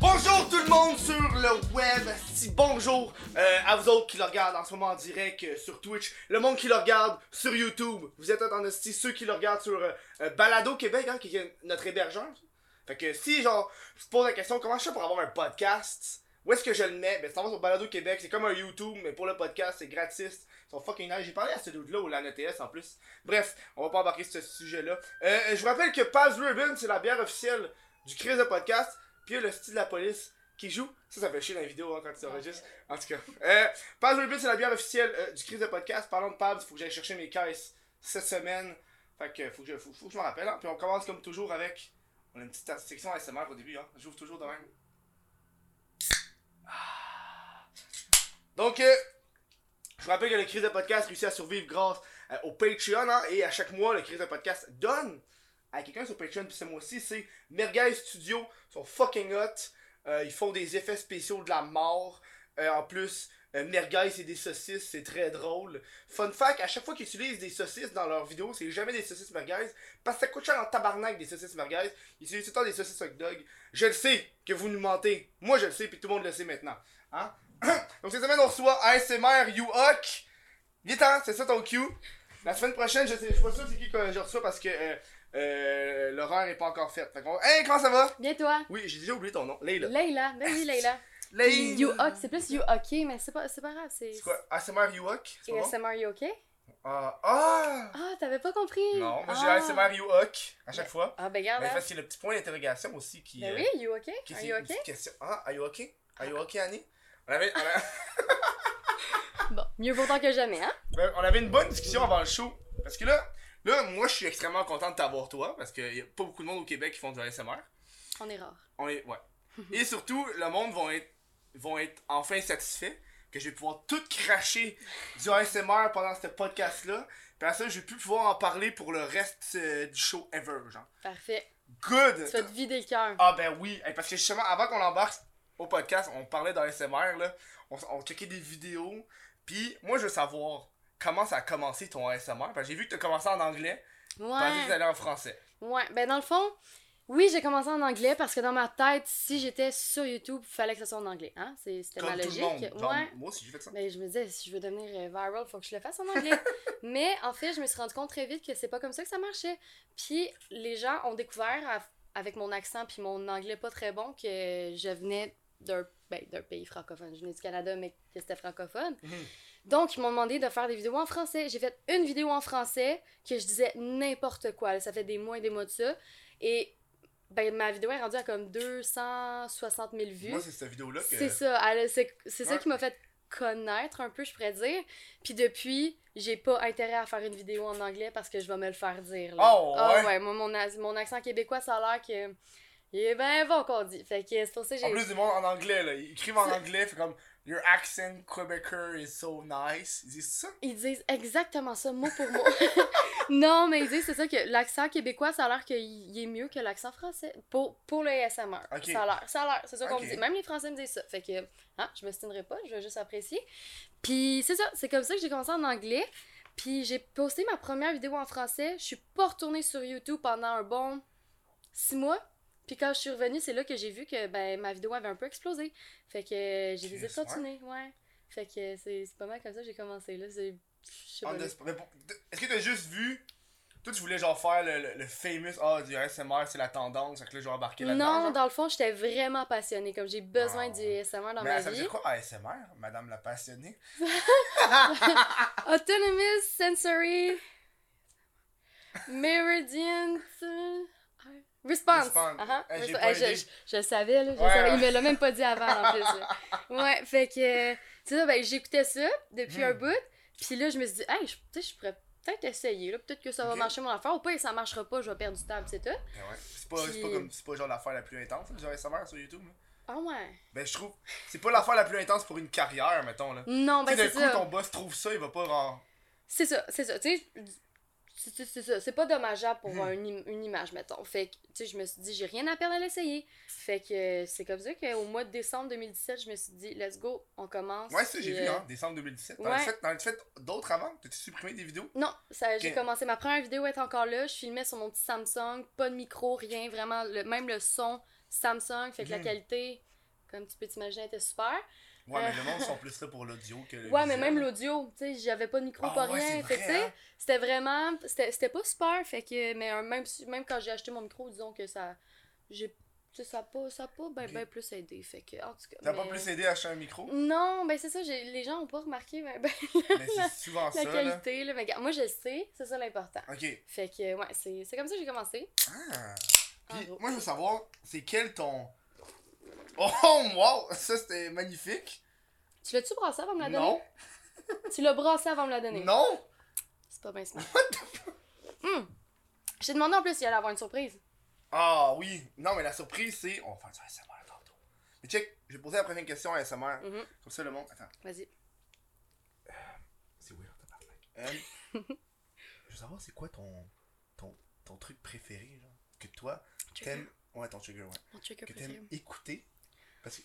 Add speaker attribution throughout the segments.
Speaker 1: Bonjour tout le monde sur le web, si bonjour euh, à vous autres qui le regardent en ce moment en direct euh, sur Twitch, le monde qui le regarde sur YouTube, vous êtes en hostie, ceux qui le regardent sur euh, euh, Balado Québec, hein, qui est notre hébergeur. Fait que si genre, je pose la question, comment je fais pour avoir un podcast, où est-ce que je le mets, ben c'est en sur Balado Québec, c'est comme un YouTube, mais pour le podcast, c'est gratis, ils sont fucking nice, j'ai parlé à ce dude-là au LAN ETS E en plus, bref, on va pas embarquer sur ce sujet-là. Euh, je vous rappelle que Paz Ribbon, c'est la bière officielle du Chris de Podcast, puis il y a le style de la police qui joue. Ça, ça fait chier dans la vidéo hein, quand tu enregistres. En tout cas. Euh, Pabs Rebel, c'est la bière officielle euh, du Chris de Podcast. Parlons de Pabs, faut que j'aille chercher mes caisses cette semaine. Fait que faut que je, faut, faut que je m'en rappelle. hein. Puis on commence comme toujours avec. On a une petite section ASMR au début. Hein. J'ouvre toujours de même. Ah. Donc, euh, je vous rappelle que le Chris de Podcast réussit à survivre grâce euh, au Patreon. hein. et à chaque mois, le Chris de Podcast donne à quelqu'un sur Patreon. Puis ce mois-ci, c'est Merguez Studio. Ils sont fucking hot. Euh, ils font des effets spéciaux de la mort. Euh, en plus, euh, merguez et des saucisses, c'est très drôle. Fun fact, à chaque fois qu'ils utilisent des saucisses dans leurs vidéos, c'est jamais des saucisses merguez. Parce que ça coûte cher en tabarnak des saucisses merguez. Ils utilisent tout le temps des saucisses hot dog. Je le sais que vous nous mentez. Moi, je le sais, puis tout le monde le sait maintenant. Hein? Donc cette semaine, on reçoit ASMR You Hawk. Vite, hein, c'est ça ton cue. La semaine prochaine, je sais, je suis pas sûr c'est qui que je reçois parce que euh, euh, l'horaire n'est pas encore faite. Fait qu'on- Hey, comment ça va?
Speaker 2: Bien toi.
Speaker 1: Oui, j'ai déjà oublié ton nom. Leila.
Speaker 2: Leila, ben oui Leila.
Speaker 1: Lay-
Speaker 2: You hockey, c'est plus you hockey, mais c'est pas, c'est pas grave, c'est...
Speaker 1: C'est quoi? ASMR You Hawk? C'est pas bon?
Speaker 2: ASMR you ok?
Speaker 1: Ah! ah!
Speaker 2: Ah, t'avais pas compris!
Speaker 1: Non, moi j'ai
Speaker 2: Ah.
Speaker 1: ASMR You Hawk à chaque fois.
Speaker 2: Ah, ben garde,
Speaker 1: Mais
Speaker 2: hein.
Speaker 1: parce qu'il y a le petit point d'interrogation aussi qui.
Speaker 2: Ben
Speaker 1: euh,
Speaker 2: oui, you ok?
Speaker 1: qui
Speaker 2: Are
Speaker 1: c'est
Speaker 2: you
Speaker 1: une
Speaker 2: ok?
Speaker 1: petite question. Ah, are you okay? Are you okay, Annie? On avait, on, a-
Speaker 2: Bon, mieux pourtant que jamais, hein?
Speaker 1: ben, on avait une bonne discussion avant le show. Parce que là, là moi je suis extrêmement content de t'avoir toi. Parce qu'il n'y a pas beaucoup de monde au Québec qui font du ASMR.
Speaker 2: On est rare.
Speaker 1: On est, ouais. Et surtout, le monde vont être, vont être enfin satisfaits que je vais pouvoir tout cracher du ASMR pendant ce podcast-là. Puis après ça, je vais plus pouvoir en parler pour le reste euh, du show ever, genre.
Speaker 2: Parfait.
Speaker 1: Good!
Speaker 2: Tu vas te vider le cœur.
Speaker 1: Ah ben oui! Hey, parce que justement, avant qu'on embarque au podcast, on parlait d'ASMR, là. On, s- on checkait des vidéos. Puis moi, je veux savoir comment ça a commencé ton ASMR. Parce que j'ai vu que t'as commencé en anglais. Je pensais que
Speaker 2: Ouais.
Speaker 1: t'allais en français.
Speaker 2: Ouais, ben dans le fond, oui, j'ai commencé en anglais parce que dans ma tête, si j'étais sur YouTube, fallait que ça soit en anglais, hein? C'est- C'était ma
Speaker 1: Comme tout
Speaker 2: logique.
Speaker 1: le monde. Genre,
Speaker 2: Ouais.
Speaker 1: Moi aussi, j'ai fait ça.
Speaker 2: Ben, je me disais, si je veux devenir euh, viral, faut que je le fasse en anglais. Mais en fait, je me suis rendu compte très vite que c'est pas comme ça que ça marchait. Puis les gens ont découvert, à- avec mon accent puis mon anglais pas très bon, que je venais d'un ben, d'un pays francophone. Je venais du Canada, mais que c'était francophone.
Speaker 1: Mhm.
Speaker 2: Donc, ils m'ont demandé de faire des vidéos en français. J'ai fait une vidéo en français que je disais n'importe quoi. là. ça fait des mois et des mois de ça. Et ben, ma vidéo est rendue à comme 260 000 vues.
Speaker 1: Moi, c'est cette vidéo-là que.
Speaker 2: C'est ça, elle- c'est c'est ça
Speaker 1: Ouais.
Speaker 2: qui m'a fait connaître un peu, je pourrais dire. Puis depuis, j'ai pas intérêt à faire une vidéo en anglais parce que je vais me le faire dire. là.
Speaker 1: Oh,
Speaker 2: Ah
Speaker 1: ouais.
Speaker 2: Moi, mon, as- mon accent québécois, ça a l'air que. eh ben, Il est bien bon qu'on dit. Fait que c'est pour ça que
Speaker 1: En
Speaker 2: j'ai.
Speaker 1: plus, du monde en anglais, là. Ils écrivent en
Speaker 2: C'est-
Speaker 1: anglais, fait comme Your accent Quebecer is so nice. Ils disent ça.
Speaker 2: Ils disent exactement ça, mot pour mot. non, mais ils disent, c'est ça, que l'accent québécois, ça a l'air qu'il il est mieux que l'accent français. Pour, pour le SMR.
Speaker 1: Ok.
Speaker 2: Ça a l'air, ça a l'air. C'est ça qu'on
Speaker 1: Ok.
Speaker 2: me dit. Même les Français me disent ça. Fait que, hein, je me stinerai pas, je vais juste apprécier. Puis c'est ça, c'est comme ça que j'ai commencé en anglais. Puis j'ai posté ma première vidéo en français. Je suis pas retournée sur YouTube pendant un bon six mois. Puis quand je suis revenue, c'est là que j'ai vu que ben, ma vidéo avait un peu explosé. Fait que euh, j'ai
Speaker 1: Chris,
Speaker 2: décidé de
Speaker 1: ouais.
Speaker 2: continuer, ouais. Fait que c'est c'est pas mal comme ça que j'ai commencé. Là, c'est. je sais
Speaker 1: On
Speaker 2: pas,
Speaker 1: the spot. Mais pour- Est-ce que t'as juste vu. Toi, tu voulais genre faire le, le, le famous. Ah, du ASMR, c'est la tendance. Fait que là, je vais embarquer
Speaker 2: Non,
Speaker 1: là-dedans. genre.
Speaker 2: dans le fond, j'étais vraiment passionnée. Comme j'ai besoin
Speaker 1: Ah.
Speaker 2: du ASMR
Speaker 1: Mais
Speaker 2: dans ma
Speaker 1: ça veut
Speaker 2: vie.
Speaker 1: dire quoi ASMR, madame la passionnée
Speaker 2: Autonomous Sensory Meridian euh, Response.
Speaker 1: Response.
Speaker 2: Ah, ah,
Speaker 1: Eh, j'ai
Speaker 2: respo-
Speaker 1: pas
Speaker 2: eh, je,
Speaker 1: aidé.
Speaker 2: je- je le savais, là, je le
Speaker 1: Ouais,
Speaker 2: savais.
Speaker 1: ouais.
Speaker 2: il me l'a même pas dit avant en plus. là. Ouais, fait que euh, c'est ça, ben, j'écoutais ça depuis
Speaker 1: Hmm.
Speaker 2: un bout, puis là je me suis dit, hey, je- tu sais, je pourrais peut-être essayer, là, peut-être que ça va
Speaker 1: Ok.
Speaker 2: marcher mon affaire, ou pas, et ça marchera pas, je vais perdre du temps, pis c'est tout.
Speaker 1: Ben ouais. C'est pas, c'est pas,
Speaker 2: Puis-
Speaker 1: comme- c'est pas genre l'affaire la plus intense, du ASMR sur YouTube. là.
Speaker 2: Ah ouais.
Speaker 1: Ben, je trouve. C'est pas l'affaire la plus intense pour une carrière, mettons, là.
Speaker 2: Non, ben
Speaker 1: tu sais,
Speaker 2: c'est
Speaker 1: d'un coup,
Speaker 2: ça.
Speaker 1: ton boss trouve ça, il va pas genre.
Speaker 2: C'est ça, c'est ça. Tu sais, c'est- c'est c'est ça. C'est pas dommageable
Speaker 1: Mhm.
Speaker 2: pour un im- une image, mettons. Fait que, tu sais, je me suis dit, j'ai rien à perdre à l'essayer. Fait que euh, c'est comme ça qu'au mois de décembre 2017, je me suis dit, let's go, on commence.
Speaker 1: Ouais, ça, j'ai
Speaker 2: puis,
Speaker 1: vu,
Speaker 2: euh,
Speaker 1: hein, décembre 2017. T'en
Speaker 2: ouais.
Speaker 1: as fait, t'en as fait d'autres avant T'as-tu supprimé des vidéos
Speaker 2: Non, ça, j'ai
Speaker 1: Ok.
Speaker 2: commencé. Ma première vidéo est encore là. Je filmais sur mon petit Samsung, pas de micro, rien, vraiment, le, même le son Samsung. Fait que la
Speaker 1: Mhm.
Speaker 2: qualité, comme tu peux t'imaginer, était super.
Speaker 1: Ouais, mais
Speaker 2: Euh.
Speaker 1: le monde sont plus là pour l'audio que le
Speaker 2: Ouais, mais
Speaker 1: visuel.
Speaker 2: même l'audio, tu sais, j'avais pas de micro,
Speaker 1: Ah
Speaker 2: pas
Speaker 1: ouais,
Speaker 2: rien.
Speaker 1: c'est
Speaker 2: Fait que,
Speaker 1: vrai,
Speaker 2: tu sais,
Speaker 1: hein.
Speaker 2: c'était vraiment. C'était c'était pas super. Fait que, mais euh, même, si- même quand j'ai acheté mon micro, disons que ça. J'ai. Tu sais, ça a pas, ça a pas ben,
Speaker 1: Ok.
Speaker 2: ben plus aidé. Fait que, en tout cas.
Speaker 1: T'as
Speaker 2: mais-
Speaker 1: pas plus aidé à acheter un micro
Speaker 2: Non, ben c'est ça, j'ai- les gens ont pas remarqué ben, ben,
Speaker 1: Mais c'est souvent
Speaker 2: la
Speaker 1: ça, là.
Speaker 2: qualité, là. Mais regarde, moi, je le sais, c'est ça l'important.
Speaker 1: Ok.
Speaker 2: Fait que, ouais, c'est c'est comme ça que j'ai commencé.
Speaker 1: Ah.
Speaker 2: En
Speaker 1: Puis,
Speaker 2: gros.
Speaker 1: moi, je veux savoir, c'est quel ton. Oh, wow! Ça, c'était magnifique.
Speaker 2: Tu l'as-tu brassé avant de me la donner?
Speaker 1: Non.
Speaker 2: Tu l'as brassé avant de me la donner?
Speaker 1: Non!
Speaker 2: C'est pas bien smart. Hmm. J'ai demandé en plus s'il allait avoir une surprise.
Speaker 1: Ah oui! Non, mais la surprise, c'est. On va faire du ASMR tantôt. Mais check, je vais poser la prochaine question à ASMR.
Speaker 2: Mhm.
Speaker 1: Comme ça, le monde. Attends,
Speaker 2: Vas-y.
Speaker 1: c'est weird, tabarnak. Euh, je veux savoir, c'est quoi ton, ton, ton truc préféré, genre, que toi,
Speaker 2: Trigger.
Speaker 1: t'aimes. Ouais, ton trigger, ouais.
Speaker 2: Mon trigger
Speaker 1: que
Speaker 2: préféré.
Speaker 1: t'aimes écouter. Parce que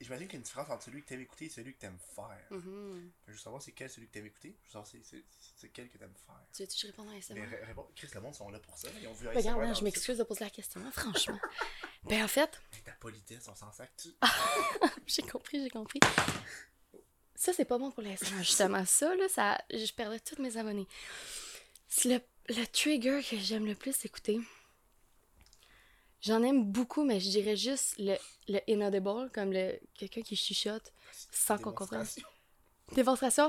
Speaker 1: j'imagine qu'il y a une différence entre celui que t'aimes écouter et celui que t'aimes faire.
Speaker 2: Mhm.
Speaker 1: Je veux savoir c'est quel celui que t'aimes écouter. Je veux savoir c'est, c'est, c'est quel que t'aimes faire.
Speaker 2: Tu veux-tu que je réponde à
Speaker 1: Mais
Speaker 2: ASMR?
Speaker 1: ré- réponds, Chris, le monde sont là pour ça. Ils ont vu
Speaker 2: Ben, Regarde,
Speaker 1: ASMR
Speaker 2: hein,
Speaker 1: dans
Speaker 2: je
Speaker 1: le
Speaker 2: m'excuse de poser la question, hein, franchement. ben en fait,
Speaker 1: titre. Ta politesse, on s'en sac.
Speaker 2: Ah,
Speaker 1: Tu...
Speaker 2: j'ai compris, j'ai compris. Ça, c'est pas bon pour les ASMR, justement. Ça, là, ça, je perdrais tous mes abonnés. C'est Le, le trigger que j'aime le plus écouter, j'en aime beaucoup, mais je dirais juste le, le inaudible, comme le quelqu'un qui chuchote sans qu'on comprenne.
Speaker 1: Démonstration.
Speaker 2: Démonstration,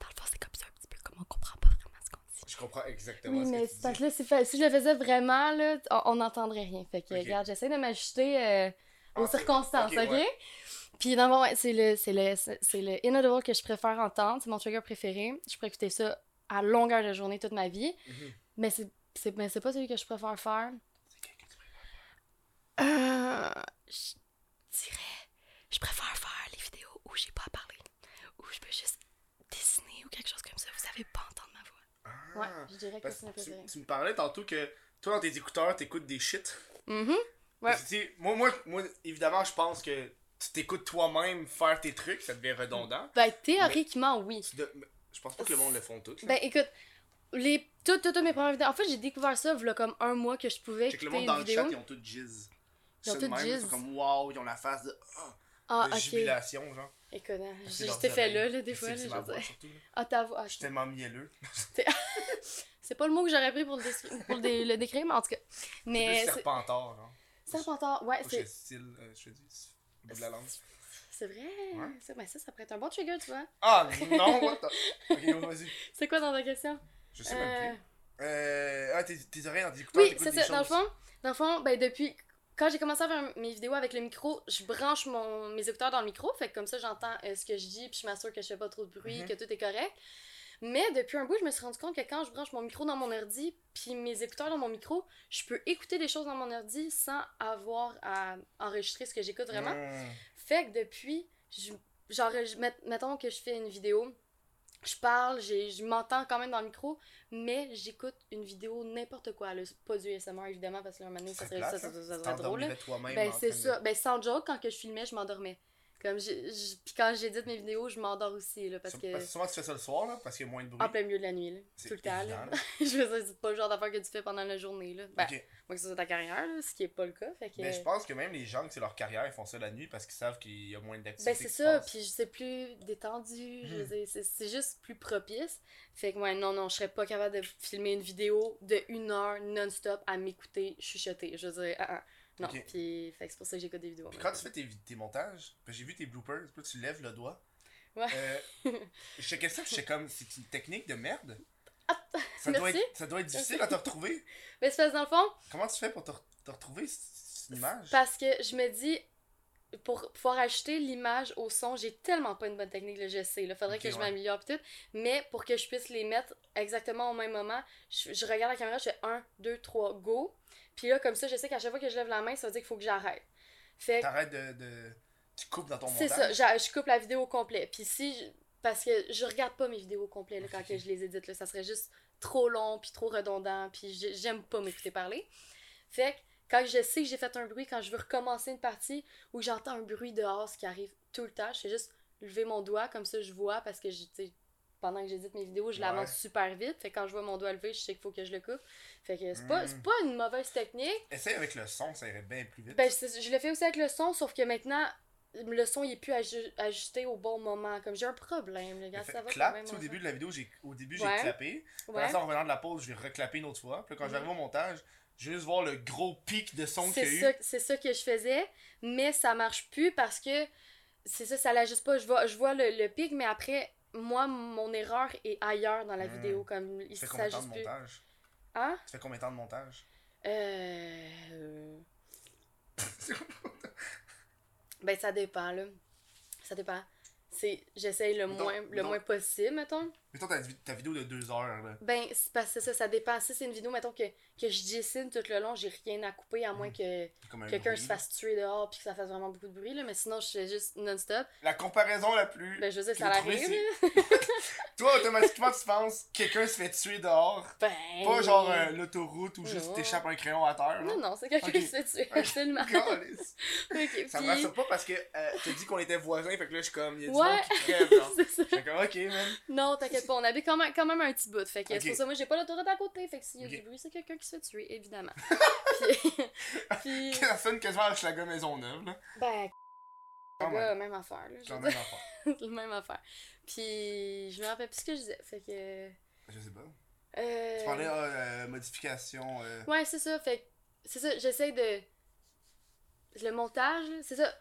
Speaker 2: dans le fond, c'est comme ça, un petit peu, comme on comprend pas vraiment ce qu'on dit.
Speaker 1: Je comprends exactement
Speaker 2: Oui,
Speaker 1: ce
Speaker 2: mais
Speaker 1: que tu
Speaker 2: c'est parce
Speaker 1: dis.
Speaker 2: que là, c'est fa- si je le faisais vraiment, là, t- on on n'entendrait rien. Fait que,
Speaker 1: Ok.
Speaker 2: regarde, j'essaie de m'ajuster euh, aux
Speaker 1: Ah, c'est-
Speaker 2: circonstances,
Speaker 1: ok,
Speaker 2: ok?
Speaker 1: ouais.
Speaker 2: Puis, non, bon, ouais, c'est le, c'est le, c'est c'est le Inaudible que je préfère entendre. C'est mon trigger préféré. Je pourrais écouter ça à longueur de journée toute ma vie.
Speaker 1: Mhm.
Speaker 2: Mais c'est, c'est, mais c'est pas celui que je préfère faire.
Speaker 1: C'est quel que tu préfères?
Speaker 2: Euh, je dirais, je préfère faire les vidéos où j'ai pas à parler. Où je peux juste dessiner ou quelque chose comme ça. Vous savez pas entendre ma voix.
Speaker 1: Ah,
Speaker 2: Ouais, je dirais que
Speaker 1: parce
Speaker 2: c'est ma
Speaker 1: que tu,
Speaker 2: préférée.
Speaker 1: tu me parlais tantôt que toi, dans tes écouteurs, t'écoutes des shit.
Speaker 2: Mhm. Ouais.
Speaker 1: Parce que, tu sais, Moi, moi, moi, évidemment, je pense que tu t'écoutes toi-même faire tes trucs, ça devient redondant.
Speaker 2: Ben, théoriquement, oui.
Speaker 1: Tu dois- mais Je pense pas que le monde le font tout. là.
Speaker 2: Ben écoute, les toutes toutes toutes mes premières vidéos. En fait, j'ai découvert ça v'là comme un mois que je pouvais
Speaker 1: Check
Speaker 2: écouter
Speaker 1: le monde
Speaker 2: une
Speaker 1: dans le chat,
Speaker 2: vidéo.
Speaker 1: ils ont tous jizz.
Speaker 2: Ils ont
Speaker 1: C'est
Speaker 2: tous
Speaker 1: de même,
Speaker 2: jizz.
Speaker 1: Ils sont comme waouh, ils ont la face de, ah,
Speaker 2: Ah
Speaker 1: de
Speaker 2: ok.
Speaker 1: jubilation, genre.
Speaker 2: Écoute, hein,
Speaker 1: C'est
Speaker 2: j'ai
Speaker 1: leurs
Speaker 2: cet effet là,
Speaker 1: oreilles.
Speaker 2: là des
Speaker 1: C'est-
Speaker 2: fois. Là,
Speaker 1: c'est
Speaker 2: je
Speaker 1: ma
Speaker 2: veux
Speaker 1: voix,
Speaker 2: dire.
Speaker 1: surtout, là.
Speaker 2: Ah ta voix. ah,
Speaker 1: Je suis tellement mielleux.
Speaker 2: C'est pas le mot que j'aurais pris pour, le, décri- pour le dé- le décrire, mais en tout cas. Mais
Speaker 1: Mais
Speaker 2: c'est-
Speaker 1: serpentor, genre.
Speaker 2: Serpentard, ouais,
Speaker 1: Faut que Je
Speaker 2: c'est
Speaker 1: style, euh, je fais du du bout de la langue.
Speaker 2: c'est vrai.
Speaker 1: Ouais.
Speaker 2: Ça, ben ça, ça pourrait être un bon trigger, tu vois.
Speaker 1: Ah non, what the... Ok, vas-y.
Speaker 2: C'est quoi dans ta question?
Speaker 1: Je sais même
Speaker 2: Euh,
Speaker 1: plus. Euh... Ah, tes, tes oreilles dans tes écouteurs,
Speaker 2: Oui,
Speaker 1: t'écoutes
Speaker 2: c'est
Speaker 1: des
Speaker 2: ça. Dans le
Speaker 1: choses.
Speaker 2: fond, dans le fond, ben depuis quand j'ai commencé à faire mes vidéos avec le micro, je branche mon, mes écouteurs dans le micro, fait que comme ça j'entends euh, ce que je dis, puis je m'assure que je fais pas trop de bruit,
Speaker 1: Mhm.
Speaker 2: que tout est correct. Mais depuis un bout, je me suis rendu compte que quand je branche mon micro dans mon ordi, puis mes écouteurs dans mon micro, je peux écouter des choses dans mon ordi sans avoir à enregistrer ce que j'écoute vraiment.
Speaker 1: Mm.
Speaker 2: Fait que depuis, je- genre, je- met- mettons que je fais une vidéo, je parle, j'ai- je m'entends quand même dans le micro, mais j'écoute une vidéo n'importe quoi. Là. C'est Pas du SMR, évidemment, parce que là, un moment donné, ça
Speaker 1: C'est
Speaker 2: serait,
Speaker 1: plate,
Speaker 2: ça, ça-
Speaker 1: hein.
Speaker 2: ça- ça
Speaker 1: Tu
Speaker 2: serait drôle. là.
Speaker 1: t'endormirais toi-même.
Speaker 2: Ben,
Speaker 1: en
Speaker 2: c'est
Speaker 1: train de-
Speaker 2: ça. Ben, sans joke, quand que je filmais, je m'endormais. Comme j'ai- j'ai- Puis quand j'édite mes vidéos, je m'endors aussi, là, parce
Speaker 1: Sur-
Speaker 2: que...
Speaker 1: Parce que souvent tu fais ça le soir, là, parce qu'il y a moins de bruit.
Speaker 2: En plein milieu de la nuit, là,
Speaker 1: C'est
Speaker 2: tout le temps.
Speaker 1: évident,
Speaker 2: Là.
Speaker 1: là.
Speaker 2: je faisais c'est pas le genre d'affaire que tu fais pendant la journée. Là. Ben,
Speaker 1: Ok.
Speaker 2: moi, que ce soit ta carrière, là, ce qui est pas le cas. Fait que...
Speaker 1: Mais je pense que même les gens que c'est leur carrière, ils font ça la nuit parce qu'ils savent qu'il y a moins d'activité.
Speaker 2: Ben c'est
Speaker 1: qui
Speaker 2: ça,
Speaker 1: se passe.
Speaker 2: puis je sais plus détendu, je
Speaker 1: Hmm.
Speaker 2: veux dire, c'est- c'est juste plus propice. Fait que ouais, non, non, je serais pas capable de filmer une vidéo de une heure non-stop à m'écouter chuchoter. Je veux dire, ah, ah, non,
Speaker 1: Ok.
Speaker 2: puis fait que c'est pour ça que j'écoute des vidéos.
Speaker 1: Puis
Speaker 2: moi.
Speaker 1: quand tu fais tes, tes montages, parce que j'ai vu tes bloopers, puis là, tu lèves le doigt.
Speaker 2: Ouais.
Speaker 1: Euh, je checkais ça, puis j'étais comme, c'est une technique de merde.
Speaker 2: Ah,
Speaker 1: ça, doit
Speaker 2: merci.
Speaker 1: être, ça doit être difficile à te retrouver.
Speaker 2: Mais c'est parce que dans le fond,
Speaker 1: Comment tu fais pour te, re- te retrouver c- une image
Speaker 2: Parce que je me dis, pour pouvoir ajouter l'image au son, j'ai tellement pas une bonne technique, là, je sais. Il faudrait
Speaker 1: Ok,
Speaker 2: que je
Speaker 1: ouais.
Speaker 2: m'améliore pis tout. Mais pour que je puisse les mettre exactement au même moment, je, je regarde la caméra, je fais 1, 2, 3, go. Puis là, comme ça, je sais qu'à chaque fois que je lève la main, ça veut dire qu'il faut que j'arrête. Fait que
Speaker 1: T'arrêtes de, de- Tu coupes dans ton montage.
Speaker 2: c'est ça, j'a- je coupe la vidéo au complet. Puis si, je- Parce que je regarde pas mes vidéos complètes là, quand que je les édite. Là. Ça serait juste trop long, puis trop redondant, puis j'ai- j'aime pas m'écouter parler. Fait que quand je sais que j'ai fait un bruit, quand je veux recommencer une partie, ou que j'entends un bruit dehors, ce qui arrive tout le temps, je fais juste lever mon doigt, comme ça je vois, parce que je, tu sais, pendant que j'édite mes vidéos, je
Speaker 1: Ouais.
Speaker 2: l'avance super vite. Fait que quand je vois mon doigt levé, je sais qu'il faut que je le coupe. Fait que c'est pas,
Speaker 1: Mm.
Speaker 2: c'est pas une mauvaise technique.
Speaker 1: Essaye avec le son, ça irait bien plus vite.
Speaker 2: Ben, c'est- je le fais aussi avec le son, sauf que maintenant, le son, il est plus aju- ajusté au bon moment. Comme j'ai un problème, les gars,
Speaker 1: J'ai fait
Speaker 2: ça va
Speaker 1: clap,
Speaker 2: quand même,
Speaker 1: tu sais, au
Speaker 2: hein.
Speaker 1: début de la vidéo, j'ai au début j'ai
Speaker 2: Ouais.
Speaker 1: clapé. Après
Speaker 2: Ouais.
Speaker 1: ça, en revenant de la pause, j'ai reclapé une autre fois. Puis là, quand
Speaker 2: Mhm.
Speaker 1: j'arrive au montage, j'ai juste voir le gros pic de son qu'il
Speaker 2: C'est
Speaker 1: y a
Speaker 2: ça,
Speaker 1: eu.
Speaker 2: c'est ça que je faisais, mais ça marche plus parce que c'est ça, ça l'ajuste pas. Je vois, je vois le, le pic, mais après, moi, mon erreur est ailleurs dans la
Speaker 1: Hmm.
Speaker 2: vidéo. Comme il
Speaker 1: Ça fait combien de temps de
Speaker 2: s'ajuste plus.
Speaker 1: montage
Speaker 2: Hein?
Speaker 1: Ça fait combien de temps de montage
Speaker 2: Euh... ben, ça dépend, là. Ça dépend. C'est... J'essaye le,
Speaker 1: Donc,
Speaker 2: moins, le
Speaker 1: donc-
Speaker 2: moins possible, mettons.
Speaker 1: Mais toi, ta, vi- ta vidéo de deux heures, là.
Speaker 2: Ben, c'est parce que ça, ça dépend. Si c'est une vidéo, mettons, que, que je dessine tout le long, j'ai rien à couper, à moins que
Speaker 1: c'est comme Mm. un
Speaker 2: quelqu'un
Speaker 1: bruit,
Speaker 2: se
Speaker 1: là.
Speaker 2: fasse tuer dehors puis que ça fasse vraiment beaucoup de bruit, là. Mais sinon, je fais juste non-stop.
Speaker 1: La comparaison la plus.
Speaker 2: Ben, je veux dire, ça
Speaker 1: J'ai trouvé,
Speaker 2: arrive,
Speaker 1: c'est-
Speaker 2: là.
Speaker 1: Toi, automatiquement, tu penses quelqu'un se fait tuer dehors.
Speaker 2: Ben...
Speaker 1: Pas genre euh, l'autoroute ou
Speaker 2: Non.
Speaker 1: juste t'échappes un crayon à terre.
Speaker 2: Non, non, c'est quelqu'un
Speaker 1: Ok.
Speaker 2: qui se fait tuer,
Speaker 1: Ok.
Speaker 2: absolument.
Speaker 1: Calisse.
Speaker 2: Ok,
Speaker 1: Ça me
Speaker 2: puis-
Speaker 1: rassure pas parce que euh, t'as dit qu'on était voisins, fait que là, je suis comme, il y a du
Speaker 2: Ouais.
Speaker 1: monde qui crève, genre.
Speaker 2: c'est ça.
Speaker 1: J'étais comme, ok, man.
Speaker 2: Non, t'inquiète pas, on habite quand même, quand même un petit bout. Fait que
Speaker 1: Ok.
Speaker 2: c'est pour ça, moi, j'ai pas l'autoroute à côté. Fait que s'il y a
Speaker 1: Ok.
Speaker 2: du bruit, c'est quelqu'un qui se fait tuer, évidemment. puis, puis-
Speaker 1: Ça sonne quasiment à Schlager Maisonneuve, là.
Speaker 2: ben,
Speaker 1: Quand
Speaker 2: le gars,
Speaker 1: même.
Speaker 2: même affaire, là. je
Speaker 1: Quand
Speaker 2: veux
Speaker 1: même enfant.
Speaker 2: dire, la même affaire. Puis, je me rappelle plus ce que je disais. Fait que.
Speaker 1: Je sais pas.
Speaker 2: euh,
Speaker 1: Tu parlais, ah, euh, modification. euh,
Speaker 2: Ouais, c'est ça. Fait que- c'est ça, j'essaie de. Le montage, là, c'est ça.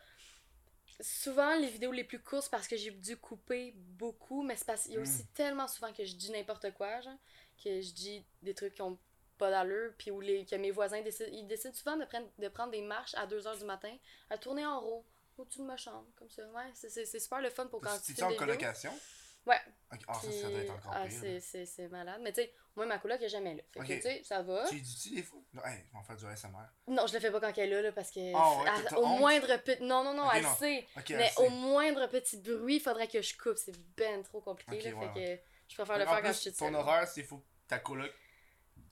Speaker 2: Souvent, les vidéos les plus courtes, c'est parce que j'ai dû couper beaucoup, mais c'est parce qu'il y a
Speaker 1: Mm.
Speaker 2: aussi tellement souvent que je dis n'importe quoi, genre, que je dis des trucs qui ont pas d'allure, puis où les, que mes voisins décident, ils décident souvent de prendre, de prendre des marches à 2h du matin, à tourner en rond, au-dessus de ma chambre, comme ça. Ouais, c'est- c'est c'est super le fun pour quand tu
Speaker 1: T'es-tu
Speaker 2: fais
Speaker 1: en
Speaker 2: des vidéos.
Speaker 1: colocation?
Speaker 2: Ouais.
Speaker 1: Ok, Ah, ça, ça doit
Speaker 2: puis-
Speaker 1: être encore
Speaker 2: ah,
Speaker 1: pire.
Speaker 2: c'est- c'est c'est malade. Mais tu sais, moi, ma coloc est jamais là. Fait que
Speaker 1: Ok.
Speaker 2: tu sais, ça va.
Speaker 1: là. Tu lui dis-tu des fois? Non, hey, je vais en faire du ASMR.
Speaker 2: Non, je le fais pas quand elle est là, là, parce que
Speaker 1: Ah ouais,
Speaker 2: à-
Speaker 1: t'as- t'as
Speaker 2: au
Speaker 1: honte?
Speaker 2: moindre petit non non non,
Speaker 1: Ok,
Speaker 2: elle
Speaker 1: non.
Speaker 2: sait,
Speaker 1: Ok,
Speaker 2: mais
Speaker 1: elle
Speaker 2: au
Speaker 1: sait.
Speaker 2: moindre petit bruit, il faudrait que je coupe, c'est ben trop compliqué
Speaker 1: Ok,
Speaker 2: là,
Speaker 1: ouais,
Speaker 2: fait que je préfère le faire
Speaker 1: en
Speaker 2: quand
Speaker 1: plus,
Speaker 2: je suis toute
Speaker 1: Ton
Speaker 2: seule.
Speaker 1: horaire, c'est faut que ta coloc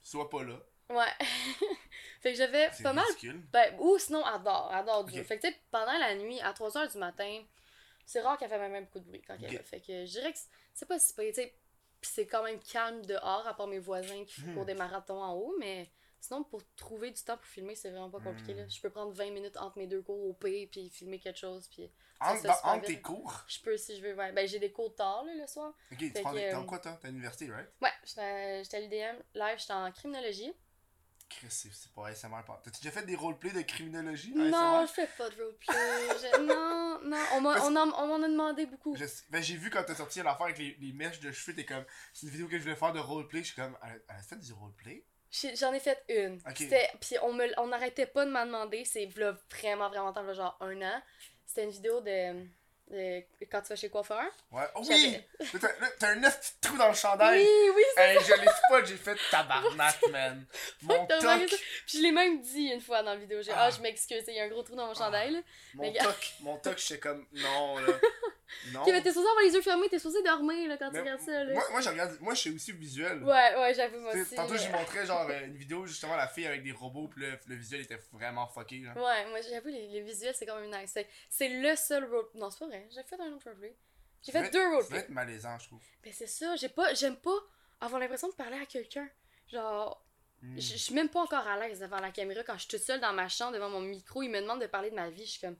Speaker 1: soit pas là.
Speaker 2: Ouais. fait que je vais
Speaker 1: C'est
Speaker 2: pas mal
Speaker 1: ridicule.
Speaker 2: ben ou sinon elle dort, elle dort dur.
Speaker 1: Ok.
Speaker 2: Fait que tu sais pendant la nuit à 3h du matin, c'est rare qu'elle fait même beaucoup de bruit quand elle
Speaker 1: Ok.
Speaker 2: est là. Fait que je dirais que c'est- c'est pas si pire, tu sais. Puis c'est quand même calme dehors à part mes voisins qui
Speaker 1: Hmm.
Speaker 2: courent des marathons en haut, mais Sinon, pour trouver du temps pour filmer, c'est vraiment pas compliqué.
Speaker 1: Hmm.
Speaker 2: Là. Je peux prendre 20 minutes entre mes deux cours au P, puis filmer quelque chose, puis ça se
Speaker 1: Entre,
Speaker 2: fait
Speaker 1: dans-
Speaker 2: super
Speaker 1: entre tes
Speaker 2: vite.
Speaker 1: cours.
Speaker 2: Je peux si je veux, ouais. Ben, j'ai des cours tard, là, le soir.
Speaker 1: Ok, tu
Speaker 2: Fait
Speaker 1: prends
Speaker 2: que,
Speaker 1: des...
Speaker 2: euh,
Speaker 1: Dans quoi, toi? T'as l'université, right?
Speaker 2: Ouais, j'étais à- j'étais à l'UDM. Live, j'étais en criminologie.
Speaker 1: Chris, c'est c'est pas ASMR. pas- T'as-tu déjà fait des roleplays de criminologie?
Speaker 2: Non,
Speaker 1: ASMR?
Speaker 2: je fais pas de roleplay. Je- Non, non, on m'a-
Speaker 1: Parce-
Speaker 2: on en- on m'en a demandé beaucoup.
Speaker 1: Je sais- ben, j'ai vu quand t'as sorti l'affaire avec les, les mèches de cheveux, t'es comme, c'est une vidéo que je voulais faire de roleplay. Je suis comme, elle, elle a fait du roleplay?
Speaker 2: J'ai- J'en ai fait une.
Speaker 1: Ok.
Speaker 2: C'était- Puis on me, on n'arrêtait pas de m'en demander. C'est v'là vraiment, vraiment temps, v'là genre un an. C'était une vidéo de, de quand tu vas chez le coiffeur.
Speaker 1: Ouais. Oh oui!
Speaker 2: J'avais-
Speaker 1: Là, T'as là, t'as un neuf petit trou dans le
Speaker 2: Oui,
Speaker 1: chandail.
Speaker 2: oui,
Speaker 1: Hey, je l'ai spot, j'ai fait tabarnak, man. Mon
Speaker 2: t'as remarqué
Speaker 1: toc,
Speaker 2: Puis je l'ai même dit une fois dans la vidéo. J'ai, ah,
Speaker 1: Ah.
Speaker 2: je m'excuse, il y a un gros trou dans mon
Speaker 1: Ah.
Speaker 2: chandail. là.
Speaker 1: mon
Speaker 2: Mais gars-
Speaker 1: toc, mon toc, j'étais comme, non, là. Non.
Speaker 2: Puis mais t'es supposé avoir les yeux fermés, t'es supposé dormir là, quand
Speaker 1: Ah Mais
Speaker 2: tu regardes ça. Là.
Speaker 1: Moi, moi, je regarde, moi, je suis aussi visuel.
Speaker 2: Ouais, ouais, j'avoue, moi
Speaker 1: T'sais,
Speaker 2: aussi.
Speaker 1: Tantôt,
Speaker 2: mais-
Speaker 1: j'ai montré genre euh, une vidéo justement la fille avec des robots, puis le, le visuel était vraiment fucké. Genre.
Speaker 2: Ouais, moi j'avoue, les, les visuels c'est quand même nice. C'est- C'est le seul roleplay. Non, c'est pas vrai, j'ai fait un autre roleplay. J'ai fait
Speaker 1: Mais-
Speaker 2: deux
Speaker 1: Ça doit
Speaker 2: roleplays.
Speaker 1: être malaisant, je trouve.
Speaker 2: Mais c'est ça, j'ai pas, j'aime pas avoir l'impression de parler à quelqu'un. Genre,
Speaker 1: Hmm.
Speaker 2: je je suis même pas encore à l'aise devant la caméra quand je suis toute seule dans ma chambre devant mon micro. Ils me demandent de parler de ma vie. Je suis comme,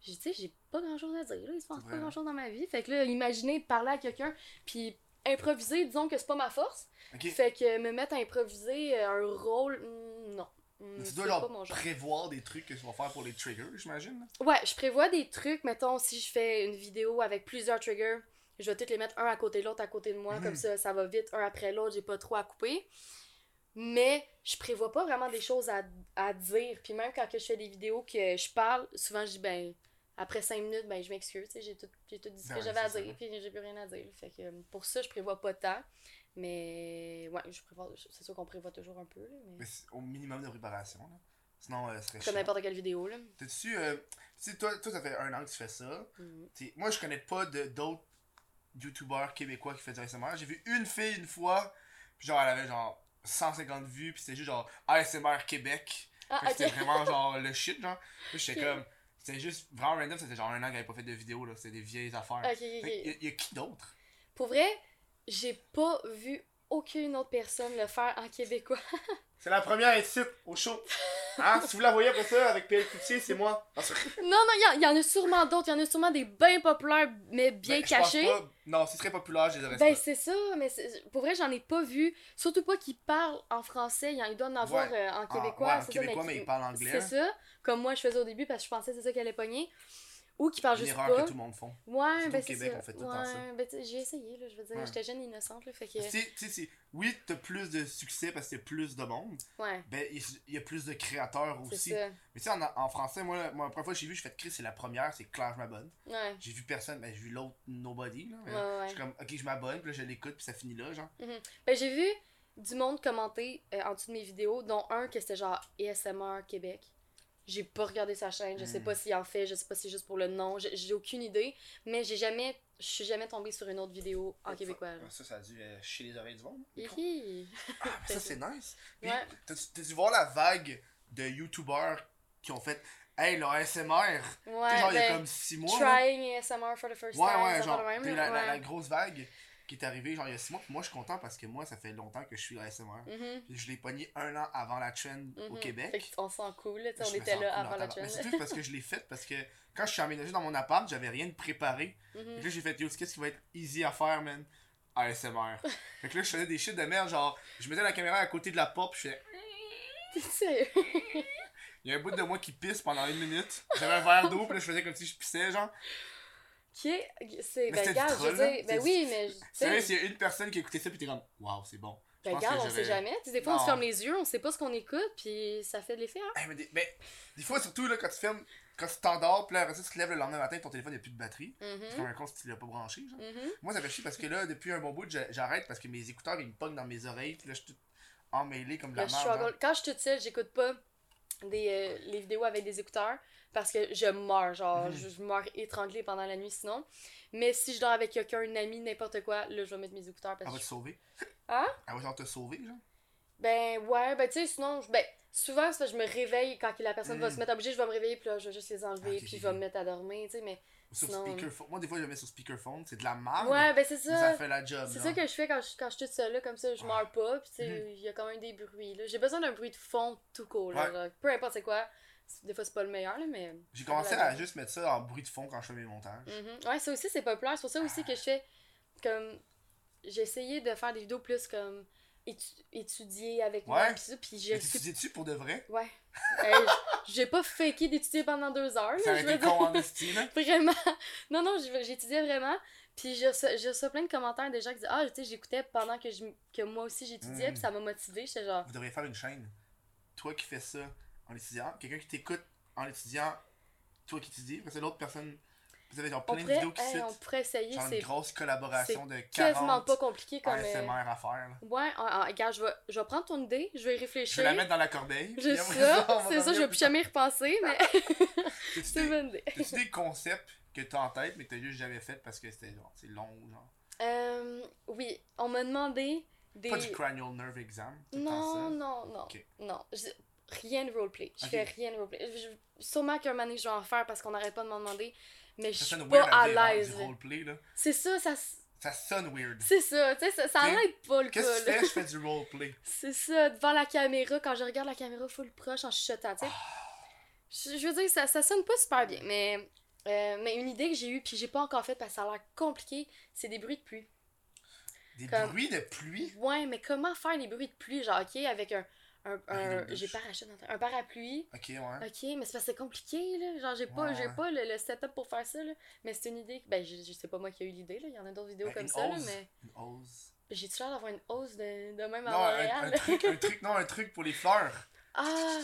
Speaker 2: je dis, tu sais, j'ai pas grand chose à dire. Là. Il se passe
Speaker 1: C'est
Speaker 2: pas
Speaker 1: vrai.
Speaker 2: grand chose dans ma vie. Fait que là, imaginez parler à quelqu'un, puis improviser, disons que c'est pas ma force.
Speaker 1: Ok.
Speaker 2: Fait que me mettre à improviser euh, un rôle, hmm, non. Hmm,
Speaker 1: Mais tu
Speaker 2: c'est
Speaker 1: dois
Speaker 2: pas mon
Speaker 1: genre
Speaker 2: genre.
Speaker 1: prévoir des trucs que tu vas faire pour les triggers, j'imagine. là.
Speaker 2: Ouais, je prévois des trucs, mettons, si je fais une vidéo avec plusieurs triggers, je vais toutes les mettre un à côté de l'autre, à côté de moi,
Speaker 1: Mhm.
Speaker 2: comme ça, ça va vite, un après l'autre, j'ai pas trop à couper. Mais je prévois pas vraiment des choses à, à dire. Puis même quand que je fais des vidéos que je parle, souvent je dis, ben, après cinq minutes, ben, je m'excuse, tu sais, j'ai tout, j'ai tout dit ce
Speaker 1: Ben
Speaker 2: que
Speaker 1: ouais,
Speaker 2: j'avais à
Speaker 1: c'est ça.
Speaker 2: dire, puis j'ai plus rien à dire. Fait que euh, pour ça, je prévois pas tant. Mais ouais, je prévois, c'est sûr qu'on prévoit toujours un peu, là, mais...
Speaker 1: Mais c'est au minimum de préparation. Là. Sinon, euh, ce serait
Speaker 2: Comme
Speaker 1: chiant.
Speaker 2: n'importe quelle vidéo, là.
Speaker 1: T'as-tu. euh, tu sais, toi, toi, ça fait un an que tu fais ça.
Speaker 2: Mhm.
Speaker 1: T'sais, moi, je connais pas de- d'autres youtubeurs québécois qui fait du ASMR. J'ai vu une fille une fois, puis genre, elle avait genre 150 vues, puis c'était juste genre ASMR Québec.
Speaker 2: Ah,
Speaker 1: Fait que
Speaker 2: ok.
Speaker 1: C'était vraiment genre le shit, genre. Puis j'étais
Speaker 2: Ok.
Speaker 1: comme. C'était juste vraiment random, c'était genre un an qu'elle avait pas fait de vidéo, là. C'était des vieilles affaires.
Speaker 2: Ok,
Speaker 1: Fait que
Speaker 2: ok, ok.
Speaker 1: y a- y a qui d'autre
Speaker 2: Pour vrai, j'ai pas vu aucune autre personne le faire en québécois.
Speaker 3: C'est la première ici, au show. Hein? si vous la voyez après ça avec PL Coutier, c'est moi.
Speaker 2: Non, non, il y en- il y, en a sûrement d'autres. Il y en a sûrement des bien populaires, mais bien
Speaker 1: Ben, je pense
Speaker 2: cachés.
Speaker 1: pas- Non, si ce serait populaire, je les aurais
Speaker 2: Ben,
Speaker 1: pas.
Speaker 2: c'est ça, mais c'est- pour vrai, j'en ai pas vu. Surtout pas qu'ils parlent en français. Il y en- il doit en avoir euh, en québécois.
Speaker 1: Ah, ouais, en
Speaker 2: c'est ça,
Speaker 1: québécois, mais
Speaker 2: qui-
Speaker 1: ils parlent anglais,
Speaker 2: C'est
Speaker 1: hein.
Speaker 2: ça, comme moi je faisais au début parce que je pensais que c'est ça qu'elle allait pogner. Ou qui parlent
Speaker 1: Une
Speaker 2: juste
Speaker 1: erreur
Speaker 2: pas.
Speaker 1: que tout le monde font.
Speaker 2: Ouais,
Speaker 1: Surtout
Speaker 2: ben
Speaker 1: au
Speaker 2: c'est
Speaker 1: Québec,
Speaker 2: ça.
Speaker 1: on fait tout le temps ça.
Speaker 2: ouais, ben tu sais, j'ai essayé, là, je veux dire,
Speaker 1: Ouais.
Speaker 2: j'étais jeune et innocente, là, fait que...
Speaker 1: Si, si, si. Oui, t'as plus de succès parce que t'as plus de monde.
Speaker 2: Ouais,
Speaker 1: Ben, il il y a plus de créateurs
Speaker 2: c'est
Speaker 1: aussi.
Speaker 2: ça.
Speaker 1: Mais tu sais, en, en français, moi, la- moi, la première fois que j'ai vu, je fais de Chris, c'est la première, c'est clair, je m'abonne.
Speaker 2: Ouais,
Speaker 1: J'ai vu personne, ben, j'ai vu l'autre Nobody, là. mais
Speaker 2: ouais, ouais.
Speaker 1: Je suis comme, ok, je m'abonne, puis là, je l'écoute, puis ça finit là, genre.
Speaker 2: Ben j'ai vu du monde commenter euh, en dessous de mes vidéos, dont un que c'était genre ASMR Québec. J'ai pas regardé sa chaîne, je sais
Speaker 1: Hmm.
Speaker 2: pas s'il en fait, je sais pas si c'est juste pour le nom, j'ai- j'ai aucune idée, mais j'ai jamais... Je suis jamais tombée sur une autre vidéo en québécois. là.
Speaker 1: Ça, ça a dû euh, chier les oreilles du monde.
Speaker 2: Hihi!
Speaker 1: Ah, mais ça, c'est nice. Puis,
Speaker 2: Ouais.
Speaker 1: t'as- t'as dû voir la vague de YouTubers qui ont fait, hey, leur SMR. Tu sais,
Speaker 2: Ouais,
Speaker 1: genre, il y a
Speaker 2: ben,
Speaker 1: comme 6 mois. là.
Speaker 2: trying ASMR for the first
Speaker 1: Ouais,
Speaker 2: time,
Speaker 1: ouais,
Speaker 2: ça
Speaker 1: genre,
Speaker 2: parle même,
Speaker 1: t'as eu la,
Speaker 2: là,
Speaker 1: la- la
Speaker 2: ouais.
Speaker 1: grosse vague qui est arrivée, genre, il y a 6 mois. Puis moi, je suis content parce que moi, ça fait longtemps que je suis ASMR.
Speaker 2: Mhm.
Speaker 1: Puis Je l'ai pogné un an avant la trend au
Speaker 2: Mhm. Fait
Speaker 1: Québec.
Speaker 2: qu'on se sent cool, là, tu sais,
Speaker 1: Je
Speaker 2: on
Speaker 1: me
Speaker 2: était
Speaker 1: sens
Speaker 2: là
Speaker 1: cool en
Speaker 2: avant la
Speaker 1: tabarnak.
Speaker 2: chaîne.
Speaker 1: Mais c'est juste parce que je l'ai fait parce que quand je suis emménagé dans mon appart, j'avais rien de préparé. Fait que
Speaker 2: Mhm.
Speaker 1: là, j'ai fait, yo, qu'est-ce qui va être easy à faire, man? ASMR. fait que là, je faisais des shit de merde, genre, je mettais la caméra à côté de la porte, puis je faisais,
Speaker 2: T'es sérieux?
Speaker 1: il y a un bout de moi qui pisse pendant une minute. J'avais un verre d'eau, puis là, je faisais comme si je pissais, genre.
Speaker 2: Qui est- C'est. Ben,
Speaker 1: c'était du
Speaker 2: regarde, je veux
Speaker 1: troll, là.
Speaker 2: dire.
Speaker 1: C'est
Speaker 2: Ben
Speaker 1: du-
Speaker 2: oui, mais. tu
Speaker 1: C'est
Speaker 2: sais,
Speaker 1: vrai, s'il y a une personne qui écoutait ça, puis t'es comme, waouh, c'est bon. Je
Speaker 2: Ben,
Speaker 1: pense que
Speaker 2: regarde, on sait
Speaker 1: j'avais-
Speaker 2: jamais. Tu sais, Des fois, on
Speaker 1: Non.
Speaker 2: se ferme les yeux, on sait pas ce qu'on écoute, puis ça fait de l'effet, hein?
Speaker 1: Eh, mais, des, mais des fois, surtout, là, quand tu fermes, quand tu t'endors, puis là, après ça, tu te lèves le lendemain matin, ton téléphone, il n'y a plus de batterie. C'est comme
Speaker 2: Mhm.
Speaker 1: un con si tu l'as pas branché, genre.
Speaker 2: Mhm.
Speaker 1: Moi, ça fait chier parce que là, depuis un bon bout, j'a- j'arrête parce que mes écouteurs, ils me pognent dans mes oreilles. Puis là, je suis tout emmêlé comme de la
Speaker 2: Le
Speaker 1: merde. hein.
Speaker 2: struggle. Quand je suis toute seule, j'écoute pas des, euh, les vidéos avec des écouteurs parce que je meurs, genre,
Speaker 1: Mhm.
Speaker 2: je, je meurs étranglée pendant la nuit sinon. Mais si je dors avec quelqu'un, une amie, n'importe quoi, là, je vais mettre mes écouteurs parce
Speaker 1: Elle
Speaker 2: que
Speaker 1: va te sauver.
Speaker 2: Hein?
Speaker 1: Elle va genre te sauver, genre.
Speaker 2: Ben ouais, ben tu sais, sinon, je- ben, souvent, c'est parce que je me réveille quand la personne va
Speaker 1: Mm. Ah,
Speaker 2: se mettre à bouger, je vais me réveiller, puis là, je vais juste les enlever,
Speaker 1: Ok,
Speaker 2: puis
Speaker 1: ok,
Speaker 2: je vais
Speaker 1: ok.
Speaker 2: me mettre à dormir, tu sais, mais...
Speaker 1: Ou sur
Speaker 2: Non.
Speaker 1: speakerphone. Moi, des fois, je le mets sur speakerphone. C'est de la merde.
Speaker 2: ouais, ben c'est
Speaker 1: Ah, mais ça
Speaker 2: ça.
Speaker 1: fait la job.
Speaker 2: C'est
Speaker 1: là.
Speaker 2: ça que je fais quand je, quand je suis toute seule, là, comme ça, je
Speaker 1: Ouais.
Speaker 2: meurs pas, puis tu sais, il y a quand même des bruits, là. J'ai besoin d'un bruit de fond tout court, là,
Speaker 1: Mm-hmm. Ouais.
Speaker 2: là. peu importe c'est quoi. C'est- Des fois, c'est pas le meilleur, là, mais...
Speaker 1: J'ai commencé
Speaker 2: la
Speaker 1: à
Speaker 2: job.
Speaker 1: juste mettre ça en bruit de fond quand je fais mes montages.
Speaker 2: Mhm. Ouais, ça aussi, c'est populaire. C'est pour ça aussi que je fais comme. J'ai essayé de faire des vidéos plus comme étu- étudier avec moi,
Speaker 1: Ouais.
Speaker 2: pis ça, pis j'ai.
Speaker 1: Mais t'étudies-tu pour de vrai?
Speaker 2: Ouais. Hey, j- j'ai pas faké d'étudier pendant deux heures,
Speaker 1: Ça
Speaker 2: là,
Speaker 1: aurait
Speaker 2: je veux
Speaker 1: été
Speaker 2: dire.
Speaker 1: con en esti, là.
Speaker 2: Vraiment. Non, non, j'ai- j'étudiais vraiment. Puis j'ai reçu j'ai reçu plein de commentaires des gens qui disaient Ah, tu sais, j'écoutais pendant que, je, que moi aussi j'étudiais,
Speaker 1: Mm.
Speaker 2: puis ça m'a motivée. J'étais genre.
Speaker 1: Vous devriez faire une chaîne. Toi qui fais ça en étudiant, quelqu'un qui t'écoute en étudiant, toi qui étudies, parce que l'autre personne. Vous avez genre
Speaker 2: On
Speaker 1: plein de
Speaker 2: pourrait,
Speaker 1: vidéos qui
Speaker 2: hey, on
Speaker 1: citent.
Speaker 2: pourrait essayer,
Speaker 1: Genre une
Speaker 2: c'est
Speaker 1: grosse collaboration de 40
Speaker 2: quasiment pas compliqué comme. euh,
Speaker 1: ASMR à faire. là.
Speaker 2: Ouais, ah, ah, regarde, je vais, je vais prendre ton idée, je vais y
Speaker 1: Je
Speaker 2: réfléchir.
Speaker 1: vais la mettre dans la corbeille.
Speaker 2: Je
Speaker 1: puis après
Speaker 2: ça,
Speaker 1: on va
Speaker 2: c'est ça, je vais
Speaker 1: revenir
Speaker 2: plus
Speaker 1: plus tard.
Speaker 2: jamais y repenser, mais c'est une
Speaker 1: T'as-tu
Speaker 2: bonne idée.
Speaker 1: des- T'as-tu des concepts que t'as en tête, mais que t'as juste jamais fait parce que c'était genre, c'est long, genre.
Speaker 2: Euh, oui, on m'a demandé des...
Speaker 1: Pas du cranial nerve exam. tout le temps
Speaker 2: non,
Speaker 1: ça.
Speaker 2: non, non,
Speaker 1: Ok.
Speaker 2: non, je- rien de roleplay, je
Speaker 1: Ok.
Speaker 2: fais rien de roleplay. Je- Sûrement qu'un moment donné, je vais en faire parce qu'on n'arrête pas de m'en demander, mais je
Speaker 1: Ça
Speaker 2: suis
Speaker 1: sonne
Speaker 2: pas
Speaker 1: weird à
Speaker 2: à
Speaker 1: dire, hein, du
Speaker 2: l'aise. là.
Speaker 1: roleplay, là.
Speaker 2: C'est ça, ça... s-
Speaker 1: Ça sonne weird.
Speaker 2: C'est ça, tu sais, ça, ça
Speaker 1: T'sais,
Speaker 2: n'aide pas le
Speaker 1: Qu'est-ce que tu
Speaker 2: cas, là.
Speaker 1: fais? Je fais du roleplay.
Speaker 2: C'est ça, devant la caméra, quand je regarde la caméra full proche en chuchotant, tu sais. Je, je veux dire, ça, ça sonne pas super bien, mais, euh, mais une idée que j'ai eue, puis j'ai pas encore faite parce que ça a l'air compliqué, c'est des bruits de pluie.
Speaker 1: Des
Speaker 2: Comme-
Speaker 1: bruits de pluie.
Speaker 2: Ouais, mais comment faire les bruits de pluie, genre, ok, avec un. un,
Speaker 1: Un
Speaker 2: un-
Speaker 1: rideau de
Speaker 2: j'ai
Speaker 1: douche.
Speaker 2: parachute dans- un parapluie.
Speaker 1: Ok, ouais.
Speaker 2: Ok, mais c'est parce que c'est compliqué, là. Genre, j'ai pas,
Speaker 1: Ouais,
Speaker 2: j'ai
Speaker 1: ouais.
Speaker 2: pas le, le setup pour faire ça, là. Mais c'est une idée. que- Ben, je, je sais pas moi qui a eu l'idée, là. Il y en a d'autres vidéos
Speaker 1: Ben,
Speaker 2: comme
Speaker 1: une
Speaker 2: ça, là,
Speaker 1: hausse.
Speaker 2: mais.
Speaker 1: Une hausse.
Speaker 2: J'ai-tu l'air d'avoir une hausse de, de même à
Speaker 1: Non, un,
Speaker 2: Montréal?
Speaker 1: un truc, un truc, non, un truc pour les fleurs.
Speaker 2: Ah!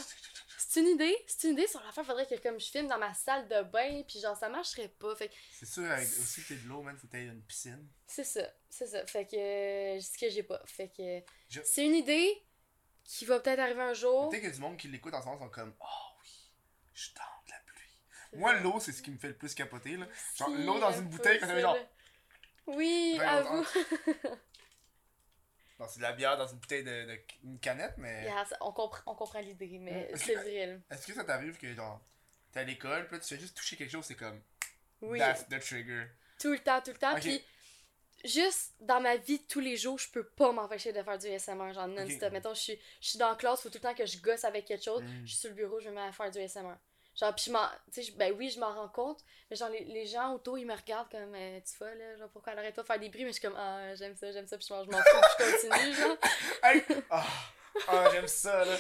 Speaker 2: C'est une idée, c'est une idée. Sur l'affaire, faudrait que comme je filme dans ma salle de bain, puis genre, ça marcherait pas. Fait que
Speaker 1: C'est sûr, avec, aussi, t'es de l'eau, man, faut que t'aies une piscine.
Speaker 2: c'est ça, c'est ça. Fait que euh, c'est ce que j'ai pas. Fait que
Speaker 1: Je-
Speaker 2: c'est une idée qui va peut-être arriver un jour.
Speaker 1: Peut-être qu'il y a du monde qui l'écoute en ce moment, sont comme Oh oui, je suis dans de la pluie. Moi, l'eau, c'est ce qui me fait le plus capoter. Là. genre, l'eau dans une bouteille, quand
Speaker 2: ça
Speaker 1: t'avais genre-
Speaker 2: euh, Oui,
Speaker 1: Vingt
Speaker 2: à
Speaker 1: autres
Speaker 2: vous.
Speaker 1: Non, c'est de la bière dans une bouteille de, de- une canette, mais
Speaker 2: Yes, on, compre- on comprend l'idée, mais
Speaker 1: Mm.
Speaker 2: c'est vrai.
Speaker 1: est-ce que ça t'arrive que genre t'es à l'école, puis là, tu fais juste toucher quelque chose, c'est comme
Speaker 2: Oui.
Speaker 1: that's the trigger.
Speaker 2: Tout le temps, tout le temps.
Speaker 1: Ok.
Speaker 2: Puis, juste dans ma vie de tous les jours, je peux pas m'empêcher de faire du SMR, genre non-stop.
Speaker 1: Ok.
Speaker 2: Mettons, je suis, je suis dans la classe, faut tout le temps que je gosse avec quelque chose.
Speaker 1: Mm.
Speaker 2: Je suis sur le bureau, je me mets à faire du SMR. Genre, puis je m'en. Tu sais, je- ben oui, je m'en rends compte, mais genre, les, les gens autour, ils me regardent comme, euh, tu vois, là, genre, pourquoi elle arrête pas de faire des bruits, mais je suis comme, ah, j'aime ça, j'aime ça, puis je m'en je m'en fous, puis je continue, genre.
Speaker 1: Hey! Ah, Ah, j'aime ça là.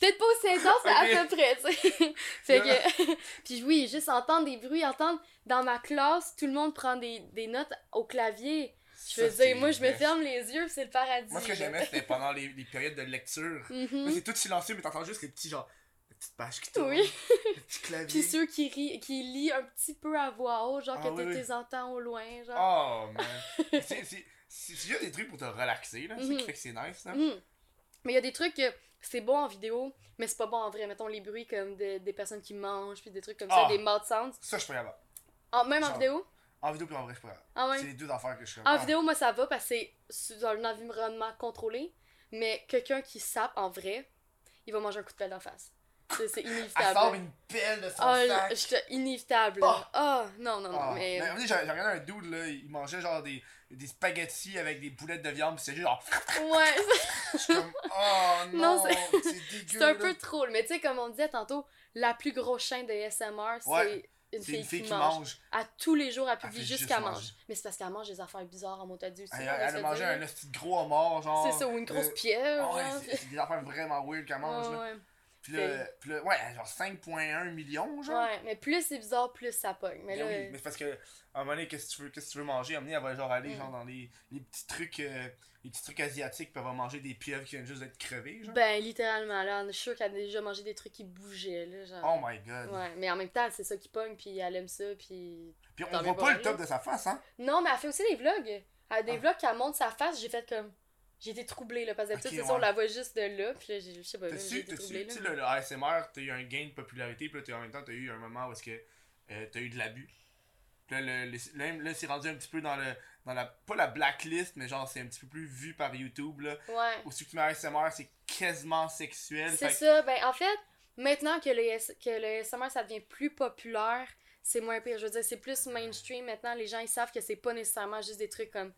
Speaker 2: Peut-être pas aussi intense, mais à
Speaker 1: Ok.
Speaker 2: peu près, tu sais. fait que. Puis oui, juste entendre des bruits, entendre dans ma classe, tout le monde prend des, des notes au clavier. Je veux
Speaker 1: Ça, c'est
Speaker 2: dire, moi, je me
Speaker 1: best.
Speaker 2: ferme les yeux, puis c'est le paradis.
Speaker 1: Moi, ce que
Speaker 2: là.
Speaker 1: j'aimais, c'était pendant les, les périodes de lecture. Là,
Speaker 2: Mhm.
Speaker 1: C'est tout silencieux, mais t'entends juste les petits genre les petites pages qui tournent,
Speaker 2: Oui.
Speaker 1: les petits
Speaker 2: Puis
Speaker 1: claviers.
Speaker 2: ceux qui rient, qui lient un petit peu à voix haute, genre
Speaker 1: Ah
Speaker 2: que
Speaker 1: oui,
Speaker 2: tu
Speaker 1: oui.
Speaker 2: les entends au loin, genre.
Speaker 1: Oh man. C'est- c'est- c'est c'est juste des trucs pour te relaxer là, c'est ça
Speaker 2: Mhm.
Speaker 1: qui fait que c'est nice là.
Speaker 2: Mhm. Mais il y a des trucs que c'est bon en vidéo, mais c'est pas bon en vrai. Mettons les bruits comme de- des personnes qui mangent, puis des trucs comme ça,
Speaker 1: Ah.
Speaker 2: des mouth sounds.
Speaker 1: Ça, je peux y avoir.
Speaker 2: En, même en
Speaker 1: Genre.
Speaker 2: vidéo.
Speaker 1: En vidéo puis en vrai, je peux y avoir.
Speaker 2: Ah ouais.
Speaker 1: C'est les deux affaires que je fais.
Speaker 2: En vidéo, moi, ça va parce que c'est sous un environnement contrôlé, mais quelqu'un qui sape en vrai, il va manger un coup de pelle d'en face. C'est c'est
Speaker 1: Elle sort
Speaker 2: inévitable.
Speaker 1: une pelle de son
Speaker 2: Ah,
Speaker 1: sac.
Speaker 2: je te- inévitable.
Speaker 1: Oh.
Speaker 2: Ah, non, non, non,
Speaker 1: Ah,
Speaker 2: mais...
Speaker 1: mais... un moment donné, j'ai j'ai regardé un dude là, il mangeait genre des, des spaghettis avec des boulettes de viande, pis c'est juste genre.
Speaker 2: Ouais,
Speaker 1: Je suis comme, oh non,
Speaker 2: Non,
Speaker 1: c'est dégueu.
Speaker 2: c'est un
Speaker 1: là.
Speaker 2: peu trop. Mais tu sais, comme on disait tantôt, la plus grosse chaîne de SMR, c'est
Speaker 1: Ouais.
Speaker 2: une,
Speaker 1: C'est
Speaker 2: fille qui mange. À tous les jours, elle
Speaker 1: Elle
Speaker 2: publie
Speaker 1: fait
Speaker 2: juste
Speaker 1: juste
Speaker 2: qu'elle
Speaker 1: manger.
Speaker 2: mange. Mais c'est parce qu'elle mange des affaires bizarres en mode aussi.
Speaker 1: Elle,
Speaker 2: on va
Speaker 1: elle
Speaker 2: se
Speaker 1: a
Speaker 2: le
Speaker 1: mangé
Speaker 2: dire.
Speaker 1: un petit gros homard, genre.
Speaker 2: C'est ça, ou une grosse hein.
Speaker 1: euh,
Speaker 2: pierre.
Speaker 1: ah ouais,
Speaker 2: genre.
Speaker 1: c'est- c'est des affaires vraiment weird qu'elle mange.
Speaker 2: Ouais,
Speaker 1: là.
Speaker 2: ouais.
Speaker 1: Puis là, puis là, ouais, genre 5,1 millions, genre.
Speaker 2: Ouais, mais plus c'est bizarre, plus ça pogne.
Speaker 1: Mais,
Speaker 2: Mais là,
Speaker 1: oui, mais c'est parce que, à un moment donné, qu'est-ce que tu veux, qu'est-ce que tu veux manger? À un moment donné, elle va genre aller
Speaker 2: Mm.
Speaker 1: genre dans les, les petits trucs euh, les petits trucs asiatiques, puis elle va manger des pieuvres qui viennent juste d'être crevées, genre.
Speaker 2: Ben, littéralement, là, je suis sûre qu'elle a déjà mangé des trucs qui bougeaient, là, genre.
Speaker 1: Oh my god.
Speaker 2: Ouais, mais en même temps, c'est ça qui pogne, puis elle aime ça, puis...
Speaker 1: Puis on
Speaker 2: Dans
Speaker 1: voit
Speaker 2: mes
Speaker 1: pas le
Speaker 2: bons
Speaker 1: top
Speaker 2: rêves.
Speaker 1: de sa face, hein?
Speaker 2: Non, mais elle fait aussi des vlogs. Elle a des
Speaker 1: Ah.
Speaker 2: vlogs qu'elle montre sa face, j'ai fait comme... J'ai été troublée, là, parce que d'habitude,
Speaker 1: Ok,
Speaker 2: c'est ça,
Speaker 1: ouais.
Speaker 2: on la voit juste de là, puis là, j'ai- je sais pas, là, j'ai
Speaker 1: T'as-tu,
Speaker 2: été
Speaker 1: t'as-tu,
Speaker 2: troublée,
Speaker 1: tu sais,
Speaker 2: là.
Speaker 1: le, le ASMR, t'as eu un gain de popularité, puis là, t'as- en même temps, t'as eu un moment où est-ce que euh, t'as eu de l'abus. Puis Là, le, le- là, là, c'est rendu un petit peu dans le. Dans la, pas la blacklist, mais genre, c'est un petit peu plus vu par YouTube, là.
Speaker 2: Ouais,
Speaker 1: Aussi que tu mets ASMR, c'est quasiment sexuel.
Speaker 2: c'est
Speaker 1: fait que-
Speaker 2: ça. Ben, en fait, maintenant que le, S- que le SMR, ça devient plus populaire, c'est moins pire. Je veux dire, c'est plus mainstream. Maintenant, les gens, ils savent que c'est pas nécessairement juste des trucs comme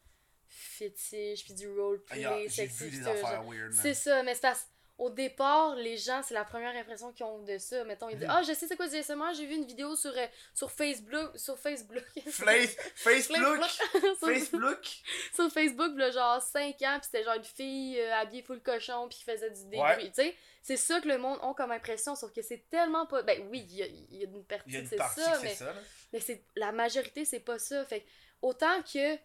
Speaker 2: fétiche, puis du
Speaker 1: Hey, ah,
Speaker 2: roleplay,
Speaker 1: J'ai
Speaker 2: sexy,
Speaker 1: vu
Speaker 2: puis
Speaker 1: des
Speaker 2: ça, genre.
Speaker 1: affaires weird, man.
Speaker 2: C'est ça, mais c'est parce au départ, les gens, c'est la première impression qu'ils ont de ça. Mettons, ils disent
Speaker 1: Mhm.
Speaker 2: Ah, je sais c'est quoi du SMR, j'ai vu une vidéo sur, euh, sur Facebook. Sur Facebook.
Speaker 1: Flace, Facebook!
Speaker 2: sur,
Speaker 1: Facebook!
Speaker 2: sur Facebook, là, genre 5 ans, puis c'était genre une fille euh, habillée full cochon, puis qui faisait du
Speaker 1: Ouais.
Speaker 2: débris. Tu sais, c'est ça que le monde a comme impression, sauf que c'est tellement pas. Ben oui, il y a, il y a une
Speaker 1: Il y a
Speaker 2: partie,
Speaker 1: une
Speaker 2: c'est
Speaker 1: partie
Speaker 2: ça,
Speaker 1: que c'est
Speaker 2: mais
Speaker 1: ça, là.
Speaker 2: mais c'est la majorité, c'est pas ça. Fait que, autant que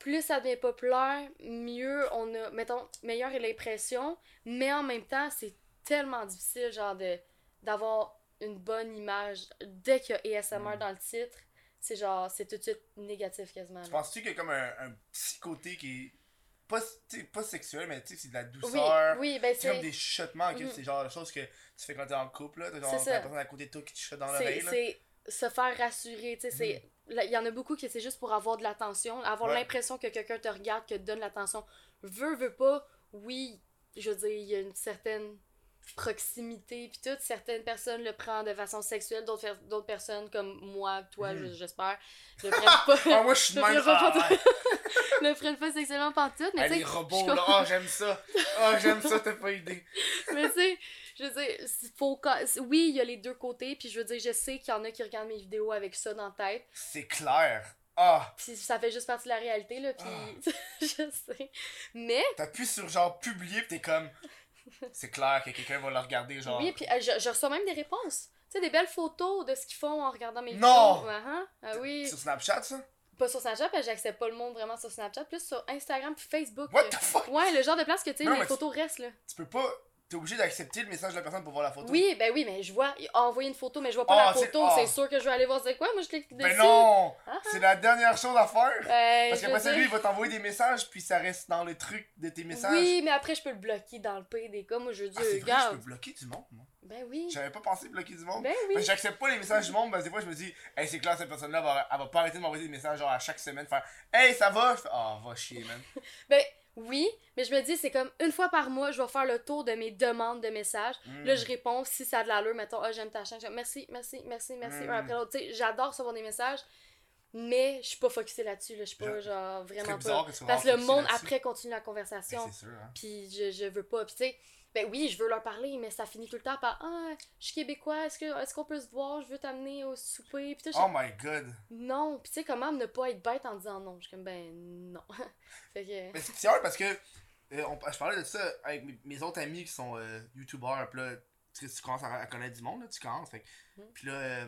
Speaker 2: plus ça devient populaire, mieux on a, mettons, meilleure est l'impression, mais en même temps, c'est tellement difficile, genre, de d'avoir une bonne image. Dès qu'il y a ASMR
Speaker 1: Mm.
Speaker 2: dans le titre, c'est genre, c'est tout de suite négatif quasiment. là.
Speaker 1: Tu penses-tu qu'il y a comme un, un petit côté qui est. Pas, tu sais, pas sexuel, mais tu sais, c'est de la
Speaker 2: Oui,
Speaker 1: douceur.
Speaker 2: oui, ben
Speaker 1: C'est comme
Speaker 2: c'est.
Speaker 1: des chuchotements, que
Speaker 2: Mhm.
Speaker 1: c'est genre la chose que tu fais quand t'es en couple, là. T'as genre
Speaker 2: C'est
Speaker 1: t'as
Speaker 2: ça.
Speaker 1: la personne à côté de toi qui te chuchote dans
Speaker 2: c'est-
Speaker 1: l'oreille, là. Mm.
Speaker 2: C'est se faire rassurer, tu sais, c'est... là, Il y en a beaucoup qui c'est juste pour avoir de l'attention, avoir
Speaker 1: Ouais.
Speaker 2: l'impression que quelqu'un te regarde, que te donne l'attention. Veux, veux pas, oui, je veux dire, il y a une certaine proximité, puis tout. Certaines personnes le prennent de façon sexuelle, d'autres fer- d'autres personnes, comme moi, toi,
Speaker 1: Mhm.
Speaker 2: je- j'espère, le prennent
Speaker 1: Ah,
Speaker 2: pas...
Speaker 1: moi, je suis de
Speaker 2: Je
Speaker 1: même.
Speaker 2: ferais pas
Speaker 1: Ah,
Speaker 2: pour
Speaker 1: ouais.
Speaker 2: le prennent pas sexuellement pantoute,
Speaker 1: Ah,
Speaker 2: mais tu sais,
Speaker 1: les
Speaker 2: je
Speaker 1: robots,
Speaker 2: comprends-
Speaker 1: là. Ah, j'aime ça. Ah, j'aime ça, t'as pas idée.
Speaker 2: Mais tu sais, je veux dire, c'est- faut quand- oui, il y a les deux côtés, puis je veux dire, je sais qu'il y en a qui regardent mes vidéos avec ça dans la tête,
Speaker 1: C'est clair. Ah,
Speaker 2: Puis ça fait juste partie de la réalité, là, puis je sais. Mais,
Speaker 1: t'appuies sur genre publier, pis t'es comme. C'est clair que quelqu'un va le regarder, genre.
Speaker 2: oui, puis euh, je, je reçois même des réponses. Tu sais, des belles photos de ce qu'ils font en regardant mes
Speaker 1: Non!
Speaker 2: vidéos. Ouais, hein? Ah oui.
Speaker 1: Sur Snapchat, ça?
Speaker 2: Pas sur Snapchat, parce que j'accepte pas le monde vraiment sur Snapchat, plus sur Instagram puis Facebook. euh.
Speaker 1: What the fuck?
Speaker 2: Ouais, le genre de place que, tu sais,
Speaker 1: Non,
Speaker 2: les
Speaker 1: mais
Speaker 2: photos restent, là.
Speaker 1: Tu peux pas. T'es obligé d'accepter le message de la personne pour voir la photo.
Speaker 2: Oui, ben oui, mais je vois, il a envoyé une photo, mais je vois pas
Speaker 1: Ah,
Speaker 2: la
Speaker 1: c'est-
Speaker 2: photo,
Speaker 1: ah.
Speaker 2: c'est sûr que je vais aller voir c'est quoi, moi je clique dessus.
Speaker 1: Mais Ben non!
Speaker 2: Ah, ah.
Speaker 1: C'est la dernière chose à faire!
Speaker 2: Ben,
Speaker 1: Parce qu'après
Speaker 2: je veux
Speaker 1: ça, lui,
Speaker 2: dire-
Speaker 1: il va t'envoyer des messages, puis ça reste dans le truc de tes messages.
Speaker 2: Oui, mais après, je peux le bloquer dans le P des cas. Moi, je veux
Speaker 1: Ah, c'est
Speaker 2: dire,
Speaker 1: vrai, je
Speaker 2: regarde.
Speaker 1: peux bloquer du monde, moi.
Speaker 2: Ben oui.
Speaker 1: J'avais pas pensé bloquer du monde.
Speaker 2: Ben
Speaker 1: Fait
Speaker 2: oui.
Speaker 1: que J'accepte pas les messages du monde parce que des fois je me dis, hey, c'est clair, cette personne-là, va, elle va pas arrêter de m'envoyer des messages genre à chaque semaine, faire Hey, ça va? Je fais, ah, va chier, man.
Speaker 2: Ben oui, mais je me dis, c'est comme une fois par mois, je vais faire le tour de mes demandes de messages.
Speaker 1: Mm.
Speaker 2: Là, je réponds si ça a de l'allure, mettons, ah, j'aime ta chaîne. j'aime- Merci, merci, merci, merci,
Speaker 1: Mm.
Speaker 2: un après l'autre. Tu sais, j'adore recevoir des messages, mais je suis pas focusée là-dessus. Là. Je suis pas,
Speaker 1: Je-
Speaker 2: genre,
Speaker 1: C'est très
Speaker 2: vraiment
Speaker 1: bizarre
Speaker 2: pas.
Speaker 1: que tu sois
Speaker 2: Parce que
Speaker 1: vraiment
Speaker 2: le monde,
Speaker 1: focusé là-dessus.
Speaker 2: après, continue la conversation.
Speaker 1: Ben, C'est sûr, hein.
Speaker 2: Puis je, je veux pas. Puis tu sais, ben oui, je veux leur parler, mais ça finit tout le temps par Ah, je suis québécois, est-ce que est-ce qu'on peut se voir, je veux t'amener au souper. Puis tu sais,
Speaker 1: Oh my god.
Speaker 2: je- non. Puis tu sais, comment ne pas être bête en disant non Je suis comme, ben non. fait que.
Speaker 1: Mais c'est c'est hard parce que euh, on- je parlais de ça avec mes, mes autres amis qui sont euh, youtubeurs. Puis là, tu, sais, tu commences à, à connaître du monde, là, tu commences. Fait, que-
Speaker 2: Mm.
Speaker 1: Puis là, euh,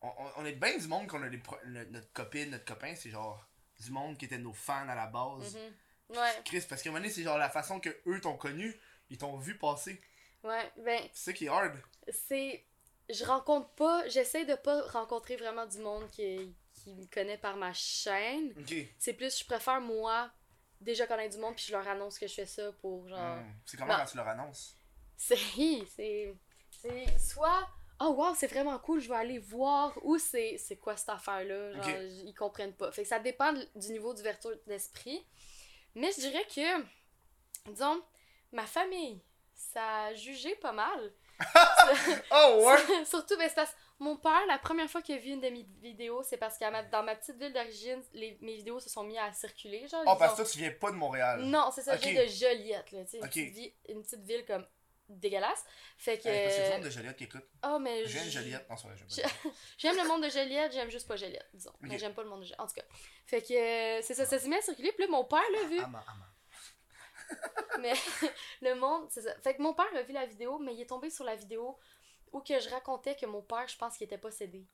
Speaker 1: on, on- on est bien du monde qu'on a des pro- no- notre copine, notre copain, c'est genre du monde qui était nos fans à la base.
Speaker 2: Mhm. Ouais,
Speaker 1: Chris, parce qu'à un moment donné, c'est genre la façon que eux t'ont connu, ils t'ont vu passer.
Speaker 2: ouais. Ben,
Speaker 1: C'est ça qui est hard.
Speaker 2: c'est. Je rencontre pas. J'essaie de pas rencontrer vraiment du monde qui, qui me connaît par ma chaîne.
Speaker 1: Ok.
Speaker 2: C'est plus, je préfère moi déjà connaître du monde, puis je leur annonce que je fais ça pour genre.
Speaker 1: Mm. C'est comment
Speaker 2: Bah.
Speaker 1: quand tu leur annonces
Speaker 2: C'est. C'est. C'est soit. Oh wow, c'est vraiment cool, je vais aller voir. Ou c'est c'est quoi cette affaire-là? Genre,
Speaker 1: Ok.
Speaker 2: j- ils comprennent pas. Fait que ça dépend de- du niveau d'ouverture d'esprit. Mais je dirais que, disons, ma famille, ça a jugé pas mal.
Speaker 1: Oh
Speaker 2: Surtout, ben, c'est parce mon père, la première fois qu'il a vu une de mes vidéos, c'est parce que dans ma petite ville d'origine, les- mes vidéos se sont mises à circuler. Genre,
Speaker 1: Oh,
Speaker 2: ils
Speaker 1: parce
Speaker 2: ont-
Speaker 1: que toi, tu viens pas de Montréal.
Speaker 2: non, c'est ça,
Speaker 1: Ok.
Speaker 2: je viens de Joliette, là, tu sais,
Speaker 1: Ok.
Speaker 2: une, petite vi- une petite ville comme dégueulasse. Fait que.
Speaker 1: Hey, parce que c'est le monde de Joliette qui écoute.
Speaker 2: Oh, mais.
Speaker 1: Je viens de
Speaker 2: j-
Speaker 1: Joliette. Non, c'est vrai, je
Speaker 2: Je-
Speaker 1: vais pas dire.
Speaker 2: J'aime le monde de Joliette, j'aime juste pas Joliette, disons. Mais
Speaker 1: Ok.
Speaker 2: j'aime pas le monde de Joliette. En tout cas. Fait que euh, c'est ça, ça s'est mis à circuler. Puis là, mon père l'a vu.
Speaker 1: Ama, ama.
Speaker 2: Mais le monde, c'est ça. Fait que mon père a vu la vidéo, mais il est tombé sur la vidéo où que je racontais que mon père, je pense qu'il était possédé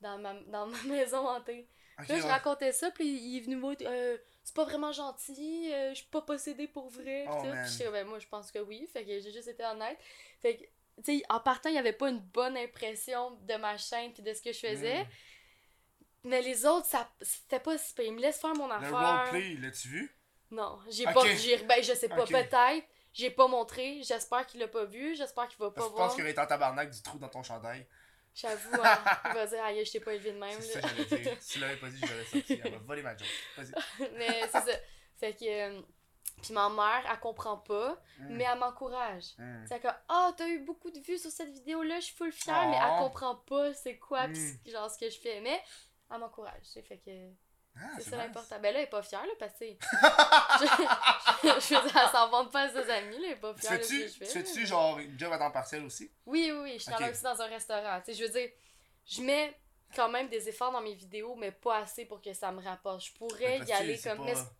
Speaker 2: dans ma, dans ma maison hantée.
Speaker 1: Ok,
Speaker 2: Puis là, je
Speaker 1: ouais.
Speaker 2: racontais ça, puis il est venu me dire Euh, c'est pas vraiment gentil, euh, je suis pas possédée pour vrai. Puis
Speaker 1: Oh,
Speaker 2: tout. Puis
Speaker 1: man.
Speaker 2: j'étais comme, ben, moi, je pense que oui. Fait que j'ai juste été honnête. Fait que, tu sais, en partant, il y avait pas une bonne impression de ma chaîne puis de ce que je faisais.
Speaker 1: Mm.
Speaker 2: Mais les autres, ça c'était pas si pire. Ils me laissent faire mon
Speaker 1: Le
Speaker 2: affaire.
Speaker 1: roleplay, l'as-tu vu
Speaker 2: Non, j'ai
Speaker 1: Ok.
Speaker 2: pas. j'ai- ben, je sais pas,
Speaker 1: Ok.
Speaker 2: peut-être. J'ai pas montré. J'espère qu'il l'a pas vu. J'espère qu'il va pas
Speaker 1: Parce que je
Speaker 2: voir.
Speaker 1: pense qu'il aurait été en tabarnak du trou dans ton chandail.
Speaker 2: J'avoue, hein, il va dire, aïe, je t'ai pas élevé de même.
Speaker 1: C'est ça
Speaker 2: là.
Speaker 1: que j'allais dire. Si tu l'avais pas dit, je l'aurais sorti. Elle m'a volé ma joke. Vas-y.
Speaker 2: Mais c'est ça. Fait que. euh, Puis ma mère, elle comprend pas,
Speaker 1: Mm.
Speaker 2: mais elle m'encourage.
Speaker 1: Mm.
Speaker 2: C'est comme, ah, t'as eu beaucoup de vues sur cette vidéo-là, je suis full fière, mais
Speaker 1: Oh.
Speaker 2: elle comprend pas c'est quoi, pis
Speaker 1: Mm.
Speaker 2: c'est- genre ce que je fais. Mais elle m'encourage, tu sais, fait que
Speaker 1: Ah,
Speaker 2: c'est ça
Speaker 1: nice.
Speaker 2: l'important. Ben là, elle est pas fière, là, parce que. tu sais, je, je, je veux dire, elle s'en vante pas à ses amis, là, elle est pas
Speaker 1: Tu
Speaker 2: fière de ce que
Speaker 1: fais-tu
Speaker 2: je fais.
Speaker 1: tu fais-tu
Speaker 2: là.
Speaker 1: genre une job à temps partiel aussi
Speaker 2: Oui, oui, oui, je travaille
Speaker 1: Ok.
Speaker 2: aussi dans un restaurant. Tu sais, je veux dire, je mets quand même des efforts dans mes vidéos, mais pas assez pour que ça me rapporte. Je pourrais
Speaker 1: Parce
Speaker 2: y
Speaker 1: que
Speaker 2: aller
Speaker 1: c'est
Speaker 2: comme. mais
Speaker 1: pas-
Speaker 2: c'est-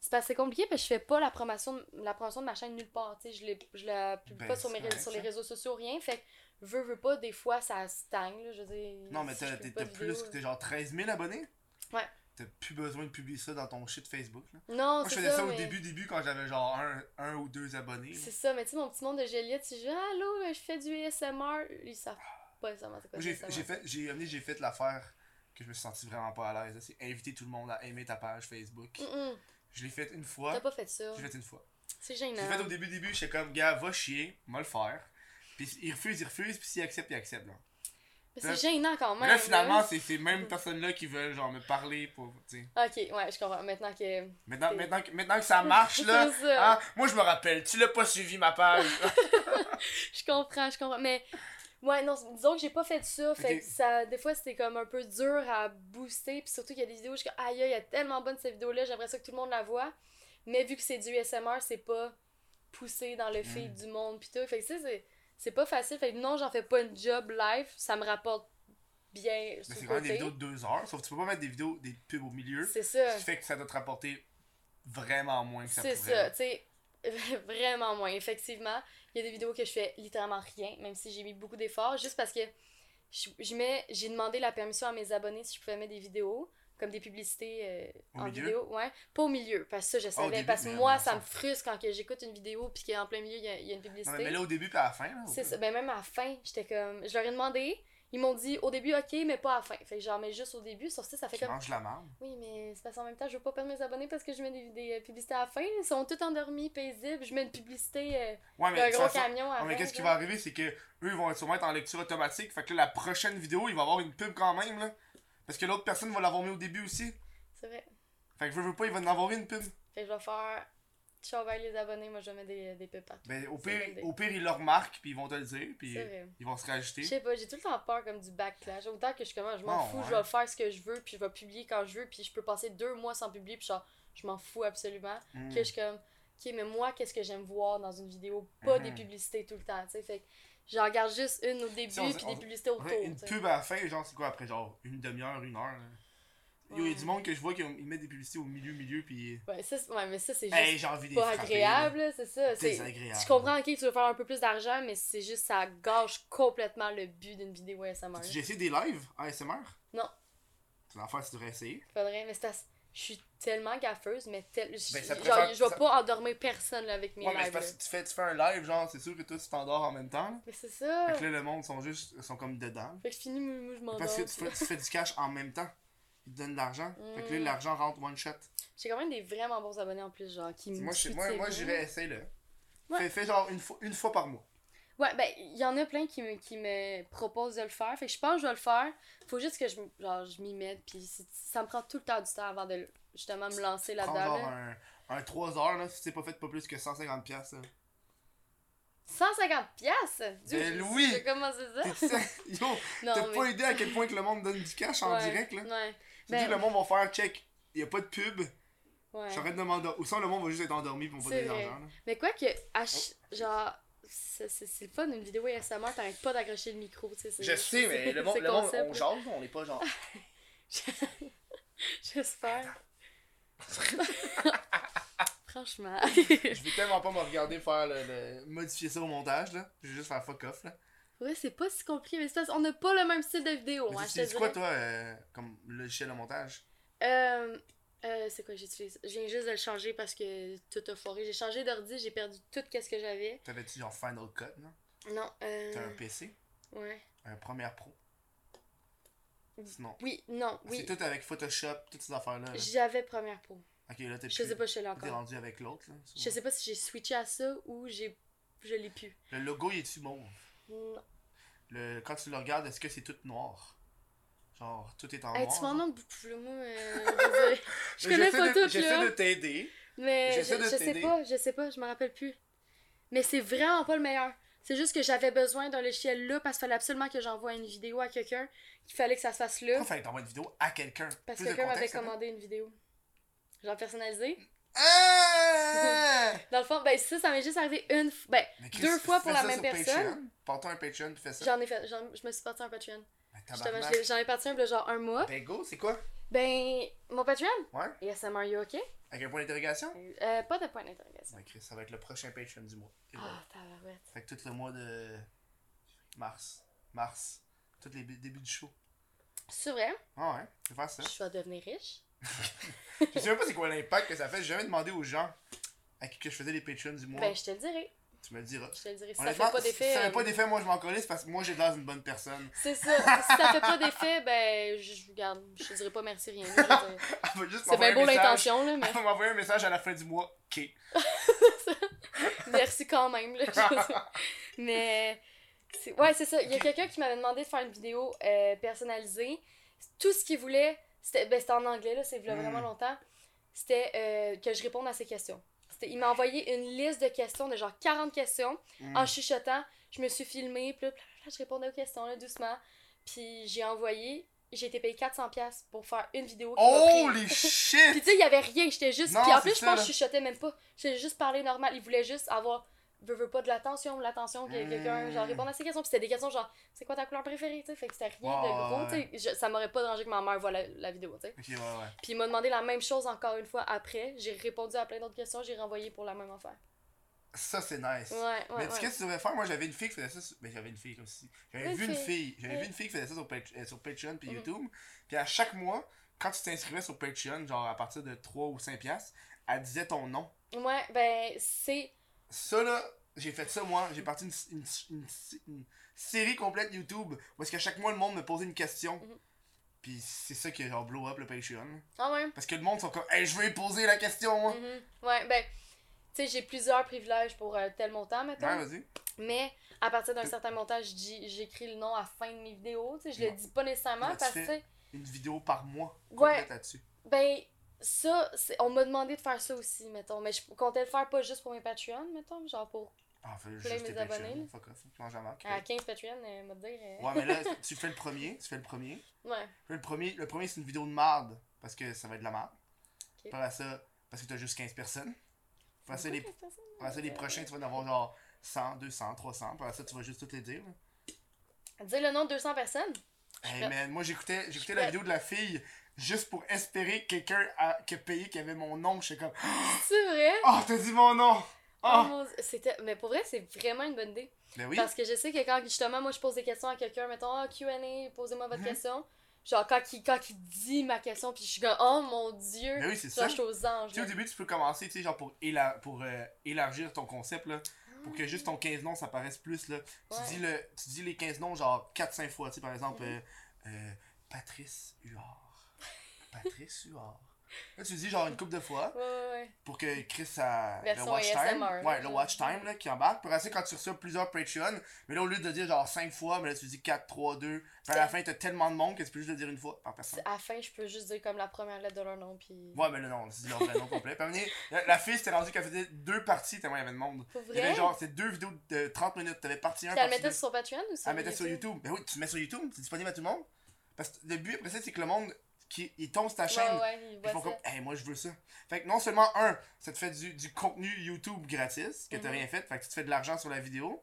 Speaker 2: C'est parce que c'est compliqué parce que je fais pas la promotion, de- la promotion de ma chaîne nulle part. Tu sais, je, l'ai- je la publie
Speaker 1: Ben,
Speaker 2: pas sur, mes,
Speaker 1: c'est
Speaker 2: réseaux-
Speaker 1: correct,
Speaker 2: sur les
Speaker 1: ça.
Speaker 2: réseaux sociaux, rien. Fait que, veux, veux pas, des fois, ça stagne. Là, je veux dire,
Speaker 1: Non, mais
Speaker 2: si
Speaker 1: t'as
Speaker 2: je publie
Speaker 1: t'as-
Speaker 2: pas
Speaker 1: t'as
Speaker 2: de
Speaker 1: plus.
Speaker 2: vidéos,
Speaker 1: T'es genre 13 000 abonnés
Speaker 2: Ouais.
Speaker 1: T'as plus besoin de publier ça dans ton shit Facebook. là.
Speaker 2: là. Non,
Speaker 1: Moi, je
Speaker 2: c'est
Speaker 1: faisais ça au
Speaker 2: mais-
Speaker 1: début, début quand j'avais genre un, un ou deux abonnés. là.
Speaker 2: C'est ça, mais tu sais, mon petit monde de Juliette, tu dis Ah, Allô, je fais du ASMR. Ils savent pas exactement c'est quoi
Speaker 1: Moi,
Speaker 2: du
Speaker 1: j'ai
Speaker 2: ASMR.
Speaker 1: j'ai fait, j'ai amené, j'ai fait l'affaire que je me suis senti vraiment pas à l'aise. là. C'est inviter tout le monde à aimer ta page Facebook.
Speaker 2: Mm, mm,
Speaker 1: Je l'ai fait une fois.
Speaker 2: T'as pas fait ça.
Speaker 1: J'ai fait une fois.
Speaker 2: C'est
Speaker 1: J'ai
Speaker 2: gênant.
Speaker 1: fait au début, début, j'étais comme, gars, va chier, moi le faire. Puis il refuse, il refuse, puis s'il accepte, il accepte. Là.
Speaker 2: Mais c'est gênant quand même. hein.
Speaker 1: Mais là, finalement,
Speaker 2: là.
Speaker 1: c'est ces mêmes personnes-là qui veulent genre me parler pour. tu sais.
Speaker 2: Ok, ouais, je comprends. Maintenant que.
Speaker 1: Maintenant,
Speaker 2: C'est-
Speaker 1: maintenant, que- maintenant que ça marche, là.
Speaker 2: C'est ça.
Speaker 1: hein, moi, je me rappelle, tu l'as pas suivi ma page.
Speaker 2: Je comprends, je comprends. Mais. Ouais, non, disons que j'ai pas fait ça. Fait
Speaker 1: Ok.
Speaker 2: que ça. Des fois, c'était comme un peu dur à booster. Puis surtout qu'il y a des vidéos, je suis comme, aïe, aïe, elle est tellement bonne cette vidéo-là, j'aimerais ça que tout le monde la voit. Mais vu que c'est du SMR, c'est pas poussé dans le
Speaker 1: Mm.
Speaker 2: feed du monde. Puis tout. Fait que ça, c'est. C'est pas facile. Fait que non, j'en fais pas une job live. Ça me rapporte bien.
Speaker 1: Mais
Speaker 2: sur
Speaker 1: c'est
Speaker 2: le
Speaker 1: quand même des
Speaker 2: côté.
Speaker 1: vidéos de deux heures, sauf que tu peux pas mettre des vidéos, des pubs au milieu.
Speaker 2: C'est ça.
Speaker 1: Ce qui fait que ça doit te rapporter vraiment moins que ça
Speaker 2: C'est
Speaker 1: pourrait.
Speaker 2: ça, tu sais, vraiment moins. Effectivement, il y a des vidéos que je fais littéralement rien, même si j'ai mis beaucoup d'efforts, juste parce que je, je mets, j'ai demandé la permission à mes abonnés si je pouvais mettre des vidéos, comme des publicités euh,
Speaker 1: Au
Speaker 2: en
Speaker 1: milieu? Oh,
Speaker 2: vidéo. Ouais, pas au milieu, parce que ça, je savais.
Speaker 1: début,
Speaker 2: parce que
Speaker 1: mais
Speaker 2: moi,
Speaker 1: on
Speaker 2: ça
Speaker 1: s'en
Speaker 2: me frustre quand que j'écoute une vidéo puis qu'en plein milieu, il y a, il y a une
Speaker 1: Non,
Speaker 2: publicité.
Speaker 1: mais là, au début, puis à la fin. là, au
Speaker 2: C'est
Speaker 1: pire.
Speaker 2: ça. Ben, même à la fin, j'étais comme. Je leur ai demandé. Ils m'ont dit au début, ok, mais pas à la fin. Fait que j'en mets juste au début, sauf que ça, ça fait
Speaker 1: Tu
Speaker 2: comme.
Speaker 1: manges de la merde.
Speaker 2: Oui, mais c'est parce qu'en même temps, je veux pas perdre mes abonnés parce que je mets des, des euh, publicités à la fin. Ils sont tous endormis, paisibles. Je mets une publicité euh,
Speaker 1: Ouais, mais,
Speaker 2: d'un
Speaker 1: de toute
Speaker 2: gros
Speaker 1: façon-
Speaker 2: camion à
Speaker 1: Ouais,
Speaker 2: la
Speaker 1: mais
Speaker 2: fin,
Speaker 1: qu'est-ce qui
Speaker 2: genre.
Speaker 1: va arriver, c'est que eux ils vont sûrement être en lecture automatique. Fait que là, la prochaine vidéo, il va y avoir une pub quand même, là. Parce que l'autre personne va l'avoir mis au début aussi.
Speaker 2: C'est vrai.
Speaker 1: Fait que je veux pas, il va en avoir une pub.
Speaker 2: Fait que je vais faire. Chauvel les abonnés, moi je mets des, des pipes partout.
Speaker 1: Ben, au
Speaker 2: C'est
Speaker 1: pire,
Speaker 2: une bonne idée.
Speaker 1: au pire, ils le remarquent, puis ils vont te le dire, puis
Speaker 2: C'est vrai.
Speaker 1: ils vont se
Speaker 2: Je
Speaker 1: rajouter.
Speaker 2: sais pas, j'ai tout le temps peur comme du backlash. Autant que je commence, je m'en
Speaker 1: Oh,
Speaker 2: fous, je
Speaker 1: ouais.
Speaker 2: vais faire ce que je veux, puis je vais publier quand je veux, puis je peux passer deux mois sans publier, puis genre, je m'en fous absolument.
Speaker 1: Hmm.
Speaker 2: Que je suis comme, ok, mais moi, qu'est-ce que j'aime voir dans une vidéo Pas des
Speaker 1: Mhm.
Speaker 2: publicités tout le temps, tu sais. Fait que j'en regarde juste une au début,
Speaker 1: on-
Speaker 2: puis
Speaker 1: on-
Speaker 2: des publicités autour.
Speaker 1: Ouais, une
Speaker 2: tu sais.
Speaker 1: pub à la fin, genre, c'est quoi après, genre, une demi-heure, une heure, là. Yo, il y a
Speaker 2: Ouais.
Speaker 1: du monde que je vois qui ils mettent des publicités au milieu, milieu, puis.
Speaker 2: Ouais, ça, c'est- ouais, mais ça, c'est juste
Speaker 1: Hey, j'ai envie de les
Speaker 2: pas
Speaker 1: frapper,
Speaker 2: agréable,
Speaker 1: là.
Speaker 2: là, c'est ça. c'est-
Speaker 1: Désagréable.
Speaker 2: Je comprends, ok, tu veux faire un peu plus d'argent, mais c'est juste, ça gâche complètement le but d'une vidéo ASMR.
Speaker 1: J'ai essayé des lives ASMR.
Speaker 2: Non.
Speaker 1: C'est l'affaire, tu devrais essayer.
Speaker 2: Faudrait, mais c'est parce- Je suis tellement gaffeuse, mais tel... je-
Speaker 1: Ben, ça
Speaker 2: genre,
Speaker 1: préfère-
Speaker 2: je vais
Speaker 1: ça-
Speaker 2: pas endormir personne là, avec mes
Speaker 1: Ouais, mais c'est
Speaker 2: lives.
Speaker 1: parce
Speaker 2: là.
Speaker 1: que tu fais, tu fais un live, genre, c'est sûr que toi, tu t'endors en même temps. là.
Speaker 2: Mais c'est ça.
Speaker 1: Fait que là, le monde sont juste, sont comme dedans.
Speaker 2: Fait que je finis, moi, moi, je m'endors.
Speaker 1: Parce que tu
Speaker 2: puis-
Speaker 1: fais, tu fais du cash en même temps. Ils te donnent de l'argent. Fait que là,
Speaker 2: Mm.
Speaker 1: l'argent rentre one shot.
Speaker 2: J'ai quand même des vraiment bons abonnés en plus, genre, qui me
Speaker 1: Moi, je,
Speaker 2: soutiennent.
Speaker 1: moi, moi j'irais essayer, là.
Speaker 2: Ouais.
Speaker 1: Fais, fais genre une fois, une fois par mois.
Speaker 2: Ouais, ben, il y en a plein qui me, qui me proposent de le faire. Fait que je pense que je vais le faire. Faut juste que je, m- genre, je m'y mette. Puis c'est- ça me prend tout le temps du temps avant de justement me lancer
Speaker 1: Prends
Speaker 2: là-dedans.
Speaker 1: genre
Speaker 2: là.
Speaker 1: un, un 3 heures, là, si t'es pas fait pas plus que 150$. piastres, là.
Speaker 2: 150 piastres? Dieu,
Speaker 1: Ben
Speaker 2: je-
Speaker 1: oui!
Speaker 2: je- Comment c'est ça?
Speaker 1: T'es- Yo,
Speaker 2: Non,
Speaker 1: t'as pas idée à quel point que le monde donne du cash en
Speaker 2: Ouais,
Speaker 1: direct, là.
Speaker 2: Ouais.
Speaker 1: Tu
Speaker 2: Ben,
Speaker 1: dis, le monde va faire check. Y a pas de pub,
Speaker 2: ouais.
Speaker 1: j'arrête de m'endormir. Ou sinon, le monde va juste être endormi pour me
Speaker 2: C'est
Speaker 1: donner de
Speaker 2: vrai.
Speaker 1: l'argent. là.
Speaker 2: Mais quoi que, à ch-
Speaker 1: Oh.
Speaker 2: genre, c'est c'est- c'est le fun d'une vidéo ASMR, t'arrêtes pas d'accrocher le micro, tu sais. c'est-
Speaker 3: Je sais, mais
Speaker 2: c'est-
Speaker 3: le monde,
Speaker 2: c'est
Speaker 3: le monde
Speaker 2: concept,
Speaker 3: on
Speaker 2: là.
Speaker 3: jase, on n'est pas genre.
Speaker 2: J'espère. Franchement.
Speaker 1: Je vais tellement pas me regarder faire le, le- modifier ça au montage, là. Je vais juste faire fuck off, là.
Speaker 2: ouais, c'est pas si compliqué, mais c'est parce qu'on n'a pas le même style de vidéo,
Speaker 1: Mais
Speaker 2: hein,
Speaker 1: tu
Speaker 2: je te
Speaker 1: utilises quoi,
Speaker 2: dirais.
Speaker 1: toi, euh, comme logiciel de montage
Speaker 2: Euh, euh, c'est quoi que j'utilise? Je viens juste de le changer parce que tout a foiré. J'ai changé d'ordi, j'ai perdu tout ce que j'avais.
Speaker 1: T'avais-tu genre Final Cut, non
Speaker 2: Non, euh...
Speaker 1: T'as un PC,
Speaker 2: Ouais.
Speaker 1: un Premiere Pro. Sinon.
Speaker 2: Oui, non, Mm. oui.
Speaker 1: C'est tout hein. avec Photoshop, toutes ces affaires-là. là.
Speaker 2: J'avais première pro.
Speaker 1: Ok, là, t'es
Speaker 2: Je sais
Speaker 1: plus-
Speaker 2: pas, je suis là
Speaker 1: T'es
Speaker 2: encore.
Speaker 1: rendu avec l'autre, là.
Speaker 2: Je sais pas si j'ai switché à ça ou j'ai je l'ai pu.
Speaker 1: Le logo, il est-tu mauve
Speaker 2: Non.
Speaker 1: Ah le... Quand tu le regardes, est-ce que c'est tout noir Genre, tout est en
Speaker 2: Hey,
Speaker 1: noir.
Speaker 2: tu m'en
Speaker 1: genre? Euh,
Speaker 2: demandes beaucoup plus, moi. euh, désolée. je connais
Speaker 1: J'essaie
Speaker 2: pas
Speaker 1: de-
Speaker 2: toutes,
Speaker 1: J'essaie
Speaker 2: là.
Speaker 1: de t'aider.
Speaker 2: Mais je,
Speaker 1: J'essaie de
Speaker 2: je sais
Speaker 1: t'aider.
Speaker 2: pas, je sais pas, je me rappelle plus. Mais c'est vraiment pas le meilleur. C'est juste que j'avais besoin d'un logiciel là parce qu'il fallait absolument que j'envoie une vidéo à quelqu'un. qu'il fallait que ça se fasse là.
Speaker 1: Pourquoi fallait t'envoyer une vidéo à quelqu'un
Speaker 2: Parce
Speaker 1: Plus de
Speaker 2: que quelqu'un m'avait
Speaker 1: contexte, hein. là.
Speaker 2: commandé une vidéo. Genre personnalisée.
Speaker 1: Ah!
Speaker 2: Dans le fond, ben ça, ça m'est juste arrivé une fois. Ben,
Speaker 1: Mais Chris,
Speaker 2: Deux fois
Speaker 1: fais
Speaker 2: pour la
Speaker 1: ça
Speaker 2: même
Speaker 1: sur
Speaker 2: personne.
Speaker 1: Patreon. Porte-toi un Patreon puis fais ça.
Speaker 2: j'en ai fait. j'en- je me suis partie un Patreon.
Speaker 1: Mais
Speaker 2: Justement,
Speaker 1: tabarnak.
Speaker 2: je Ah. l'ai- j'en ai parti un là, genre un mois.
Speaker 1: Ben go, c'est quoi
Speaker 2: Ben, mon Patreon?
Speaker 1: Ouais.
Speaker 2: Et SMR, you ok?
Speaker 1: Avec un point d'interrogation
Speaker 2: Euh, pas de point d'interrogation.
Speaker 1: Ben Chris, ça va être le prochain Patreon du mois. Et voilà.
Speaker 2: Ah, tabarouette.
Speaker 1: Fait que tout le mois de mars. Mars. Tous les b- débuts du show.
Speaker 2: C'est vrai,
Speaker 1: Ah ouais, je vais faire ça.
Speaker 2: je vais devenir riche.
Speaker 1: je sais même pas c'est quoi l'impact que ça fait. J'ai jamais demandé aux gens à qui que je faisais les Patreons du mois.
Speaker 2: Ben, je te le dirai.
Speaker 1: Tu me le diras.
Speaker 2: Je te le dirai. Si ça
Speaker 1: Honnêtement,
Speaker 2: fait pas d'effet.
Speaker 1: Si ça
Speaker 2: euh,
Speaker 1: fait pas d'effet, moi je m'en colisse parce que moi j'ai de l'air d'une bonne personne.
Speaker 2: C'est ça. Si ça fait pas d'effet, ben, je je- regarde. Je te dirai pas merci rien. là, je veux dire.
Speaker 1: Elle va juste
Speaker 2: C'est bien
Speaker 1: m'envoyer
Speaker 2: beau
Speaker 1: un message.
Speaker 2: l'intention, hein. Ah, là,
Speaker 1: Elle
Speaker 2: mais
Speaker 1: va m'envoyer un message à la fin du mois. Ok.
Speaker 2: merci quand même, là. je veux dire. Mais. c'est- Ouais, c'est ça. Il y a
Speaker 1: Ok.
Speaker 2: quelqu'un qui m'avait demandé de faire une vidéo euh, personnalisée. Tout ce qu'il voulait, c'était ben, c'était en anglais, là, c'est v'là
Speaker 1: Mm.
Speaker 2: vraiment longtemps. C'était euh, que je réponde à ses questions. C'était- Il m'a envoyé une liste de questions, de genre 40 questions.
Speaker 1: Hmm.
Speaker 2: en chuchotant. Je me suis filmée, puis là, blablabla, je répondais aux questions là, doucement. Puis j'ai envoyé, j'ai été payé 400$ piastres pour faire une vidéo. qui m'a
Speaker 1: Oh
Speaker 2: pris.
Speaker 1: les
Speaker 2: Puis
Speaker 1: shit!
Speaker 2: tu sais, il y avait rien, j'étais juste.
Speaker 1: Non,
Speaker 2: puis en
Speaker 1: c'est
Speaker 2: plus, je
Speaker 1: ça,
Speaker 2: pense
Speaker 1: là.
Speaker 2: que je chuchotais même pas. J'ai juste parlé normal. Il voulait juste avoir. Veux, veux pas de l'attention, de l'attention, que
Speaker 1: Mm.
Speaker 2: quelqu'un genre répondre à ses questions. Puis c'était des questions genre, c'est quoi ta couleur préférée, tu sais. Fait que c'était rien
Speaker 1: Ouais,
Speaker 2: de gros,
Speaker 1: ouais, ouais.
Speaker 2: tu sais. Je- Ça m'aurait pas dérangé que ma mère voit la, la vidéo, tu sais.
Speaker 1: Ok, ouais, ouais.
Speaker 2: Puis il m'a demandé la même chose encore une fois après. J'ai répondu à plein d'autres questions, j'ai renvoyé pour la même affaire.
Speaker 1: Ça c'est nice.
Speaker 2: Ouais, ouais.
Speaker 1: mais tu
Speaker 2: ouais.
Speaker 1: sais, qu'est-ce que tu devrais faire? Moi, j'avais une fille qui faisait ça. Sur... Mais j'avais une fille comme si. J'avais
Speaker 2: Une
Speaker 1: vu une
Speaker 2: fille.
Speaker 1: fille. J'avais
Speaker 2: Ouais.
Speaker 1: vu une fille qui faisait ça sur, Pat- euh, sur Patreon puis
Speaker 2: Mhm.
Speaker 1: YouTube. Puis à chaque mois, quand tu t'inscrivais sur Patreon, genre à partir de 3 ou 5 piastres, elle disait ton nom.
Speaker 2: Ouais, ben, c'est.
Speaker 1: Ça là, j'ai fait ça moi, j'ai parti une, une- une- une série complète YouTube parce qu'à chaque mois le monde me posait une question.
Speaker 2: Mhm.
Speaker 1: Puis c'est ça qui a genre blow up le Patreon.
Speaker 2: Ah ouais.
Speaker 1: Parce que le monde sont comme Hey, je veux y poser la question moi.
Speaker 2: Mhm. Ouais, ben, tu sais, j'ai plusieurs privilèges pour euh, tel montant, mettons.
Speaker 1: Ouais, vas-y.
Speaker 2: Mais à partir d'un certain montant, je dis- j'écris le nom à la fin de mes vidéos. tu sais, Je le
Speaker 1: Ouais.
Speaker 2: dis pas nécessairement
Speaker 1: Là, tu
Speaker 2: parce que,
Speaker 1: fais-
Speaker 2: tu sais,
Speaker 1: Une vidéo par mois
Speaker 2: Ouais.
Speaker 1: complète là-dessus.
Speaker 2: ben, ça, c'est- on m'a demandé de faire ça aussi, mettons. Mais je comptais le faire pas juste pour mes Patreons, mettons. Genre pour
Speaker 1: Ah, fais juste
Speaker 2: Plein
Speaker 1: tes
Speaker 2: mes
Speaker 1: Patreons,
Speaker 2: abonnés.
Speaker 1: Fuck off, tu manges la marque.
Speaker 2: à 15 Patreons, elle m'a dit. euh,
Speaker 1: Ouais, mais là, tu fais le premier, tu fais le premier.
Speaker 2: Ouais.
Speaker 1: Là, Le premier, le premier c'est une vidéo de marde, parce que ça va être de la marde.
Speaker 2: Ok.
Speaker 1: Après ça, parce que t'as juste 15 personnes. Après ça, Ben, les,
Speaker 2: Beaucoup de personnes.
Speaker 1: après ça, les prochains, tu vas en avoir genre 100, 200, 300. Après ça, tu vas juste toutes les dire.
Speaker 2: Dis le nom de 200 personnes.
Speaker 1: Hey
Speaker 2: prête.
Speaker 1: man, moi j'écoutais, j'écoutais
Speaker 2: suis
Speaker 1: la
Speaker 2: prête.
Speaker 1: vidéo de la fille juste pour espérer que quelqu'un a, qui a payé, qui avait mon nom. J'étais comme,
Speaker 2: C'est vrai?
Speaker 1: oh, t'as dit mon nom!
Speaker 2: Oh
Speaker 1: Oh!
Speaker 2: mon Dieu, c'était- Mais pour vrai, c'est vraiment une bonne idée.
Speaker 1: Ben oui,
Speaker 2: Parce que je sais que quand justement, moi, je pose des questions à quelqu'un, mettons, ah, QA, posez-moi votre
Speaker 1: Mhm.
Speaker 2: question. Genre, quand il, quand il dit ma question, puis je suis comme, oh mon dieu,
Speaker 1: ben oui, c'est ça.
Speaker 2: genre, je suis aux anges.
Speaker 1: Tu sais, au
Speaker 2: là.
Speaker 1: début, tu peux commencer, tu sais, genre pour, éla- pour euh, élargir ton concept, là. Pour que juste ton 15 noms, ça paraisse plus, là.
Speaker 2: Ouais.
Speaker 1: Tu, dis le, tu dis les 15 noms, genre 4-5 fois, tu sais, par exemple,
Speaker 2: Mhm.
Speaker 1: euh, euh, Patrice Huard. Patrice Huard. Là, tu dis genre une couple de fois
Speaker 2: Ouais, ouais, ouais.
Speaker 1: pour que Chris a le
Speaker 2: Version
Speaker 1: watch time.
Speaker 2: ASMR,
Speaker 1: Ouais, le
Speaker 2: genre.
Speaker 1: watch time, là, qui embarque. Puis après, quand tu reçois plusieurs Patreon, mais là, au lieu de dire genre 5 fois, mais là, tu dis 4, 3, 2. Puis à la
Speaker 2: C'est-
Speaker 1: fin, t'as tellement de monde que tu peux juste le dire une fois par personne.
Speaker 2: C'est- À la fin, je peux juste dire comme la première lettre de leur nom, puis.
Speaker 1: Ouais, mais là, non, c'est leur vrai nom complet. Puis à un moment donné, la, la fille, c'était rendue qu'elle faisait deux parties tellement il y avait de monde.
Speaker 2: Pour
Speaker 1: Il y avait
Speaker 2: vrai?
Speaker 1: genre, c'est deux vidéos de 30 minutes. T'avais partie 1,
Speaker 2: Puis
Speaker 1: partie
Speaker 2: elle le
Speaker 1: 2.
Speaker 2: mettait sur son Patreon ou sur
Speaker 1: Elle mettait sur YouTube. Ben oui, tu le mets sur YouTube, c'est disponible à tout le monde. Parce que le but après ça, c'est que le monde, qui, il tombe sur ta chaîne.
Speaker 2: Ouais, ouais, ils
Speaker 1: Ils
Speaker 2: voient
Speaker 1: font
Speaker 2: ça.
Speaker 1: comme, hey, moi je veux ça. Fait que non seulement, un, ça te fait du, du contenu YouTube gratis, que t'as
Speaker 2: Mhm.
Speaker 1: rien fait, fait que tu te fais de l'argent sur la vidéo.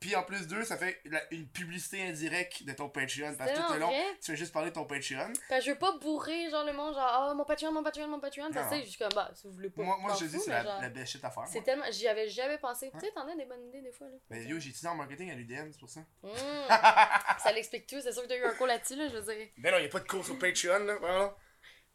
Speaker 1: Puis en plus, deux, ça fait la- une publicité indirecte de ton Patreon. Parce que
Speaker 2: C'était
Speaker 1: Ben, tout
Speaker 2: en
Speaker 1: le long,
Speaker 2: vrai.
Speaker 1: tu fais juste parler de ton Patreon.
Speaker 2: Parce que je veux pas bourrer, genre, le monde, genre, ah, mon Patreon, mon Patreon, mon Patreon.
Speaker 1: Non,
Speaker 2: Parce que
Speaker 1: non.
Speaker 2: je suis comme, bah, si vous voulez pas.
Speaker 1: moi, moi
Speaker 2: m'en
Speaker 1: je te dis,
Speaker 2: fous,
Speaker 1: c'est
Speaker 2: mais
Speaker 1: la,
Speaker 2: genre,
Speaker 1: la best shit à faire.
Speaker 2: C'est
Speaker 1: moi.
Speaker 2: tellement. J'y avais jamais pensé.
Speaker 1: Ouais.
Speaker 2: Tu sais, t'en as des bonnes idées des fois, là.
Speaker 1: Mais yo, j'ai étudié en marketing à l'UDM, c'est pour ça.
Speaker 2: Mm. ça l'explique tout. C'est sûr que t'as eu un cours là-dessus, là, je veux dire.
Speaker 1: Ben non, y a pas de cours sur Patreon, là, vraiment.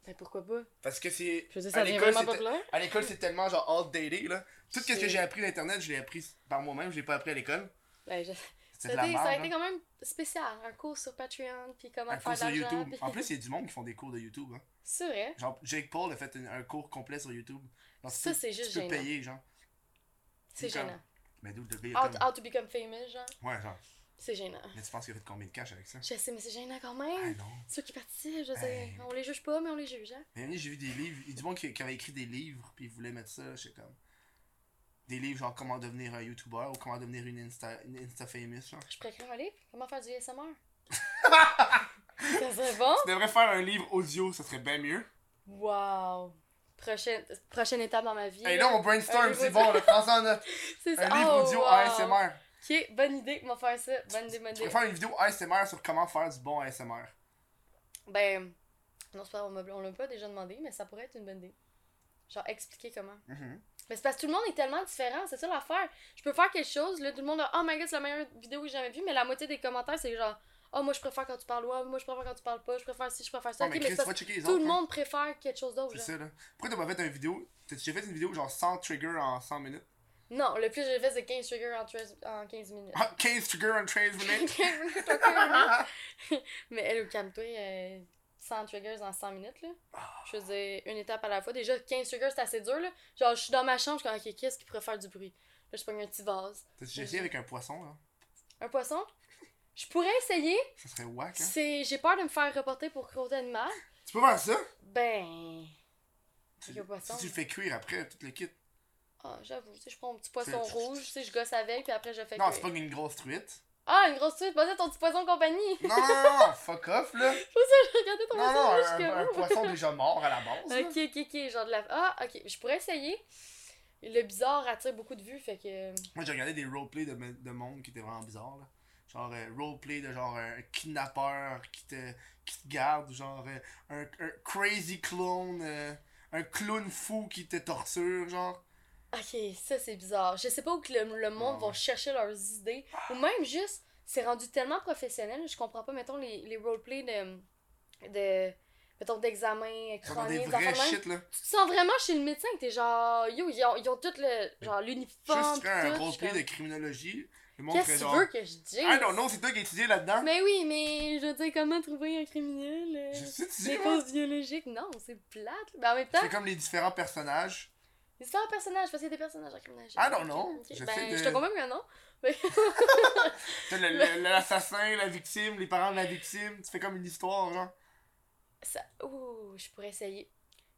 Speaker 2: Ben pourquoi pas?
Speaker 1: Parce que c'est.
Speaker 2: Je veux dire,
Speaker 1: à
Speaker 2: ça devient
Speaker 1: l'école,
Speaker 2: vraiment
Speaker 1: c'est-
Speaker 2: populaire.
Speaker 1: À l'école, c'est tellement genre outdated, là. Tout ce que
Speaker 2: C'est-
Speaker 1: j'ai appris d'internet, je l'ai appris par moi-même, je l'ai pas appris à l'école.
Speaker 2: Ben, je-
Speaker 1: C'était de
Speaker 2: ça, a
Speaker 1: la
Speaker 2: été, ça a
Speaker 1: merde.
Speaker 2: été
Speaker 1: là.
Speaker 2: quand même spécial, un cours sur Patreon, puis comment
Speaker 1: Un
Speaker 2: faire
Speaker 1: cours
Speaker 2: de
Speaker 1: sur
Speaker 2: l'argent.
Speaker 1: YouTube.
Speaker 2: puis-
Speaker 1: En plus, il y a du monde qui font des cours de YouTube. Hein.
Speaker 2: C'est vrai.
Speaker 1: Genre, Jake Paul a fait un, un cours complet sur YouTube. Genre, tu
Speaker 2: Ça,
Speaker 1: peux-
Speaker 2: c'est juste
Speaker 1: Tu peux
Speaker 2: gênant.
Speaker 1: payer, genre.
Speaker 2: C'est
Speaker 1: comme-
Speaker 2: gênant.
Speaker 1: Mais d'où le gars, il a
Speaker 2: How,
Speaker 1: comme-
Speaker 2: how to become famous, genre.
Speaker 1: Ouais, genre.
Speaker 2: C'est gênant.
Speaker 1: Mais tu penses qu'il a fait combien de cash avec ça
Speaker 2: Je sais, mais c'est gênant quand
Speaker 1: Ah
Speaker 2: même.
Speaker 1: non.
Speaker 2: Ceux qui participent, je sais,
Speaker 1: Hey.
Speaker 2: on les juge pas, mais on les juge, hein.
Speaker 1: Mais un moment donné, j'ai vu des livres. Il y a du monde qui, qui avait écrit des livres, puis il voulait mettre ça, je sais comme. Des livres genre comment devenir un YouTuber ou comment devenir une Insta, une Insta famous, genre.
Speaker 2: Je pourrais écrire un livre. Comment faire du ASMR? ça serait bon?
Speaker 1: Tu devrais faire un livre audio, ça serait bien mieux.
Speaker 2: Wow. Prochaine, prochaine étape dans ma vie.
Speaker 1: Et là, on
Speaker 2: Un
Speaker 1: brainstorm,
Speaker 2: livre
Speaker 1: c'est
Speaker 2: audio.
Speaker 1: bon, là, prends ça en note.
Speaker 2: c'est
Speaker 1: Un
Speaker 2: ça.
Speaker 1: livre
Speaker 2: Oh,
Speaker 1: audio
Speaker 2: wow.
Speaker 1: ASMR.
Speaker 2: Ok, bonne idée, on va faire ça. Bonne idée, bonne
Speaker 1: Tu pourrais
Speaker 2: idée.
Speaker 1: faire une vidéo ASMR sur comment faire du bon ASMR.
Speaker 2: Ben, non, c'est pas grave, on m'a- on l'a pas déjà demandé, mais ça pourrait être une bonne idée. Genre, expliquer comment.
Speaker 1: Mhm.
Speaker 2: Mais c'est parce que tout le monde est tellement différent, c'est ça l'affaire. Je peux faire quelque chose, là, tout le monde a Oh my god, c'est la meilleure vidéo que j'ai jamais vue, mais la moitié des commentaires, c'est genre Oh, moi je préfère quand tu parles, ouais, moi je préfère quand tu parles pas, je préfère ci, je préfère ça.
Speaker 1: Ouais,
Speaker 2: Ok,
Speaker 1: Oh, mais
Speaker 2: mais
Speaker 1: Chris,
Speaker 2: c'est parce
Speaker 1: va checker les
Speaker 2: que tout
Speaker 1: autres.
Speaker 2: le
Speaker 1: hein.
Speaker 2: monde préfère quelque chose d'autre.
Speaker 1: C'est ça,
Speaker 2: genre.
Speaker 1: là. Pourquoi t'as pas fait une vidéo T'as-tu déjà fait une vidéo genre sans trigger en 100 minutes
Speaker 2: Non, le plus que j'ai fait, c'est 15 triggers en, 13 en 15 minutes.
Speaker 1: Ah, 15 triggers en 13 minutes
Speaker 2: mais elle, au calme-toi, euh, 100 triggers en 100 minutes, là.
Speaker 1: Ah,
Speaker 2: Je faisais une étape à la fois. Déjà, 15 triggers, c'est assez dur, là. Genre, je suis dans ma chambre, je suis comme, ok, qu'est-ce qui pourrait faire du bruit? Là, je prends un petit vase.
Speaker 1: T'as-tu déjà essayé avec un poisson, là
Speaker 2: Un poisson? Je pourrais essayer.
Speaker 1: Ça serait whack, hein
Speaker 2: C'est... J'ai peur de me faire reporter pour cruauté animale.
Speaker 1: Tu peux faire ça
Speaker 2: Ben. Avec un poisson.
Speaker 1: Si tu le fais cuire après, tout le kit.
Speaker 2: Ah, j'avoue, tu sais, je prends un petit poisson
Speaker 1: C'est-
Speaker 2: rouge, tu sais, je gosse avec, puis après, je fais.
Speaker 1: Non,
Speaker 2: cuire.
Speaker 1: c'est pas une grosse truite.
Speaker 2: Ah, une grosse truite, pensais ton petit poisson de compagnie.
Speaker 1: Non, non, non, non, fuck off, là.
Speaker 2: Je regardais ton
Speaker 1: Non,
Speaker 2: poisson
Speaker 1: non,
Speaker 2: rouge,
Speaker 1: un,
Speaker 2: comme,
Speaker 1: un
Speaker 2: ouh.
Speaker 1: poisson déjà mort à la base. là.
Speaker 2: Ok, ok, ok, genre de la. Ah, ok, je pourrais essayer. Le bizarre attire beaucoup de vues, fait que.
Speaker 1: Moi, j'ai regardé des roleplays de, me- de monde qui étaient vraiment bizarres, là. Genre, euh, roleplay de genre un kidnappeur qui te, qui te garde, genre euh, un, un crazy clown, euh, un clown fou qui te torture, genre.
Speaker 2: Ok, ça c'est bizarre. Je sais pas où que le, le monde
Speaker 1: Ouais,
Speaker 2: va
Speaker 1: ouais.
Speaker 2: chercher leurs idées. Ou même juste, c'est rendu tellement professionnel, je comprends pas, mettons, les, les roleplays de. de mettons, d'examen,
Speaker 1: Ça prend des
Speaker 2: chronique, des
Speaker 1: vrais
Speaker 2: affaires de même.
Speaker 1: shit, là.
Speaker 2: Tu te sens vraiment chez le médecin que t'es genre, yo, ils ont, ils ont tout le, genre, l'uniforme.
Speaker 1: Juste faire un
Speaker 2: pis tout,
Speaker 1: gros
Speaker 2: je suis
Speaker 1: prix de
Speaker 2: comme,
Speaker 1: criminologie. Le monde ferait
Speaker 2: Qu'est-ce que
Speaker 1: genre.
Speaker 2: tu veux que je dise?
Speaker 1: I don't know, c'est toi qui as étudié là-dedans.
Speaker 2: Mais oui, mais je veux dire, comment trouver un criminel? euh,
Speaker 1: Je sais, tu
Speaker 2: Des
Speaker 1: sais, moi.
Speaker 2: causes biologiques? Non, c'est plate. Mais en même temps,
Speaker 1: C'est comme les différents personnages.
Speaker 2: c'est un personnage, parce qu'il y a des personnages en criminel.
Speaker 1: I don't know.
Speaker 2: Ok,
Speaker 1: J'essaie
Speaker 2: Ben,
Speaker 1: de-
Speaker 2: je te convainc que non.
Speaker 1: T'as le- le- l'assassin, la victime, les parents de la victime. Tu fais comme une histoire, genre.
Speaker 2: Ça... Ouh, je pourrais essayer.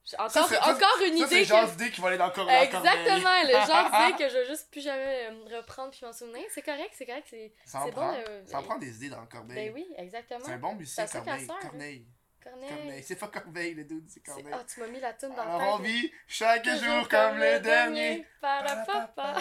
Speaker 2: J'ai
Speaker 1: Ça,
Speaker 2: Encore,
Speaker 1: c'est- ça,
Speaker 2: encore une
Speaker 1: Ça,
Speaker 2: idée
Speaker 1: c'est
Speaker 2: que...
Speaker 1: genre d'idée qui va aller dans le corps. la corbeille.
Speaker 2: Exactement, le genre d'idée que je vais juste plus jamais euh, me reprendre puis m'en souvenir. C'est correct, c'est correct, c'est
Speaker 1: Ça en
Speaker 2: c'est
Speaker 1: prend.
Speaker 2: bon. euh,
Speaker 1: Ça en prend des idées dans le corbeil.
Speaker 2: Ben oui,
Speaker 1: C'est un
Speaker 2: exactement.
Speaker 1: bon musicien,
Speaker 2: ça,
Speaker 1: Corneille.
Speaker 2: casseur, là.
Speaker 1: Corneille.
Speaker 2: Corneille.
Speaker 1: Corneille. C'est pas Corbeil, le dude, c'est
Speaker 2: hein. Ben C'est-
Speaker 1: Corneille.
Speaker 2: Ah, tu m'as mis la toune dans
Speaker 1: Alors
Speaker 2: le
Speaker 1: on
Speaker 2: tête.
Speaker 1: vit chaque jour comme le dernier.
Speaker 2: Par la papa.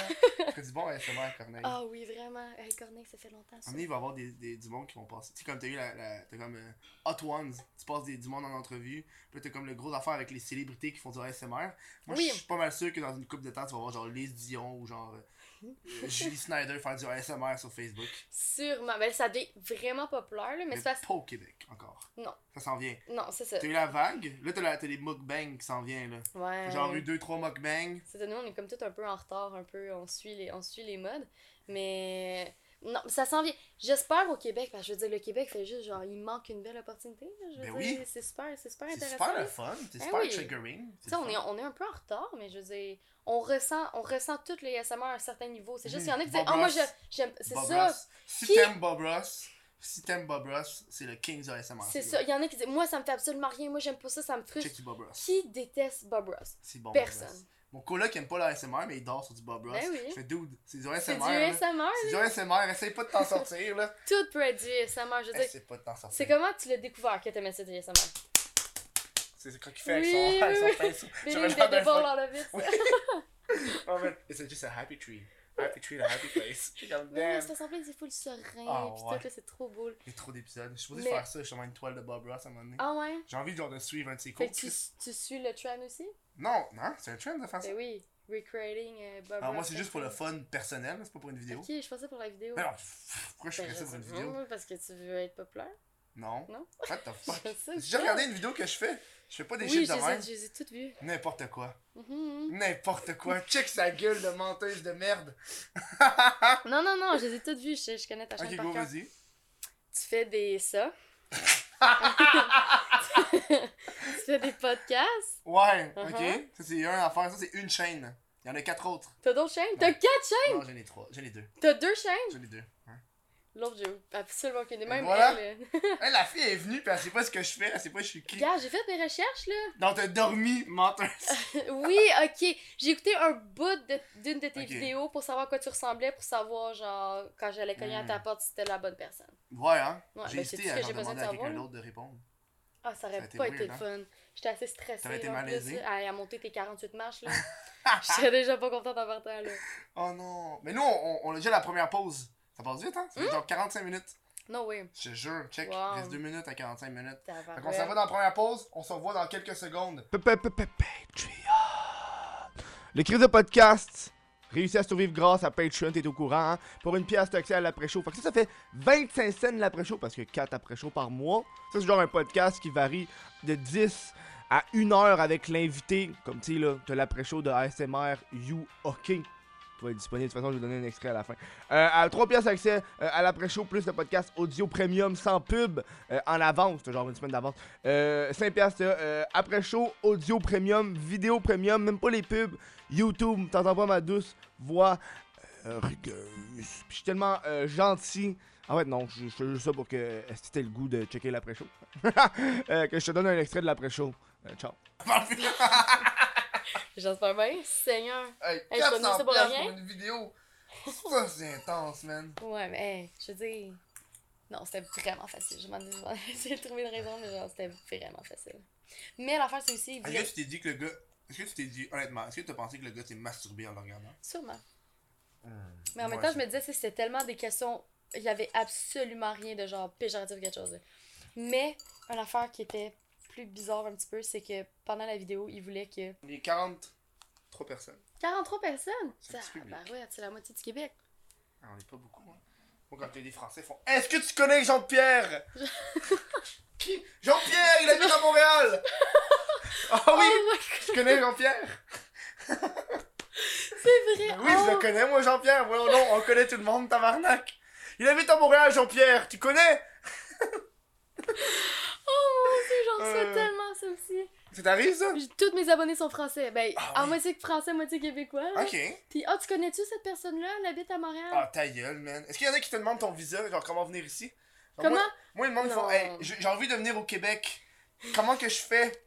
Speaker 1: C'est du bon SMR, Corneille.
Speaker 2: Ah oui, vraiment. Hey, Corneille, ça fait longtemps
Speaker 1: À un moment
Speaker 2: ça.
Speaker 1: donné, il va y avoir des, des- du monde qui vont passer. Tu sais, comme t'as eu la. la- t'as comme euh, Hot Ones. Tu passes des, du monde en entrevue. Puis là, t'as comme le gros affaire avec les célébrités qui font du ASMR. Moi,
Speaker 2: Oui.
Speaker 1: je suis pas mal sûr que dans une coupe de temps, tu vas voir genre Liz Dion ou genre euh, Julie Snyder faire du ASMR sur Facebook.
Speaker 2: Sûrement. Ben, ça devient vraiment populaire, là, mais
Speaker 1: Mais
Speaker 2: c'est parce
Speaker 1: pas au Québec encore.
Speaker 2: Non.
Speaker 1: Ça s'en vient.
Speaker 2: Non, c'est ça.
Speaker 1: T'as eu la vague. Là, t'as la- t'as les mukbangs qui s'en viennent, là.
Speaker 2: Ouais.
Speaker 1: Genre eu 2-3 mukbangs.
Speaker 2: C'est nous, on est comme tout un peu en retard, un peu, on suit les, on suit les modes. Mais non, ça s'en vient. J'espère au Québec, parce que je veux dire, le Québec fait juste genre, il manque une belle opportunité. là, je veux
Speaker 1: Ben
Speaker 2: dire,
Speaker 1: oui.
Speaker 2: C'est super, c'est super
Speaker 1: C'est
Speaker 2: intéressant.
Speaker 1: super
Speaker 2: là.
Speaker 1: le fun, c'est
Speaker 2: Ben
Speaker 1: super
Speaker 2: oui.
Speaker 1: triggering.
Speaker 2: Tu
Speaker 1: c'est
Speaker 2: sais,
Speaker 1: le
Speaker 2: on est,
Speaker 1: fun.
Speaker 2: on est un peu en retard, mais je veux dire, on ressent, on ressent tout le ASMR à un certain niveau. C'est juste, il y en a qui disent,
Speaker 1: Bob
Speaker 2: ah, moi,
Speaker 1: Ross.
Speaker 2: je- j'aime. C'est
Speaker 1: Bob
Speaker 2: ça.
Speaker 1: Ross. Si
Speaker 2: Qui-
Speaker 1: t'aimes Bob Ross, si t'aimes Bob Ross, c'est le king du ASMR.
Speaker 2: C'est ça. Il y en a qui disent, moi, ça me fait absolument rien, moi, j'aime pas ça, ça me frustre.
Speaker 1: Check du Bob Ross.
Speaker 2: Qui déteste Bob Ross
Speaker 1: C'est bon. Bob Ross.
Speaker 2: Personne.
Speaker 1: Mon coloc aime pas l'ASMR, mais il dort sur du Bob Ross.
Speaker 2: Ben oui.
Speaker 1: Je fais dude, c'est du
Speaker 2: C'est
Speaker 1: ASMR.
Speaker 2: du
Speaker 1: là.
Speaker 2: ASMR,
Speaker 1: C'est du ASMR, essaye pas de t'en sortir là.
Speaker 2: tout peut être du ASMR. Je veux dire,
Speaker 1: Essaye pas de t'en sortir.
Speaker 2: c'est comment tu l'as découvert que t'aimais ça du ASMR?
Speaker 1: C'est quand il fait avec
Speaker 2: Oui,
Speaker 1: son- avec son
Speaker 2: oui,
Speaker 1: pinceau.
Speaker 2: Billy,
Speaker 1: J'aurais
Speaker 2: il
Speaker 1: l'air
Speaker 2: était
Speaker 1: d'un
Speaker 2: debout
Speaker 1: fuck-
Speaker 2: dans le vide.
Speaker 1: Oui. Oh, man, It's just a happy tree. Happy tree, a happy place. J'étais comme,
Speaker 2: Mais
Speaker 1: damn.
Speaker 2: oui, ça semblait c'est full serein,
Speaker 1: Ah,
Speaker 2: pis
Speaker 1: ouais.
Speaker 2: tout, là, c'est trop beau. là.
Speaker 1: Il y a trop d'épisodes. Je suis supposé
Speaker 2: Mais-
Speaker 1: faire ça, je suis vraiment une toile de Bob Ross à un moment donné.
Speaker 2: Ah ouais?
Speaker 1: J'ai envie genre, de suivre un de ses cours.
Speaker 2: Fait que tu, tu suis le trend aussi?
Speaker 1: Non, non, c'est un trend de faire ça.
Speaker 2: Ben oui, recreating euh, Bob
Speaker 1: Alors, Ah, moi,
Speaker 2: Ross.
Speaker 1: c'est juste pour le fun personnel, c'est pas pour une vidéo.
Speaker 2: Ok, je pensais pour la vidéo.
Speaker 1: Mais non, pff, pourquoi je
Speaker 2: Ben,
Speaker 1: ferais ça pour
Speaker 2: sais
Speaker 1: une vidéo
Speaker 2: pas, Parce que tu veux être populaire?
Speaker 1: Non.
Speaker 2: Non.
Speaker 1: What the fuck
Speaker 2: Je sais
Speaker 1: J'ai déjà
Speaker 2: pas.
Speaker 1: regardé une vidéo que je fais. Je fais pas des
Speaker 2: Oui,
Speaker 1: shit
Speaker 2: je
Speaker 1: de même.
Speaker 2: les ai- je les ai toutes vues.
Speaker 1: N'importe quoi.
Speaker 2: Mhm.
Speaker 1: N'importe quoi. Check sa gueule de menteuse de merde.
Speaker 2: Non, non, non, je les ai toutes vues, je, je connais ta chaîne
Speaker 1: Ah! Ok,
Speaker 2: par
Speaker 1: go,
Speaker 2: cœur.
Speaker 1: vas-y.
Speaker 2: Tu fais des ça. tu fais des podcasts.
Speaker 1: Ouais,
Speaker 2: Uh-huh.
Speaker 1: ok. Ça, c'est un affaire. Ça, c'est une chaîne. Il y en a quatre autres.
Speaker 2: T'as d'autres chaînes? T'as quatre chaînes?
Speaker 1: Non, j'en ai trois. J'en ai deux.
Speaker 2: T'as deux chaînes?
Speaker 1: J'en ai deux. Hein.
Speaker 2: L'autre, j'ai absolument aucune. Même
Speaker 1: voilà.
Speaker 2: elle. euh.
Speaker 1: Hey, la fille est venue, puis elle sait pas ce que je fais. Elle sait pas je suis qui.
Speaker 2: Gars, j'ai fait mes recherches, là.
Speaker 1: Donc, t'as dormi, menteuse.
Speaker 2: Oui, ok. J'ai écouté un bout de- d'une de, tes
Speaker 1: Ok.
Speaker 2: vidéos pour savoir à quoi tu ressemblais, pour savoir, genre, quand j'allais cogner à ta
Speaker 1: Hmm.
Speaker 2: porte, si c'était la bonne personne.
Speaker 1: Ouais, hein.
Speaker 2: Ouais,
Speaker 1: j'ai
Speaker 2: ben,
Speaker 1: hésité
Speaker 2: sais-tu
Speaker 1: à
Speaker 2: que
Speaker 1: genre,
Speaker 2: j'ai besoin
Speaker 1: demander
Speaker 2: de
Speaker 1: à quelqu'un
Speaker 2: savoir, là?
Speaker 1: d'autre de répondre.
Speaker 2: Ah, ça aurait
Speaker 1: Ça a été
Speaker 2: pas
Speaker 1: weird,
Speaker 2: été le
Speaker 1: hein?
Speaker 2: fun. J'étais assez stressée.
Speaker 1: T'aurais été
Speaker 2: là, en plus,
Speaker 1: malaisée?
Speaker 2: là. à, à monter tes 48 marches, là. J'étais déjà pas contente en partant, là.
Speaker 1: Oh non. Mais nous, on, on a déjà la première pause. Ça passe vite, hein? Ça fait genre 45 minutes.
Speaker 2: No way.
Speaker 1: Je te jure, check.
Speaker 2: Hmm? Wow.
Speaker 1: Reste 2 minutes à 45 minutes. Fait qu'on
Speaker 2: Tabarouette.
Speaker 1: s'en va dans la première pause. On se revoit dans quelques secondes.
Speaker 4: Le cri de podcast réussit à survivre grâce à Patreon, t'es au courant. hein? Pour une pièce, t'as accès à l'après-show. Fait que ça, ça fait 25 cents de l'après-show parce que 4 après-show par mois. Ça, c'est genre un podcast qui varie de 10 à 1 heure avec l'invité. Comme tu sais, là, t'as l'après-show de ASMR You Hockey. Qui va être disponible. De toute façon, je vais donner un extrait à la fin. Euh, à 3 pièces d'accès euh, à l'après-show plus le podcast audio premium sans pub euh, en avance. T'as genre une semaine d'avance. Euh, 5 piastres, t'as, euh, après-show, audio premium, vidéo premium, même pas les pubs. YouTube, t'entends pas ma douce voix euh, rugueuse. Puis je suis tellement euh, gentil. En fait, non, je je fais juste ça pour que euh, si t'aies le goût de checker l'après-show. Euh, que je te donne un extrait de l'après-show. Euh, ciao.
Speaker 2: J'espère bien. Seigneur.
Speaker 1: Hey,
Speaker 2: Hey, je suis
Speaker 1: 400
Speaker 2: pas pour
Speaker 1: piastres
Speaker 2: rien.
Speaker 1: pour une vidéo. Ça, c'est intense, man.
Speaker 2: Ouais, mais hey, je veux dire. Non, c'était vraiment facile. Je m'en ai je m'en ai essayé de trouver une raison, mais genre, c'était vraiment facile. Mais l'affaire, c'est aussi.
Speaker 1: Est-ce que tu t'es dit que le gars. Est-ce que tu t'es dit, honnêtement, est-ce que t'as pensé que le gars s'est masturbé en le regardant?
Speaker 2: Sûrement.
Speaker 1: Ah,
Speaker 2: Mais en même temps, je me disais, tu sais, c'était tellement des questions. Il y avait absolument rien de genre péjoratif ou quelque chose. là. Mais, une affaire qui était plus bizarre un petit peu, c'est que pendant la vidéo, il voulait que.
Speaker 1: Il y a 43 personnes.
Speaker 2: 43 personnes!
Speaker 1: C'est un petit public.
Speaker 2: Tabarouette, c'est la moitié du Québec.
Speaker 1: Ah, on est pas beaucoup, hein. Moi, quand il y a des Français, ils font Est-ce que tu connais Jean-Pierre Qui Jean-Pierre, il habite à Montréal Ah oui
Speaker 2: Oh my
Speaker 1: Tu connais Jean-Pierre
Speaker 2: god, c'est vrai.
Speaker 1: Ben Oui, je le
Speaker 2: Oh.
Speaker 1: connais, moi, Jean-Pierre. Voyons donc, on connaît tout le monde, tabarnak. Il habite à Montréal, Jean-Pierre. Tu connais
Speaker 2: Oh mon dieu, j'en reçois
Speaker 1: Euh.
Speaker 2: tellement ça aussi.
Speaker 1: Ça t'arrive, ça
Speaker 2: J'ai- Toutes mes abonnés sont français. Ben,
Speaker 1: Ah
Speaker 2: à
Speaker 1: oui.
Speaker 2: moitié français, moitié québécois. là.
Speaker 1: Ok.
Speaker 2: Puis, ah, tu connais-tu cette personne-là? Elle habite à Montréal.
Speaker 1: Ah, ta gueule, man. Est-ce qu'il y en a qui te demandent ton visa, genre comment venir ici Genre,
Speaker 2: Comment?
Speaker 1: Moi, moi, ils me demandent, ils font,
Speaker 2: Non.
Speaker 1: hey, j'ai j'ai envie de venir au Québec. Comment que je fais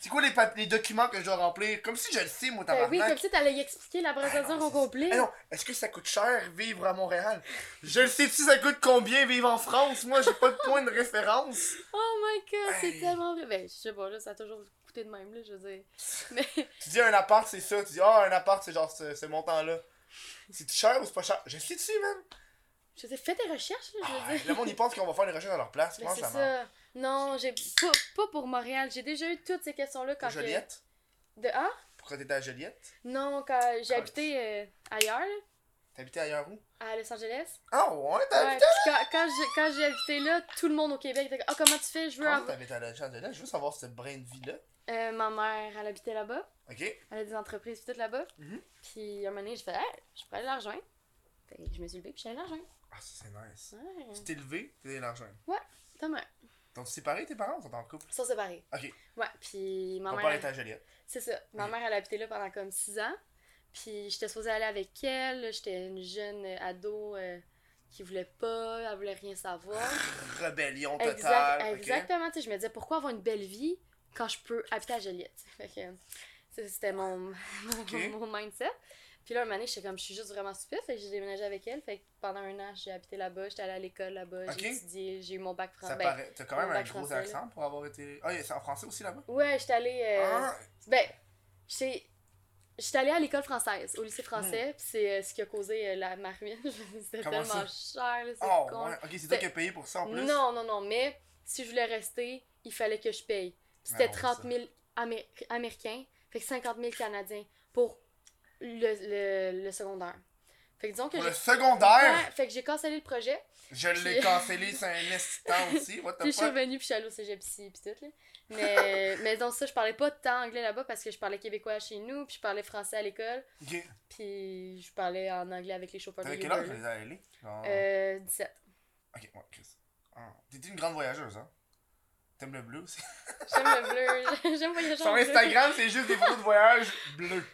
Speaker 1: C'est quoi les, pap- les documents que je dois remplir Comme si je le sais, moi,
Speaker 2: Ben
Speaker 1: tabarnak.
Speaker 2: oui, comme si t'allais y expliquer la
Speaker 1: Ah
Speaker 2: brasseur
Speaker 1: non,
Speaker 2: au
Speaker 1: c'est-
Speaker 2: complet.
Speaker 1: Ah non, est-ce que ça coûte cher vivre à Montréal? Je le sais-tu, ça coûte combien vivre en France? Moi, j'ai pas de point de référence.
Speaker 2: Oh my god, c'est
Speaker 1: Hey.
Speaker 2: tellement vrai. Ben, je sais pas, là, ça a toujours coûté de même, là, je veux dire. Mais,
Speaker 1: Tu dis un appart, c'est ça. Tu dis, ah, un appart, c'est genre ce, ce montant-là. C'est cher ou c'est pas cher? Je le sais-tu, man?
Speaker 2: je sais, fais tes recherches, là, je
Speaker 1: Ah,
Speaker 2: veux dire.
Speaker 1: le monde, ils pense qu'on va faire des recherches à leur place.
Speaker 2: Ben,
Speaker 1: Comment
Speaker 2: c'est
Speaker 1: ça marche?
Speaker 2: ça. Non, j'ai pas, pas pour Montréal. J'ai déjà eu toutes ces questions-là quand que-
Speaker 1: Joliette?
Speaker 2: De ah
Speaker 1: Pourquoi t'étais à Joliette?
Speaker 2: Non, quand j'ai
Speaker 1: Cool.
Speaker 2: habité euh, ailleurs, là,
Speaker 1: T'habitais ailleurs où?
Speaker 2: à Los Angeles.
Speaker 1: Ah ouais,
Speaker 2: Ouais,
Speaker 1: t'habitais
Speaker 2: puis quand, quand j'ai- quand j'ai habité là, tout le monde au Québec était comme Ah, comment tu fais Je veux.
Speaker 1: Comment
Speaker 2: avoir-
Speaker 1: t'habites à Los Angeles? Je veux savoir ce brin de vie-là.
Speaker 2: Euh, ma mère, elle habitait là-bas.
Speaker 1: OK?
Speaker 2: Elle a des entreprises puis tout là-bas.
Speaker 1: Mhm.
Speaker 2: Puis un moment donné, j'ai fait Hey, je pourrais aller la rejoindre. Fait que je me suis levée puis je suis allée la rejoindre.
Speaker 1: Ah, ça, c'est nice.
Speaker 2: Ouais,
Speaker 1: Tu t'es levé, t'es allé l'argent.
Speaker 2: ta mère.
Speaker 1: T'as séparé tes parents ou t'es en couple?
Speaker 2: Ils sont séparés.
Speaker 1: Ok.
Speaker 2: Ouais, puis ma
Speaker 1: Ton
Speaker 2: mère.
Speaker 1: père était à Joliette.
Speaker 2: C'est ça. Ma
Speaker 1: Ok.
Speaker 2: mère, elle a habité là pendant comme 6 ans. Puis j'étais supposée aller avec elle. J'étais une jeune euh, ado euh, qui voulait pas, elle voulait rien savoir.
Speaker 1: Rébellion totale.
Speaker 2: Exact,
Speaker 1: ok?
Speaker 2: Exactement. Tu sais, je me disais, pourquoi avoir une belle vie quand je peux habiter à Joliette? Fait que ça, c'était mon, mon, mon mindset. Puis là, un moment donné, j'étais comme, je suis juste vraiment stupide. Fait que j'ai déménagé avec elle. Fait que pendant un an, j'ai habité là-bas. J'étais allée à l'école là-bas.
Speaker 1: Ok.
Speaker 2: J'ai étudié. J'ai eu mon bac
Speaker 1: Ça
Speaker 2: français. Ben,
Speaker 1: paraît. T'as quand même
Speaker 2: mon
Speaker 1: un
Speaker 2: bac
Speaker 1: gros
Speaker 2: français, là.
Speaker 1: accent pour avoir été. Ah, c'est en français aussi là-bas?
Speaker 2: ouais, j'étais allée... euh,
Speaker 1: Ah,
Speaker 2: Ben, j'étais. J'étais allée à l'école française, au lycée français, pis c'est euh, ce qui a causé euh, la, ma ruine. C'était
Speaker 1: Hmm. Comment
Speaker 2: tellement
Speaker 1: ça?
Speaker 2: cher, là, c'est
Speaker 1: oh,
Speaker 2: con.
Speaker 1: ouais. Ok, c'est toi
Speaker 2: C'est-
Speaker 1: qui as payé pour ça en plus?
Speaker 2: non, non, non, mais si je voulais rester, il fallait que je paye. Pis C'était
Speaker 1: Ah, ouais,
Speaker 2: 30
Speaker 1: c'est
Speaker 2: 000 Amé- Américains, fait que 50 000 Canadiens pour le, le, le secondaire. Fait que disons que
Speaker 1: Pour
Speaker 2: j'ai.
Speaker 1: le secondaire,
Speaker 2: Ouais, fait que j'ai cancellé le projet,
Speaker 1: je l'ai
Speaker 2: Puis-
Speaker 1: cancellé, c'est un instant aussi. What
Speaker 2: Puis
Speaker 1: the
Speaker 2: je suis
Speaker 1: fuck?
Speaker 2: revenue, puis je suis allée au cégep ici, puis tout, là. Mais, mais donc ça, je parlais pas tant anglais là-bas parce que je parlais québécois chez nous, puis je parlais français à l'école.
Speaker 1: Ok.
Speaker 2: Puis je parlais en anglais avec les chauffeurs de
Speaker 1: T'avais
Speaker 2: Uber.
Speaker 1: quel âge quand les as allés? Genre-
Speaker 2: Euh, 17.
Speaker 1: Ok, ouais, Chris. Ah. T'étais une grande voyageuse, hein? T'aimes le bleu aussi?
Speaker 2: J'aime le bleu. J'aime voyager
Speaker 1: Sur
Speaker 2: en bleu.
Speaker 1: Instagram, c'est juste des photos de voyage bleues.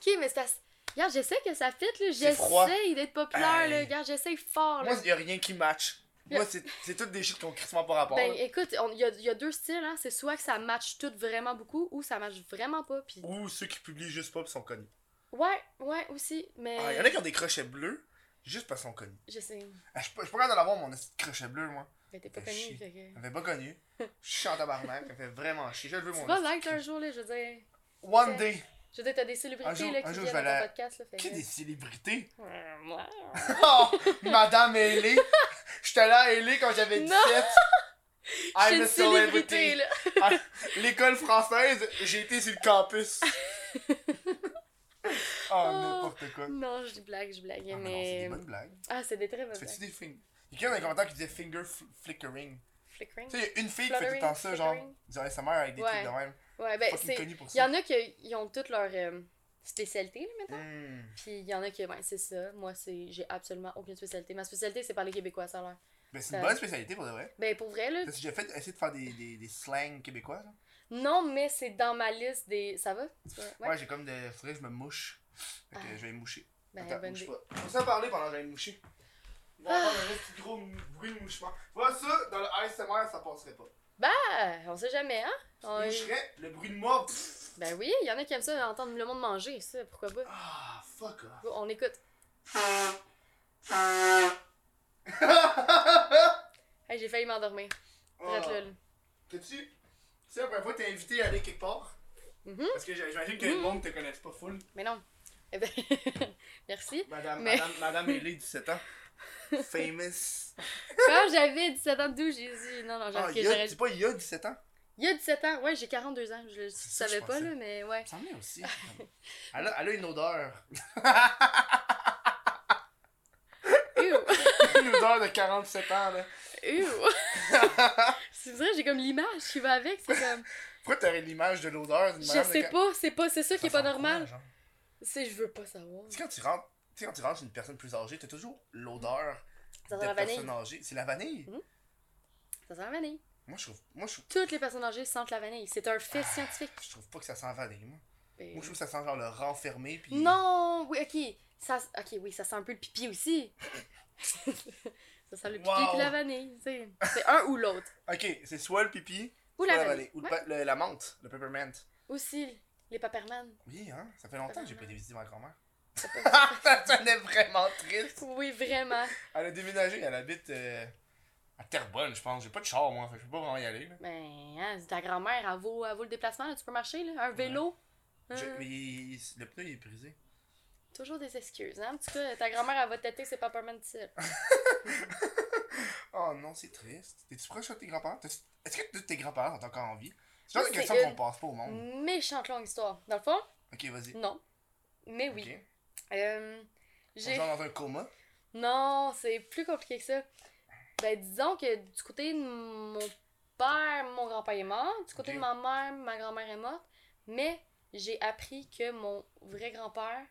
Speaker 2: Ok, mais c'est assez... Regarde, j'essaie que ça fit, là.
Speaker 1: froid.
Speaker 2: J'essaie d'être populaire, là.
Speaker 1: Hey.
Speaker 2: Regarde, j'essaie fort, là.
Speaker 1: Moi, il a rien qui match. Moi, c'est c'est toutes des shit qui ont crissement pas rapport.
Speaker 2: Ben,
Speaker 1: là.
Speaker 2: écoute, on- il y a, il y a deux styles, hein. C'est soit que ça match tout vraiment beaucoup ou ça match vraiment pas. Puis...
Speaker 1: Ou ceux qui publient juste pas pis sont connus.
Speaker 2: Ouais, ouais, aussi. Mais.
Speaker 1: Ah, il y en a qui ont des crochets bleus juste parce qu'ils sont connus.
Speaker 2: Je sais.
Speaker 1: Ah, je suis pas je suis pas capable de l'avoir, mon esti de crochet bleu, moi.
Speaker 2: Mais t'es pas
Speaker 1: Fais chier.
Speaker 2: connu. fait que-
Speaker 1: Elle fait pas connu. Je suis en tabarnak, elle fait vraiment chier. Je le veux,
Speaker 2: Tu
Speaker 1: mon
Speaker 2: vas
Speaker 1: esti de
Speaker 2: l'être un
Speaker 1: crochet.
Speaker 2: jour, là. Je veux dire.
Speaker 1: One day.
Speaker 2: Je veux dire, t'as des
Speaker 1: Un
Speaker 2: célébrités,
Speaker 1: jour-
Speaker 2: là,
Speaker 1: un
Speaker 2: qui
Speaker 1: jour,
Speaker 2: viennent
Speaker 1: je vais
Speaker 2: dans ton
Speaker 1: la-
Speaker 2: podcast, là. Fait
Speaker 1: Qui
Speaker 2: que-
Speaker 1: des célébrités?
Speaker 2: Euh, moi.
Speaker 1: Oh, Madame Ailey. J'étais là à Ailey quand j'avais
Speaker 2: Non.
Speaker 1: 17.
Speaker 2: Je suis
Speaker 1: I'm
Speaker 2: une
Speaker 1: a
Speaker 2: célébrité,
Speaker 1: celebrity.
Speaker 2: là.
Speaker 1: Ah, L'école française, j'ai été sur le campus. oh, n'importe quoi.
Speaker 2: Ah. Non, je blague, je blague.
Speaker 1: Ah, mais non, c'est
Speaker 2: mais.
Speaker 1: des bonnes blagues.
Speaker 2: Ah, c'est des très bonnes
Speaker 1: Tu fais-tu
Speaker 2: blagues.
Speaker 1: des fingers? Il y a quelqu'un dans les commentaires qui disait finger fl- flickering.
Speaker 2: Flickering.
Speaker 1: Tu sais, il y a une fille qui fait tout le temps ça, genre,
Speaker 2: Fluttering,
Speaker 1: du ASMR avec des
Speaker 2: Ouais.
Speaker 1: trucs de même.
Speaker 2: Ouais, ben,
Speaker 1: Fucking
Speaker 2: c'est.
Speaker 1: connu pour
Speaker 2: Il y
Speaker 1: ça.
Speaker 2: en a qui ils ont toutes leurs euh, spécialités, là, maintenant.
Speaker 1: Hmm.
Speaker 2: Puis il y en a qui, ben, c'est ça. Moi, c'est j'ai absolument aucune spécialité. Ma spécialité, c'est parler québécois, ça a l'air.
Speaker 1: Ben, c'est une
Speaker 2: Ça-
Speaker 1: bonne spécialité pour de vrai.
Speaker 2: Ben, pour vrai, là.
Speaker 1: T'as déjà fait essayer de faire des, des, des slangs québécois, genre?
Speaker 2: Non, mais c'est dans ma liste des. Ça va?
Speaker 1: Ouais,
Speaker 2: Ouais.
Speaker 1: j'ai comme de. Faudrait que je me mouche. Fait que
Speaker 2: Ah.
Speaker 1: je vais me moucher.
Speaker 2: Ben,
Speaker 1: Attends,
Speaker 2: bonne
Speaker 1: bouge
Speaker 2: idée. Ah.
Speaker 1: pas. Faut ça parler pendant que je vais me moucher. Il va y avoir un petit gros mou- bruit de mouchement. Voilà, ça, dans le ASMR, ça passerait pas.
Speaker 2: Ah, on sait jamais, hein? On-
Speaker 1: Je moucherais, le bruit de moi. pff.
Speaker 2: Ben oui, il y en a qui aiment ça, entendre le monde manger, ça, pourquoi pas?
Speaker 1: Ah, fuck off.
Speaker 2: Go, On écoute.
Speaker 1: Ah.
Speaker 2: Hey, j'ai failli m'endormir.
Speaker 1: Oh.
Speaker 2: Drette là, là.
Speaker 1: T'as-tu. C'est la première fois que t'es invité à aller quelque part?
Speaker 2: Mhm.
Speaker 1: Parce que j'imagine que le
Speaker 2: Mhm.
Speaker 1: monde te connaisse pas full.
Speaker 2: Mais non. Eh ben, Merci.
Speaker 1: Madame,
Speaker 2: Mais-
Speaker 1: Madame, Madame Ailey, 17 ans. Famous.
Speaker 2: Quand j'avais 17 ans, d'où j'ai dit. Non, non, j'ai
Speaker 1: Ah,
Speaker 2: ok,
Speaker 1: il y a-
Speaker 2: j'aurais-
Speaker 1: c'est pas il y a 17 ans?
Speaker 2: Il y a 17 ans, ouais, j'ai 42 ans. Je le
Speaker 1: C'est ça, je
Speaker 2: savais pas,
Speaker 1: pensais.
Speaker 2: là, mais ouais.
Speaker 1: Ça me aussi. elle, a, elle a une odeur.
Speaker 2: Ew.
Speaker 1: une odeur de 47 ans, là.
Speaker 2: Ew. c'est vrai, j'ai comme l'image qui va avec. C'est comme.
Speaker 1: Pourquoi t'aurais l'image de l'odeur d'une
Speaker 2: Je
Speaker 1: madame de
Speaker 2: sais
Speaker 1: quar-
Speaker 2: pas, c'est pas, c'est ça qui est pas
Speaker 1: Ça sent
Speaker 2: normal.
Speaker 1: quoi, genre?
Speaker 2: C'est, je veux pas savoir.
Speaker 1: Tu sais, quand tu rentres, tu sais, quand tu rentres chez une personne plus âgée, t'as toujours l'odeur
Speaker 2: Ça
Speaker 1: de
Speaker 2: sent la
Speaker 1: la
Speaker 2: vanille.
Speaker 1: personne âgée. C'est la vanille.
Speaker 2: Ça sent la vanille.
Speaker 1: Moi, je trouve, moi, je trouve,
Speaker 2: Toutes les personnes âgées sentent la vanille. C'est un fait scientifique.
Speaker 1: je trouve pas que ça sent la vanille, moi.
Speaker 2: Ben,
Speaker 1: Ah. Moi, je trouve que ça sent genre le renfermé, puis...
Speaker 2: Non, oui, ok. Ça, ok, oui, ça sent un peu le pipi aussi. ça sent le pipi
Speaker 1: Wow.
Speaker 2: et la vanille. tu sais. C'est un ou l'autre.
Speaker 1: Ok, c'est soit le pipi,
Speaker 2: Ou
Speaker 1: soit
Speaker 2: la vanille.
Speaker 1: Ou le
Speaker 2: Ouais.
Speaker 1: pa- le- la menthe, le peppermint.
Speaker 2: Aussi, les paperman.
Speaker 1: Oui, hein, ça fait longtemps que j'ai pas été visiter ma grand-mère.
Speaker 2: Ça peut-
Speaker 1: ça sonnait vraiment triste.
Speaker 2: Oui, vraiment.
Speaker 1: Elle a déménagé, elle habite euh, à Terrebonne, je pense. J'ai pas de char, moi, fait que je peux pas vraiment y aller, là.
Speaker 2: Ben, hein, c'est ta grand-mère, elle vaut, elle vaut le déplacement, là, tu peux marcher, là, un vélo.
Speaker 1: Je-
Speaker 2: Hein,
Speaker 1: mais il- il- le pneu, il est brisé.
Speaker 2: Toujours des excuses, hein? En tout cas, ta grand-mère, elle va têter ses paperman seule.
Speaker 1: Oh non, c'est triste. T'es-tu proche de tes grands-parents? T'as- Est-ce que tous tes grands-parents sont encore en vie? C'est genre
Speaker 2: Ça,
Speaker 1: une
Speaker 2: c'est
Speaker 1: question
Speaker 2: une-
Speaker 1: qu'on passe pas au monde.
Speaker 2: Méchante longue histoire. Dans le fond,
Speaker 1: Ok, vas-y.
Speaker 2: non. Mais oui.
Speaker 1: Ok.
Speaker 2: Euh,
Speaker 1: Ils
Speaker 2: j'ai...
Speaker 1: sont genre dans un coma.
Speaker 2: Non, c'est plus compliqué que ça. Ben, disons que du côté de mon père, mon grand-père est mort. Du côté
Speaker 1: Ok.
Speaker 2: de ma mère, ma grand-mère est morte. Mais j'ai appris que mon vrai grand-père,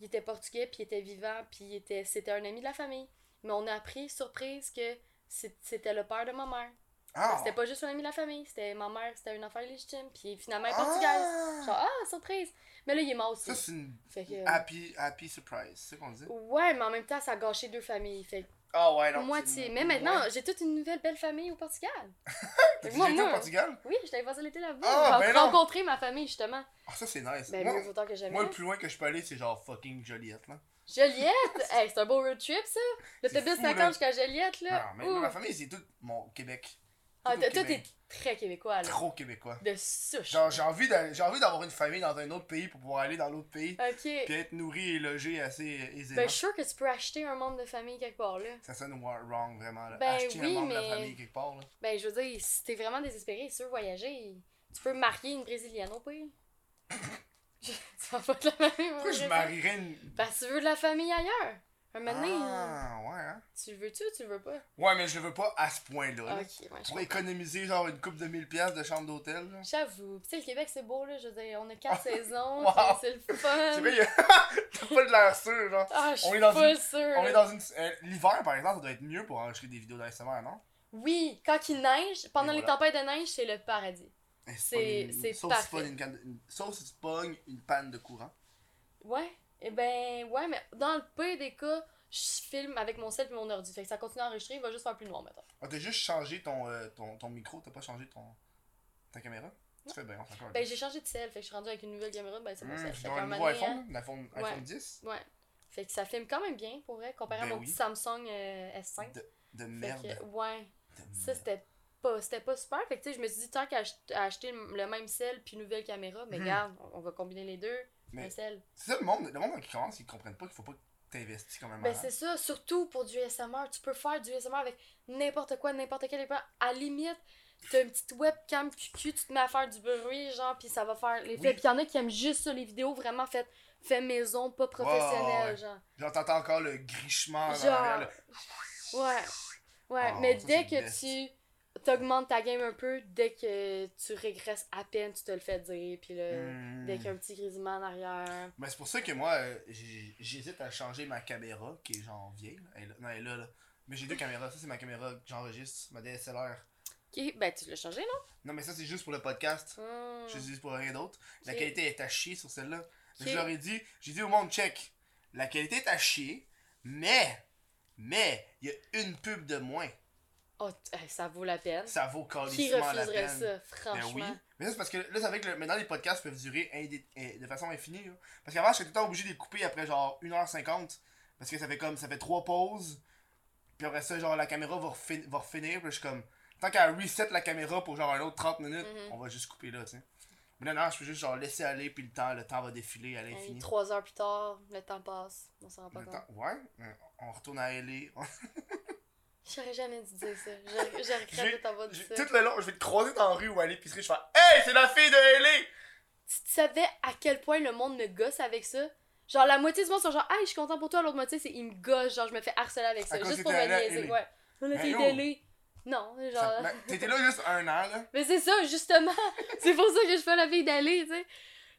Speaker 2: il était portugais, puis il était vivant, puis il était... c'était un ami de la famille. Mais on a appris, surprise, que c'est- c'était le père de ma mère.
Speaker 1: Ah!
Speaker 2: C'était pas juste un ami de la famille, c'était ma mère, c'était une affaire légitime, puis finalement, elle est portugaise.
Speaker 1: Ah!
Speaker 2: Genre, ah, surprise! Mais là, il est mort aussi.
Speaker 1: Ça, c'est une
Speaker 2: Fait que...
Speaker 1: happy, happy surprise. C'est ça qu'on dit?
Speaker 2: Ouais, mais en même temps, ça a gâché deux familles. Fait que
Speaker 1: Ah ouais, non.
Speaker 2: moitié.
Speaker 1: c'est-
Speaker 2: Mais maintenant,
Speaker 1: Ouais.
Speaker 2: j'ai toute une nouvelle belle famille au Portugal.
Speaker 1: T'as
Speaker 2: moi,
Speaker 1: déjà été au
Speaker 2: moi.
Speaker 1: Portugal?
Speaker 2: Oui, je t'avais passé l'été là-bas.
Speaker 1: Ah,
Speaker 2: J'ai
Speaker 1: ben non.
Speaker 2: rencontré ma famille, justement.
Speaker 1: Ah, ça, c'est nice.
Speaker 2: Ben,
Speaker 1: moi,
Speaker 2: mieux autant que jamais.
Speaker 1: moi, le plus loin que je peux aller, c'est genre fucking Joliette, là.
Speaker 2: Joliette! hey, c'est un beau road trip, ça! L'autobus
Speaker 1: fou, là.
Speaker 2: t'attend jusqu'à Joliette, là.
Speaker 1: Non, Ah, mais
Speaker 2: Ouh.
Speaker 1: ma famille, c'est tout mon Québec.
Speaker 2: Ah,
Speaker 1: au
Speaker 2: toi, toi, t'es
Speaker 1: Québec.
Speaker 2: très québécois, là.
Speaker 1: Trop québécois.
Speaker 2: De souche.
Speaker 1: Genre, j'ai envie d'aller- j'ai envie d'avoir une famille dans un autre pays pour pouvoir aller dans l'autre pays.
Speaker 2: Ok.
Speaker 1: Puis être nourri et logé assez aisément.
Speaker 2: Ben, je suis sûre que tu peux acheter un membre de famille quelque part, là.
Speaker 1: Ça sonne wa- wrong, vraiment. Là.
Speaker 2: Ben
Speaker 1: Acheter
Speaker 2: oui,
Speaker 1: un membre de la
Speaker 2: mais-
Speaker 1: famille quelque part. Là.
Speaker 2: Ben, je veux dire, si t'es vraiment désespéré, sûr, voyager, tu peux marier une Brésilienne au pays. tu vas pas de la famille,
Speaker 1: Pourquoi je marierais une.
Speaker 2: Parce que Ben, tu veux de la famille ailleurs. Un moment donné,
Speaker 1: Ah, ouais, hein.
Speaker 2: tu le veux-tu ou tu le veux pas?
Speaker 1: Ouais, mais je le veux pas à ce point-là. là.
Speaker 2: Ok, ouais, je
Speaker 1: Pour économiser genre une coupe de 1000$ piastres de chambre d'hôtel. là.
Speaker 2: J'avoue. Tu sais, le Québec, c'est beau, là. Je veux dire, on a quatre saisons.
Speaker 1: Wow.
Speaker 2: puis C'est le
Speaker 1: C'est vrai,
Speaker 2: fun.
Speaker 1: y a- t'as pas de l'air sûr, genre.
Speaker 2: Ah, je
Speaker 1: On
Speaker 2: suis
Speaker 1: est dans
Speaker 2: pas
Speaker 1: une-
Speaker 2: sûre.
Speaker 1: On est dans une. euh, L'hiver, par exemple, ça doit être mieux pour enregistrer des vidéos d'ASMR, non?
Speaker 2: Oui, quand il neige, pendant
Speaker 1: Et
Speaker 2: les
Speaker 1: voilà.
Speaker 2: tempêtes de neige, c'est le paradis.
Speaker 1: Eh,
Speaker 2: C'est-
Speaker 1: pas une-
Speaker 2: c'est
Speaker 1: sauf si tu
Speaker 2: parfait.
Speaker 1: pognes une canne de- une- Sauf si tu pognes une panne de courant.
Speaker 2: Ouais. Eh ben, ouais, mais dans le pire des cas, je filme avec mon cell et mon ordi. Fait que ça continue à enregistrer, il va juste faire plus noir, maintenant.
Speaker 1: Ah, t'as juste changé ton, euh, ton, ton micro, t'as pas changé ton. ta caméra? Tu fais bien, on s'en Hmm,
Speaker 2: Ben, j'ai changé de cell, fait que je suis rendue avec une nouvelle caméra, ben c'est mon cell.
Speaker 1: je
Speaker 2: Fait
Speaker 1: dois avoir
Speaker 2: qu'à
Speaker 1: un
Speaker 2: un
Speaker 1: nouveau
Speaker 2: moment donné,
Speaker 1: iPhone, l'iPhone
Speaker 2: Ouais.
Speaker 1: iPhone 10.
Speaker 2: hein, Ouais. Fait que ça filme quand même bien, pour vrai, comparé
Speaker 1: Ben
Speaker 2: à mon
Speaker 1: oui.
Speaker 2: petit Samsung euh, S5.
Speaker 1: De, de
Speaker 2: Fait
Speaker 1: merde.
Speaker 2: que, ouais.
Speaker 1: de
Speaker 2: Ça,
Speaker 1: merde.
Speaker 2: c'était pas, c'était pas super. Fait que, tu sais, je me suis dit, tant qu'à ach- à acheter le le même sel puis une nouvelle caméra, mais
Speaker 1: Mhm.
Speaker 2: regarde, on, on va combiner les deux.
Speaker 1: Mais-
Speaker 2: Un sel.
Speaker 1: C'est ça le monde, le monde qui commence, ils comprennent pas qu'il faut pas que t'investis quand même.
Speaker 2: Ben, c'est ça. Surtout pour du SMR. Tu peux faire du SMR avec n'importe quoi, n'importe quel écran. À la limite, t'as une petite webcam QQ, tu te mets à faire du bruit, genre, puis ça va faire l'effet.
Speaker 1: Oui.
Speaker 2: Puis il y en a qui aiment juste ça, les vidéos vraiment faites fait maison, pas professionnelles,
Speaker 1: ouais.
Speaker 2: genre.
Speaker 1: Genre, t'entends encore le grichement. en arrière,
Speaker 2: Genre.
Speaker 1: là.
Speaker 2: Ouais. Ouais,
Speaker 1: Oh,
Speaker 2: mais
Speaker 1: ça,
Speaker 2: dès
Speaker 1: c'est
Speaker 2: que
Speaker 1: le best.
Speaker 2: tu t'augmentes ta game un peu, dès que tu régresses à peine, tu te le fais dire, puis là,
Speaker 1: Hmm.
Speaker 2: Euh, dès qu'il y a un petit grisement en arrière.
Speaker 1: Mais c'est pour ça que moi, euh, j'ai- j'hésite à changer ma caméra, qui est genre vieille. là. Elle est là- non, elle est là, là. Mais j'ai deux caméras. Ça, c'est ma caméra que j'enregistre, ma DSLR.
Speaker 2: Ok, ben tu l'as changé, non?
Speaker 1: Non, mais ça, c'est juste pour le podcast.
Speaker 2: Hmm.
Speaker 1: Je l'utilise pour rien d'autre. La
Speaker 2: Ok.
Speaker 1: qualité est à chier sur celle-là.
Speaker 2: Ok.
Speaker 1: Je leur ai dit, j'ai dit au monde, check. La qualité est à chier, mais, mais, il y a une pub de moins.
Speaker 2: Oh, t- eh, ça vaut la peine.
Speaker 1: Ça vaut
Speaker 2: Qui
Speaker 1: carrément la
Speaker 2: refuserait
Speaker 1: peine.
Speaker 2: ça,
Speaker 1: Ben
Speaker 2: franchement?
Speaker 1: oui. Mais ça, c'est parce que là, c'est avec le... maintenant, les podcasts peuvent durer indé- eh, de façon infinie. là. Parce qu'avant, j'étais tout le temps obligé de les couper après genre 1h50. Parce que ça fait comme, ça fait trois pauses. Puis après ça, genre, la caméra va, refin- va refinir. Puis je suis comme, tant qu'elle reset la caméra pour genre un autre 30 minutes,
Speaker 2: Mhm.
Speaker 1: on va juste couper là, tu sais. Mais non, non, je peux juste genre laisser aller, puis le temps, le temps va défiler à
Speaker 2: Eh,
Speaker 1: l'infini.
Speaker 2: trois heures plus tard, le temps passe, on s'en rend pas
Speaker 1: Le
Speaker 2: compte.
Speaker 1: temps- Ouais, mais on retourne à LA.
Speaker 2: J'aurais jamais dû dire ça. Je, je regrette
Speaker 1: J'ai-
Speaker 2: de t'avoir dit
Speaker 1: J'ai-
Speaker 2: ça.
Speaker 1: Tout le long, je vais te croiser dans la rue ou à l'épicerie, je fais Hey, c'est la fille de LA!
Speaker 2: Si tu savais à quel point le monde me gosse avec ça, Genre, la moitié du monde sont genre, ah, je suis content pour toi, l'autre moitié, c'est, il me gosse, genre, je me fais harceler avec ça,
Speaker 1: cause
Speaker 2: juste
Speaker 1: que
Speaker 2: pour
Speaker 1: t'es
Speaker 2: me
Speaker 1: allé à
Speaker 2: niaiser.
Speaker 1: Ellie.
Speaker 2: Ouais. On a
Speaker 1: Ben
Speaker 2: fait
Speaker 1: non.
Speaker 2: délai. Non, genre. euh,
Speaker 1: Ça- ben, T'étais là juste un an, là.
Speaker 2: Mais c'est ça, justement. c'est pour ça que je fais la fille d'aller, tu sais.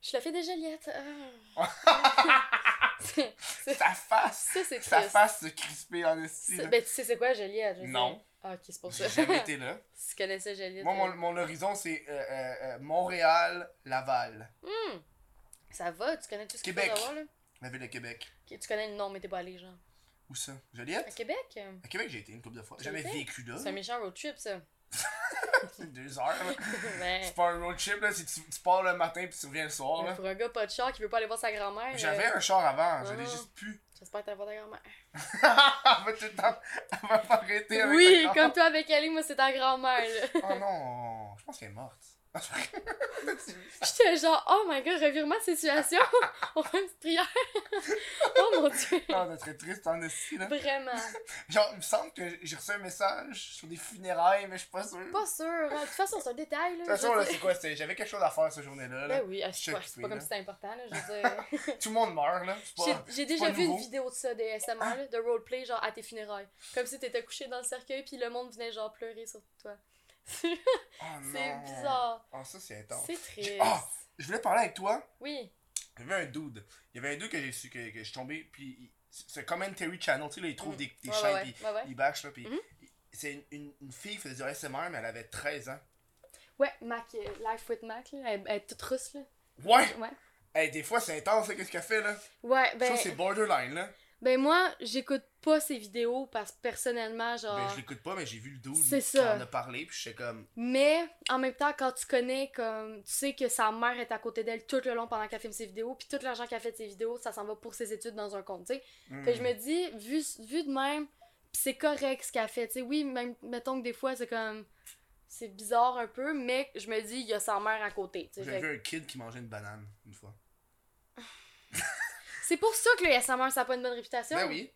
Speaker 2: Je suis la fille de Joliette. Ah. C'est- c'est-
Speaker 1: Sa face.
Speaker 2: ça, c'est
Speaker 1: Sa
Speaker 2: triste.
Speaker 1: face se crisper en esti.
Speaker 2: C'est-
Speaker 1: là.
Speaker 2: Ben, tu sais, c'est quoi Joliette? je sais.
Speaker 1: Non.
Speaker 2: Ah, ok, c'est pour ça.
Speaker 1: J'ai jamais
Speaker 2: tu
Speaker 1: été là.
Speaker 2: connaissais Joliette.
Speaker 1: Moi,
Speaker 2: toi.
Speaker 1: mon, mon horizon, c'est euh, euh, euh, Montréal, Laval,
Speaker 2: Ça va, tu connais tout ce qu'il faut
Speaker 1: Québec.
Speaker 2: savoir, là.
Speaker 1: la ville de Québec.
Speaker 2: Ok, Tu connais le nom, mais t'es pas allé, genre.
Speaker 1: Où ça
Speaker 2: À
Speaker 1: Joliette
Speaker 2: Québec? euh,
Speaker 1: À Québec, j'ai été une couple de fois. J'ai
Speaker 2: J'ai
Speaker 1: jamais
Speaker 2: été.
Speaker 1: vécu là.
Speaker 2: C'est un méchant road trip, ça.
Speaker 1: Deux heures. là.
Speaker 2: ben,
Speaker 1: C'est pas un road trip, là. Si tu, tu pars le matin puis tu reviens le soir, Oh, là.
Speaker 2: pour un gars pas de char qui veut pas aller voir sa grand-mère. euh,
Speaker 1: J'avais un char avant, je
Speaker 2: Ah.
Speaker 1: l'ai juste pu.
Speaker 2: J'espère que t'as pas ta grand-mère.
Speaker 1: Elle va tout le temps. Elle va m'arrêter avec
Speaker 2: Oui,
Speaker 1: le char.
Speaker 2: comme toi avec Ellie, moi c'est ta grand-mère. là.
Speaker 1: Oh non, je pense qu'elle est morte.
Speaker 2: J'étais genre, oh my god, revirement de situation. On fait une prière. oh mon dieu.
Speaker 1: Ah, on est très triste en esti, là.
Speaker 2: Vraiment.
Speaker 1: Genre, il me semble que j'ai reçu un message sur des funérailles, mais je suis pas sûr.
Speaker 2: Pas sûr. hein. De toute façon, c'est un détail. Là,
Speaker 1: De toute
Speaker 2: je
Speaker 1: façon,
Speaker 2: veux
Speaker 1: là,
Speaker 2: dire.
Speaker 1: c'est quoi? c'était- J'avais quelque chose à faire cette journée-là. là.
Speaker 2: Ben oui, à
Speaker 1: Choc
Speaker 2: chaque fois, c'est
Speaker 1: free,
Speaker 2: pas comme
Speaker 1: là.
Speaker 2: si c'était important. Là, je veux dire.
Speaker 1: Tout le monde meurt, là. C'est
Speaker 2: J'ai-
Speaker 1: pas...
Speaker 2: J'ai déjà
Speaker 1: pas
Speaker 2: vu une
Speaker 1: nouveau.
Speaker 2: vidéo de ça, des SMR, là, de roleplay, genre à tes funérailles. Comme si t'étais couché dans le cercueil, puis le monde venait genre pleurer sur toi. c'est
Speaker 1: Oh non.
Speaker 2: bizarre.
Speaker 1: Ah, ça, c'est intense.
Speaker 2: C'est triste.
Speaker 1: Ah! Je voulais parler avec toi.
Speaker 2: Oui.
Speaker 1: Il y avait un dude. Il y avait un dude que j'ai su, que, que je suis tombé, puis il- ce commentary channel, tu sais, là, il trouve
Speaker 2: Mm.
Speaker 1: des, des
Speaker 2: Ouais,
Speaker 1: chaînes,
Speaker 2: ouais, ouais,
Speaker 1: puis
Speaker 2: ouais, ouais.
Speaker 1: il bâche, là, puis
Speaker 2: Mhm.
Speaker 1: il- c'est une, une, une fille qui faisait du ASMR, mais elle avait 13 ans.
Speaker 2: Ouais, Mac, euh, Life with Mac, là, elle, elle est toute russe, là.
Speaker 1: Ouais!
Speaker 2: Ouais.
Speaker 1: Hey, des fois, c'est intense, là, qu'est-ce qu'elle fait, là?
Speaker 2: Ouais,
Speaker 1: Je
Speaker 2: ben.
Speaker 1: trouve que c'est borderline, là.
Speaker 2: Ben moi, j'écoute pas ces vidéos parce que personnellement, genre.
Speaker 1: Ben, je l'écoute pas, mais j'ai vu le dude
Speaker 2: C'est
Speaker 1: qui
Speaker 2: ça.
Speaker 1: en a parlé, puis j'étais comme...
Speaker 2: Mais en même temps, quand tu connais, comme tu sais que sa mère est à côté d'elle tout le long pendant qu'elle filme ses vidéos, puis tout l'argent qu'elle fait de ses vidéos, ça s'en va pour ses études dans un compte, tu sais.
Speaker 1: hmm.
Speaker 2: Fait que je me dis, vu, vu de même, pis c'est correct ce qu'elle fait, tu sais. Oui, même, mettons que des fois, c'est comme. C'est bizarre un peu, mais je me dis, il y a sa mère à côté, tu sais.
Speaker 1: J'ai
Speaker 2: Fait que
Speaker 1: vu un kid qui mangeait une banane, une fois.
Speaker 2: C'est pour ça que le SMR, ça a pas une bonne réputation.
Speaker 1: Ben oui.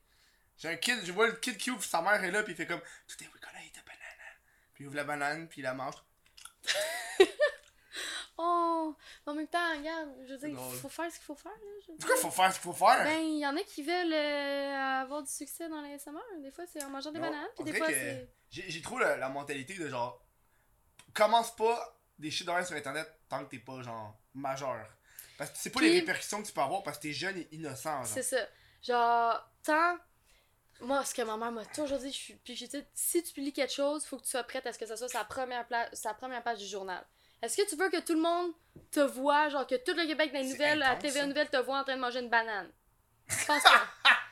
Speaker 1: J'ai un kid, je vois le kid qui ouvre, sa mère est là, puis il fait comme Today we're gonna eat a banana. Puis il ouvre la banane, puis il la mange.
Speaker 2: Oh! En même temps, regarde, je veux
Speaker 1: C'est
Speaker 2: dire,
Speaker 1: drôle.
Speaker 2: faut faire ce qu'il faut faire, là. je veux
Speaker 1: En tout cas, faut faire ce qu'il faut faire.
Speaker 2: Ben, il y en a qui veulent euh, avoir du succès dans les SMR. Des fois, c'est en mangeant des
Speaker 1: Non,
Speaker 2: bananes,
Speaker 1: on
Speaker 2: puis
Speaker 1: dirait
Speaker 2: des fois,
Speaker 1: que
Speaker 2: c'est.
Speaker 1: J'ai j'ai trop la, la mentalité de genre. Commence pas des shit d'horaires sur internet tant que t'es pas genre majeur. Parce que tu sais pas les
Speaker 2: Puis-
Speaker 1: répercussions que tu peux avoir parce que t'es jeune et innocent. Genre.
Speaker 2: C'est ça. Genre, tant. Moi, ce que ma mère m'a toujours dit, je suis- puis j'ai dit, si tu publies quelque chose, faut que tu sois prête à ce que ça soit sa première, pla- sa première page du journal. Est-ce que tu veux que tout le monde te voit, genre que tout le Québec dans les
Speaker 1: C'est
Speaker 2: nouvelles, à
Speaker 1: intense,
Speaker 2: TVA
Speaker 1: ça.
Speaker 2: Nouvelles, te voit en train de manger une banane? Je pense pas.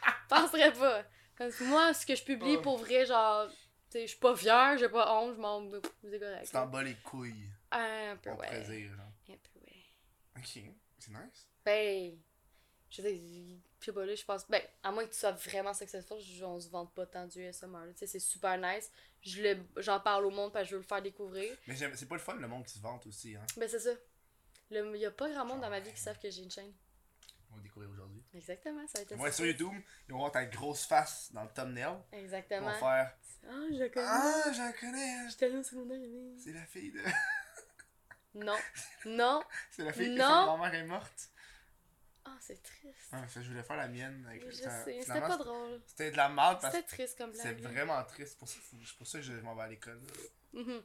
Speaker 2: Je penserais pas. Parce que moi, ce que je publie
Speaker 1: Ouais.
Speaker 2: pour vrai, genre, tu sais, je suis pas fière, j'ai pas honte, je m'en. C'est correct.
Speaker 1: Tu t'en bats les couilles
Speaker 2: Un peu,
Speaker 1: pour
Speaker 2: ouais.
Speaker 1: plaisir. Genre.
Speaker 2: Un peu, ouais.
Speaker 1: Ok, c'est nice.
Speaker 2: Ben, je sais, je sais pas, là, je pense. Ben, à moins que tu sois vraiment successful, je- on se vante pas tant du SMR. là. Tu sais, c'est super nice. Je le- J'en parle au monde parce que je veux le faire découvrir.
Speaker 1: Mais j'aime- c'est pas le fun le monde qui se vante aussi. Hein.
Speaker 2: Ben, c'est ça. Il y a pas grand monde dans ma vie qui savent que j'ai une chaîne.
Speaker 1: On va découvrir aujourd'hui.
Speaker 2: Exactement, ça a été
Speaker 1: Ils vont être
Speaker 2: ça.
Speaker 1: sur YouTube, ils vont voir ta grosse face dans le thumbnail. Ils vont
Speaker 2: Exactement.
Speaker 1: faire
Speaker 2: Ah, je la connais.
Speaker 1: Ah, je la connais,
Speaker 2: J'étais allée au secondaire. mais-
Speaker 1: c'est la fille de.
Speaker 2: Non, non.
Speaker 1: C'est la fille que
Speaker 2: Non.
Speaker 1: sa grand-mère est morte.
Speaker 2: Ah, c'est triste.
Speaker 1: Ah, ça, je voulais faire la mienne. Avec...
Speaker 2: Je
Speaker 1: ça-
Speaker 2: sais, c'était
Speaker 1: finalement,
Speaker 2: pas drôle.
Speaker 1: C'était de la merde parce que
Speaker 2: C'était triste comme blague.
Speaker 1: c'est
Speaker 2: là.
Speaker 1: vraiment triste. Pour ça, faut- c'est pour ça que je m'en vais à l'école.
Speaker 2: Mhm.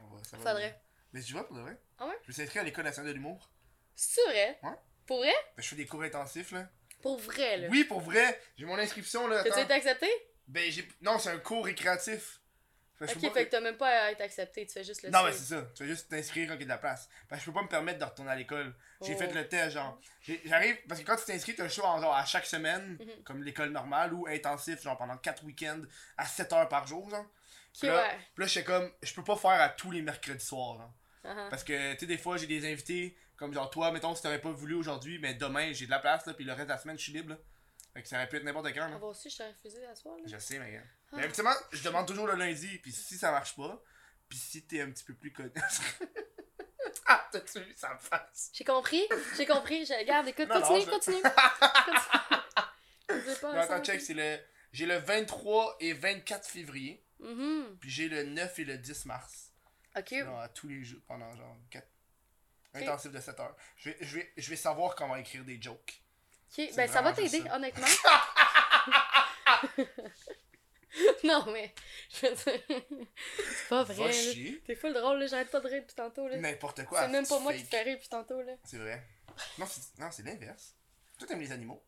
Speaker 1: On va- ça va venir.
Speaker 2: Faudrait.
Speaker 1: Mais tu vois, pour de vrai.
Speaker 2: Ah ouais?
Speaker 1: Je me suis inscrit à l'école nationale de l'humour.
Speaker 2: C'est vrai?
Speaker 1: Ouais.
Speaker 2: Pour vrai?
Speaker 1: Ben, Je fais des cours intensifs là.
Speaker 2: Pour vrai, là.
Speaker 1: Oui, pour vrai. J'ai mon inscription là.
Speaker 2: T'as-tu
Speaker 1: attends.
Speaker 2: été accepté?
Speaker 1: Ben, j'ai. Non, c'est un cours récréatif. Fait que je peux
Speaker 2: Ok,
Speaker 1: pas-
Speaker 2: fait que t'as même pas à être accepté, tu fais juste le
Speaker 1: Non,
Speaker 2: suivre.
Speaker 1: mais c'est ça. Tu vas juste t'inscrire quand il y a de la place. Parce que je peux pas me permettre de retourner à l'école. J'ai
Speaker 2: Oh.
Speaker 1: fait le test, genre. J'ai- J'arrive, parce que quand tu t'inscris, t'as le choix en genre à chaque semaine,
Speaker 2: Mhm.
Speaker 1: comme l'école normale ou intensif, genre pendant 4 week-ends à 7 heures par jour, genre.
Speaker 2: Ok, ouais.
Speaker 1: Puis là, j'étais comme, je peux pas faire à tous les mercredis soirs, genre.
Speaker 2: Ah, ah.
Speaker 1: Parce que, tu sais, des fois, j'ai des invités, comme genre toi, mettons, si t'aurais pas voulu aujourd'hui, mais demain, j'ai de la place, là, puis le reste de la semaine, je suis libre, là. Fait que ça aurait pu être n'importe quand, là.
Speaker 2: Ah, Moi aussi, je t'ai refusé à soir, là.
Speaker 1: Je ben, sais, mais.
Speaker 2: Ah.
Speaker 1: Mais habituellement, je demande toujours le lundi, puis si ça marche pas, puis si t'es un petit peu plus connu. ah, t'as-tu vu sa face?
Speaker 2: J'ai compris, j'ai compris. Je... Regarde, écoute,
Speaker 1: Non, non,
Speaker 2: continue,
Speaker 1: je-
Speaker 2: continue. continue. Je veux pas
Speaker 1: Non, attends,
Speaker 2: Ah, ça,
Speaker 1: check,
Speaker 2: ok.
Speaker 1: c'est le. J'ai le 23 et 24 février,
Speaker 2: Mhm.
Speaker 1: puis j'ai le 9 et le 10 mars.
Speaker 2: Ok.
Speaker 1: Genre, à tous les jours, pendant genre 4.
Speaker 2: Ok.
Speaker 1: Intensif de 7 heures. Je vais, je, vais, je vais savoir comment écrire des jokes.
Speaker 2: Ok, ben ça va
Speaker 1: vraiment
Speaker 2: t'aider,
Speaker 1: juste
Speaker 2: honnêtement. non, mais. Je veux dire. C'est pas
Speaker 1: Va
Speaker 2: vrai, là.
Speaker 1: chier.
Speaker 2: T'es full drôle, là. J'arrête pas de rire depuis tantôt, là.
Speaker 1: N'importe quoi.
Speaker 2: C'est même
Speaker 1: c'est
Speaker 2: pas moi qui
Speaker 1: fake.
Speaker 2: te fais rire depuis tantôt, là.
Speaker 1: C'est vrai. Non, c'est non, c'est l'inverse. Toi, t'aimes les animaux.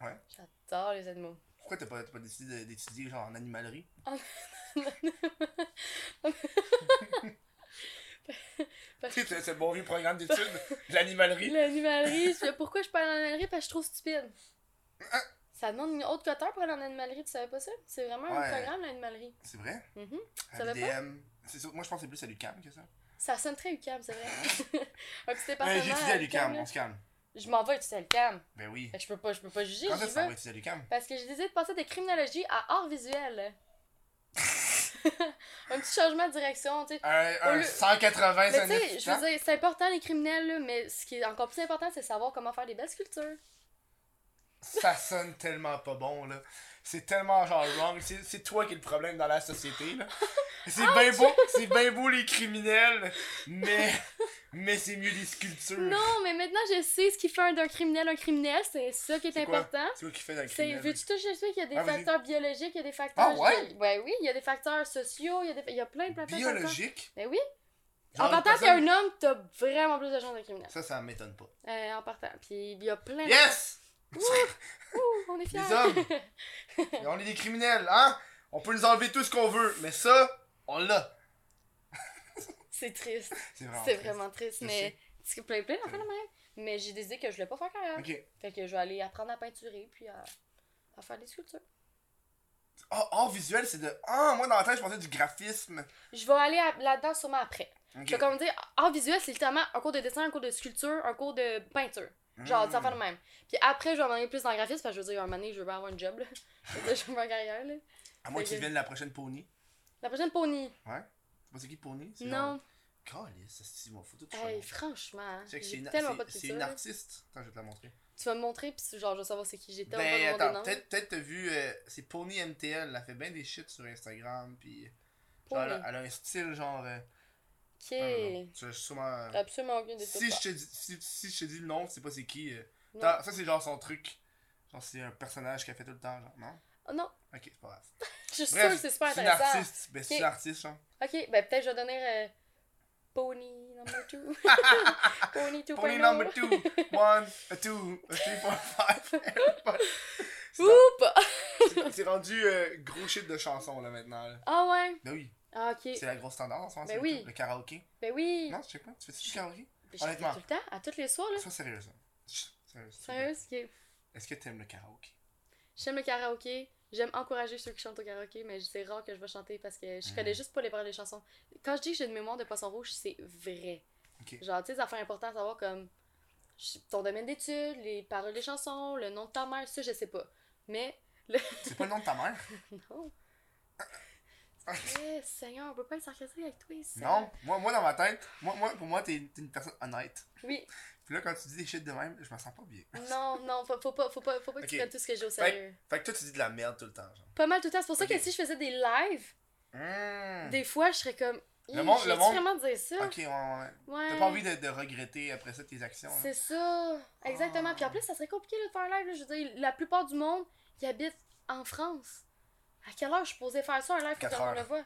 Speaker 2: J'adore les animaux.
Speaker 1: Pourquoi t'as pas, t'as pas décidé de- d'étudier genre en animalerie
Speaker 2: Ah, Parce
Speaker 1: Tu
Speaker 2: que
Speaker 1: sais, c'est- c'est le bon vieux programme d'études, l'animalerie.
Speaker 2: l'animalerie, je- pourquoi je parle en animalerie? Parce que je suis trop stupide. Ça demande une autre coteur pour aller en animalerie, tu savais pas ça? C'est vraiment
Speaker 1: Ouais.
Speaker 2: un programme, l'animalerie.
Speaker 1: C'est vrai
Speaker 2: Mhm.
Speaker 1: À
Speaker 2: Ça va pas?
Speaker 1: l'UDM. C'est sûr- Moi, je pense que c'est plus à l'UCAM que ça.
Speaker 2: Ça sonne très UCAM, c'est vrai. un petit
Speaker 1: Ouais,
Speaker 2: département.
Speaker 1: j'ai étudié à
Speaker 2: l'UQAM,
Speaker 1: l'UCAM,
Speaker 2: là.
Speaker 1: on se calme.
Speaker 2: Je m'en vais étudier à l'UCAM.
Speaker 1: Ben oui.
Speaker 2: Fait que Je peux pas, je peux pas juger,
Speaker 1: Quand
Speaker 2: j'y
Speaker 1: est-ce qu'on
Speaker 2: vais.
Speaker 1: va étudier à l'UCAM
Speaker 2: Parce que j'ai décidé de passer de criminologie à art visuel. un petit changement de direction, tu sais.
Speaker 1: Un, un
Speaker 2: Au lieu-
Speaker 1: 180
Speaker 2: Mais tu
Speaker 1: sonnets
Speaker 2: sais, je veux dire, c'est important les criminels, là, mais ce qui est encore plus important, c'est de savoir comment faire des belles sculptures.
Speaker 1: Ça sonne tellement pas bon, là. C'est tellement genre wrong. C'est c'est toi qui es le problème dans la société, là. C'est bien beau, c'est bien beau les criminels, mais, mais c'est mieux les sculptures.
Speaker 2: Non, mais maintenant je sais ce qui fait un- d'un criminel un criminel, c'est ça qui est,
Speaker 1: C'est quoi?
Speaker 2: important.
Speaker 1: C'est toi qui fais dans le
Speaker 2: C'est,
Speaker 1: criminel.
Speaker 2: veux-tu toucher ça qu'il y a des
Speaker 1: Ah, vas-y.
Speaker 2: facteurs biologiques, il y a des facteurs.
Speaker 1: Ah, ouais?
Speaker 2: gé- ouais, oui, il y a des facteurs sociaux, il y a, des... il y a plein, plein, plein de facteurs.
Speaker 1: Biologique?
Speaker 2: Ben oui.
Speaker 1: Genre,
Speaker 2: en
Speaker 1: une
Speaker 2: partant, t'es
Speaker 1: personne-
Speaker 2: un homme, t'as vraiment plus de chances d'un criminel.
Speaker 1: Ça, ça m'étonne pas.
Speaker 2: Euh, en partant. Puis il y a plein de.
Speaker 1: Yes!
Speaker 2: Ouh, on est fiers.
Speaker 1: Les hommes. Et on est des criminels, hein? On peut nous enlever tout ce qu'on veut, mais ça, on l'a.
Speaker 2: c'est triste.
Speaker 1: Ah, C'est vraiment.
Speaker 2: c'est
Speaker 1: triste.
Speaker 2: vraiment triste.
Speaker 1: Je
Speaker 2: Mais. C'est plein, plein d'enfants
Speaker 1: Ouais.
Speaker 2: de même. Mais j'ai décidé que je voulais pas faire carrière.
Speaker 1: Ok.
Speaker 2: Fait que je vais aller apprendre à peinturer, puis à, à faire des sculptures.
Speaker 1: Oh, oh, visuel, c'est de. Ah, moi dans la tête, je pensais du graphisme.
Speaker 2: Je vais aller à- là-dedans sûrement après.
Speaker 1: Ok.
Speaker 2: Je vais comme dire, art visuel, c'est littéralement un cours de dessin, un cours de sculpture, un cours de peinture. Genre,
Speaker 1: Hmm.
Speaker 2: des affaires de même. Puis après, je vais m'en aller plus dans le graphisme, parce que je veux dire, un moment donné, je veux bien avoir une job, là. Je veux dire, je veux faire carrière, là.
Speaker 1: À moins
Speaker 2: Fait
Speaker 1: qu'ils
Speaker 2: que-
Speaker 1: viennent la prochaine pony.
Speaker 2: La prochaine pony.
Speaker 1: Tu sais C'est qui pony? C'est
Speaker 2: Non.
Speaker 1: Genre... Calisse, ça c'est moi, faut tout
Speaker 2: Hey,
Speaker 1: changer.
Speaker 2: franchement, hein,
Speaker 1: Check, c'est
Speaker 2: j'ai
Speaker 1: une-
Speaker 2: tellement
Speaker 1: c'est-
Speaker 2: pas de
Speaker 1: c'est une
Speaker 2: culture. là.
Speaker 1: artiste. Attends, je vais te la montrer.
Speaker 2: Tu vas me montrer, puis genre, je vais savoir c'est qui. J'ai tellement
Speaker 1: Ben,
Speaker 2: pas
Speaker 1: attends,
Speaker 2: demandé de nom.
Speaker 1: peut-être peut-être t'as vu. euh, c'est Pony MTL, elle a fait bien des shit sur Instagram, puis. Genre,
Speaker 2: Pony.
Speaker 1: elle, a- elle a un style genre. euh, ah, non, non,
Speaker 2: Ok.
Speaker 1: tu vas sûrement. euh,
Speaker 2: Absolument aucune des
Speaker 1: si,
Speaker 2: deux.
Speaker 1: je te dis, si, si je te dis le nom, c'est pas c'est qui. euh,
Speaker 2: Non.
Speaker 1: t'as- Ça, c'est genre son truc. Genre, c'est un personnage qu'elle fait tout le temps, genre, non?
Speaker 2: Oh, non,
Speaker 1: Ok, c'est pas grave.
Speaker 2: je suis sûre
Speaker 1: Bref,
Speaker 2: que c'est super
Speaker 1: C'est une
Speaker 2: intéressant.
Speaker 1: artiste. Ben, c'est
Speaker 2: Ok.
Speaker 1: une artiste, genre.
Speaker 2: Ok, ben peut-être je vais donner euh, Pony number 2. Pony 2.0.
Speaker 1: Pony number two. One, a two, a three, four, five. C'est
Speaker 2: Oup!
Speaker 1: C'est- C'est rendu euh, gros shit de chansons là maintenant. Là.
Speaker 2: Ah ouais.
Speaker 1: Ben oui,
Speaker 2: Ah ok.
Speaker 1: c'est la grosse tendance en ce moment.
Speaker 2: Ben
Speaker 1: c'est
Speaker 2: oui.
Speaker 1: Le karaoké.
Speaker 2: Ben oui.
Speaker 1: Non, je sais pas. Tu fais-tu du karaoké
Speaker 2: Je le fais
Speaker 1: honnêtement.
Speaker 2: tout le temps, à tous les soirs là.
Speaker 1: Sois sérieux, ça. Chut, Sérieux. s'il te plaît.
Speaker 2: Sérieux, ok.
Speaker 1: Est-ce que t'aimes le karaoké
Speaker 2: J'aime le karaoké. J'aime encourager ceux qui chantent au karaoké, mais c'est rare que je vais chanter parce que je
Speaker 1: Mm.
Speaker 2: connais juste pas les paroles des chansons. Quand je dis que j'ai une mémoire de poisson rouge, c'est vrai.
Speaker 1: Ok.
Speaker 2: Genre, tu sais, des affaires importantes à savoir comme je- ton domaine d'études, les paroles des chansons, le nom de ta mère, ça, je sais pas. Mais
Speaker 1: C'est pas le nom de ta mère
Speaker 2: Non. Eh, Seigneur, on peut pas être sarcastique avec toi ici.
Speaker 1: Non. Moi, moi, dans ma tête, moi, moi, pour moi, t'es t'es une personne honnête.
Speaker 2: Oui,
Speaker 1: Puis là, quand tu dis des shit de même, je me sens pas bien.
Speaker 2: non, non, faut, faut pas, faut pas, faut pas que tu
Speaker 1: Ok.
Speaker 2: prennes tout ce que j'ai au sérieux.
Speaker 1: Fait que toi, tu dis de la merde tout le temps. Genre.
Speaker 2: Pas mal tout le temps. C'est pour ça
Speaker 1: Ok.
Speaker 2: que si je faisais des lives,
Speaker 1: Mmh.
Speaker 2: des fois, je serais comme.
Speaker 1: Le
Speaker 2: Hi,
Speaker 1: monde-
Speaker 2: j'ai-tu
Speaker 1: le monde-
Speaker 2: vraiment dire ça.
Speaker 1: Ok, ouais, ouais. ouais.
Speaker 2: Ouais.
Speaker 1: T'as pas envie de, de regretter après ça tes actions. là.
Speaker 2: C'est ça. Exactement. Puis en plus, ça serait compliqué là, de faire un live. là. Je veux dire, la plupart du monde, ils habitent en France. À quelle heure je suis posée faire ça, un live, faut que
Speaker 1: Quatre
Speaker 2: tout le monde le
Speaker 1: heures.
Speaker 2: voit?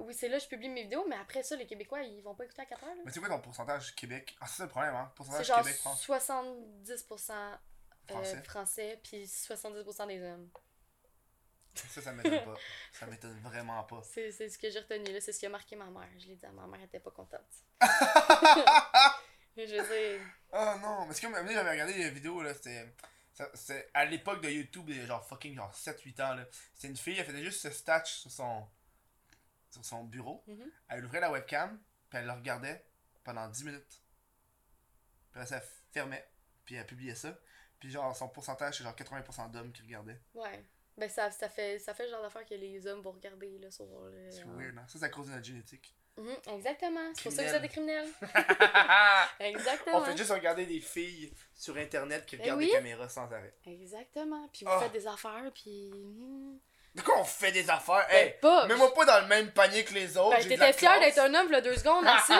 Speaker 2: Oui, c'est là que je publie mes vidéos, mais après ça, les Québécois, ils vont pas écouter à 4 heures. là.
Speaker 1: Mais c'est quoi ton pourcentage Québec Ah, c'est ça le problème, hein
Speaker 2: C'est
Speaker 1: Pourcentage
Speaker 2: genre
Speaker 1: Québec-France.
Speaker 2: 70% euh,
Speaker 1: Français.
Speaker 2: français. puis 70% des hommes.
Speaker 1: Ça, ça m'étonne pas. Ça m'étonne vraiment pas.
Speaker 2: C'est c'est ce que j'ai retenu, là. C'est ce qui a marqué ma mère. Je l'ai dit à ma mère, elle était pas contente. Mais je veux dire,
Speaker 1: Ah non, parce que comme un moment donné, j'avais regardé les vidéos là, c'était. ça- c'était à l'époque de YouTube, il y a genre fucking genre 7-8 ans là. C'était une fille, elle faisait juste ce statch sur son. sur son bureau.
Speaker 2: Mhm.
Speaker 1: Elle ouvrait la webcam, puis elle le regardait pendant 10 minutes. Puis là, ça fermait, puis elle publiait ça. Puis genre, son pourcentage, c'est genre 80% d'hommes qui regardaient.
Speaker 2: ouais. Ben, ça, ça, fait, ça fait le genre d'affaire que les hommes vont regarder, là, sur le...
Speaker 1: C'est weird, hein? Ça, c'est à cause de notre génétique.
Speaker 2: Mhm, exactement. C'est pour ça que vous êtes des criminels. Exactement.
Speaker 1: On fait juste regarder des filles sur internet qui
Speaker 2: Eh
Speaker 1: regardent
Speaker 2: oui.
Speaker 1: des caméras sans arrêt.
Speaker 2: Exactement. Puis vous
Speaker 1: Ah.
Speaker 2: faites des affaires, puis... hmm.
Speaker 1: De quoi on fait des affaires?
Speaker 2: Ben,
Speaker 1: Hey!
Speaker 2: pas...
Speaker 1: Mets-moi pas dans le même panier que les autres.
Speaker 2: Ben,
Speaker 1: j'ai de la
Speaker 2: t'étais fière
Speaker 1: classe.
Speaker 2: d'être un homme, là, deux secondes, assume.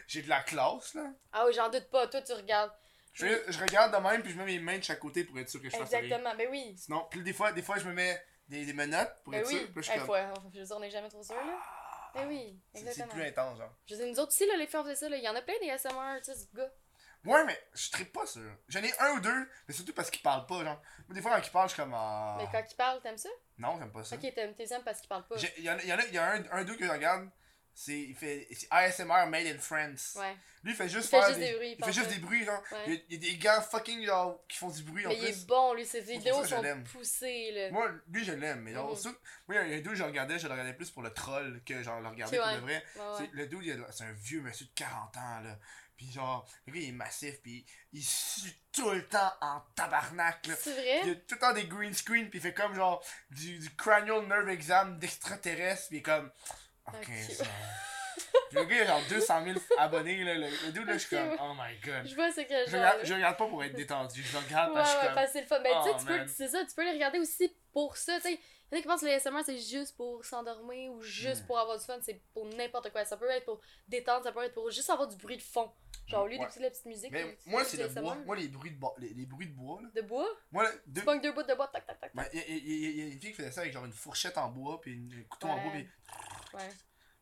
Speaker 1: J'ai de la classe, là.
Speaker 2: Ah oui, j'en doute pas. Toi, tu regardes.
Speaker 1: Je, je regarde de même, puis je mets mes mains de chaque côté pour être sûr que je fasse rien.
Speaker 2: Exactement, ben oui.
Speaker 1: Sinon, puis des fois, des fois, je me mets des, des menottes pour
Speaker 2: Ben
Speaker 1: être
Speaker 2: oui.
Speaker 1: sûr. Puis là, je suis
Speaker 2: Hey,
Speaker 1: comme,
Speaker 2: faut- je veux dire, on n'est jamais trop sûr, là.
Speaker 1: Ah,
Speaker 2: Ben oui,
Speaker 1: c'est- c'est
Speaker 2: exactement.
Speaker 1: plus intense, genre.
Speaker 2: Je veux dire, nous autres aussi, là, les filles, on faisait ça, là. Il y en a plein des SMR, tu sais, ce gars.
Speaker 1: Ouais, mais je tripe pas sûr. J'en ai un ou deux, mais surtout parce qu'ils parlent pas, genre. Moi, des fois, quand ils parlent, je suis comme. ah,
Speaker 2: Mais quand il parle, t'aimes ça?
Speaker 1: Non, j'aime pas ça.
Speaker 2: Ok, t'aimes t'es aimes parce qu'il parle pas.
Speaker 1: J'ai- Il y en a, il y en a- il y a un, un d'eux que je regarde, c'est, il fait c'est ASMR Made in France.
Speaker 2: Ouais.
Speaker 1: Lui, il fait juste
Speaker 2: Il fait
Speaker 1: faire
Speaker 2: juste des bruits, il
Speaker 1: Il fait
Speaker 2: parle
Speaker 1: juste
Speaker 2: pas.
Speaker 1: des bruits, genre.
Speaker 2: Ouais.
Speaker 1: Il, y a, il y a des gars fucking, genre, qui font du bruit en
Speaker 2: Mais il
Speaker 1: plus.
Speaker 2: est bon, lui, ses
Speaker 1: pour
Speaker 2: vidéos
Speaker 1: ça, je l'aime.
Speaker 2: sont poussées, là.
Speaker 1: Moi, lui, je l'aime, mais genre,
Speaker 2: Mhm.
Speaker 1: ceux- moi, il y en a deux, que je regardais, je le regardais plus pour le troll que, genre, le regarder
Speaker 2: C'est
Speaker 1: pour
Speaker 2: vrai.
Speaker 1: le vrai.
Speaker 2: Ouais, ouais.
Speaker 1: C'est- Le dude, il a- c'est un vieux monsieur de 40 ans, là. Puis genre, le gars, il est massif, puis il sue tout le temps en tabarnak, là.
Speaker 2: C'est
Speaker 1: Il
Speaker 2: vrai?
Speaker 1: a tout le temps des green screen, puis il fait comme genre du, du cranial nerve exam d'extraterrestre, puis il est comme. Ok,
Speaker 2: Ok.
Speaker 1: ça. Puis le gars, il a genre 200 000 abonnés, là. Le, le dude, là, je suis
Speaker 2: Ok,
Speaker 1: comme,
Speaker 2: ouais.
Speaker 1: oh my god.
Speaker 2: Je vois c'est quel
Speaker 1: Je
Speaker 2: genre.
Speaker 1: regarde,
Speaker 2: là.
Speaker 1: je regarde pas pour être détendu, je regarde
Speaker 2: Ouais,
Speaker 1: parce que je suis
Speaker 2: ouais,
Speaker 1: comme.
Speaker 2: parce que c'est le fun. Ben, tu sais,
Speaker 1: Oh,
Speaker 2: tu peux,
Speaker 1: man.
Speaker 2: c'est ça, tu peux les regarder aussi pour ça, tu sais. Il y en a qui pensent que le SMR, c'est juste pour s'endormir ou juste
Speaker 1: Mm.
Speaker 2: pour avoir du fun, c'est pour n'importe quoi. Ça peut être pour détendre, ça peut être pour juste avoir du bruit de fond. Genre, au lieu
Speaker 1: Hmm, Ouais.
Speaker 2: d'écouter de la petite musique,
Speaker 1: Mais
Speaker 2: t'écoutes
Speaker 1: moi,
Speaker 2: du
Speaker 1: c'est le
Speaker 2: ASMR.
Speaker 1: bois. Moi, les bruits de, bo- les, les bruits de bois, là.
Speaker 2: De bois?
Speaker 1: Moi, là, deux.
Speaker 2: Tu pognes deux bouts de bois, tac, tac, tac,
Speaker 1: Ben,
Speaker 2: tac.
Speaker 1: Il y, a- il y a- il y a une fille qui faisait ça avec genre une fourchette en bois, puis une- un couteau en bois,
Speaker 2: Ouais.
Speaker 1: puis
Speaker 2: Ouais,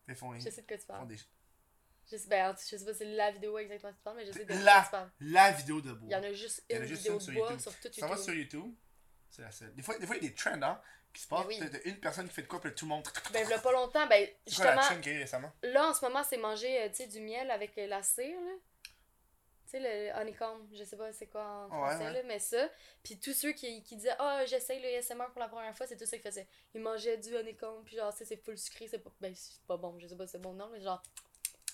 Speaker 1: ils font,
Speaker 2: je sais de quoi tu
Speaker 1: ils font
Speaker 2: parles.
Speaker 1: des.
Speaker 2: Je sais, ben, en tout- je sais pas si c'est la vidéo exactement que tu parles, mais je sais de
Speaker 1: La-
Speaker 2: quoi tu parles.
Speaker 1: La vidéo de bois.
Speaker 2: Il y en a juste
Speaker 1: Il y en
Speaker 2: une
Speaker 1: a juste
Speaker 2: vidéo
Speaker 1: une sur
Speaker 2: de bois
Speaker 1: YouTube.
Speaker 2: sur toute
Speaker 1: Ça va sur
Speaker 2: YouTube.
Speaker 1: YouTube, c'est la seule. Des fois, des fois, il y a des trends, hein, qui se passent.
Speaker 2: Mais oui.
Speaker 1: T'as t'as une personne qui fait de quoi, puis là, tout le monde.
Speaker 2: Ben, il y a pas longtemps, ben,
Speaker 1: C'est quoi la
Speaker 2: justement,
Speaker 1: trend qu'il y a eu récemment
Speaker 2: Là, en ce moment, c'est manger euh, tu sais, du miel avec euh, la cire, là. Tu sais, le honeycomb, je sais pas c'est quoi en français,
Speaker 1: ouais.
Speaker 2: là, mais ça. Puis tous ceux qui, qui disaient « Ah, j'essaye le ASMR pour la première fois », c'est tout ça qu'ils faisaient. Ils mangeaient du honeycomb, puis genre, tu sais, c'est full sucré, c'est pas... Ben, c'est pas bon, je sais pas si c'est bon non, mais genre,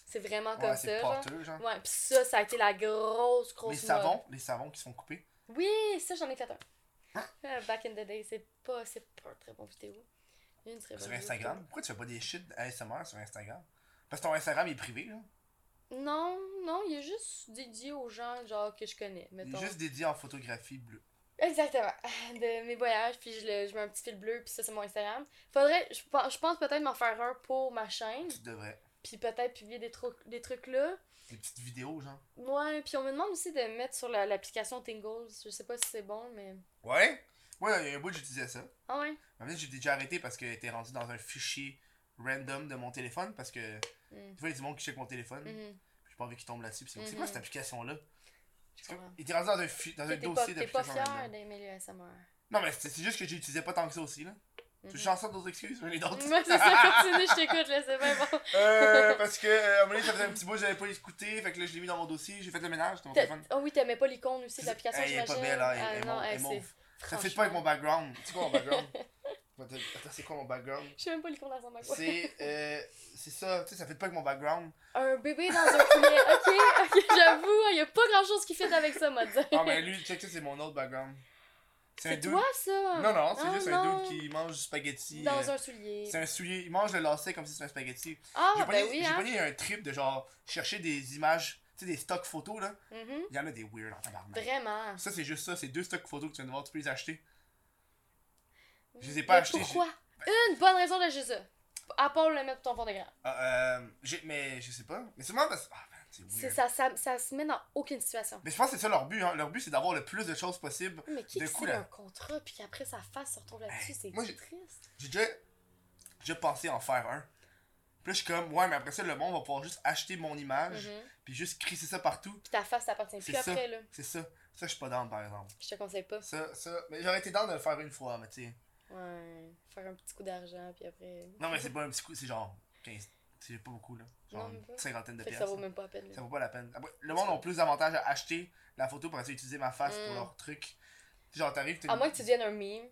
Speaker 2: c'est vraiment comme
Speaker 1: Ouais,
Speaker 2: ça,
Speaker 1: c'est
Speaker 2: genre.
Speaker 1: porteux, genre.
Speaker 2: Ouais, puis ça, ça a été la grosse, grosse
Speaker 1: Les
Speaker 2: mode.
Speaker 1: savons, les savons qui sont coupés.
Speaker 2: Oui, ça, j'en ai fait un.
Speaker 1: Hein?
Speaker 2: Euh, Back in the day, c'est pas... c'est pas un très bon vidéo. Une très bonne
Speaker 1: Sur
Speaker 2: vidéo.
Speaker 1: Instagram. Pourquoi tu fais pas des shit ASMR sur Instagram Parce que ton Instagram est privé, là.
Speaker 2: Non, non, il est juste dédié aux gens genre que je connais,
Speaker 1: Il
Speaker 2: mettons.
Speaker 1: est juste dédié en photographie bleue.
Speaker 2: Exactement. De mes voyages, puis je, le- je mets un petit fil bleu, puis ça c'est mon Instagram. Faudrait, je, pen- je pense peut-être m'en faire un pour ma chaîne,
Speaker 1: Tu devrais.
Speaker 2: puis peut-être publier des, trucs des trucs là.
Speaker 1: Des petites vidéos, genre.
Speaker 2: Ouais, puis on me demande aussi de mettre sur la- l'application Tingles. Je sais pas si c'est bon, mais.
Speaker 1: Ouais Ouais, il y a un bout, j'utilisais ça.
Speaker 2: Ah ouais.
Speaker 1: En fait, j'ai déjà arrêté parce que était rendu dans un fichier random de mon téléphone parce que des
Speaker 2: Mm.
Speaker 1: fois, il y a du monde qui check mon téléphone.
Speaker 2: Mhm.
Speaker 1: J'ai pas envie qu'il tombe là-dessus. Puis c'est comme, c'est
Speaker 2: Mhm.
Speaker 1: quoi cette application-là
Speaker 2: Je comprends.
Speaker 1: Il était rendu dans un, fi- dans un
Speaker 2: T'es pas,
Speaker 1: dossier
Speaker 2: t'es pas
Speaker 1: d'application
Speaker 2: fier
Speaker 1: random.
Speaker 2: d'aimer le SMR.
Speaker 1: Non, mais c'est c'est juste que j'utilisais pas tant que ça aussi, là. Je suis
Speaker 2: Mhm.
Speaker 1: chanceux d'autres excuses, mais les d'autres.
Speaker 2: Ouais, c'est ça, continue, je t'écoute, là, c'est bien bon.
Speaker 1: Euh, parce que euh, à un moment donné, ça faisait un petit bout que j'avais pas écouté, fait que là je l'ai mis dans mon dossier, j'ai fait le ménage sur mon
Speaker 2: T'as-
Speaker 1: téléphone.
Speaker 2: Oh oui, t'aimais pas l'icône aussi de l'application,
Speaker 1: Elle est
Speaker 2: j'imagine.
Speaker 1: pas belle, hein, elle,
Speaker 2: Ah
Speaker 1: elle est
Speaker 2: non,
Speaker 1: mauve,
Speaker 2: elle,
Speaker 1: elle est
Speaker 2: c'est-
Speaker 1: mauve. Ça fait pas avec mon
Speaker 2: franchement.
Speaker 1: background. C'est quoi mon background Attends, attends, c'est quoi mon background
Speaker 2: Je sais même pas l'icône de la Samba, quoi.
Speaker 1: C'est euh, c'est ça, tu sais, ça fait pas avec mon background.
Speaker 2: Un bébé dans un poulet. Ok, ok, j'avoue, il y a pas grand chose qui fait avec ça, moi, dire.
Speaker 1: Ah, mais lui, check ça, c'est mon autre background. C'est un
Speaker 2: C'est
Speaker 1: dude.
Speaker 2: toi, ça?
Speaker 1: Non, non, c'est
Speaker 2: Ah,
Speaker 1: juste
Speaker 2: non.
Speaker 1: un dude qui mange du spaghetti.
Speaker 2: Dans
Speaker 1: euh,
Speaker 2: un soulier.
Speaker 1: C'est un soulier, il mange le lacet comme si c'était un spaghetti. j'ai
Speaker 2: Ah,
Speaker 1: pas
Speaker 2: ben oui,
Speaker 1: j'ai
Speaker 2: hein.
Speaker 1: pogné un trip de genre chercher des images, tu sais, des stocks photos là.
Speaker 2: Mhm.
Speaker 1: Il y en a des weird en tabarnak.
Speaker 2: Vraiment.
Speaker 1: Ça, c'est juste ça. C'est deux stocks photos que tu viens de voir. Tu peux les acheter. Je les ai
Speaker 2: Mais
Speaker 1: pas achetés.
Speaker 2: Pourquoi? Une bonne raison d'acheter ça. À part le mettre sur ton fond d'écran.
Speaker 1: j'ai- Ah, euh, j'ai- mais je sais pas. Mais sûrement parce que. Ah, man, c'est
Speaker 2: C'est-
Speaker 1: weird.
Speaker 2: Ça, ça, ça se met dans aucune situation.
Speaker 1: Mais je pense que c'est ça leur but. Hein. Leur but, c'est d'avoir le plus de choses possible.
Speaker 2: Mais qui
Speaker 1: De
Speaker 2: qui
Speaker 1: coup,
Speaker 2: signe
Speaker 1: là.
Speaker 2: un contrat puis qu'après sa face se retrouve là-dessus,
Speaker 1: Hey,
Speaker 2: c'est
Speaker 1: moi, j'ai-
Speaker 2: triste.
Speaker 1: J'ai déjà, j'ai déjà pensé en faire un. Puis là, je suis comme, ouais, mais après ça, le monde va pouvoir juste acheter mon image.
Speaker 2: Mhm.
Speaker 1: Puis juste crisser ça partout.
Speaker 2: Puis ta face t'appartient
Speaker 1: Ah, C'est
Speaker 2: plus
Speaker 1: ça.
Speaker 2: après, là.
Speaker 1: C'est ça. Ça, je suis pas down, par exemple.
Speaker 2: Je te conseille pas.
Speaker 1: Ça, ça. Mais j'aurais été down de le faire une fois, mais tu sais.
Speaker 2: Ouais. Faire un petit coup d'argent puis après.
Speaker 1: Non, mais c'est pas un petit coup. C'est genre 15. C'est pas beaucoup, là. Genre
Speaker 2: Non, mais
Speaker 1: une
Speaker 2: pas.
Speaker 1: cinquantaine de
Speaker 2: Fait que
Speaker 1: pièces.
Speaker 2: ça vaut même pas la peine. là.
Speaker 1: Ça vaut pas la peine. Après, le monde a plus d'avantages à acheter la photo pour essayer d'utiliser ma face pour
Speaker 2: Mm.
Speaker 1: leur truc. Genre, t'arrives, t'es.
Speaker 2: À moins que tu deviennes un meme,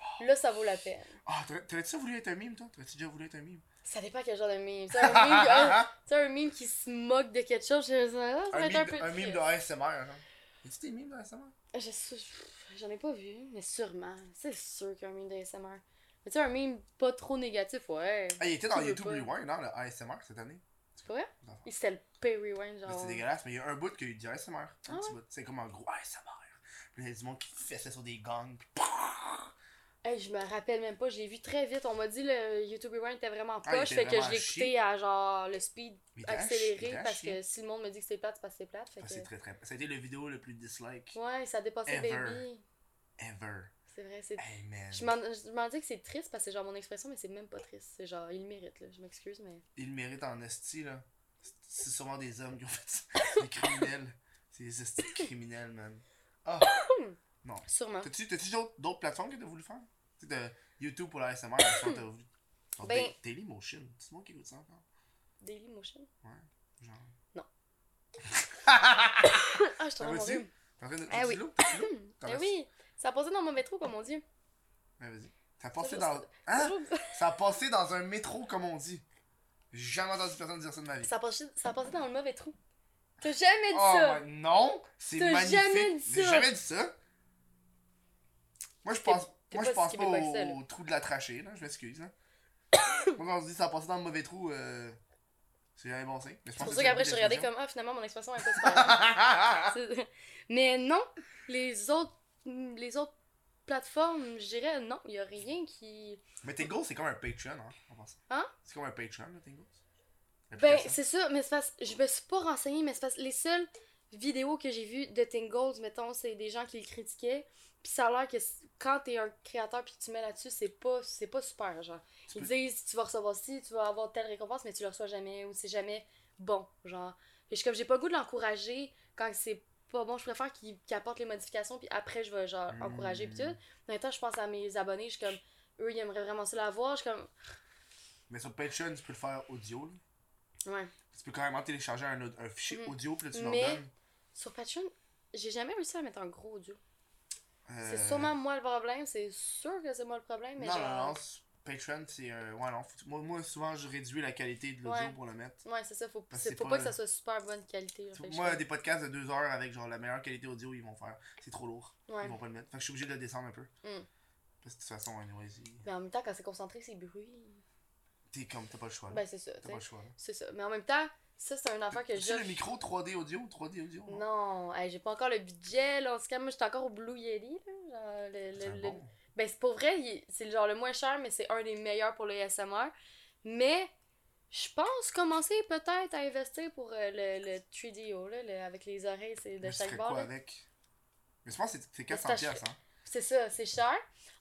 Speaker 1: Oh,
Speaker 2: là, ça vaut la peine.
Speaker 1: Ah, t'aurais- t'aurais-tu voulu être un mime, toi T'aurais-tu déjà voulu être un mime
Speaker 2: Ça dépend quel genre de meme. Tu sais, un meme, un- tu sais, un meme qui se moque de quelque chose, je ah, ça
Speaker 1: Un
Speaker 2: va être
Speaker 1: mime
Speaker 2: un
Speaker 1: de-
Speaker 2: peu
Speaker 1: un mime
Speaker 2: triste.
Speaker 1: de ASMR, genre. Y'a-tu des mimes de ASMR
Speaker 2: Je suis- J'en ai pas vu, mais sûrement. C'est sûr qu'un meme d'ASMR. Mais tu sais, un meme pas trop négatif, ouais.
Speaker 1: Ah, il était dans
Speaker 2: Tu veux
Speaker 1: YouTube
Speaker 2: pas.
Speaker 1: Rewind, non, le ASMR cette année.
Speaker 2: C'est pas vrai? Il s'était le Perry Wayne,
Speaker 1: Là,
Speaker 2: genre.
Speaker 1: C'est dégueulasse, mais il y a un bout qui a eu du ASMR. un
Speaker 2: Ah
Speaker 1: petit bout. C'est comme un gros ASMR. Puis là, il y a du monde qui fessait sur des gangs. Puis...
Speaker 2: Hey, je me rappelle même pas, j'ai vu très vite. On m'a dit le YouTube Rewind était vraiment
Speaker 1: Ah, il
Speaker 2: poche,
Speaker 1: était
Speaker 2: fait que
Speaker 1: vraiment
Speaker 2: je l'ai
Speaker 1: chier.
Speaker 2: écouté à genre le speed
Speaker 1: Il était à chier, il
Speaker 2: accéléré
Speaker 1: était à
Speaker 2: parce
Speaker 1: chier.
Speaker 2: que si le monde me dit que c'est plate, c'est parce que c'est plate. Fait
Speaker 1: Ah, c'est
Speaker 2: que...
Speaker 1: très très. Ça a été le vidéo le plus dislike
Speaker 2: Ouais, ça dépassait
Speaker 1: Ever.
Speaker 2: Baby.
Speaker 1: ever.
Speaker 2: C'est vrai, c'est.
Speaker 1: Hey man.
Speaker 2: Je m'en je m'en dis que c'est triste parce que c'est genre mon expression, mais c'est même pas triste. C'est genre, il le mérite, là. Je m'excuse, mais.
Speaker 1: Ils méritent en esti là. C'est- C'est sûrement des hommes qui ont fait ça. Des criminels. C'est des esti de criminels, man. Ah!
Speaker 2: Sûrement.
Speaker 1: T'as-tu t'as-tu d'autres- d'autres plateformes que t'as voulu faire? Tu sais, t'as YouTube pour la SMR, mais je pense que t'as voulu. Genre,
Speaker 2: Ben-
Speaker 1: Da- Dailymotion. C'est moi qui écoute ça encore.
Speaker 2: Dailymotion.
Speaker 1: Genre.
Speaker 2: Ah, je t'en
Speaker 1: Ah,
Speaker 2: ai mon
Speaker 1: vas-y.
Speaker 2: rhume.
Speaker 1: T'es en train de.
Speaker 2: Ah
Speaker 1: t'as-tu
Speaker 2: oui.
Speaker 1: l'eau? T'as-tu l'eau? T'en
Speaker 2: Eh
Speaker 1: as-
Speaker 2: oui, ça passait dans mon métro, comme on dit.
Speaker 1: Ouais, vas-y. Ça a passé
Speaker 2: Toujours-
Speaker 1: dans. Hein?
Speaker 2: Toujours-
Speaker 1: Ça a passé dans un métro, comme on dit. J'ai jamais entendu personne dire ça de ma vie.
Speaker 2: Ça passait, ça passait dans le mauvais trou. T'as jamais dit
Speaker 1: Oh
Speaker 2: ça!
Speaker 1: my- non, c'est
Speaker 2: T'as
Speaker 1: magnifique.
Speaker 2: jamais dit
Speaker 1: J'ai
Speaker 2: ça.
Speaker 1: jamais dit ça. Moi je
Speaker 2: T'es-
Speaker 1: pense,
Speaker 2: t'es
Speaker 1: moi
Speaker 2: pas
Speaker 1: je pense
Speaker 2: si
Speaker 1: pas
Speaker 2: québécois que ça,
Speaker 1: au,
Speaker 2: là.
Speaker 1: au trou de la trachée là, je m'excuse. Hein. moi quand on se dit ça a passé dans le mauvais trou, euh, c'est jamais bon signe. Mais je
Speaker 2: C'est
Speaker 1: pense
Speaker 2: pour
Speaker 1: que
Speaker 2: ça qu'après, je
Speaker 1: une
Speaker 2: suis regardée
Speaker 1: définition.
Speaker 2: comme Ah, finalement, mon expression est pas super. C'est- Mais non, les autres, les autres plateformes, je dirais non, il y a rien qui.
Speaker 1: Mais Tingo c'est comme un Patreon hein, en passant.
Speaker 2: Hein?
Speaker 1: C'est comme un Patreon là Tingo.
Speaker 2: Ben, c'est ça, mais c'est parce je me suis pas renseignée, mais c'est parce les seules vidéos que j'ai vues de Tingles, mettons, c'est des gens qui le critiquaient. Puis ça a l'air que c- quand t'es un créateur puis que tu mets là-dessus, c'est pas, c'est pas super, genre.
Speaker 1: Tu
Speaker 2: Ils
Speaker 1: peux-
Speaker 2: disent tu vas recevoir ci, tu vas avoir telle récompense, mais tu le reçois jamais ou c'est jamais bon, genre. Et je suis comme j'ai pas le goût de l'encourager quand c'est pas bon, je préfère qu'il qu'il apporte les modifications puis après je vais genre
Speaker 1: Mm.
Speaker 2: encourager puis tout. En même temps, je pense à mes abonnés, je suis comme eux ils aimeraient vraiment ça l'avoir, je suis comme
Speaker 1: Mais sur Patreon tu peux le faire audio. là.
Speaker 2: ouais.
Speaker 1: Tu peux carrément télécharger un, au- un fichier
Speaker 2: Mhm.
Speaker 1: audio puis là tu
Speaker 2: Mais-
Speaker 1: leur donnes.
Speaker 2: Sur Patreon, j'ai jamais réussi à mettre un gros audio.
Speaker 1: euh,
Speaker 2: C'est sûrement moi le problème, c'est sûr que c'est moi le problème, mais
Speaker 1: non,
Speaker 2: genre
Speaker 1: non, non, c'est- Patreon, c'est. euh, ouais, non. faut- moi, moi, souvent, je réduis la qualité de l'audio
Speaker 2: Ouais.
Speaker 1: pour le mettre.
Speaker 2: Ouais, c'est ça, faut,
Speaker 1: Parce
Speaker 2: c'est-
Speaker 1: que c'est
Speaker 2: faut
Speaker 1: pas
Speaker 2: pas
Speaker 1: le-
Speaker 2: que ça soit super bonne qualité. là, fait que je
Speaker 1: Moi,
Speaker 2: fais-
Speaker 1: des podcasts de deux heures avec genre la meilleure qualité audio, ils vont faire. C'est trop lourd.
Speaker 2: Ouais.
Speaker 1: Ils vont pas le mettre. Fait que je suis obligé de le descendre un peu.
Speaker 2: Mm.
Speaker 1: Parce que de toute façon, anyway, c'est-
Speaker 2: Mais en même temps, quand c'est concentré, c'est bruit.
Speaker 1: t'es comme, t'as pas le choix. là.
Speaker 2: Ben, c'est ça,
Speaker 1: t'as
Speaker 2: tu
Speaker 1: pas
Speaker 2: sais.
Speaker 1: le choix. là.
Speaker 2: C'est ça. Mais en même temps, ça, c'est un affaire que
Speaker 1: T'as-tu
Speaker 2: je.
Speaker 1: le micro 3D audio 3D audio non?
Speaker 2: Non, hey, j'ai pas encore le budget, là. En tout cas, moi, j'étais encore au Blue Yeti, là. genre, le-
Speaker 1: C'est
Speaker 2: le-
Speaker 1: un
Speaker 2: le-
Speaker 1: bon.
Speaker 2: Ben, c'est pour vrai, il est- c'est le genre le moins cher, mais c'est un des meilleurs pour le SMR. Mais je pense commencer peut-être à investir pour euh, le, le 3DO, là, le- avec les oreilles c'est de
Speaker 1: Mais tu
Speaker 2: chaque
Speaker 1: ferais
Speaker 2: bord.
Speaker 1: quoi
Speaker 2: là.
Speaker 1: avec Mais je pense que c'est- c'est 400
Speaker 2: t'achètes-
Speaker 1: pièces hein.
Speaker 2: C'est ça, c'est cher.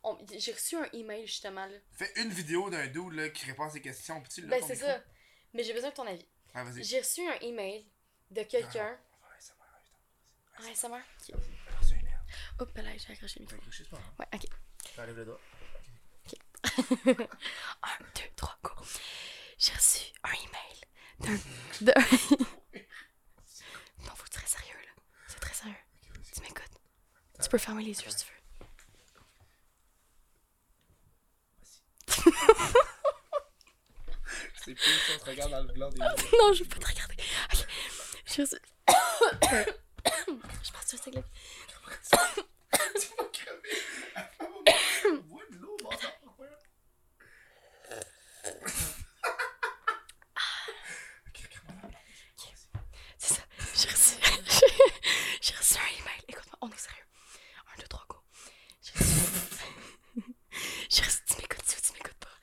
Speaker 2: On- J'ai reçu un email justement, là.
Speaker 1: Fais une vidéo d'un dude là, qui répond à ces questions. Puis tu l'as,
Speaker 2: Ben,
Speaker 1: ton
Speaker 2: c'est
Speaker 1: micro.
Speaker 2: ça. Mais j'ai besoin de ton avis.
Speaker 1: Ouais, vas-y.
Speaker 2: J'ai reçu un email de quelqu'un.
Speaker 1: Ouais, ça m'arrive. Ah
Speaker 2: Ouais, ça marche.
Speaker 1: Attends, c'est une merde.
Speaker 2: Hop là, j'ai accroché le
Speaker 1: Fait
Speaker 2: micro.
Speaker 1: que je sais pas, hein.
Speaker 2: Ouais, ok.
Speaker 1: T'enlèves le doigt.
Speaker 2: 1, 2, 3, go. J'ai reçu un email d'un. de- non, faut être très sérieux là. C'est très sérieux.
Speaker 1: Ok, vas-y.
Speaker 2: Tu m'écoutes. Tu peux fermer les yeux si tu veux.
Speaker 1: C'est plus si on se regarde dans le blanc des yeux.
Speaker 2: Non, je peux te regarder. Ok. J'ai reçu. je pense que tu sais que
Speaker 1: Tu vas crever. Bois de l'eau, mon enfant.
Speaker 2: C'est ça. J'ai reçu... J'ai reçu un email. Écoute-moi, on est sérieux. Un, deux, trois, go. J'ai reçu... J'ai reçu... Tu m'écoutes-tu ou tu m'écoutes pas?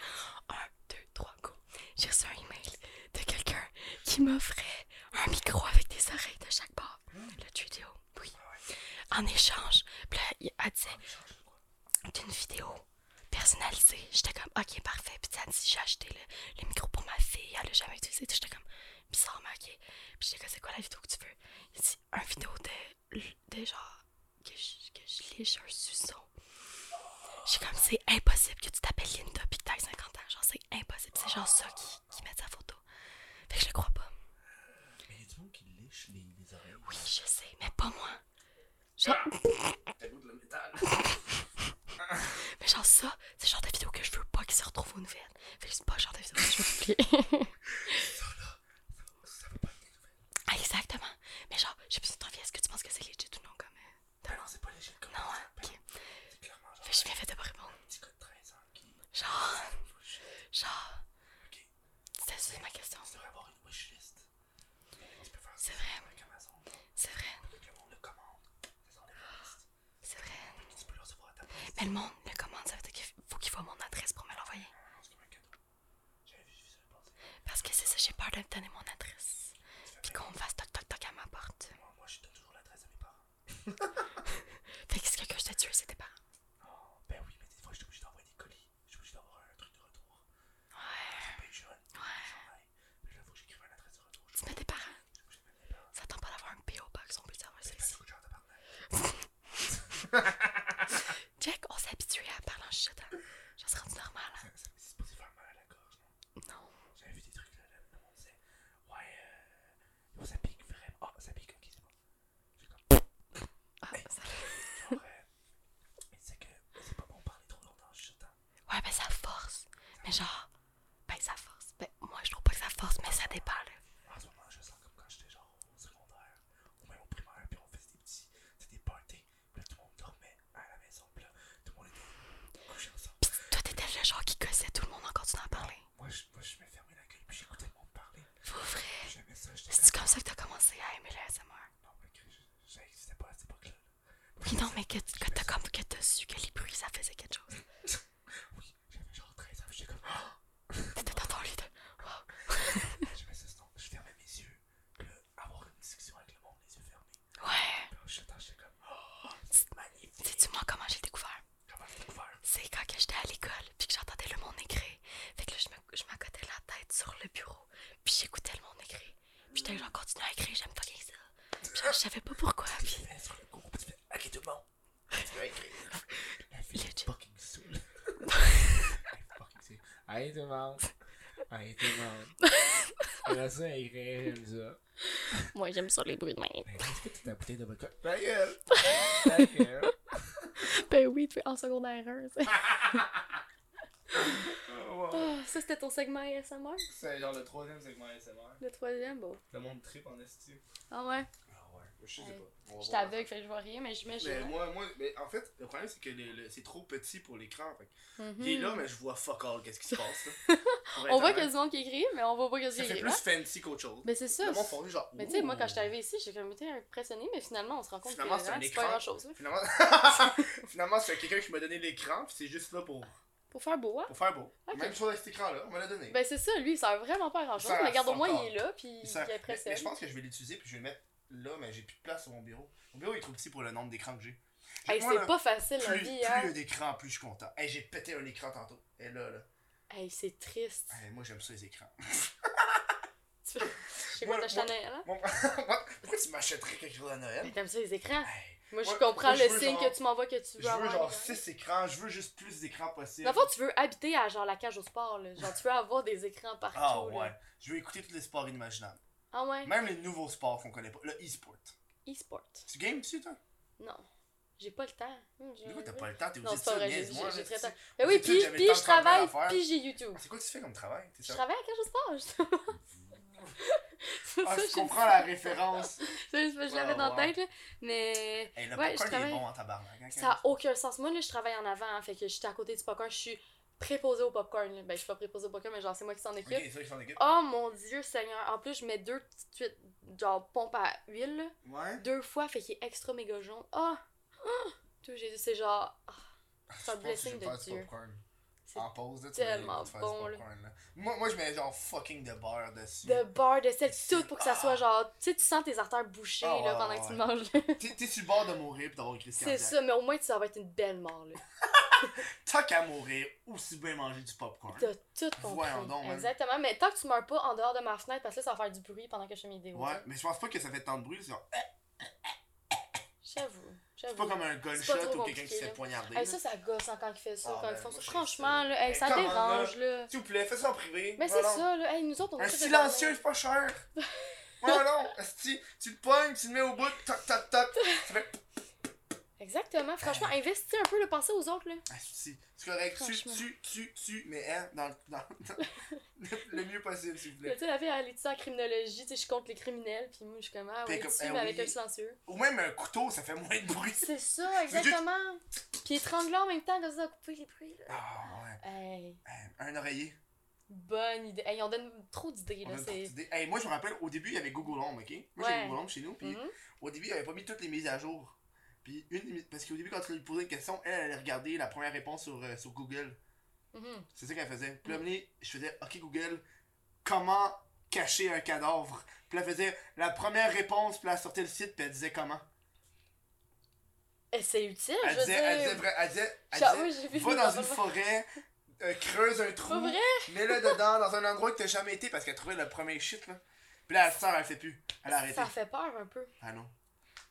Speaker 2: Un, deux, trois, go. J'ai reçu un email de quelqu'un qui m'offrait un micro avec des oreilles de chaque bord. Le studio, oui. En échange, puis là, il- elle disait d'une vidéo personnalisée. J'étais comme, ok, parfait. Puis elle dit, j'ai acheté le, le micro pour ma fille. Elle l'a jamais utilisé. J'étais comme, bizarrement, ok. Puis j'étais comme, c'est quoi la vidéo que tu veux? Il dit, un vidéo de, de genre, que je, que je liche un suçon. J'ai comme, c'est impossible que tu t'appelles Linda pis que t'aies 50 ans. Genre, c'est impossible. C'est genre ça qui, qui met sa photo. Fait que je le crois pas.
Speaker 1: Mais il y a du monde qui liche les, les oreilles.
Speaker 2: Oui, je sais, mais pas moi. Genre,
Speaker 1: T'as goût de le métal.
Speaker 2: mais genre ça, c'est le genre de vidéo que je veux pas qu'il se retrouve aux nouvelles. Fait que c'est pas le genre de vidéo que je veux publier.
Speaker 1: Ça veut pas être
Speaker 2: ah, exactement. Mais genre, j'ai plus de ton est-ce que tu penses que c'est legit ou non comme. euh,
Speaker 1: Ben non, c'est pas léger comme ben
Speaker 2: Non, hein, ok.
Speaker 1: C'est clairement genre
Speaker 2: Fait que je viens fait de pas répondre.
Speaker 1: un petit gars de 13 ans qui.
Speaker 2: Genre,
Speaker 1: Faut juste-
Speaker 2: genre.
Speaker 1: Ok.
Speaker 2: C'était ça ma question.
Speaker 1: Tu devrais avoir une wishlist. Tu peux faire ça
Speaker 2: C'est vrai,
Speaker 1: avec Amazon.
Speaker 2: c'est vrai,
Speaker 1: Faut que le monde le commande. C'est son wishlist.
Speaker 2: c'est vrai.
Speaker 1: Tu peux le recevoir à ta place.
Speaker 2: Mais le monde le commande, ça veut dire qu'il hein?
Speaker 5: Ah,
Speaker 2: Ah, ben, ben, Mais genre, ben ça force. Ben moi je trouve pas que ça force, mais ça dépend là.
Speaker 5: En ce moment, je sens comme quand j'étais genre au secondaire, ou même au primaire, puis on faisait des petits. C'était des parties, puis là, tout le monde dormait à la maison, puis là, tout le monde était couché ensemble.
Speaker 2: Pis toi t'étais le genre qui gossait tout le monde en continuant à parler.
Speaker 5: Moi, je, moi, je me fermais la gueule, puis j'écoutais le monde parler.
Speaker 2: Pour vrai.
Speaker 5: J'aimais ça, j'étais
Speaker 2: C'est comme ça que t'as commencé à aimer le ASMR.
Speaker 5: comme non, mais que je- j'existais pas à cette époque-là.
Speaker 2: Oui non mais que, que t'as comme que t'as su que les bruits ça faisait quelque chose.
Speaker 5: Oui, j'avais genre 13 ans, puis j'étais comme. Ah!
Speaker 2: T'étais dans ton lit de. Wow.
Speaker 5: J'aimais ça, sinon, je fermais mes yeux, puis là, avoir une discussion avec le monde, les yeux fermés.
Speaker 2: Ouais.
Speaker 5: Puis là, je l'attends, j'étais comme. Ah!
Speaker 2: C'est-
Speaker 5: c'est magnifique!
Speaker 2: Sais-tu moi comment j'ai découvert?
Speaker 5: Comment j'ai découvert?
Speaker 2: C'est quand que j'étais à l'école, puis que j'entendais le monde écrire. Fait que là, je me- je m'accotais la tête sur le bureau, puis j'écoutais le monde écrire. Puis j'étais genre, continue à écrire, j'aime pas bien ça. Puis genre, je savais pas pourquoi,
Speaker 5: Tu
Speaker 2: puis
Speaker 5: fais sur le groupe, tu fais. Ok, tout le monde! Tu vas écrire. La fille
Speaker 2: Legit.
Speaker 5: est fucking saoule. Elle est fucking saoule. Allez, tout le monde! Allez, tout le monde! Elle a ça, elle écrit, j'aime ça.
Speaker 2: moi, j'aime ça les bruits de main.
Speaker 5: Mais est-ce que t'as ta bouteille de vodka? Ta gueule! Ta gueule!
Speaker 2: Ben oui, tu es en secondaire 1, Ah, ça, c'était ton segment ASMR?
Speaker 5: C'est genre le troisième segment SMR.
Speaker 2: Le troisième, bon.
Speaker 5: Le monde trip en esti.
Speaker 2: Ah ouais?
Speaker 5: Ah ouais,
Speaker 2: sais
Speaker 5: je pas.
Speaker 2: J'étais aveugle, fait que je vois rien, mais
Speaker 1: Mais
Speaker 2: j'imagine.
Speaker 1: moi, moi mais en fait, le problème c'est que le- le- c'est trop petit pour l'écran. Fait. que
Speaker 2: Mhm.
Speaker 1: Il est là, mais je vois fuck all, qu'est-ce qui se passe. là. Pour être
Speaker 2: On voit
Speaker 1: honnête,
Speaker 2: qu'il y a du monde qui écrit, mais on voit pas qu'il y a du
Speaker 1: ça
Speaker 2: monde qui
Speaker 1: fait
Speaker 2: écrit.
Speaker 1: plus fancy qu'autre chose.
Speaker 2: Mais c'est ça.
Speaker 1: Le monde
Speaker 2: c'est-
Speaker 1: font genre.
Speaker 2: Mais tu sais, moi,
Speaker 1: ouh.
Speaker 2: quand j'étais arrivée ici, j'ai comme été impressionnée, mais finalement, on se rend compte que
Speaker 1: Finalement, c'est un
Speaker 2: hein, c'est pas
Speaker 1: écran.
Speaker 2: grand chose.
Speaker 1: Finalement, Finalement c'est quelqu'un qui m'a donné l'écran, puis c'est juste là pour,
Speaker 2: Pour faire beau, hein?
Speaker 1: pour faire beau.
Speaker 2: Ok.
Speaker 1: Même chose avec cet écran-là, on me l'a donné.
Speaker 2: Ben c'est ça, lui, il sert vraiment pas à grand
Speaker 1: Il
Speaker 2: chose.
Speaker 1: sert à
Speaker 2: Mais regarde, au moins,
Speaker 1: fuck
Speaker 2: il est là, puis
Speaker 1: Il
Speaker 2: il,
Speaker 1: sert- mais-
Speaker 2: impressionne.
Speaker 1: mais je pense que je vais l'utiliser, puis je vais le mettre là, mais j'ai plus de place sur mon bureau. Mon bureau est trop petit pour le nombre d'écrans que j'ai.
Speaker 2: Hey,
Speaker 1: Moi, là,
Speaker 2: c'est pas facile, la
Speaker 1: plus,
Speaker 2: vie,
Speaker 1: plus
Speaker 2: hein?
Speaker 1: un écran, plus je suis content. Hey, j'ai pété un écran tantôt. Et là, là.
Speaker 2: Hey, c'est triste.
Speaker 1: Hey, moi, j'aime ça, les écrans.
Speaker 2: Tu Je sais
Speaker 1: Moi,
Speaker 2: pas, t'as
Speaker 1: moi-
Speaker 2: Chanel, hein?
Speaker 1: Moi- moi- Pourquoi tu m'achèterais quelque chose à
Speaker 2: Mais
Speaker 1: Noël?
Speaker 2: t'aimes ça, les écrans?
Speaker 1: Hey,
Speaker 2: Moi, je
Speaker 1: moi-
Speaker 2: comprends
Speaker 1: moi, je
Speaker 2: le
Speaker 1: veux
Speaker 2: signe
Speaker 1: genre-
Speaker 2: que tu m'envoies que tu
Speaker 1: je
Speaker 2: veux
Speaker 1: veux
Speaker 2: avoir.
Speaker 1: genre
Speaker 2: hein.
Speaker 1: 6 écrans, je veux juste plus d'écrans possible.
Speaker 2: Dans le fond, tu veux habiter à genre la cage au sport, là. Genre, tu veux avoir des écrans partout,
Speaker 1: Ah ouais.
Speaker 2: là.
Speaker 1: Je veux écouter tous les sports inimaginables.
Speaker 2: Ah ouais?
Speaker 1: Même les nouveaux sports qu'on connaît pas. Le e-sport.
Speaker 2: E-sport.
Speaker 1: Tu games dessus, toi?
Speaker 2: Non. J'ai pas le temps. Hum, j'ai-
Speaker 1: Du coup, t'as pas le temps, t'es aux
Speaker 2: Non, c'est pas
Speaker 1: études,
Speaker 2: vrai, j'ai-
Speaker 1: niaise-moi,
Speaker 2: j'ai
Speaker 1: là,
Speaker 2: très
Speaker 1: tu sais.
Speaker 2: tard. Ben oui,
Speaker 1: D'habitude,
Speaker 2: puis
Speaker 1: j'avais
Speaker 2: puis
Speaker 1: le temps
Speaker 2: je
Speaker 1: de faire plein
Speaker 2: travaille,
Speaker 1: d'affaires.
Speaker 2: puis j'ai YouTube.
Speaker 1: C'est quoi tu fais comme travail? T'es
Speaker 2: Je
Speaker 1: ça?
Speaker 2: travaille à la cage au sport, justement. C'est
Speaker 1: Ah,
Speaker 2: ça,
Speaker 1: je
Speaker 2: j'ai
Speaker 1: comprends
Speaker 2: dit-
Speaker 1: la référence.
Speaker 2: Ça, Je, je l'avais
Speaker 1: Ouais,
Speaker 2: dans la
Speaker 1: ouais.
Speaker 2: tête, là. Mais
Speaker 1: Hey, le popcorn,
Speaker 2: Ouais, je
Speaker 1: il est
Speaker 2: travaille.
Speaker 1: bon en tabarnak. hein,
Speaker 2: ça n'a aucun sens. Moi, là, je travaille en avant, hein, fait que j'étais à côté du popcorn, je suis préposée au popcorn. là. Ben, je suis pas préposée au popcorn, mais genre, c'est moi qui s'en
Speaker 1: quand même.
Speaker 2: occupe.
Speaker 1: Ok, ça, ils sont des gars.
Speaker 2: Oh mon dieu, Seigneur. En plus, je mets deux petites tuiles, genre, pompe à huile, là,
Speaker 1: Ouais.
Speaker 2: deux fois, fait qu'il est extra méga jaune. Oh! Ah! Tout Jésus, c'est genre. ah, C'est un
Speaker 1: Je pense que je
Speaker 2: blessing
Speaker 1: vais
Speaker 2: de
Speaker 1: faire du
Speaker 2: Dieu.
Speaker 1: popcorn.
Speaker 2: C'est
Speaker 1: En pause, là, tu
Speaker 2: tellement
Speaker 1: vas aller te faire du
Speaker 2: bon, là.
Speaker 1: popcorn, là. Moi, moi, je mets genre fucking de beurre dessus.
Speaker 2: de beurre, de sel,
Speaker 1: C'est-
Speaker 2: tout pour que ça soit
Speaker 1: ah!
Speaker 2: genre. Tu sais, tu sens tes artères bouchées,
Speaker 1: Ah, ouais,
Speaker 2: là, pendant
Speaker 1: ouais,
Speaker 2: que tu
Speaker 1: ouais.
Speaker 2: manges, là.
Speaker 1: T'es t'es sur le bord de mourir pis d'avoir une crise
Speaker 2: C'est
Speaker 1: cardiaque.
Speaker 2: ça, mais au moins, ça va être une belle mort, là.
Speaker 1: Tant qu'à mourir, aussi bien manger du popcorn.
Speaker 2: T'as tout compris.
Speaker 1: Voyons donc, man.
Speaker 2: Exactement, mais tant que tu meurs pas en dehors de ma fenêtre, parce que là, ça va faire du bruit pendant que je fais mes vidéos.
Speaker 1: Ouais, mais je pense pas que ça fait tant de bruit. c'est genre-
Speaker 2: J'avoue,
Speaker 1: C'est pas
Speaker 2: j'avoue.
Speaker 1: comme un
Speaker 2: C'est pas
Speaker 1: gunshot
Speaker 2: trop
Speaker 1: ou quelqu'un qui
Speaker 2: compliqué,
Speaker 1: se
Speaker 2: là.
Speaker 1: fait poignarder. là.
Speaker 2: Hey, ça, ça gosse hein, quand ils font ça,
Speaker 1: Ah,
Speaker 2: quand
Speaker 1: ben,
Speaker 2: ils font
Speaker 1: moi,
Speaker 2: ça.
Speaker 1: je
Speaker 2: Franchement,
Speaker 1: sais.
Speaker 2: là, hey,
Speaker 1: Mais
Speaker 2: ça
Speaker 1: comment,
Speaker 2: dérange, là.
Speaker 1: S'il vous plaît, fais ça en privé.
Speaker 2: Mais c'est
Speaker 1: Voilà.
Speaker 2: ça, là. Hey, nous autres, on
Speaker 1: Un
Speaker 2: est tous des
Speaker 1: silencieux,
Speaker 2: barbes.
Speaker 1: c'est pas cher. Non, non, esti, tu le pognes, tu le mets au bout, tac, tac, tac. Ça fait
Speaker 2: Exactement. Franchement, investis un peu, le penser aux autres, là.
Speaker 1: esti, Ah, c'est correct. Tu,
Speaker 2: Franchement.
Speaker 1: tu, tu, tu, mais hein, dans, le- dans, dans- le mieux possible, s'il vous
Speaker 2: Tu
Speaker 1: plaît.
Speaker 2: sais, la fille, elle étudie en criminologie, tu sais, je compte les criminels, puis moi, je suis comme, ah,
Speaker 1: T'es
Speaker 2: ouais,
Speaker 1: comme,
Speaker 2: dessus,
Speaker 1: eh
Speaker 2: mais avec
Speaker 1: oui.
Speaker 2: un silencieux.
Speaker 1: Ou même un couteau, ça fait moins de bruit.
Speaker 2: C'est ça, exactement. Puis étranglant en même temps, comme ça, couper les bruits, là.
Speaker 1: Ah, ouais.
Speaker 2: Hey,
Speaker 1: Euh, Un oreiller.
Speaker 2: bonne idée. Hey, on donne trop d'idées,
Speaker 1: On
Speaker 2: là.
Speaker 1: a trop
Speaker 2: C'est.
Speaker 1: d'idées. Hey, moi, je me rappelle, au début, il y avait Google Home, ok? Moi,
Speaker 2: Ouais.
Speaker 1: j'ai Google Home chez nous, puis
Speaker 2: Mhm.
Speaker 1: au début, il avait pas mis toutes les mises à jour. Puis une, des mises- parce qu'au début, quand tu lui posais une question, elle allait regarder la première réponse sur, euh, sur Google.
Speaker 2: Mhm.
Speaker 1: C'est ça qu'elle faisait. Puis là, un moment donné, je faisais OK Google, comment cacher un cadavre Puis là, elle faisait la première réponse, puis là, elle sortait le site, puis elle disait comment.
Speaker 2: Eh, C'est utile, je
Speaker 1: Elle
Speaker 2: veux
Speaker 1: disait, elle disait,
Speaker 2: dire.
Speaker 1: vra- elle disait, elle
Speaker 2: Genre,
Speaker 1: disait,
Speaker 2: oui, j'ai vu
Speaker 1: va
Speaker 2: des
Speaker 1: dans une
Speaker 2: affaires-
Speaker 1: forêt, euh, creuse un trou,
Speaker 2: Pas vrai?
Speaker 1: mets-le dedans, dans un endroit que t'as jamais été, parce qu'elle trouvait le premier shit, là. Puis là, elle sort, elle fait plus. Elle a arrêté.
Speaker 2: Ça fait peur un peu.
Speaker 1: Ah non.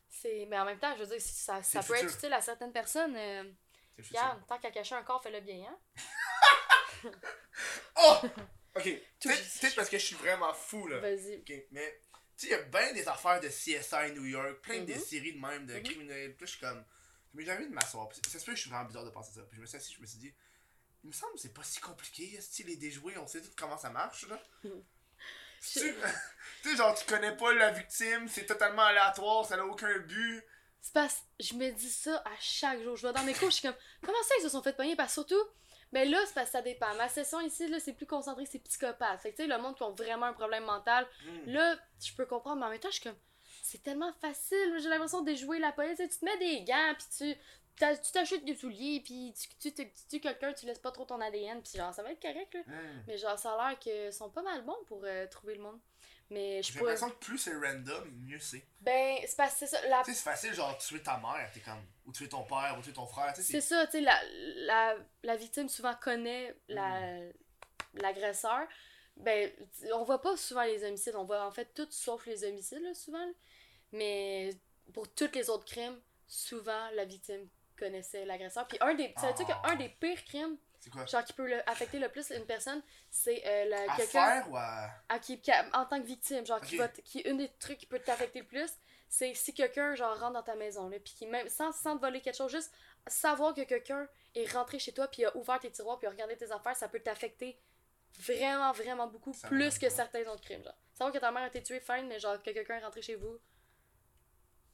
Speaker 2: C'est... Mais en même temps, je veux dire, si ça, ça
Speaker 1: le
Speaker 2: peut être
Speaker 1: futur.
Speaker 2: utile à certaines personnes. euh,
Speaker 1: C'est fou, ça.
Speaker 2: regarde, tant qu'à cacher un corps, fais-le bien, hein?
Speaker 1: Oh Ok.
Speaker 2: Tout
Speaker 1: Peut-être
Speaker 2: juste.
Speaker 1: peut-être parce que je suis vraiment fou, là.
Speaker 2: Vas-y.
Speaker 1: Ok, mais tu sais, il y a bien des affaires de CSI New York, plein de
Speaker 2: Mhm.
Speaker 1: séries de même, de
Speaker 2: Mhm.
Speaker 1: criminels. Puis là, je suis comme, je m'ai jamais envie de m'asseoir. Puis Ça se peut que je suis vraiment bizarre de penser ça. Puis je me suis assis, je me suis dit, Il me semble que c'est pas si compliqué, si les déjouer, on sait tout comment ça marche, là.
Speaker 2: Mhm.
Speaker 1: tu
Speaker 2: Je-
Speaker 1: tu sais, genre, tu connais pas la victime, c'est totalement aléatoire, ça n'a aucun but.
Speaker 2: C'est parce que je me dis ça à chaque jour. Je vais dans mes cours, je suis comme, comment ça ils se sont fait pogner? Parce que surtout, mais là, c'est parce que ça dépend. Ma session ici, là, c'est plus concentré, c'est psychopathe. Fait que, tu sais, le monde qui a vraiment un problème mental,
Speaker 1: Hmm.
Speaker 2: là, je peux comprendre, mais en même temps, je suis comme, c'est tellement facile. J'ai l'impression de déjouer la police. Tu sais, tu te mets des gants, puis tu. t'as- Tu t'achètes des souliers, puis tu, tu, tu, tu tues quelqu'un, tu laisses pas trop ton ADN, puis genre, ça va être correct, là.
Speaker 1: Hmm.
Speaker 2: Mais genre, ça a l'air qu'ils sont pas mal bons pour euh, trouver le monde. Mais je
Speaker 1: J'ai
Speaker 2: pourrais.
Speaker 1: l'impression que plus c'est random, mieux c'est.
Speaker 2: Ben, c'est parce que c'est ça. La
Speaker 1: Tu sais, c'est facile, genre, tuer ta mère, t'es comme. Ou tuer ton père, ou tuer ton frère, tu sais.
Speaker 2: C'est
Speaker 1: c'est-
Speaker 2: ça, tu sais, la, la, la victime souvent connaît la- l'agresseur. ben, t- on voit pas souvent les homicides. On voit en fait tout sauf les homicides, là, souvent. là. Mais pour tous les autres crimes, souvent la victime connaissait l'agresseur. Puis un des, savais-tu
Speaker 1: Ah.
Speaker 2: qu'un des pires crimes,
Speaker 1: C'est quoi
Speaker 2: genre qui peut le- affecter le plus une personne, c'est euh, la-
Speaker 1: À
Speaker 2: quelqu'un
Speaker 1: faire ou à.
Speaker 2: à qui, qui- en tant que victime, genre qui
Speaker 1: Ok.
Speaker 2: va t- qui une des trucs qui peut t'affecter le plus, c'est si quelqu'un genre rentre dans ta maison là, puis qui même sans sans te voler quelque chose, juste savoir que quelqu'un est rentré chez toi puis a ouvert tes tiroirs puis a regardé tes affaires, ça peut t'affecter vraiment vraiment beaucoup
Speaker 1: Ça me
Speaker 2: plus
Speaker 1: donne
Speaker 2: que
Speaker 1: pas.
Speaker 2: certains autres crimes genre. Savoir que ta mère a été tuée, fine, mais genre que quelqu'un est rentré chez vous,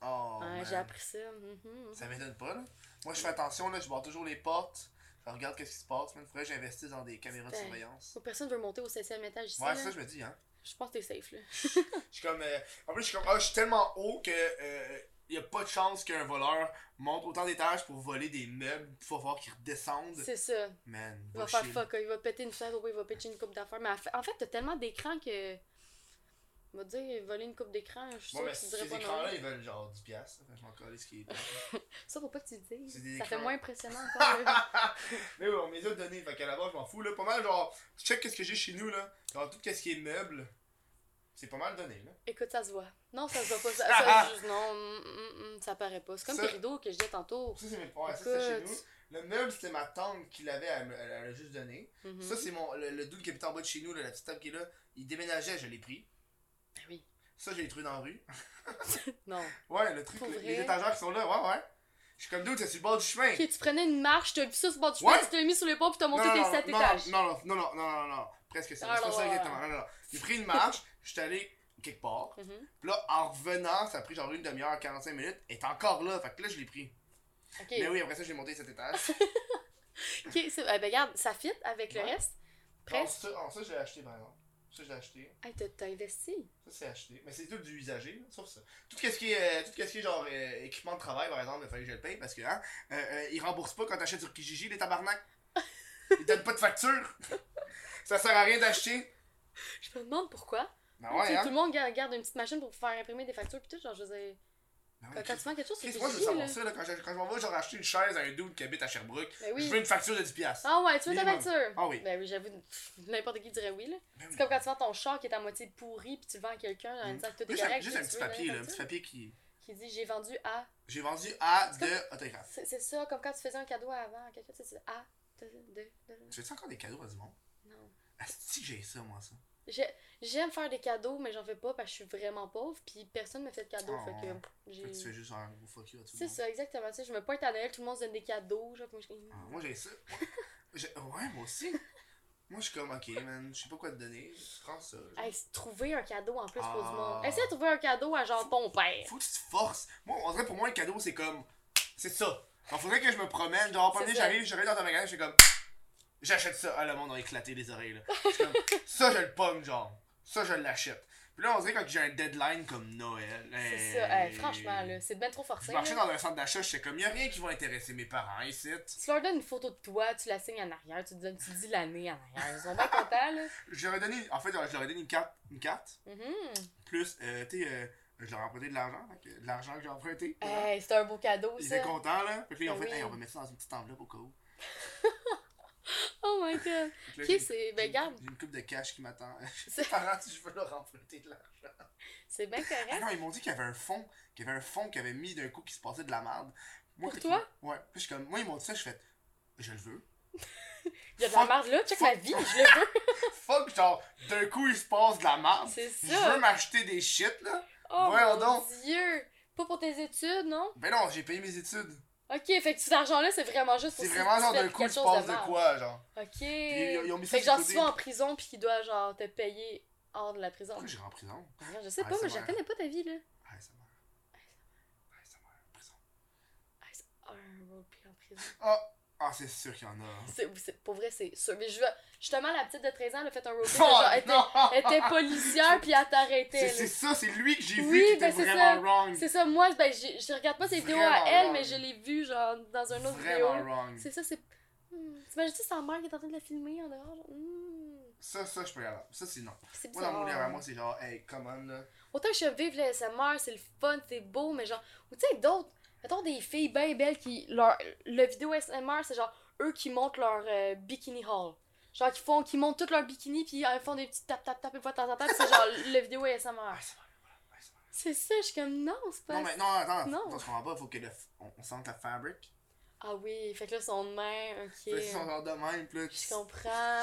Speaker 1: Oh,
Speaker 2: Ouais,
Speaker 1: man.
Speaker 2: j'ai appris ça. mhm.
Speaker 1: Ça m'étonne pas, là. Moi, je fais attention, là, je barre toujours les portes. Je regarde qu'est-ce qui se passe, man. Faudrait que j'investisse dans des caméras de
Speaker 2: Ben,
Speaker 1: surveillance.
Speaker 2: Personne veut monter au 16e étage ici.
Speaker 1: Ouais,
Speaker 2: là.
Speaker 1: c'est ça, que je me dis, hein.
Speaker 2: Je pense que t'es safe là.
Speaker 1: Je suis comme. euh, en plus, je suis comme. Ah, je suis tellement haut que. euh, y a pas de chance qu'un voleur monte autant d'étages pour voler des meubles. Faut voir qu'il redescende.
Speaker 2: C'est ça.
Speaker 1: Man,
Speaker 2: Il va
Speaker 1: chier.
Speaker 2: faire fuck, il va péter une fenêtre, ou il va péter une coupe d'affaires. Mais en fait- en fait, t'as tellement d'écrans que. On va dire, voler une coupe d'écran, je suis
Speaker 1: Bon,
Speaker 2: sûre
Speaker 1: mais
Speaker 2: que tu dirais
Speaker 1: ces
Speaker 2: pas non.
Speaker 1: écrans-là, ils veulent genre 10 piastres. Fait que Je m'en calais ce qui est.
Speaker 2: Ça, faut pas que tu le
Speaker 1: C'est
Speaker 2: dises.
Speaker 1: des
Speaker 2: Ça fait
Speaker 1: écrans.
Speaker 2: moins impressionnant encore. là.
Speaker 1: mais oui, on me les a donnés. Fait qu'à la base, je m'en fous, là. Pas mal, genre. Je check qu'est-ce que j'ai chez nous, là. Genre, tout qu'est-ce qui est meuble. C'est pas mal donné, là.
Speaker 2: Écoute, ça se voit. Non, ça se voit pas. Ça, ça, juste- non, mm, mm, mm, ça paraît pas. C'est comme
Speaker 1: Ça-
Speaker 2: les rideaux que je disais tantôt.
Speaker 1: Ça, c'est mes ouais, ça, c'est chez nous.
Speaker 2: Écoute.
Speaker 1: Le meuble, c'était ma tante qui l'avait, elle, elle, elle a juste donné.
Speaker 2: Mhm.
Speaker 1: Ça, c'est mon, le, le dude qui habitait en bas de chez nous, là, la petite table qui est là. Il déménageait, je l'ai pris.
Speaker 2: Ah oui.
Speaker 1: Ça, je l'ai trouvé dans la rue.
Speaker 2: Non.
Speaker 1: Ouais, le truc,
Speaker 2: Pour
Speaker 1: le-
Speaker 2: vrai?
Speaker 1: les étagères qui sont là, ouais, ouais. Je suis comme dude, c'est sur le bord du chemin.
Speaker 2: Ok, tu prenais une marche, t'as vu ça sur le bord du
Speaker 1: Ouais.
Speaker 2: chemin, tu t'es mis sur les ponts, puis t'as monté
Speaker 1: non,
Speaker 2: tes
Speaker 1: non,
Speaker 2: 7
Speaker 1: non,
Speaker 2: étages.
Speaker 1: non, non, non, non, non, non, non, non, presque ça.
Speaker 2: Ah,
Speaker 1: c'est pas
Speaker 2: non,
Speaker 1: ça
Speaker 2: ouais,
Speaker 1: exactement.
Speaker 2: ouais.
Speaker 1: Non, non, non. J'ai pris une marche, je suis allé quelque part.
Speaker 2: Mhm.
Speaker 1: Puis là, en revenant, ça a pris genre une demi-heure, 45 minutes. Elle est encore là, fait que là, je l'ai pris.
Speaker 2: Ok.
Speaker 1: Mais oui, après ça, j'ai monté cet étage.
Speaker 2: Ok, c'est- eh ben, regarde, ça fit avec le
Speaker 1: Ouais.
Speaker 2: reste.
Speaker 1: Non,
Speaker 2: Presque.
Speaker 1: ça, non, ça, je l'ai acheté, par exemple. Ça, je l'ai acheté.
Speaker 2: Hey, t'as- t'as investi.
Speaker 1: Ça, c'est acheté. Mais c'est tout du usager, là, sauf ça. Tout ce qui est, euh, tout ce qui est genre euh, équipement de travail, par exemple, il fallait que je le paye parce que, hein, euh, euh, ils remboursent pas quand t'achètes sur Kijiji, les tabarnak. Ils donnent pas de facture. ça sert à rien d'acheter.
Speaker 2: Je me demande pourquoi.
Speaker 1: Ben
Speaker 2: Tu sais,
Speaker 1: ouais,
Speaker 2: Tout
Speaker 1: hein.
Speaker 2: le monde garde, garde une petite machine pour faire imprimer des factures pis tout, genre je veux dire,
Speaker 1: Ben
Speaker 2: quand,
Speaker 1: ouais,
Speaker 2: quand tu vends quelque chose, c'est
Speaker 1: Chris, moi, je veux
Speaker 2: fini,
Speaker 1: savoir
Speaker 2: là.
Speaker 1: ça, là, quand je, quand je m'en vais, genre, acheter une chaise à un dude qui habite à Sherbrooke,
Speaker 2: Ben
Speaker 1: je veux
Speaker 2: oui.
Speaker 1: une facture de 10$. piastres.
Speaker 2: Ah ouais, tu veux ta
Speaker 1: Minimum.
Speaker 2: facture?
Speaker 1: Ah oui.
Speaker 2: Ben oui, j'avoue, pff, n'importe qui dirait oui, là.
Speaker 1: Ben oui.
Speaker 2: C'est comme quand tu vends ton char qui est à moitié pourri puis tu le vends à quelqu'un en
Speaker 1: Mm.
Speaker 2: disant que tout est
Speaker 1: Juste, un,
Speaker 2: correct.
Speaker 1: juste
Speaker 2: mais
Speaker 1: un
Speaker 2: tu
Speaker 1: petit
Speaker 2: veux hein, donner
Speaker 1: papier,
Speaker 2: la
Speaker 1: là, un petit
Speaker 2: facture.
Speaker 1: papier qui.
Speaker 2: Qui dit j'ai vendu à.
Speaker 1: J'ai vendu à
Speaker 2: C'est
Speaker 1: de autographe.
Speaker 2: C'est c'est ça, comme quand tu faisais un cadeau avant à quelqu'un, tu sais, à. De, de, de-
Speaker 1: Tu fais encore des cadeaux à du monde?
Speaker 2: Non.
Speaker 1: Asti, j'ai ça, moi, ça.
Speaker 2: J'ai- J'aime faire des cadeaux, mais j'en fais pas parce que je suis vraiment pauvre puis personne me fait de cadeaux.
Speaker 1: Oh.
Speaker 2: Fait que
Speaker 1: Fait que tu fais
Speaker 2: j'ai.
Speaker 1: juste un gros fuck you à tout le
Speaker 2: C'est
Speaker 1: monde.
Speaker 2: ça, exactement. Tu sais, je me pointe à Noël, tout le monde se donne des cadeaux. Genre, puis moi, je-
Speaker 1: Ah, Moi, j'ai ça. J'ai- Ouais, moi aussi. Moi, je suis comme, ok, man, je sais pas quoi te donner. Prends ça. genre.
Speaker 2: Hey, se trouver un cadeau en plus pour du monde.
Speaker 1: Ah.
Speaker 2: Essaye de trouver un cadeau à genre ton père.
Speaker 1: Faut que tu te forces. Moi, on dirait pour moi, un cadeau, c'est comme. C'est ça. Donc, faudrait que je me promène. Genre, premier,
Speaker 2: C'est ça.
Speaker 1: j'arrive, j'arrive dans ta magasin, je suis comme. J'achète ça. Ah, le monde a éclaté les oreilles, là. Je suis comme, ça, je le pomme, genre. Ça, je l'achète. Puis là, on dirait quand j'ai un deadline comme Noël.
Speaker 2: C'est
Speaker 1: hey.
Speaker 2: ça, Hey, franchement, là, c'est ben trop
Speaker 1: Je
Speaker 2: forcé.
Speaker 1: marchais
Speaker 2: là.
Speaker 1: dans un centre d'achat, j'étais comme, y a rien qui va intéresser mes parents ici.
Speaker 2: Tu leur donnes une photo de toi, tu la signes en arrière, tu, te donnes, tu dis l'année en arrière. Ils sont bien contents, là.
Speaker 1: Je leur ai donné, en fait, je leur ai donné une carte, une carte
Speaker 2: Mhm.
Speaker 1: plus, euh, tu sais, euh, je leur ai emprunté de l'argent, fait que de l'argent que j'ai emprunté.
Speaker 2: Hey, c'est un beau cadeau,
Speaker 1: Ils
Speaker 2: Euh, ça.
Speaker 1: étaient contents, là. Fait que là, ils ont
Speaker 2: Ben
Speaker 1: fait,
Speaker 2: oui.
Speaker 1: hey, on va mettre ça dans une petite enveloppe au cas où.
Speaker 2: Oh my
Speaker 1: Fait
Speaker 2: god.
Speaker 1: que là,
Speaker 2: Ok,
Speaker 1: j'ai-
Speaker 2: c'est.
Speaker 1: j'ai-
Speaker 2: Ben, garde,
Speaker 1: J'ai une coupe de cash qui m'attend.
Speaker 2: C'est-
Speaker 1: Mes parents, si je veux leur emprunter de l'argent.
Speaker 2: c'est bien
Speaker 1: Ah
Speaker 2: correct.
Speaker 1: non, ils m'ont dit qu'il y avait un fond, qu'il y avait un fond qui avait mis d'un coup qui se passait de la merde. Moi,
Speaker 2: Pour
Speaker 1: quand
Speaker 2: toi?
Speaker 1: ils- Ouais. Puis je suis comme, moi, ils m'ont dit ça, je fais, je le veux.
Speaker 2: Il y a de la
Speaker 1: Fuck.
Speaker 2: merde là, check
Speaker 1: Fuck.
Speaker 2: ma vie, je le veux.
Speaker 1: Fuck, genre, d'un coup, il se passe de la merde.
Speaker 2: C'est
Speaker 1: Je veux
Speaker 2: ça.
Speaker 1: m'acheter des shit, là.
Speaker 2: Oh
Speaker 1: Voyons
Speaker 2: mon
Speaker 1: donc.
Speaker 2: dieu. Pas pour tes études, non?
Speaker 1: Ben non, j'ai payé mes études.
Speaker 2: Ok, fait que cet argent-là, c'est vraiment juste pour
Speaker 1: C'est
Speaker 2: si
Speaker 1: vraiment
Speaker 2: tu
Speaker 1: genre
Speaker 2: fais
Speaker 1: d'un coup,
Speaker 2: quelque
Speaker 1: tu
Speaker 2: chose
Speaker 1: passes de
Speaker 2: mal.
Speaker 1: quoi, genre.
Speaker 2: Ok.
Speaker 1: ils- ils ont mis ça
Speaker 2: fait que
Speaker 1: sur
Speaker 2: genre,
Speaker 1: le
Speaker 2: si tu
Speaker 1: côté.
Speaker 2: vas en prison puis qu'il doit genre te payer hors de la prison.
Speaker 1: Pourquoi j'irai en prison
Speaker 2: Je sais
Speaker 1: Ah,
Speaker 2: pas,
Speaker 1: ça
Speaker 2: moi,
Speaker 1: va.
Speaker 2: je connais pas ta vie, là.
Speaker 1: Ah, ça meurt. Ah, ça meurt, prison.
Speaker 2: Ah, un roleplay en prison.
Speaker 1: Ah, ah, c'est sûr qu'il y en a.
Speaker 2: C'est- c'est- pour vrai, c'est sûr. Mais je veux- justement, la petite de 13 ans, elle a fait un roleplay. de genre,
Speaker 1: Fuck,
Speaker 2: elle était, elle
Speaker 1: Oh, non!
Speaker 2: était policière puis elle
Speaker 1: C'est
Speaker 2: t'arrêtait.
Speaker 1: c'est
Speaker 2: là.
Speaker 1: ça, c'est lui que j'ai
Speaker 2: Oui,
Speaker 1: vu qui était
Speaker 2: ben, c'est
Speaker 1: vraiment
Speaker 2: ça.
Speaker 1: wrong.
Speaker 2: C'est ça, moi, ben, j'ai- je regarde pas ses vidéos à
Speaker 1: Vraiment
Speaker 2: elle,
Speaker 1: wrong.
Speaker 2: mais je l'ai vu genre dans un autre vidéo.
Speaker 1: Vraiment wrong.
Speaker 2: C'est ça, c'est. Hmm. T'imagines-tu sa mère qui est en train de la filmer en dehors? genre, hmm.
Speaker 1: Ça, ça, je peux y aller. Ça, c'est non.
Speaker 2: C'est euh,
Speaker 1: Moi, dans
Speaker 2: bizarre.
Speaker 1: mon livre à moi, c'est genre, hey, come on, là.
Speaker 2: Autant que je vive le SMR, c'est le fun, c'est beau, mais genre. Ou tu sais, d'autres. Mettons des filles bien belles qui. Leur, le vidéo SMR, c'est genre eux qui montent leur euh, bikini haul. Genre qui font, qui montent tout leur bikini puis ils font des petits tap tap tap une fois de temps en temps, puis c'est genre le vidéo
Speaker 1: Ah,
Speaker 2: ASMR.
Speaker 1: ça meurt, voilà. Ah, ça meurt.
Speaker 2: C'est ça, je suis comme non, c'est pas.
Speaker 1: Non, mais non, attends,
Speaker 2: Non.
Speaker 1: non. on se comprend pas, faut que le f- on, on sente la fabric.
Speaker 2: Ah oui, fait que là, ils sont de main, ok.
Speaker 1: Ils sont genre de même, puis là. tu-
Speaker 2: Je comprends.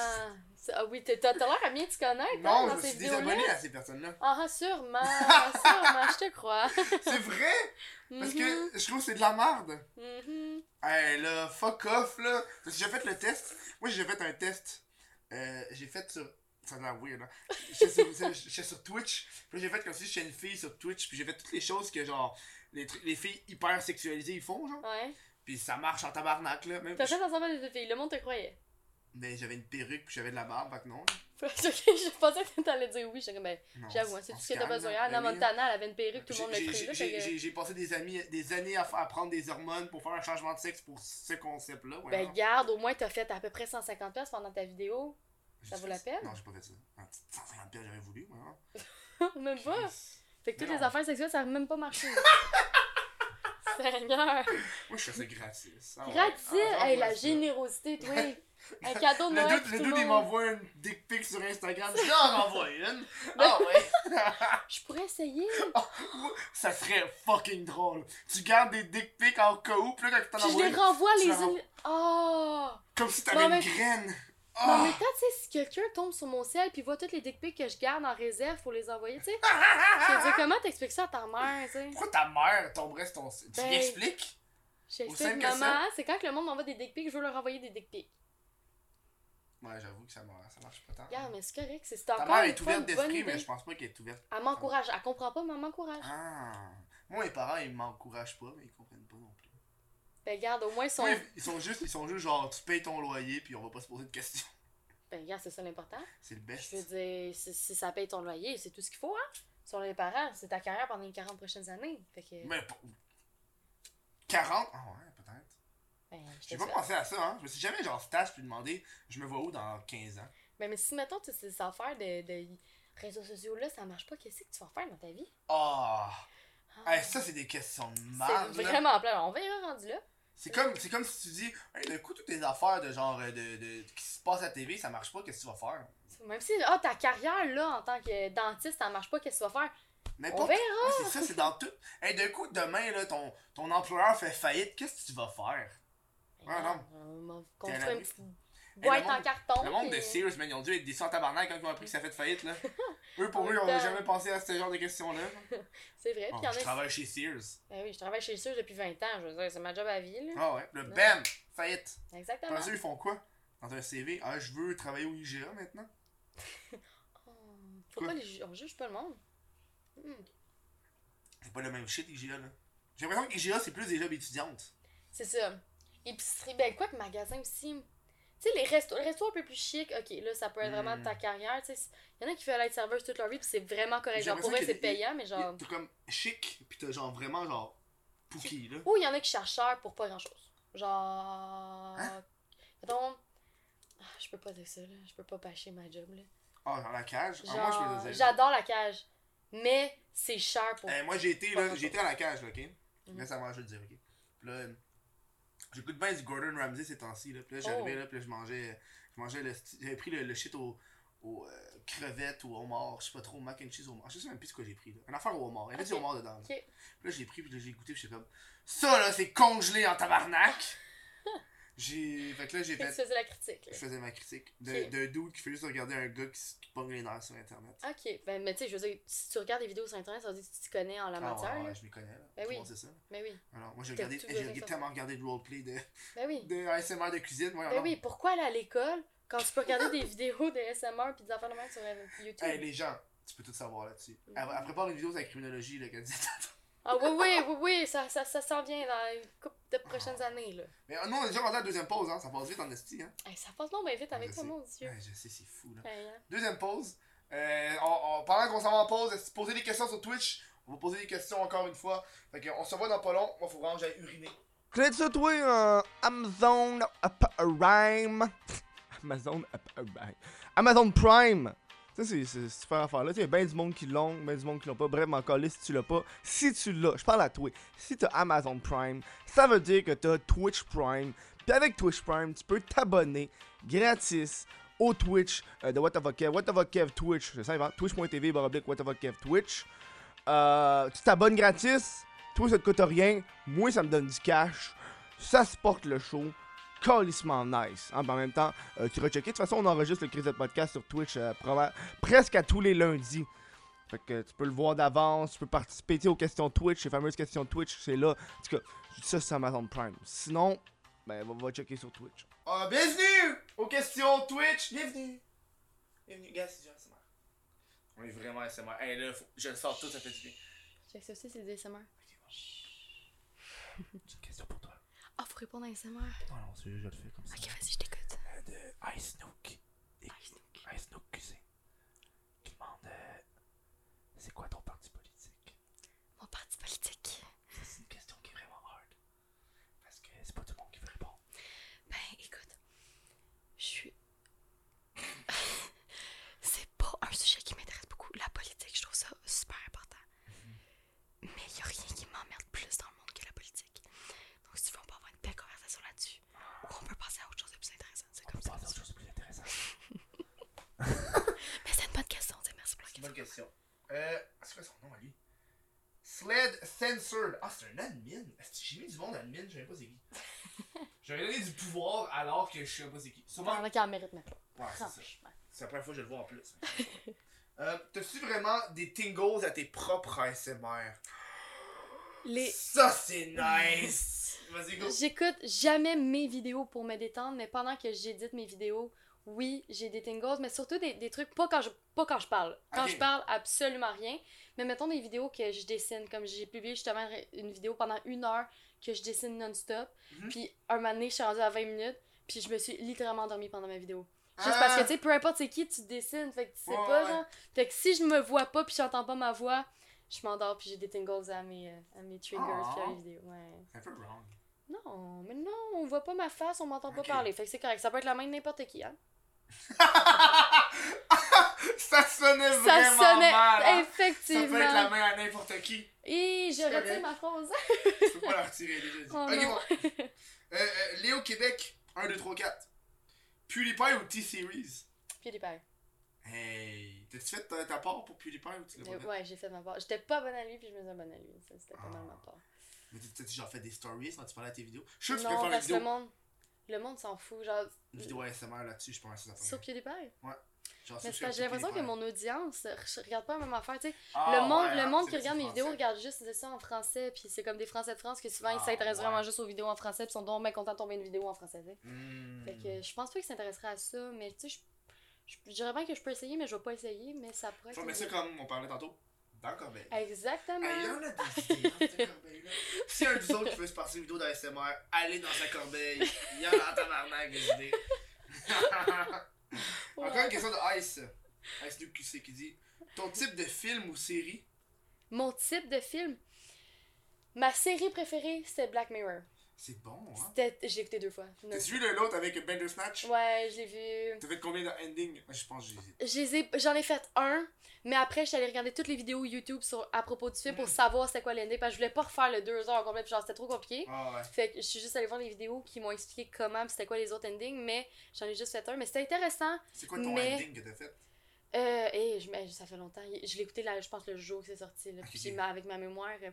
Speaker 2: C'est- Ah oui, t'as t'as- t'as l'air à bien te connaître hein,
Speaker 1: Non, je
Speaker 2: dans
Speaker 1: me
Speaker 2: ces
Speaker 1: suis
Speaker 2: vidéos-là.
Speaker 1: désabonné à ces personnes-là.
Speaker 2: Ah, sûrement, sûrement, je te crois.
Speaker 1: C'est vrai! Parce
Speaker 2: Mhm,
Speaker 1: que je trouve que c'est de la merde.
Speaker 2: mhm.
Speaker 1: Hey là, fuck off là! Parce que j'ai fait le test. Moi j'ai fait un test. Euh, j'ai fait sur. Ça a l'air weird, hein. J'étais sur, j'étais- j'étais sur Twitch. Puis là, j'ai fait comme si j'étais une fille sur Twitch. Puis j'ai fait toutes les choses que genre. Les, trucs- les filles hyper sexualisées ils font, genre.
Speaker 2: Ouais.
Speaker 1: Puis ça marche en tabarnak là. Même,
Speaker 2: T'as fait ensemble avec deux filles, le monde te croyait.
Speaker 1: Mais j'avais une perruque puis j'avais de la barbe, fait que non.
Speaker 2: Ok, je pensais que t'allais dire oui, j'étais comme, ben,
Speaker 1: Non,
Speaker 2: j'avoue, hein,
Speaker 1: on
Speaker 2: c'est tout
Speaker 1: se
Speaker 2: ce que t'as
Speaker 1: calme,
Speaker 2: besoin.
Speaker 1: là.
Speaker 2: Anna
Speaker 1: Ben oui.
Speaker 2: Montana, elle avait une perruque, tout le monde le
Speaker 1: J'ai-
Speaker 2: crut.
Speaker 1: j'ai-
Speaker 2: là, fait
Speaker 1: j'ai-
Speaker 2: que-
Speaker 1: J'ai j'ai passé des, amis, des années à, f- à prendre des hormones pour faire un changement de sexe pour ce concept-là. ouais, hein.
Speaker 2: Ben,
Speaker 1: non.
Speaker 2: garde, au moins, t'as fait à peu près 150$ piastres pendant ta vidéo.
Speaker 1: J'ai
Speaker 2: ça
Speaker 1: fait
Speaker 2: vaut la peine?
Speaker 1: Non, j'ai pas fait ça. Un petit 150 pièges, j'aurais voulu. hein. Ouais. non.
Speaker 2: même pas. Fait que toutes
Speaker 1: Non.
Speaker 2: les affaires sexuelles, ça a même pas marché. Seigneur.
Speaker 1: Moi, je fais ça gratis. Ah ouais.
Speaker 2: Gratis!
Speaker 1: Ah,
Speaker 2: hey,
Speaker 1: j'envoie
Speaker 2: la
Speaker 1: ça.
Speaker 2: générosité, toi! Un cadeau de
Speaker 1: Le
Speaker 2: Noël
Speaker 1: doute,
Speaker 2: pour
Speaker 1: le
Speaker 2: tout le
Speaker 1: doute, il
Speaker 2: monde.
Speaker 1: m'envoie une dick pic sur Instagram. Je dis, Ah, m'envoie une.
Speaker 2: Ben,
Speaker 1: Ah ouais.
Speaker 2: Je pourrais essayer!
Speaker 1: Ah, Ça serait fucking drôle. Tu gardes des dick pics en cas où, puis là, quand tu t'en
Speaker 2: Puis
Speaker 1: envoies
Speaker 2: je les
Speaker 1: une,
Speaker 2: renvoie
Speaker 1: tu
Speaker 2: les
Speaker 1: la
Speaker 2: îles. Oh!
Speaker 1: comme si
Speaker 2: Non,
Speaker 1: t'avais
Speaker 2: mais-
Speaker 1: une graine.
Speaker 2: Mais en
Speaker 1: Ah.
Speaker 2: même temps, tu sais, si quelqu'un tombe sur mon ciel puis voit toutes les dick pics que je garde en réserve pour les envoyer, tu sais, je te dis comment t'expliques ça à ta mère, tu sais?
Speaker 1: Pourquoi ta mère tomberait sur ton. Tu
Speaker 2: Ben-
Speaker 1: lui expliques
Speaker 2: J'explique,
Speaker 1: simple que ça.
Speaker 2: maman, c'est quand que le monde m'envoie des dick pics, je veux leur envoyer des dick pics.
Speaker 1: Ouais, j'avoue que ça, marche- ça marche pas tant.
Speaker 2: Regarde, mais c'est correct, c'est c'est
Speaker 1: Ta
Speaker 2: encore
Speaker 1: mère
Speaker 2: une
Speaker 1: est
Speaker 2: fois
Speaker 1: ouverte
Speaker 2: une bonne
Speaker 1: d'esprit, mais
Speaker 2: idée.
Speaker 1: je pense pas qu'elle est ouverte.
Speaker 2: Elle m'encourage, elle comprend pas, mais elle m'encourage.
Speaker 1: Ah. Moi, mes parents, ils m'encouragent pas, mais ils comprennent pas non plus.
Speaker 2: Ben, regarde, au moins, ils sont.
Speaker 1: Moi, ils sont juste, ils sont juste genre, tu payes ton loyer, puis on va pas se poser de questions.
Speaker 2: Ben, regarde, c'est ça l'important.
Speaker 1: C'est le
Speaker 2: Je veux
Speaker 1: best.
Speaker 2: dire, si, si ça paye ton loyer, c'est tout ce qu'il faut, hein? Sur les parents, c'est ta carrière pendant les 40 prochaines années. Fait que.
Speaker 1: Mais pour- 40 Ah ouais, peut-être.
Speaker 2: Ben, je te
Speaker 1: J'ai pas
Speaker 2: souhaite.
Speaker 1: pensé à ça, hein. Je me suis jamais genre stage puis demandé, je me vois où dans 15 ans.
Speaker 2: Ben, mais si, mettons, tu ces affaires de, de réseaux sociaux là, ça marche pas, qu'est-ce que tu vas faire dans ta vie?
Speaker 1: Ah,
Speaker 2: Ah,
Speaker 1: Hey, ça c'est des questions de
Speaker 2: c'est
Speaker 1: marge. là.
Speaker 2: vraiment plein. On verra rendu là.
Speaker 1: C'est comme, c'est comme si tu dis, hey, le coup toutes tes affaires de genre euh, de, de- qui se passe à la TV, ça marche pas, qu'est-ce que tu vas faire
Speaker 2: Même si, ah, ta carrière là, en tant que dentiste, ça marche pas, qu'est-ce que tu vas faire? On
Speaker 1: N'importe
Speaker 2: verra.
Speaker 1: Ouais, c'est ça, c'est dans tout. Hey, d'un coup, demain, là, ton, ton employeur fait faillite, qu'est-ce que tu vas faire? Ouais, non.
Speaker 2: Ah, On va
Speaker 1: T'es à
Speaker 2: construire
Speaker 1: la
Speaker 2: une petite
Speaker 1: le
Speaker 2: boîte en
Speaker 1: monde-
Speaker 2: carton.
Speaker 1: Le monde
Speaker 2: puis-
Speaker 1: de Sears, man, ils ont dû être déçus en tabarnak quand ils ont appris que ça fait de faillite, là. Eux,
Speaker 2: En
Speaker 1: pour eux,
Speaker 2: même
Speaker 1: ils ont
Speaker 2: temps.
Speaker 1: jamais pensé à ce genre de questions-là.
Speaker 2: euh, C'est vrai.
Speaker 1: Oh,
Speaker 2: puis il y en
Speaker 1: je
Speaker 2: a.
Speaker 1: travaille chez Sears.
Speaker 2: Ben oui, je travaille chez le Sears depuis 20 ans. Je veux dire, c'est ma job à vie, là.
Speaker 1: Ah ouais. Le
Speaker 2: Non.
Speaker 1: BAM! Faillite.
Speaker 2: Exactement.
Speaker 1: Après ça, ils font quoi? Dans un CV, ah, je veux travailler au IGA maintenant.
Speaker 2: Oh, faut pas
Speaker 1: Quoi?
Speaker 2: les ju- on juge pas le monde. Hmm.
Speaker 1: C'est pas le même shit, IGA, là. J'ai l'impression que IGA, c'est plus des jobs étudiantes.
Speaker 2: C'est ça. Épicerie, ben quoi que magasin aussi. Tu sais, les restos, le resto un peu plus chic, ok, là, ça peut être vraiment
Speaker 1: Hmm.
Speaker 2: ta carrière, tu sais. Il y en a qui veulent être serveuse toute leur vie, puis c'est vraiment correct.
Speaker 1: J'ai
Speaker 2: Genre, pour eux,
Speaker 1: l'impression
Speaker 2: c'est
Speaker 1: qu'il y a des-
Speaker 2: payant, mais genre...
Speaker 1: T'es comme chic, pis t'as genre vraiment genre pookie, là.
Speaker 2: Ou il y en a qui cherchent cher pour pas grand-chose. Genre...
Speaker 1: Hein?
Speaker 2: Mettons... Ah, je peux pas dire ça, là. Je peux pas bâcher ma job, là.
Speaker 1: Ah, dans la cage. Ah, moi, je
Speaker 2: Genre,
Speaker 1: peux le dire.
Speaker 2: j'adore la cage, mais c'est cher pour...
Speaker 1: Eh, moi, j'ai été,
Speaker 2: Oh. Pas
Speaker 1: là,
Speaker 2: trop
Speaker 1: j'ai
Speaker 2: tôt.
Speaker 1: été à la cage, là, ok?
Speaker 2: Mhm.
Speaker 1: Là, ça m'a je vais le dire, ok? Puis là, euh, j'écoute bien du Gordon Ramsay ces temps-ci, là. Puis là, j'arrivais,
Speaker 2: Oh.
Speaker 1: là, puis là, je mangeais, je mangeais le, sti- j'avais pris le, le shit aux aux, euh, crevettes ou homard, je sais pas trop, mac and cheese au homard. Je sais même plus ce que j'ai pris, là. Une affaire au homard. Il y avait du
Speaker 2: Ok.
Speaker 1: homard dedans, là.
Speaker 2: Ok.
Speaker 1: Puis là, je l'ai pris, puis là, j'ai goûté, puis j'étais comme, ça, là, c'est congelé en tabarnak! J'ai. Fait que là, j'ai
Speaker 2: Tu
Speaker 1: fait.
Speaker 2: faisais la critique. là.
Speaker 1: Je faisais ma critique de,
Speaker 2: Ok.
Speaker 1: de dude qui fait juste regarder un gars qui, se- qui pogne les nerfs sur internet.
Speaker 2: Ok, ben, mais tu sais, je veux dire, si tu regardes des vidéos sur internet, ça veut dire que tu t'y connais en la
Speaker 1: Ah,
Speaker 2: matière.
Speaker 1: ouais, ouais,
Speaker 2: là.
Speaker 1: je m'y connais là. Tout
Speaker 2: Ben
Speaker 1: le
Speaker 2: oui.
Speaker 1: monde sait ça.
Speaker 2: Ben oui,
Speaker 1: Alors, moi j'ai
Speaker 2: T'as
Speaker 1: regardé.
Speaker 2: tout
Speaker 1: eh,
Speaker 2: besoin
Speaker 1: J'ai
Speaker 2: de
Speaker 1: tellement regardé de roleplay de,
Speaker 2: ben oui.
Speaker 1: de ASMR de cuisine, voyons
Speaker 2: Ben
Speaker 1: donc.
Speaker 2: oui, pourquoi aller à l'école quand tu peux regarder des vidéos de SMR puis des affaires de même sur euh, YouTube?
Speaker 1: Hey, les gens, tu peux tout savoir là-dessus.
Speaker 2: Mm-hmm.
Speaker 1: Elle, elle prépare une vidéo sur la criminologie là, qu'elle dit.
Speaker 2: Ah oui, oui, oui, oui, ça, ça, ça s'en vient dans une couple de prochaines années, là.
Speaker 1: Mais euh, nous, on est déjà rendu à la deuxième pause, hein. Ça passe vite en esti, hein.
Speaker 2: Hey, ça passe non ben vite avec
Speaker 1: Je
Speaker 2: ça,
Speaker 1: sais.
Speaker 2: mon Dieu.
Speaker 1: Ah, Ouais, je sais, c'est fou là.
Speaker 2: Hey, hein.
Speaker 1: Deuxième pause. Euh, on- on- pendant qu'on s'en va en pause, est-ce que posez des questions sur Twitch. On va poser des questions encore une fois. Fait que, on se voit dans pas long. Moi, faut vraiment que j'aille uriner.
Speaker 4: Clé de ça, toi, euh, Amazon Up Prime. Amazon Up Prime. Amazon Prime. Ça, c'est c'est- c'est super affaire là. Tu sais, y a bien du monde qui l'ont, bien du monde qui l'ont pas. Bref, encore là, si tu l'as pas, si tu l'as, je parle à toi. Si t'as Amazon Prime, ça veut dire que t'as Twitch Prime. Puis avec Twitch Prime, tu peux t'abonner gratis au Twitch euh, de What the Fuck Kev. What the Fuck Kev Twitch, c'est ça, Yvan? Twitch.tv, barre oblique, What the Fuck Kev Twitch. Euh, tu t'abonnes gratis. Toi, ça te coûte rien. Moi, ça me donne du cash. Ça se porte le show. Calissement nice. Hein, ben, en même temps, euh, tu recheckes. De toute façon, on enregistre le Crise de podcast sur Twitch euh, probablement- presque à tous les lundis. Fait que tu peux le voir d'avance, tu peux participer tu sais, aux questions Twitch, les fameuses questions Twitch, c'est là. En tout cas, je dis ça, c'est Amazon Prime. Sinon, ben, va, va checker sur Twitch.
Speaker 1: Ah, bienvenue aux questions Twitch. Bienvenue. Bienvenue. Gars, c'est du ASMR. On est vraiment ASMR. Hey, là, faut- je le sors tout, ça fait du bien.
Speaker 2: Fait que ça aussi, c'est des SMR.
Speaker 5: J'ai une question pour toi.
Speaker 2: Ah, faut répondre à un SMR.
Speaker 5: Non, non, c'est juste, je le fais comme ça.
Speaker 2: Ok, vas-y, je t'écoute.
Speaker 5: Euh, de Ice Nook. Et-
Speaker 2: Ice
Speaker 5: Ice Nook QC. Qui demande euh, C'est quoi ton parti politique
Speaker 2: Mon parti politique.
Speaker 5: Ça, c'est une question qui est vraiment hard. Parce que c'est pas tout le monde qui veut répondre.
Speaker 2: Ben, écoute, je suis. c'est pas un sujet qui m'intéresse beaucoup. La politique, je trouve ça super important. Mais il a rien qui m'emmerde plus dans le monde que la politique. Donc, si tu veux, on peut avoir une belle conversation là-dessus. Ou on peut passer à autre chose de plus intéressant. C'est
Speaker 5: On
Speaker 2: comme
Speaker 5: peut
Speaker 2: ça.
Speaker 5: passer à autre chose de plus intéressant.
Speaker 2: Mais c'est une bonne question, tu sais, merci pour la
Speaker 1: C'est une
Speaker 2: question.
Speaker 1: bonne question. Euh, c'est quoi son nom à lui Sled Censored. Ah, c'est un admin. Est-ce que J'ai mis du monde admin, je sais pas c'est qui. J'aurais donné du pouvoir alors que je sais pas c'est qui. Sûrement.
Speaker 2: a qui en méritent même pas.
Speaker 5: Ah,
Speaker 1: Ouais, c'est ça. C'est la première fois que je le vois en plus. euh, T'as-tu vraiment des tingles à tes propres ASMR
Speaker 2: Les...
Speaker 1: Ça, c'est nice Vas-y, go
Speaker 2: J'écoute jamais mes vidéos pour me détendre, mais pendant que j'édite mes vidéos, oui, j'ai des tingles, mais surtout des, des trucs, pas quand, je, pas quand je parle. Quand
Speaker 1: Ok.
Speaker 2: je parle, absolument rien. Mais mettons des vidéos que je dessine, comme j'ai publié justement une vidéo pendant une heure que je dessine non-stop.
Speaker 1: Mhm.
Speaker 2: Puis un moment donné, je suis rendue à 20 minutes, puis je me suis littéralement endormie pendant ma vidéo. Juste parce que, tu sais, peu importe c'est qui, tu dessines, fait que tu sais
Speaker 1: Ah. Ouais,
Speaker 2: pas,
Speaker 1: ouais.
Speaker 2: genre. Fait que si je me vois pas, puis j'entends pas ma voix, je m'endors, puis j'ai des tingles à mes, euh, à mes triggers,
Speaker 1: Ah.
Speaker 2: puis à mes vidéos. Ouais.
Speaker 1: Un peu wrong.
Speaker 2: Non, mais non, on voit pas ma face, on m'entend pas
Speaker 1: Ok.
Speaker 2: parler. Fait que c'est correct, ça peut être la main de n'importe qui, hein.
Speaker 1: ça sonnait
Speaker 2: Ça
Speaker 1: vraiment
Speaker 2: sonnait
Speaker 1: mal hein. Ça
Speaker 2: effectivement.
Speaker 1: peut être la main à n'importe qui.
Speaker 2: Et je
Speaker 1: C'est
Speaker 2: retire
Speaker 1: correct.
Speaker 2: ma phrase.
Speaker 1: Je peux pas la retirer, déjà dit.
Speaker 2: Oh
Speaker 1: ok,
Speaker 2: non.
Speaker 1: bon. Euh, euh, Léo Québec, 1, 2, 3, 4. PewDiePie ou T-Series
Speaker 2: Puis les pailles.
Speaker 1: Hey, t'as-tu fait ta, ta part pour PewDiePie ou tu l'as pas fait
Speaker 2: Euh, Ouais, j'ai fait ma part. J'étais pas bonne à lui, puis je me suis bonne à lui. Ça, C'était
Speaker 1: Ah.
Speaker 2: pas mal ma part.
Speaker 1: Mais t'as- T'as-tu genre fait des stories quand tu parlais à tes vidéos Je suis sûr que tu
Speaker 2: Non,
Speaker 1: peux faire une
Speaker 2: parce que le
Speaker 1: vidéo,
Speaker 2: monde, le monde s'en fout, genre,
Speaker 1: une vidéo ASMR là-dessus, je pense que ça
Speaker 2: sur PewDiePie.
Speaker 1: Genre,
Speaker 2: Mais
Speaker 1: sur-
Speaker 2: c'est parce que j'ai
Speaker 1: sur
Speaker 2: l'impression que
Speaker 1: PewDiePie.
Speaker 2: mon audience euh, je regarde pas la même affaire, tu sais.
Speaker 1: Ah,
Speaker 2: le monde,
Speaker 1: ouais,
Speaker 2: le
Speaker 1: hein,
Speaker 2: monde
Speaker 1: c'est
Speaker 2: qui
Speaker 1: vrai,
Speaker 2: regarde
Speaker 1: c'est
Speaker 2: mes vidéos
Speaker 1: français.
Speaker 2: regarde juste des ça en français, puis c'est comme des Français de France que souvent ils
Speaker 1: Ah,
Speaker 2: s'intéressent
Speaker 1: ouais.
Speaker 2: vraiment juste aux vidéos en français, puis sont donc bien contents de tomber une vidéo en français, tu sais.
Speaker 1: Hmm.
Speaker 2: Fait que je pense pas qu'il s'intéresserait à ça, mais tu sais, je- je je dirais bien que je peux essayer, mais je vais pas essayer, mais ça pourrait
Speaker 1: Je vais
Speaker 2: être.
Speaker 1: mettre ça hein. comme on parlait tantôt, dans Corbeil. Hey, Ah, il y en a
Speaker 2: Exactement.
Speaker 1: des idées dans cette corbeille-là. Si un des autres qui veut se passer une vidéo d'ASMR, allez dans sa corbeille. Il y en a en tabarnak des idées. Encore une
Speaker 2: Ouais.
Speaker 1: question de Ice. Ice Luke QC qui dit Ton type de film ou série
Speaker 2: Mon type de film. Ma série préférée, c'était Black Mirror.
Speaker 1: C'est bon, hein
Speaker 2: C'était... Je l'ai écouté deux fois. Non.
Speaker 1: T'as vu le l'autre avec Bender Snatch
Speaker 2: Ouais, je l'ai vu.
Speaker 1: T'as fait combien d'endings Je pense que j'ai.
Speaker 2: Je les ai- J'en ai fait un, mais après, j'allais regarder toutes les vidéos YouTube sur... à propos du film
Speaker 1: Hmm.
Speaker 2: pour savoir c'était quoi l'ending, parce que je voulais pas refaire le deux heures en complet, puis genre, c'était trop compliqué.
Speaker 1: Ah ouais.
Speaker 2: Fait que je suis juste allée voir les vidéos qui m'ont expliqué comment, puis c'était quoi les autres endings, mais j'en ai juste fait un. Mais c'était intéressant.
Speaker 1: C'est quoi ton
Speaker 2: Mais-
Speaker 1: ending que t'as fait
Speaker 2: Euh, et je, mais ça fait longtemps. Je l'ai écouté, là, je pense, le jour que c'est sorti. Là,
Speaker 1: Ok.
Speaker 2: puis ma- avec ma mémoire. euh,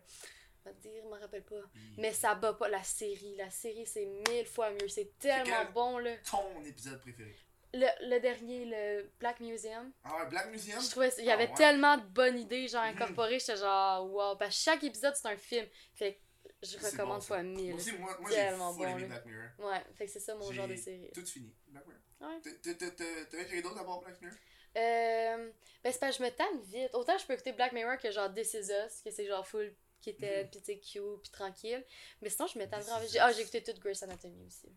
Speaker 2: pas te dire, je m'en rappelle pas. Mais ça bat pas la série. La série, c'est mille fois mieux. C'est tellement
Speaker 1: quel?
Speaker 2: bon, là.
Speaker 1: Ton épisode préféré.
Speaker 2: Le, le dernier, le Black Museum,
Speaker 1: Ah ouais, Black Museum?
Speaker 2: je trouvais il y
Speaker 1: Ah
Speaker 2: avait
Speaker 1: ouais. Mm.
Speaker 2: tellement de bonnes idées, genre incorporées. J'étais genre, wow. Parce que chaque épisode, c'est un film. Fait que je
Speaker 1: C'est
Speaker 2: recommande
Speaker 1: bon, ça.
Speaker 2: fois
Speaker 1: Moi
Speaker 2: mille.
Speaker 1: aussi, moi, moi j'ai
Speaker 2: Tellement
Speaker 1: full
Speaker 2: bon,
Speaker 1: aimé
Speaker 2: là.
Speaker 1: Black Mirror.
Speaker 2: Ouais, fait que c'est ça mon genre de
Speaker 1: J'ai
Speaker 2: série.
Speaker 1: Tout fini, Black Mirror.
Speaker 2: Ouais.
Speaker 1: T'as- t'as- t'as- t'as- T'avais quelque d'autre à part Black Mirror?
Speaker 2: Euh, ben c'est parce que je me tanne vite. Autant je peux écouter Black Mirror que genre This Is Us, que c'est genre full qui était
Speaker 1: Mhm.
Speaker 2: pis t'sais, cute pis tranquille. Mais sinon je me tanne
Speaker 1: This
Speaker 2: vraiment
Speaker 1: Is
Speaker 2: vite. J'ai- Ah
Speaker 1: Us.
Speaker 2: j'ai écouté toute Grey's Anatomy aussi.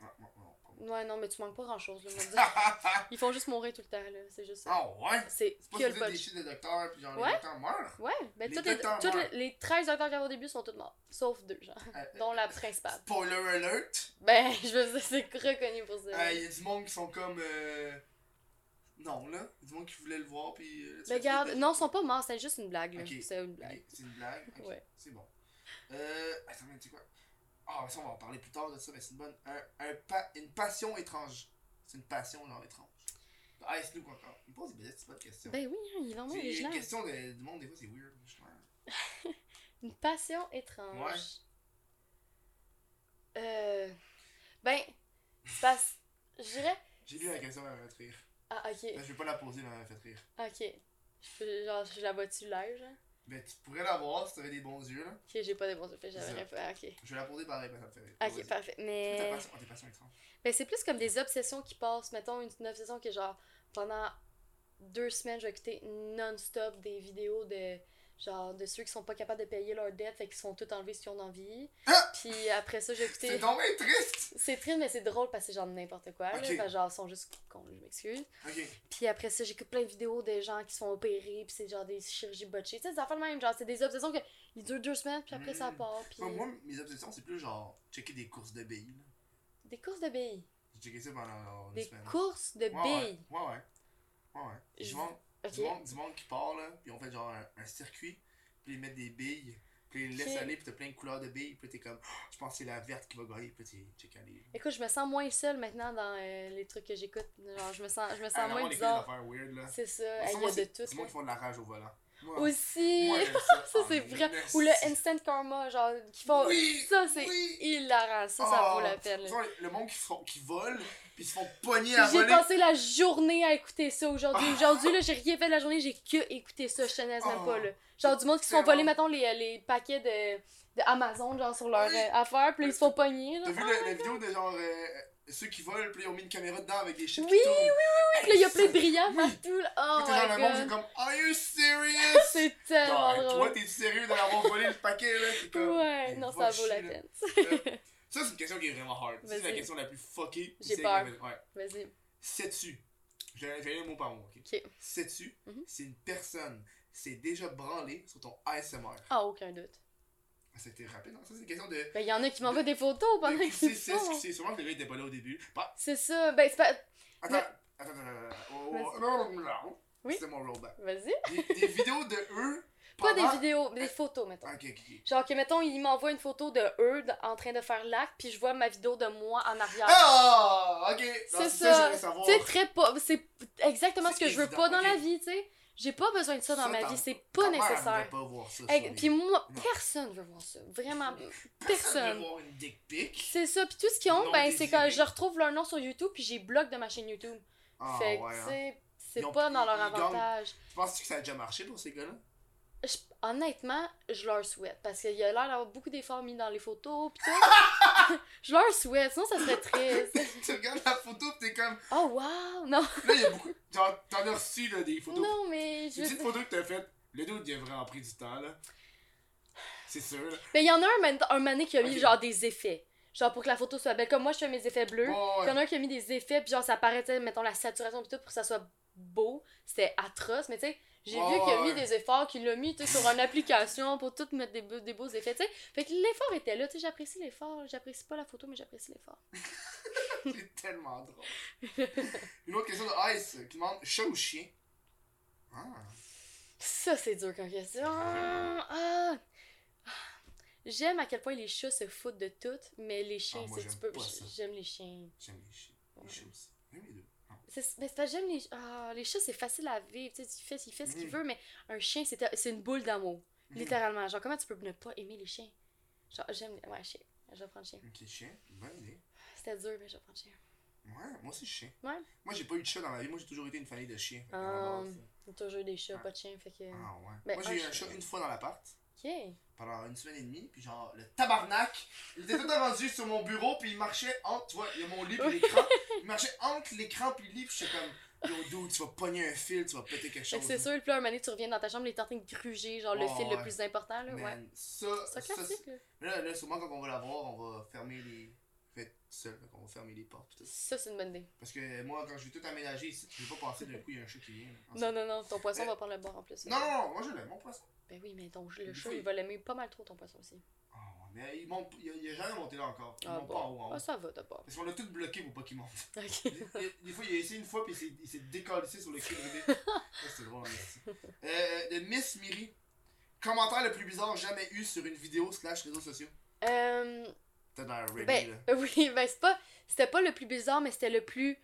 Speaker 1: Ah, non, non, pas moi.
Speaker 2: Ouais non mais tu manques pas grand chose là. moi, dire.
Speaker 1: Ah
Speaker 2: Ils font juste mourir tout le temps là, c'est juste ça.
Speaker 1: ouais!
Speaker 2: C'est
Speaker 1: C'est
Speaker 2: que
Speaker 1: pas
Speaker 2: le
Speaker 1: supposé des
Speaker 2: punch.
Speaker 1: shit de docteur, puis genre
Speaker 2: Ouais.
Speaker 1: les docteurs meurent.
Speaker 2: Ouais, ben
Speaker 1: Les
Speaker 2: toutes les,
Speaker 1: docteurs
Speaker 2: toutes les,
Speaker 1: meurent.
Speaker 2: les 13 docteurs qu'il y avait au début sont tous morts. Sauf deux genre.
Speaker 1: Euh,
Speaker 2: Dont la principale.
Speaker 1: Spoiler alert!
Speaker 2: Ben je veux dire c'est reconnu pour ça.
Speaker 1: Il y a du monde qui sont comme. euh, Non, là. Il y a du monde qui voulait le voir, puis. euh, tu
Speaker 2: Mais
Speaker 1: fais-
Speaker 2: regarde, non ils sont pas morts, c'est juste une blague là.
Speaker 1: Ok.
Speaker 2: C'est une
Speaker 1: Ok,
Speaker 2: blague.
Speaker 1: C'est une blague? Ok,
Speaker 2: Ouais.
Speaker 1: C'est bon. Euh. Attends, mais tu sais quoi? Ah, ça, on va en parler plus tard de ça, mais c'est une bonne. Un, un pa- Une passion étrange. C'est une passion, genre, étrange. Ah, explique quoi encore. Il me pose des bêtises, c'est pas de question.
Speaker 2: Ben oui, hein, il en
Speaker 1: C'est
Speaker 2: manque des
Speaker 1: une
Speaker 2: gens.
Speaker 1: question de- du monde, des fois, c'est weird. je sais pas.
Speaker 2: Une passion étrange. Euh. Ben, parce. Je dirais.
Speaker 1: J'ai lu la question, elle m'a fait rire.
Speaker 2: Ah, ok.
Speaker 1: Ben, je vais pas la poser, mais elle m'a fait rire.
Speaker 2: Ok. Je peux- Genre, je la vois-tu live, genre?
Speaker 1: Ben, tu pourrais la voir si t'avais des bons yeux, là.
Speaker 2: Ok, j'ai pas de bons fait j'avais
Speaker 1: Ça.
Speaker 2: rien fait. Ok.
Speaker 1: Je vais la poser pareil, ben, ça me fait rire.
Speaker 2: Ok,
Speaker 1: Vas-y.
Speaker 2: parfait.
Speaker 1: C'est quoi ta
Speaker 2: Mais.
Speaker 1: passion? Ah, tes passions étranges.
Speaker 2: Ben, c'est plus comme des obsessions qui passent. Mettons une, une obsession que, genre, pendant deux semaines, je vais écouter non-stop des vidéos de. Genre, de ceux qui sont pas capables de payer leur dette, fait qu'ils se font tout enlever ce qu'ils ont envie.
Speaker 1: Ah!
Speaker 2: Puis après ça, j'ai écouté.
Speaker 1: C'est donc bien triste!
Speaker 2: C'est triste, mais c'est drôle parce que c'est genre n'importe quoi. là.
Speaker 1: Ok.
Speaker 2: Fait que genre, ils sont juste cons, je m'excuse.
Speaker 1: Ok.
Speaker 2: Puis après ça, j'écoute plein de vidéos de gens qui sont opérés, puis c'est genre des chirurgies botchées. Tu sais, des affaires de même, genre, c'est des obsessions que ils durent deux semaines, puis après ça
Speaker 1: Mm.
Speaker 2: part. Puis... euh,
Speaker 1: Moi, moi, mes obsessions, c'est plus genre checker des courses de billes, là.
Speaker 2: Des courses de billes.
Speaker 1: J'ai checké ça pendant genre, une
Speaker 2: Des
Speaker 1: semaine.
Speaker 2: courses de
Speaker 1: Ouais, ouais.
Speaker 2: billes.
Speaker 1: Ouais, ouais. Ouais, ouais.
Speaker 2: Je-
Speaker 1: Du, monde, du,
Speaker 2: Ok.
Speaker 1: monde, du monde qui part, là, puis on fait genre un, un circuit, puis ils mettent des billes, puis ils les
Speaker 2: Ok.
Speaker 1: laissent aller, puis t'as plein de couleurs de billes, puis t'es comme, Oh, je pense que c'est la verte qui va gagner, puis t'es check aller.
Speaker 2: Écoute, je me sens moins seule maintenant dans euh, les trucs que j'écoute. Genre, je me sens, je me sens
Speaker 1: Ah,
Speaker 2: moins
Speaker 1: on écoute des
Speaker 2: bizarre.
Speaker 1: affaires weird, là.
Speaker 2: C'est ça,
Speaker 1: Mais
Speaker 2: hey,
Speaker 1: ça,
Speaker 2: il y
Speaker 1: moi,
Speaker 2: a de
Speaker 1: c'est-
Speaker 2: tout.
Speaker 1: C'est moi
Speaker 2: là.
Speaker 1: qui font de la rage au volant. Moi,
Speaker 2: Aussi,
Speaker 1: moi, j'aime
Speaker 2: ça c'est
Speaker 1: Ah,
Speaker 2: vrai.
Speaker 1: merci.
Speaker 2: Ou le instant karma, genre, qui font.
Speaker 1: Oui,
Speaker 2: ça c'est
Speaker 1: oui.
Speaker 2: hilarant, ça, ça
Speaker 1: Ah,
Speaker 2: vaut la peine. là.
Speaker 1: tu vois, Le monde qui, se font- qui vole, puis ils se font pogner à
Speaker 2: J'ai
Speaker 1: voler. Ah.
Speaker 2: passé la journée à écouter ça aujourd'hui. Aujourd'hui, là, j'ai rien fait de la journée, j'ai que écouté ça, je te naise même
Speaker 1: Oh,
Speaker 2: pas, là. Genre, du monde qui se font
Speaker 1: tellement.
Speaker 2: voler, mettons, les, les paquets de, de Amazon, genre, sur leur
Speaker 1: Oui.
Speaker 2: euh, affaire, puis là, ils se font pogner, là.
Speaker 1: T'as vu la, la vidéo de genre euh, ceux qui volent, puis ils ont mis une caméra dedans avec des shit
Speaker 2: Oui,
Speaker 1: qui tournent.
Speaker 2: Puis là, il y a plein de brillants partout, là. Oh
Speaker 1: Puis t'es genre, le monde,
Speaker 2: my
Speaker 1: c'est
Speaker 2: god.
Speaker 1: comme Are you serious?
Speaker 2: C'est
Speaker 1: Genre,
Speaker 2: tellement
Speaker 1: Toi,
Speaker 2: drôle.
Speaker 1: t'es sérieux d'avoir volé le paquet, là? C'est comme,
Speaker 2: Ouais,
Speaker 1: hey,
Speaker 2: non, ça
Speaker 1: va
Speaker 2: vaut la
Speaker 1: chier, là.
Speaker 2: peine.
Speaker 1: Ça, c'est une question qui est vraiment hard. C'est la
Speaker 2: Vas-y.
Speaker 1: question la plus fuckée.
Speaker 2: J'ai
Speaker 1: C'est-
Speaker 2: peur.
Speaker 1: Ouais.
Speaker 2: Vas-y.
Speaker 1: Sais-tu? Je vais je vais aller mot par mot, ok?
Speaker 2: Ok.
Speaker 1: Sais-tu?
Speaker 2: Mhm.
Speaker 1: Si une personne s'est déjà branlée sur ton ASMR.
Speaker 2: Ah, aucun doute.
Speaker 1: C'était rapide, non? Ah, Ça, c'est une question de.
Speaker 2: Ben, il y en a qui m'envoient des photos pendant
Speaker 1: de-
Speaker 2: qu'ils
Speaker 1: C'est
Speaker 2: sont.
Speaker 1: c'est- c'est sûrement que le gars était pas là au début. Bah,
Speaker 2: C'est ça. Ben, c'est pas.
Speaker 1: attends,
Speaker 2: Mais-
Speaker 1: attends, attends, attends, attends. Oh,
Speaker 2: Vas-y.
Speaker 1: non, non, non.
Speaker 2: Oui?
Speaker 1: C'était mon rollback.
Speaker 2: Vas-y.
Speaker 1: Des, des vidéos de eux.
Speaker 2: Pas des
Speaker 1: pendant- Ah,
Speaker 2: vidéos, mais des photos, mettons.
Speaker 1: Ok, ok, ok.
Speaker 2: Genre que, mettons, ils m'envoient une photo de eux de- en train de faire l'acte, puis je vois ma vidéo de moi en arrière.
Speaker 1: Ah, ok. Non,
Speaker 2: c'est
Speaker 1: je
Speaker 2: ça.
Speaker 1: voulais savoir.
Speaker 2: Tu sais, très pas. C'est exactement
Speaker 1: C'est
Speaker 2: ce que je veux
Speaker 1: évident,
Speaker 2: pas dans
Speaker 1: ok.
Speaker 2: la vie, tu sais. J'ai pas besoin de ça dans
Speaker 1: Ça,
Speaker 2: ma
Speaker 1: t'en-
Speaker 2: vie, c'est
Speaker 1: Ta
Speaker 2: pas
Speaker 1: mère voudrait
Speaker 2: nécessaire.
Speaker 1: pas voir ça.
Speaker 2: Hey,
Speaker 1: sur les-
Speaker 2: Puis moi, euh,
Speaker 1: Non.
Speaker 2: personne veut voir ça. Vraiment,
Speaker 1: Personne
Speaker 2: personne.
Speaker 1: veut voir une dick pic.
Speaker 2: C'est ça. Puis tout ce qu'ils ont,
Speaker 1: Non
Speaker 2: ben, c'est quand
Speaker 1: désiré.
Speaker 2: je retrouve leur nom sur YouTube, puis j'ai bloque de ma chaîne YouTube.
Speaker 1: Ah,
Speaker 2: fait que,
Speaker 1: ouais,
Speaker 2: tu
Speaker 1: hein.
Speaker 2: sais,
Speaker 1: Ils
Speaker 2: c'est
Speaker 1: ont-
Speaker 2: pas dans
Speaker 1: ils-
Speaker 2: leur
Speaker 1: ils gagnent.
Speaker 2: avantage.
Speaker 1: Tu penses que ça a déjà marché pour ces gars-là?
Speaker 2: Je- honnêtement, je leur souhaite. Parce qu'il y a l'air d'avoir beaucoup d'efforts mis dans les photos. Pis tout. je leur souhaite, sinon ça serait triste.
Speaker 1: tu regardes la photo pis t'es comme.
Speaker 2: Oh wow! Non,
Speaker 1: Là, il y a beaucoup. Genre, t'en as reçu là, des photos.
Speaker 2: non, mais je.
Speaker 1: Une petite photo que t'as faite. Le dos il a vraiment pris du temps là. C'est sûr là.
Speaker 2: Mais il y en a un, man- un mané qui a mis
Speaker 1: Ok.
Speaker 2: genre des effets. Genre pour que la photo soit belle. Comme moi, je fais mes effets bleus.
Speaker 1: Ouais,
Speaker 2: Il
Speaker 1: ouais.
Speaker 2: y en a un qui a mis des effets, puis genre ça paraît, tu sais, mettons la saturation pis tout pour que ça soit beau. C'était atroce, mais tu sais. J'ai
Speaker 1: Ouais,
Speaker 2: vu qu'il a
Speaker 1: ouais,
Speaker 2: mis
Speaker 1: ouais.
Speaker 2: des efforts, qu'il l'a mis tu sais, sur une application pour tout mettre des, beaux- des beaux effets, tu sais. Fait que l'effort était là, tu sais, j'apprécie l'effort. J'apprécie pas la photo, mais j'apprécie l'effort.
Speaker 1: C'est tellement drôle. Une autre question de Ice qui demande chat ou chien? Ah.
Speaker 2: Ça, c'est dur comme question. Ah. J'aime à quel point les chats se foutent de tout, mais les chiens,
Speaker 1: Ah, moi,
Speaker 2: c'est un petit
Speaker 1: j'aime
Speaker 2: peu.
Speaker 1: pas ça.
Speaker 2: J'aime les chiens.
Speaker 1: J'aime les chiens. Les
Speaker 2: Ouais.
Speaker 1: chats aussi. J'aime les deux. Non.
Speaker 2: C'est mais c'est parce que j'aime les. Ah, les chats, c'est facile à vivre. Tu sais, il fait, il fait ce qu'il
Speaker 1: Mm.
Speaker 2: veut, mais un chien, c'est c'est une boule d'amour. Littéralement. Genre, comment tu peux ne pas aimer les chiens? Genre, j'aime. Ouais, chien. Je vais prendre chien.
Speaker 1: Ok, chien, bonne idée.
Speaker 2: C'était dur, mais je vais prendre chien.
Speaker 1: Ouais, moi aussi chien.
Speaker 2: Ouais.
Speaker 1: Moi j'ai pas eu de chat dans ma vie, moi j'ai toujours été une famille de chiens. Fait que
Speaker 2: Ah.
Speaker 1: j'adore ça.
Speaker 2: J'ai toujours des chats,
Speaker 1: Ouais.
Speaker 2: pas de chien, fait que.
Speaker 1: Ah ouais.
Speaker 2: Ben,
Speaker 1: moi
Speaker 2: un
Speaker 1: j'ai eu un
Speaker 2: chien.
Speaker 1: chat une fois dans l'appart.
Speaker 2: Ok.
Speaker 1: pendant une semaine et demie, puis genre, le tabarnak, il était tout le temps rendu sur mon bureau, puis il marchait entre, tu vois, il y a mon lit puis l'écran, il marchait entre l'écran puis le lit, puis j'étais comme, yo, dude, tu vas pogner un fil, tu vas péter quelque
Speaker 2: Fait
Speaker 1: chose.
Speaker 2: que Ben, c'est sûr, puis là, un moment donné, tu reviens dans ta chambre, les en train de gruger, genre le
Speaker 1: Ouais,
Speaker 2: fil
Speaker 1: ouais.
Speaker 2: le plus important, là. Ouais.
Speaker 1: Man, ça,
Speaker 2: C'est un
Speaker 1: ça,
Speaker 2: classique, là.
Speaker 1: mais là, là, sûrement quand on va l'avoir, on va fermer les, fait seul, donc on va fermer les portes, puis tout.
Speaker 2: Ça, c'est une bonne idée.
Speaker 1: Parce que moi, quand je vais tout aménager ici, je vais pas passer d'un coup, il y a un chat qui vient. là.
Speaker 2: Non, non, non, ton poisson
Speaker 1: Euh,
Speaker 2: va prendre le bord en plus.
Speaker 1: Non, non, non, moi je l'aime, mon poisson.
Speaker 2: Ben oui, mais ton,
Speaker 1: Des
Speaker 2: le chat,
Speaker 1: fois,
Speaker 2: il
Speaker 1: il-
Speaker 2: va l'aimer pas mal trop, ton poisson aussi.
Speaker 1: Ah, ouais, mais il monte, il y a- il y a jamais monté là encore. Il
Speaker 2: Ah
Speaker 1: monte pas en haut,
Speaker 2: bon.
Speaker 1: en
Speaker 2: Ah,
Speaker 1: haut.
Speaker 2: ça va, d'abord.
Speaker 1: Parce qu'on l'a tout bloqué pour pas qu'il monte.
Speaker 2: Ok.
Speaker 1: Des- des- Des fois, il a essayé une fois, puis il s'est- il s'est décalissé sur le cul de C'est drôle, hein, c'est- euh, De Miss Miri. Commentaire le plus bizarre jamais eu sur une vidéo slash réseaux sociaux.
Speaker 2: Euh.
Speaker 1: T'as dans ready, là.
Speaker 2: Ben, oui, ben c'est pas. C'était pas le plus bizarre, mais c'était le plus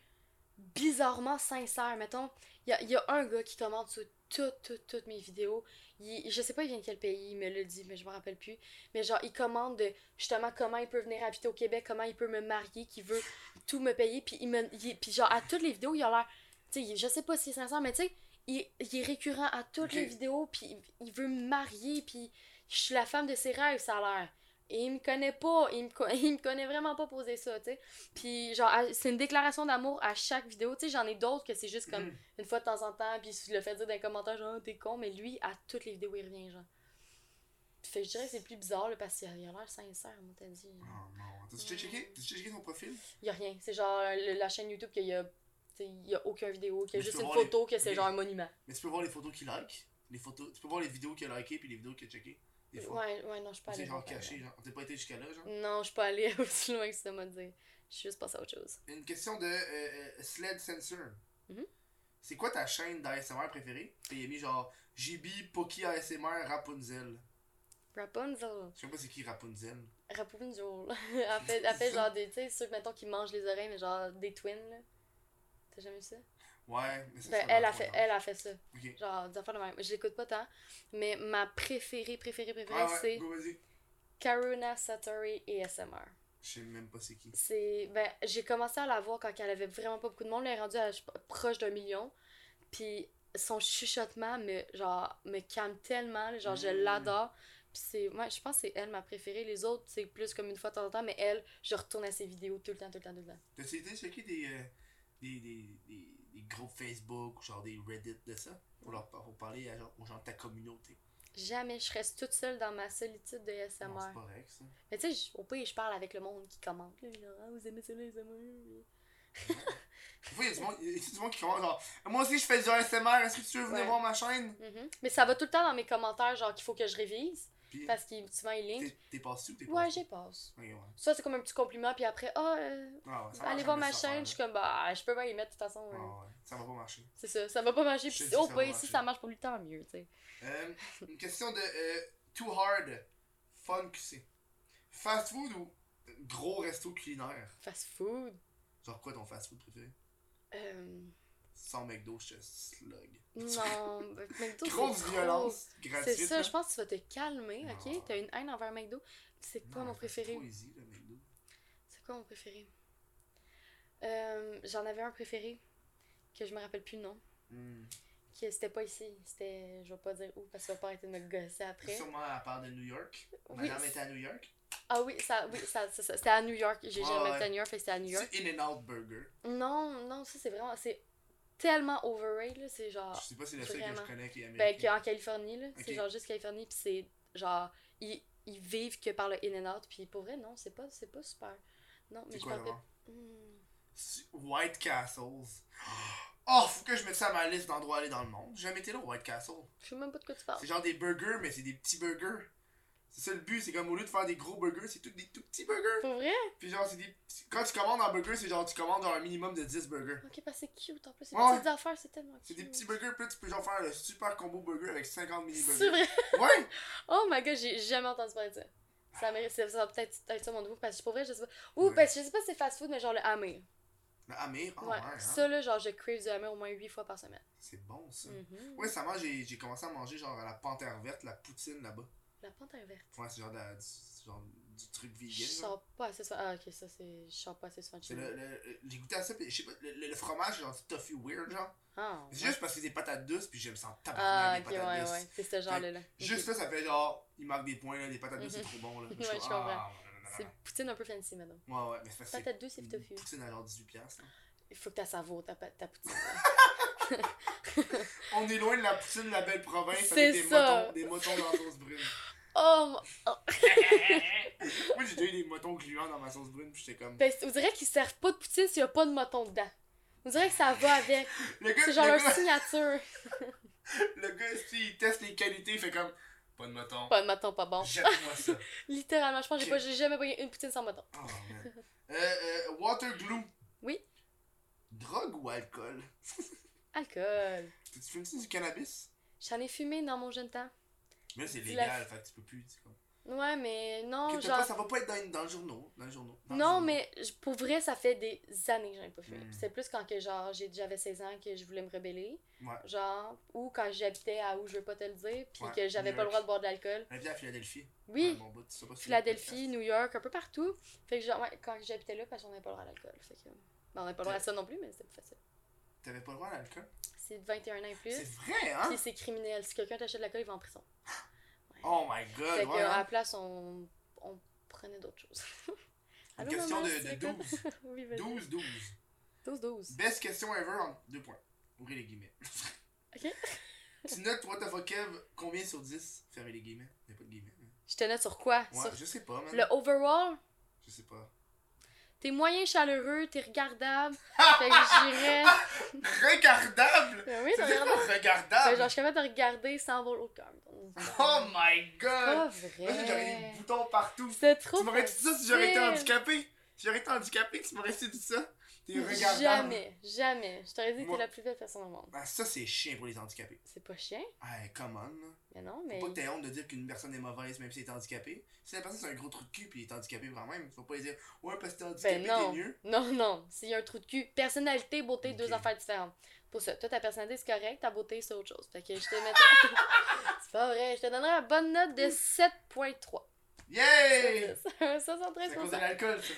Speaker 2: bizarrement sincère. Mettons, il y a, il y a un gars qui commente sur toutes, toutes, toutes mes vidéos. Il- je sais pas, il vient de quel pays, il me le dit, mais je me rappelle plus. Mais genre, il commande de, justement comment il peut venir habiter au Québec, comment il peut me marier, qu'il veut tout me payer. Puis, il me, il- puis genre, à toutes les vidéos, il a l'air. Tu sais, il- je sais pas si c'est sincère, mais tu sais, il, il est récurrent à toutes
Speaker 1: Ok.
Speaker 2: les vidéos, puis il- il veut me marier, puis je suis la femme de ses rêves, ça a l'air. Et il me connaît pas, il me, co- il me connaît vraiment pas poser ça, tu sais. Puis genre, à- c'est une déclaration d'amour à chaque vidéo, tu sais, j'en ai d'autres que c'est juste comme
Speaker 1: Mhm.
Speaker 2: une fois de temps en temps, puis il le fait dire dans les commentaires, genre, Ah, t'es con, mais lui, à toutes les vidéos, il revient, genre. Fait que je dirais que c'est le plus bizarre, là, parce qu'il a il a l'air sincère, moi, t'as dit.
Speaker 1: Oh non. T'as-tu déjà checké? T'as-tu déjà checké son profil?
Speaker 2: Il y a rien, c'est genre euh, le- la chaîne YouTube qu'il y a, tu sais, il y a aucune vidéo, qu'il y
Speaker 1: Mais
Speaker 2: a
Speaker 1: je
Speaker 2: juste
Speaker 1: peux
Speaker 2: une
Speaker 1: voir les-
Speaker 2: photo, que c'est
Speaker 1: les-
Speaker 2: genre un monument.
Speaker 1: Mais tu peux voir les photos qu'il like. Les photos... Tu peux voir les vidéos qu'il a likées, puis les vidéos qu'il a checkées. Des fois.
Speaker 2: Ouais, ouais, non, je suis pas Mm. allée.
Speaker 1: C'est genre
Speaker 2: voir par
Speaker 1: caché, genre. T'as pas été jusqu'à là, genre?
Speaker 2: là. Non, je suis pas allée aussi loin que ça, m'a dit. Je suis juste passée à autre chose.
Speaker 1: Une question de euh, euh, Sled Sensor.
Speaker 2: Mhm.
Speaker 1: C'est quoi ta chaîne d'ASMR préférée? Puis il a mis genre JB, Poki ASMR, Rapunzel.
Speaker 2: Rapunzel.
Speaker 1: Je sais pas c'est qui Rapunzel.
Speaker 2: Rapunzel. elle fait, elle fait genre des, tu sais, ceux, mettons, qui mangent les oreilles, mais genre des twins, là. T'as jamais vu ça?
Speaker 1: Ouais, mais ça, ça
Speaker 2: Ben, elle,
Speaker 1: va
Speaker 2: a
Speaker 1: pas,
Speaker 2: fait,
Speaker 1: non.
Speaker 2: elle a fait ça.
Speaker 1: Ok.
Speaker 2: Genre, des affaires de même. Je l'écoute pas tant, mais ma préférée, préférée, préférée,
Speaker 1: Ah ouais,
Speaker 2: c'est
Speaker 1: go, vas-y.
Speaker 2: Karuna Satori ASMR.
Speaker 1: Je sais même pas c'est qui.
Speaker 2: C'est. Ben, j'ai commencé à la voir quand elle avait vraiment pas beaucoup de monde. Elle est rendue à je sais pas, proche d'un million. Puis son chuchotement me, genre, me calme tellement. là. Genre, je
Speaker 1: Mm.
Speaker 2: l'adore. Puis c'est. Moi, je pense que c'est elle ma préférée. Les autres, c'est plus comme une fois de temps en temps. Mais elle, je retourne à ses vidéos tout le temps, tout le temps, tout le temps.
Speaker 1: T'as-tu été checker des, euh, des, des, des, des groupes Facebook ou genre des Reddit de ça Pour leur par- pour parler à, genre, aux gens de ta communauté.
Speaker 2: Jamais je reste toute seule dans ma solitude de
Speaker 1: Non,
Speaker 2: ASMR.
Speaker 1: C'est pas vrai que ça.
Speaker 2: Mais tu sais, j- au pire, je parle avec le monde qui commente. Là, genre, Ah, vous aimez ça, les ASMR?
Speaker 1: Des fois, il y a du monde- il y a du monde qui commence genre Moi aussi, je fais du ASMR, est-ce que tu veux venir
Speaker 2: Ouais.
Speaker 1: voir ma chaîne
Speaker 2: Mhm. Mais ça va tout le temps dans mes commentaires, genre qu'il faut que je révise.
Speaker 1: Puis,
Speaker 2: Parce qu'il souvent, il link.
Speaker 1: t'es- t'es passé ou t'es
Speaker 2: Ouais,
Speaker 1: passé
Speaker 2: j'y passe.
Speaker 1: Ok, ouais.
Speaker 2: Ça, c'est comme un petit compliment, puis après, ah, euh,
Speaker 1: Ah ouais, ça
Speaker 2: allez
Speaker 1: marche
Speaker 2: voir
Speaker 1: jamais,
Speaker 2: ma
Speaker 1: cette
Speaker 2: chaîne, je suis
Speaker 1: affaire-là.
Speaker 2: comme, bah, je peux pas y mettre, de toute façon. euh,
Speaker 1: Ah ouais, ça va pas marcher.
Speaker 2: C'est ça, ça va pas marcher,
Speaker 1: Je
Speaker 2: puis
Speaker 1: sais
Speaker 2: oh,
Speaker 1: que ça va
Speaker 2: bah, si
Speaker 1: marcher.
Speaker 2: ça marche pour lui, tant mieux, tu sais.
Speaker 1: Euh, une question de euh, Too Hard, Fun QC. Fast food ou gros resto culinaire
Speaker 2: Fast food.
Speaker 1: Genre quoi ton fast food préféré
Speaker 2: Euh,
Speaker 1: Sans McDo, je te slug.
Speaker 2: non, McDo, c'est
Speaker 1: Grosse
Speaker 2: trop-
Speaker 1: violence
Speaker 2: C'est
Speaker 1: gratuite.
Speaker 2: ça,
Speaker 1: là.
Speaker 2: je pense que tu vas te calmer,
Speaker 1: Non.
Speaker 2: ok? T'as une haine envers McDo. C'est quoi
Speaker 1: Non,
Speaker 2: mon
Speaker 1: c'est
Speaker 2: préféré?
Speaker 1: trop easy, le McDo.
Speaker 2: C'est quoi mon préféré? Euh, J'en avais un préféré, que je me rappelle plus le nom.
Speaker 1: Hmm.
Speaker 2: Que c'était pas ici, c'était, je vais pas dire où, parce que ça va pas arrêter de me gosser après.
Speaker 1: Sûrement à part de New York.
Speaker 2: Oui,
Speaker 1: Madame
Speaker 2: c'est-
Speaker 1: était à New York.
Speaker 2: Ah oui, ça, oui, ça, ça, ça- c'était à New York. J'ai
Speaker 1: Ouais,
Speaker 2: jamais
Speaker 1: ouais.
Speaker 2: été à New York, fait que c'était à New York.
Speaker 1: C'est In-N-Out Burger.
Speaker 2: Non, non, ça c'est vraiment, c'est tellement overrated là, c'est genre,
Speaker 1: Je sais pas si c'est le seul que je
Speaker 2: Ah, Vraiment.
Speaker 1: connais qui est
Speaker 2: ben
Speaker 1: américain.
Speaker 2: qu'en Californie là,
Speaker 1: Ok.
Speaker 2: c'est genre juste Californie puis c'est genre ils, ils vivent que par le in and out puis pour vrai non c'est pas c'est pas super. Non mais
Speaker 1: C'est
Speaker 2: je
Speaker 1: quoi
Speaker 2: me
Speaker 1: d'abord
Speaker 2: rappelle. Hmm.
Speaker 1: C'est White Castles. Oh, faut que je mette ça à ma liste d'endroits à aller dans le monde. J'ai jamais été là au White Castle.
Speaker 2: Je sais même pas de quoi tu parles.
Speaker 1: C'est genre des burgers, mais c'est des petits burgers. C'est ça le but, c'est comme au lieu de faire des gros burgers, c'est tout des tout petits burgers.
Speaker 2: Pour vrai?
Speaker 1: Puis genre, c'est des petits- Quand tu commandes un burger, c'est genre tu commandes genre un minimum de 10 burgers.
Speaker 2: Ok parce que c'est cute en plus. C'est
Speaker 1: Ouais,
Speaker 2: des petites affaires c'est tellement cute.
Speaker 1: C'est des petits burgers, puis là, tu peux genre faire le super combo burger avec 50 mini
Speaker 2: C'est
Speaker 1: burgers.
Speaker 2: vrai.
Speaker 1: Ouais!
Speaker 2: Oh my god j'ai jamais entendu parler de ça. Ça, mérite- ça va peut-être être ça mon nouveau parce que pour vrai je sais pas. Ou
Speaker 1: Ouais.
Speaker 2: parce que je sais pas si c'est fast food mais genre le Amir.
Speaker 1: Le Amir, ah
Speaker 2: ouais.
Speaker 1: ouais, hein.
Speaker 2: Ça, là, genre, je crave du hammer au moins 8 fois par semaine.
Speaker 1: c'est bon ça.
Speaker 2: Mhm.
Speaker 1: Ouais, ça mange, j'ai j'ai commencé à manger genre à la panthère verte, la poutine là-bas.
Speaker 2: La panthère verte.
Speaker 1: Ouais, c'est genre, de la- du, c'est genre du truc
Speaker 2: Je
Speaker 1: vegan. là.
Speaker 2: sors pas assez souvent. Ah, ok, ça, c'est. Je sors pas assez souvent de
Speaker 1: C'est
Speaker 2: chez
Speaker 1: le,
Speaker 2: moi.
Speaker 1: le- j'ai goûté à ça, puis je sais pas, le, le- le fromage, genre du tofu weird, genre.
Speaker 2: Ah,
Speaker 1: C'est
Speaker 2: ouais.
Speaker 1: juste parce que c'est des patates douces, puis j'aime ça en
Speaker 2: Ah,
Speaker 1: tabarnak,
Speaker 2: ok,
Speaker 1: les patates
Speaker 2: ouais,
Speaker 1: douces.
Speaker 2: ouais. C'est ce genre-là. là.
Speaker 1: Juste
Speaker 2: Ok.
Speaker 1: ça, ça fait genre, il marque des points, là, les patates douces,
Speaker 2: Mhm.
Speaker 1: c'est trop bon, là.
Speaker 2: Ouais,
Speaker 1: suis
Speaker 2: je
Speaker 1: comme,
Speaker 2: comprends.
Speaker 1: ah, non, non, non, non,
Speaker 2: C'est poutine un peu fancy, madame.
Speaker 1: non. Ouais, ouais, mais c'est parce que
Speaker 2: Patate douce et
Speaker 1: c'est
Speaker 2: tofu.
Speaker 1: une poutine à genre 18$. piastres, là.
Speaker 2: Il faut que t'as savoure ta, pa- ta poutine.
Speaker 1: On est loin de la poutine de la belle province
Speaker 2: C'est
Speaker 1: avec des
Speaker 2: ça.
Speaker 1: motons, des motons dans la sauce brune.
Speaker 2: oh, mon-
Speaker 1: Moi, j'ai déjà eu des motons gluants dans ma sauce brune, puis j'étais comme.
Speaker 2: ben, c'est- on dirait qu'ils servent pas de poutine s'il y a pas de mouton dedans. On dirait que ça va avec.
Speaker 1: Le gars,
Speaker 2: C'est genre
Speaker 1: le
Speaker 2: leur
Speaker 1: gars,
Speaker 2: signature.
Speaker 1: le gars, si, il teste les qualités, il fait comme. Pas de moton.
Speaker 2: Pas de mouton, pas bon.
Speaker 1: Jette-moi ça.
Speaker 2: Littéralement, je pense que j'ai pas- j'ai jamais pris une poutine sans mouton.
Speaker 1: Oh, man. Euh, euh, water glue.
Speaker 2: Oui.
Speaker 1: Drogue ou alcool
Speaker 2: Alcool.
Speaker 1: Tu fumes-tu du cannabis
Speaker 2: J'en ai fumé dans mon jeune temps.
Speaker 1: Mais là, c'est
Speaker 2: Du
Speaker 1: légal,
Speaker 2: lait.
Speaker 1: fait que tu peux plus. tu sais, comme.
Speaker 2: Ouais, mais non,
Speaker 1: Que t'as
Speaker 2: genre.
Speaker 1: pas- ça va pas être dans, dans le journaux. Dans le journaux dans le
Speaker 2: Non,
Speaker 1: journaux.
Speaker 2: mais je- pour vrai, ça fait des années que j'en ai pas fumé.
Speaker 1: Mm.
Speaker 2: C'est plus quand que genre j'ai- j'avais 16 ans que je voulais me rebeller.
Speaker 1: Ouais.
Speaker 2: Genre, ou quand j'habitais à où je veux pas te le dire, puis
Speaker 1: Ouais,
Speaker 2: que j'avais
Speaker 1: New
Speaker 2: pas le
Speaker 1: York.
Speaker 2: droit de boire de l'alcool.
Speaker 1: Elle vient à Philadelphie.
Speaker 2: Oui,
Speaker 1: Ouais, bon, bah, tu sais pas si c'est le
Speaker 2: Philadelphie, New York, un peu partout. Fait que genre, ouais, quand j'habitais là, parce qu'on avait pas le droit à l'alcool. Fait que. Ben, on n'avait pas le droit à ça non plus, mais c'était plus facile.
Speaker 1: podcast. T'avais pas le droit à l'alcool
Speaker 2: C'est de 21 ans et
Speaker 1: C'est
Speaker 2: plus.
Speaker 1: vrai, hein
Speaker 2: Puis c'est criminel. Si quelqu'un t'achète de l'alcool, il va en prison.
Speaker 1: Oh my
Speaker 2: fait
Speaker 1: god,
Speaker 2: que,
Speaker 1: ouais.
Speaker 2: à la
Speaker 1: hein?
Speaker 2: place, on, on prenait d'autres choses.
Speaker 1: Une
Speaker 2: Allô,
Speaker 1: question
Speaker 2: maman,
Speaker 1: de,
Speaker 2: c'est
Speaker 1: de
Speaker 2: quoi?
Speaker 1: 12.
Speaker 2: oui,
Speaker 1: 12, 12.
Speaker 2: 12-12.
Speaker 1: Best question ever en deux points. Ouvrez les guillemets.
Speaker 2: Ok.
Speaker 1: tu notes What the fuck Kev combien sur 10 Fermez les guillemets. Il n'y a pas de guillemets. hein.
Speaker 2: Je te note sur quoi?
Speaker 1: Ouais,
Speaker 2: Sur
Speaker 1: je sais pas, man.
Speaker 2: le overall?
Speaker 1: Je sais pas.
Speaker 2: T'es moyen chaleureux, t'es regardable. fait que j'irais.
Speaker 1: Regardable
Speaker 2: Ben oui,
Speaker 1: C'est
Speaker 2: t'es
Speaker 1: dire
Speaker 2: regardable. Ben, genre, je
Speaker 1: regardable
Speaker 2: suis capable de regarder sans avoir l'autre cœur. mettons.
Speaker 1: Oh my
Speaker 2: Pas
Speaker 1: god
Speaker 2: Oh,
Speaker 1: Moi, j'aurais des
Speaker 2: vrai.
Speaker 1: boutons partout.
Speaker 2: C'est trop.
Speaker 1: Tu m'aurais dit ça si j'aurais été
Speaker 2: facile.
Speaker 1: handicapé. Si j'aurais été handicapé, tu m'aurais dit ça. T'es regardable.
Speaker 2: Jamais, jamais. Je t'aurais dit que
Speaker 1: Moi-
Speaker 2: t'es la plus belle personne au monde.
Speaker 1: Ah, ça, c'est chiant pour les handicapés.
Speaker 2: C'est pas chien,
Speaker 1: Hey, come on. là.
Speaker 2: mais non,
Speaker 1: Faut
Speaker 2: mais.
Speaker 1: pas que t'aies honte de dire qu'une personne est mauvaise même si elle est handicapée. Si la personne c'est un gros trou de cul puis il est handicapé quand même, faut pas lui dire Ouais, parce que t'es handicapé,
Speaker 2: Ben non.
Speaker 1: t'es mieux.
Speaker 2: Non, non, s'il y a un trou de cul. Personnalité, beauté,
Speaker 1: Ok.
Speaker 2: deux affaires différentes. Pour ça, toi, ta personnalité, c'est correct, ta beauté, c'est autre chose. Fait que je te mettrais. c'est pas vrai, je te donnerais une bonne note de 7.3.
Speaker 1: Yay!
Speaker 2: Ça, ça,
Speaker 1: C'est à cause de
Speaker 2: 73%.
Speaker 1: l'alcool, ça.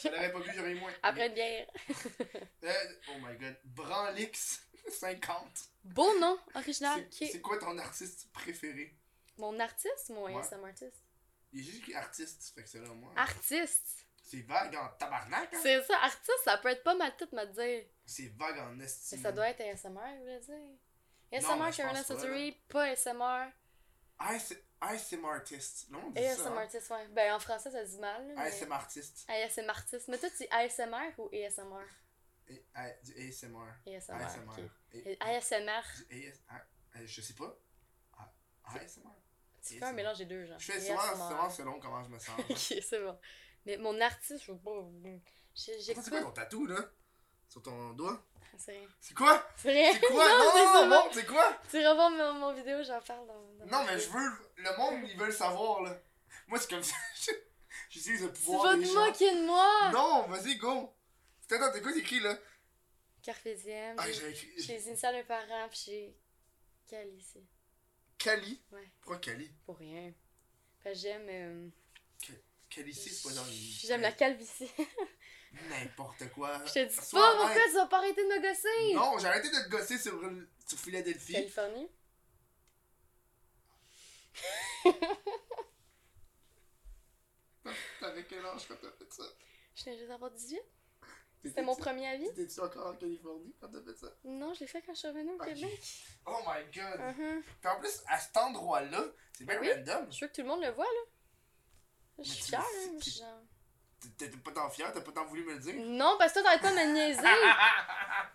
Speaker 1: Je l'aurais pas bu, j'aurais eu moins.
Speaker 2: Après une bière.
Speaker 1: Mais- euh, oh my god. Branlix 50.
Speaker 2: Beau nom, original.
Speaker 1: C'est-
Speaker 2: ok.
Speaker 1: C'est quoi ton artiste préféré?
Speaker 2: Mon artiste, mon
Speaker 1: Ouais.
Speaker 2: ASM artiste.
Speaker 1: Il est juste écrit artiste, fait que c'est là, moi.
Speaker 2: Ah. Artiste.
Speaker 1: C'est vague en tabarnak, hein?
Speaker 2: C'est ça, artiste, ça peut être pas ma tête, me dire.
Speaker 1: C'est vague en
Speaker 2: Mais
Speaker 1: estime.
Speaker 2: ça doit être ASMR, je voulais dire.
Speaker 1: Mm. Non, mais
Speaker 2: ASMR,
Speaker 1: je
Speaker 2: Carolina
Speaker 1: pense pas,
Speaker 2: Soturi, pas ASMR.
Speaker 1: ASM artiste. Non, on dit
Speaker 2: ASM
Speaker 1: ça.
Speaker 2: artiste, ouais. Ben en français, ça se dit mal.
Speaker 1: hein?
Speaker 2: là, Mais...
Speaker 1: ASM artiste.
Speaker 2: ASM artiste. Mais toi, tu dis ASMR ou ASMR
Speaker 1: Et- A- Du ASMR.
Speaker 2: ASMR.
Speaker 1: ASMR.
Speaker 2: ok.
Speaker 1: Et-
Speaker 2: Et ASMR.
Speaker 1: Du AS- ah, euh, Je sais pas. Ah, ASMR.
Speaker 2: Tu fais
Speaker 1: ASMR.
Speaker 2: un mélange des deux, genre.
Speaker 1: Je fais souvent, souvent selon comment je me sens.
Speaker 2: ok, c'est bon. Mais mon artiste, je veux pas. J'ai-
Speaker 1: Attends, C'est quoi
Speaker 2: J'écoute.
Speaker 1: ton tatou, là? Sur ton doigt?
Speaker 2: C'est rien.
Speaker 1: C'est quoi?
Speaker 2: C'est rien.
Speaker 1: C'est quoi?
Speaker 2: Non, c'est
Speaker 1: Non, non,
Speaker 2: ça,
Speaker 1: non, c'est quoi?
Speaker 2: Tu revois mon, mon vidéo, j'en parle dans, dans
Speaker 1: Non,
Speaker 2: ma
Speaker 1: mais je
Speaker 2: vidéo.
Speaker 1: veux... Le
Speaker 2: Hmm.
Speaker 1: monde, ils veulent savoir, là. Moi, c'est comme ça. J'utilise le
Speaker 2: Tu
Speaker 1: pouvoir
Speaker 2: vas
Speaker 1: des
Speaker 2: te
Speaker 1: gens.
Speaker 2: moquer de moi!
Speaker 1: Non, vas-y, go! Attends, t'es quoi écrit, là?
Speaker 2: Carpe diem,
Speaker 1: Ah,
Speaker 2: j'ai-
Speaker 1: j'ai écrit...
Speaker 2: j'ai les initiales de mes parents, pis j'ai... Quelle ici?
Speaker 1: Cali.
Speaker 2: Ouais.
Speaker 1: Pourquoi Cali?
Speaker 2: Pour rien. Parce que j'aime... euh,
Speaker 1: Calici, c'est pas dans les- euh,
Speaker 2: J'aime la calvitie.
Speaker 1: N'importe quoi.
Speaker 2: je te dis
Speaker 1: Sois
Speaker 2: pas pourquoi
Speaker 1: honnête.
Speaker 2: tu vas pas arrêter de me gosser!
Speaker 1: hein. Non, j'ai arrêté de te gosser sur, une- sur Philadelphie.
Speaker 2: Californie?
Speaker 1: T'avais quel âge quand t'as fait ça?
Speaker 2: Je viens juste d'avoir 18. C'était
Speaker 1: T'étais-tu-
Speaker 2: mon premier avis.
Speaker 1: T'étais-tu encore en Californie quand t'as fait ça?
Speaker 2: Non, je l'ai fait quand je suis revenue au
Speaker 1: Ok.
Speaker 2: Québec.
Speaker 1: Oh my god!
Speaker 2: Mhm.
Speaker 1: Puis en plus, à cet endroit-là, c'est bien
Speaker 2: Oui.
Speaker 1: random.
Speaker 2: Je veux que tout le monde le voit, là. Je
Speaker 1: Mais
Speaker 2: suis
Speaker 1: tu-
Speaker 2: fière, là.
Speaker 1: tu-
Speaker 2: je suis genre-
Speaker 1: T'es- T'es pas tant fier, t'as pas tant voulu me le dire.
Speaker 2: Non, parce que toi, t'arrêtes pas de me niaiser!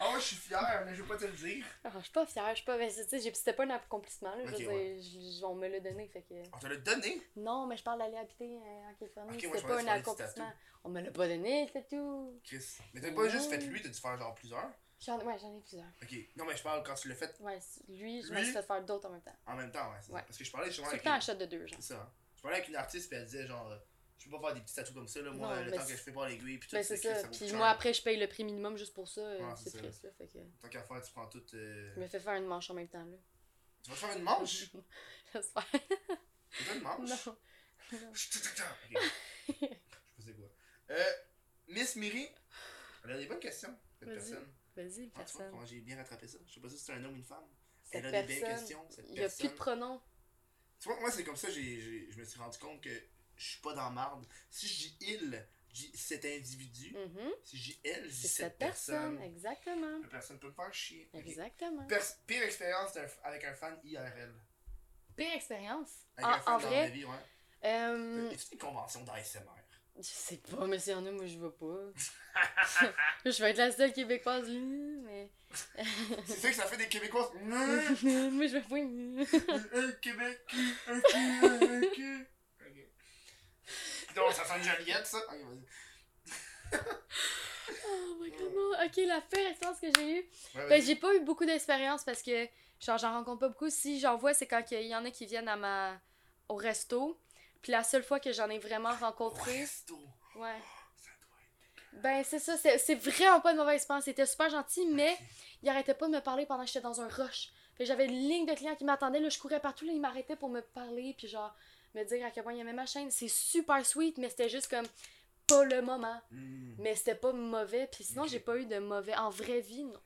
Speaker 1: Oh, je suis fier, mais je veux pas te le dire.
Speaker 2: Ah, je suis pas fière, je suis pas. mais c'est- tu sais, j'ai- C'était pas un accomplissement, là. je
Speaker 1: Ok,
Speaker 2: veux dire,
Speaker 1: ouais.
Speaker 2: je- je- on me l'a donné, fait que.
Speaker 1: On te l'a donné.
Speaker 2: Non, mais je parle d'aller habiter euh, en Californie,
Speaker 1: Ok, moi, je
Speaker 2: c'était pas
Speaker 1: parlais
Speaker 2: un
Speaker 1: du
Speaker 2: accomplissement. On me l'a pas donné, c'est tout.
Speaker 1: Chris. Mais t'as pas juste
Speaker 2: Oh.
Speaker 1: fait lui, t'as dû faire genre plusieurs.
Speaker 2: J'en ouais, j'en ai plusieurs.
Speaker 1: Ok. Non, mais je parle quand tu l'as fait
Speaker 2: Ouais, c- lui, je me
Speaker 1: Lui?
Speaker 2: suis fait faire d'autres en même temps.
Speaker 1: en même temps, ouais. c'est ça.
Speaker 2: Ouais.
Speaker 1: Parce que je parlais justement
Speaker 2: C'est tout le
Speaker 1: avec.
Speaker 2: temps
Speaker 1: une-
Speaker 2: un shot de deux, genre.
Speaker 1: C'est ça. hein. Je parlais avec une artiste, puis elle disait genre. euh, Je peux pas faire des petits tatous comme ça, là. Moi,
Speaker 2: Non,
Speaker 1: le
Speaker 2: mais
Speaker 1: temps que
Speaker 2: c'est-
Speaker 1: je prépare l'aiguille, puis tout
Speaker 2: Ben, c'est
Speaker 1: que
Speaker 2: ça.
Speaker 1: vaut
Speaker 2: Puis
Speaker 1: cher.
Speaker 2: moi, après, je paye le prix minimum juste pour ça, euh,
Speaker 1: Ouais,
Speaker 2: c'est
Speaker 1: c'est ça.
Speaker 2: triste, là. Fait que je
Speaker 1: Tant qu'à faire, tu prends tout. euh,
Speaker 2: me fais faire une manche en même temps, là.
Speaker 1: Tu vas te faire une manche
Speaker 2: J'espère.
Speaker 1: Tu veux une manche
Speaker 2: Non.
Speaker 1: Chut, chut, chut, chut. Ok. Je sais quoi. Euh, Miss Miri, elle a des bonnes questions, cette
Speaker 2: Vas-y,
Speaker 1: personne.
Speaker 2: Vas-y,
Speaker 1: Ah, tu vois
Speaker 2: personne.
Speaker 1: comment j'ai bien rattrapé ça Je sais pas si c'est un homme ou une femme.
Speaker 2: Cette
Speaker 1: elle a des belles
Speaker 2: personne.
Speaker 1: questions, cette
Speaker 2: Il y a plus
Speaker 1: personne.
Speaker 2: de pronoms.
Speaker 1: Tu vois, moi, c'est comme ça, j'ai, j'ai- je me suis rendu compte que je suis pas dans marde. Si je dis il, je dis cet individu.
Speaker 2: Mhm.
Speaker 1: Si je dis elle, je dis
Speaker 2: C'est
Speaker 1: cette personne.
Speaker 2: Exactement.
Speaker 1: La personne peut me faire chier. Ok.
Speaker 2: Exactement.
Speaker 1: Pers- pire expérience d'un- avec un fan IRL.
Speaker 2: Pire expérience.
Speaker 1: Avec un
Speaker 2: En,
Speaker 1: fan
Speaker 2: Ah, en
Speaker 1: dans la
Speaker 2: vrai,
Speaker 1: vie, ouais.
Speaker 2: euh,
Speaker 1: Est-ce une convention d'ASMR
Speaker 2: je sais pas, mais s'il y en a, moi, je vais pas. je vais être la seule québécoise, mais.
Speaker 1: C'est ça que ça fait des Québécois.
Speaker 2: moi,
Speaker 1: Mmh,
Speaker 2: je vais pas.
Speaker 1: un Québec, un cul, un cul. Ok. Non, ça sent une joliette, ça. Ok, vas-y.
Speaker 2: Oh my god, non. Ok, la pire expérience que j'ai eue.
Speaker 1: Ouais,
Speaker 2: Ben,
Speaker 1: vas-y.
Speaker 2: j'ai pas eu beaucoup d'expérience parce que, genre, j'en rencontre pas beaucoup. Si j'en vois, c'est quand il y en a qui viennent à ma... au resto. Puis la seule fois que j'en ai vraiment rencontré.
Speaker 1: Resto.
Speaker 2: Ouais.
Speaker 1: Ça doit être-
Speaker 2: Ben, c'est ça, c'est c'est vraiment pas une mauvaise expérience. C'était super gentil, mais il arrêtait pas de me parler pendant que j'étais dans un rush. Fait que j'avais une ligne de clients qui m'attendaient, là, je courais partout, là, ils m'arrêtaient pour me parler, puis genre, me dire à quel point il aimait ma chaîne. C'est super sweet, mais c'était juste comme pas le moment.
Speaker 1: Mmh.
Speaker 2: Mais c'était pas mauvais, puis sinon,
Speaker 1: Ok.
Speaker 2: j'ai pas eu de mauvais. En vraie vie, non.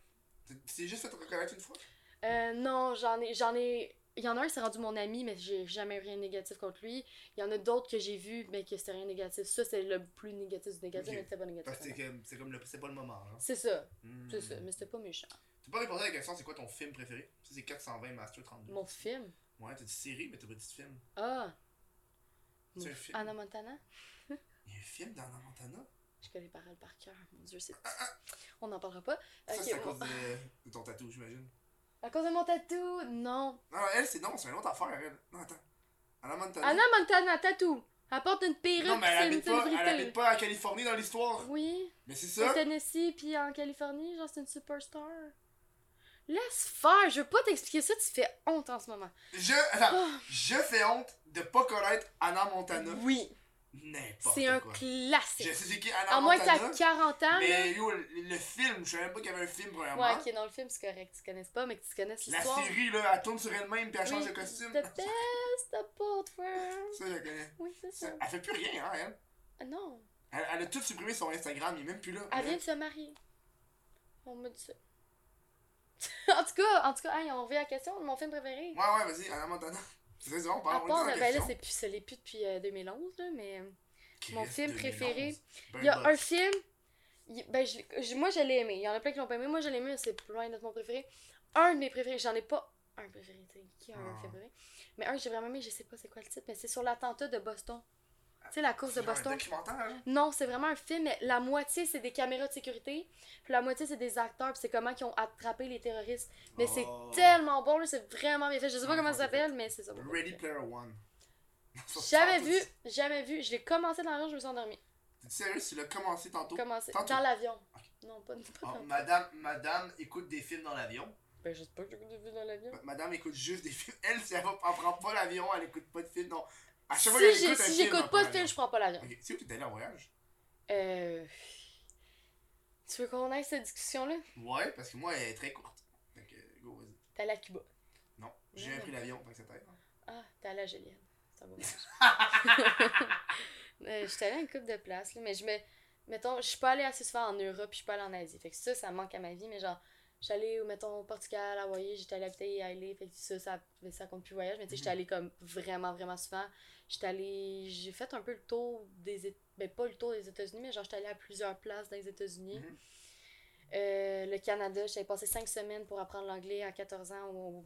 Speaker 1: Tu- Tu t'es juste fait reconnaître une fois
Speaker 2: Euh, non, j'en ai, j'en ai. Il y en a un, c'est rendu mon ami, mais j'ai jamais eu rien de négatif contre lui. Il y en a d'autres que j'ai vu, mais que c'était rien de négatif. Ça, c'est le plus négatif du négatif,
Speaker 1: Ok.
Speaker 2: mais c'était pas négatif.
Speaker 1: Parce que c'est comme, c'est comme le, c'est pas le moment. Hein.
Speaker 2: C'est ça,
Speaker 1: Mmh.
Speaker 2: c'est ça, mais c'était pas méchant.
Speaker 1: T'as pas répondu à la question, c'est quoi ton film préféré Ça, c'est 420 Master 32.
Speaker 2: Mon film
Speaker 1: Ouais, t'as dit série, mais t'as pas dit film.
Speaker 2: Ah
Speaker 1: C'est
Speaker 2: Mon-
Speaker 1: un film.
Speaker 2: Anna Montana
Speaker 1: Il y a un film dans la Montana
Speaker 2: Je connais les paroles par cœur, mon dieu, c'est. On n'en parlera pas.
Speaker 1: Ça,
Speaker 2: Ok,
Speaker 1: c'est à
Speaker 2: bon.
Speaker 1: cause de, de ton tatou, j'imagine.
Speaker 2: À cause de mon tatou Non
Speaker 1: Non, non, elle, c'est non, c'est une autre affaire, elle. Non, attends. Anna Montana.
Speaker 2: Anna Montana, tatou Apporte une perruque,
Speaker 1: Euh, non, mais elle
Speaker 2: c'est une
Speaker 1: habite, pas, elle habite
Speaker 2: célébrité
Speaker 1: pas en Californie dans l'histoire.
Speaker 2: Oui
Speaker 1: Mais c'est
Speaker 2: Au
Speaker 1: ça.
Speaker 2: Tennessee puis en Californie, genre c'est une superstar. Laisse faire, je veux pas t'expliquer ça, tu fais honte en ce moment.
Speaker 1: Je, attends,
Speaker 2: Ah.
Speaker 1: je fais honte de pas connaître Anna Montana.
Speaker 2: Oui,
Speaker 1: N'importe
Speaker 2: Mm-hmm. c'est un
Speaker 1: quoi. Je
Speaker 2: classique.
Speaker 1: sais c'est qui Anna
Speaker 2: À moins que
Speaker 1: Montana.
Speaker 2: t'as 40 ans,
Speaker 1: Mais yo, le, le film, je savais même pas qu'il y avait un film,
Speaker 2: là.
Speaker 1: premièrement.
Speaker 2: Ouais, ok, dans le film, c'est correct, tu connaisses pas, mais que tu connaisses
Speaker 1: La
Speaker 2: l'histoire.
Speaker 1: série, là, elle tourne sur elle-même puis elle change
Speaker 2: Oui,
Speaker 1: de costume.
Speaker 2: The best of both worlds.
Speaker 1: Ça, je la connais.
Speaker 2: Oui, c'est
Speaker 1: Ça,
Speaker 2: ça.
Speaker 1: elle fait plus rien, hein, elle.
Speaker 2: Ah Non,
Speaker 1: Elle, elle a tout supprimé son Instagram, il est même plus là.
Speaker 2: elle vient de se marier. On me dit ça. en tout cas, en tout cas, hey, on revient à la question de mon film préféré.
Speaker 1: Ouais, ouais, vas-y, Anna Montana. C'est ça, on
Speaker 2: à
Speaker 1: parle, on est
Speaker 2: part,
Speaker 1: dans
Speaker 2: ben
Speaker 1: la
Speaker 2: là,
Speaker 1: question.
Speaker 2: c'est plus, ça l'est plus depuis euh, 2011, là, mais...
Speaker 1: Chris, Ben,
Speaker 2: mon film
Speaker 1: 2011.
Speaker 2: préféré.
Speaker 1: Bird
Speaker 2: Il y a
Speaker 1: Box.
Speaker 2: un film, il- ben je l'ai- je- moi je l'ai aimé. Il y en a plein qui l'ont pas aimé. Moi je l'ai aimé, mais c'est loin d'être mon préféré. Un de mes préférés, j'en ai pas un préféré, tu sais, qui a un
Speaker 1: Ah.
Speaker 2: film préféré. Mais un que j'ai vraiment aimé, je sais pas c'est quoi le titre, mais c'est sur l'attentat de Boston. Tu sais, la course de
Speaker 1: C'est genre
Speaker 2: Boston.
Speaker 1: Un documentaire, hein?
Speaker 2: Non, c'est vraiment un film, mais la moitié c'est des caméras de sécurité, puis la moitié c'est des acteurs, puis c'est comment ils ont attrapé les terroristes. Mais
Speaker 1: Oh.
Speaker 2: c'est tellement bon, là, c'est vraiment bien fait. Je sais pas
Speaker 1: Ouais,
Speaker 2: comment
Speaker 1: c'est
Speaker 2: ça s'appelle, mais c'est ça. mon
Speaker 1: Ready
Speaker 2: préféré.
Speaker 1: Player One.
Speaker 2: Jamais vu, jamais vu. Je l'ai commencé dans l'avion, je me suis endormie.
Speaker 1: T'es sérieux, tu l'as commencé tantôt?
Speaker 2: Commencé.
Speaker 1: Tantôt.
Speaker 2: Dans l'avion. Non, pas, pas
Speaker 1: Ah,
Speaker 2: dans-
Speaker 1: madame, madame écoute des films dans l'avion.
Speaker 2: Ben, je sais pas que j'ai goût de vivre dans l'avion.
Speaker 1: Ma- Madame écoute juste des films. Elle, si elle va- elle prend pas l'avion, elle écoute pas de films, non. À chaque fois
Speaker 2: Si
Speaker 1: qu'elle
Speaker 2: j'ai-
Speaker 1: écoute un
Speaker 2: si
Speaker 1: film,
Speaker 2: j'écoute
Speaker 1: elle
Speaker 2: pas
Speaker 1: prend
Speaker 2: de film, je prends pas l'avion.
Speaker 1: l'avion. Ok, C'est où t'es allé en voyage?
Speaker 2: Euh. Tu veux qu'on aille cette discussion-là?
Speaker 1: Ouais, parce que moi, elle est très courte. Donc, go, vas-y.
Speaker 2: T'es allé à Cuba.
Speaker 1: Non, j'ai
Speaker 2: Non,
Speaker 1: jamais
Speaker 2: mais-
Speaker 1: pris l'avion, fait que ça t'aide. hein.
Speaker 2: Ah, t'es allé à Gélienne. C'est un beau Euh, Je J'étais allée à une couple de places, là, mais je me. Mettons, je suis pas allée assez souvent en Europe, puis je suis pas allée en Asie. Fait que ça, ça manque à ma vie, mais genre. J'allais, mettons, au Portugal, Hawaii, j'étais allée habiter à Hailey, fait que ça, ça, ça compte plus voyage, mais tu sais, j'étais
Speaker 1: Mhm.
Speaker 2: allée comme vraiment, vraiment souvent. J'étais allée, j'ai fait un peu le tour des, Éta- ben pas le tour des États-Unis, mais genre j'étais allée à plusieurs places dans les États-Unis.
Speaker 1: Mhm.
Speaker 2: Euh, le Canada, j'avais passé cinq semaines pour apprendre l'anglais à 14 ans au,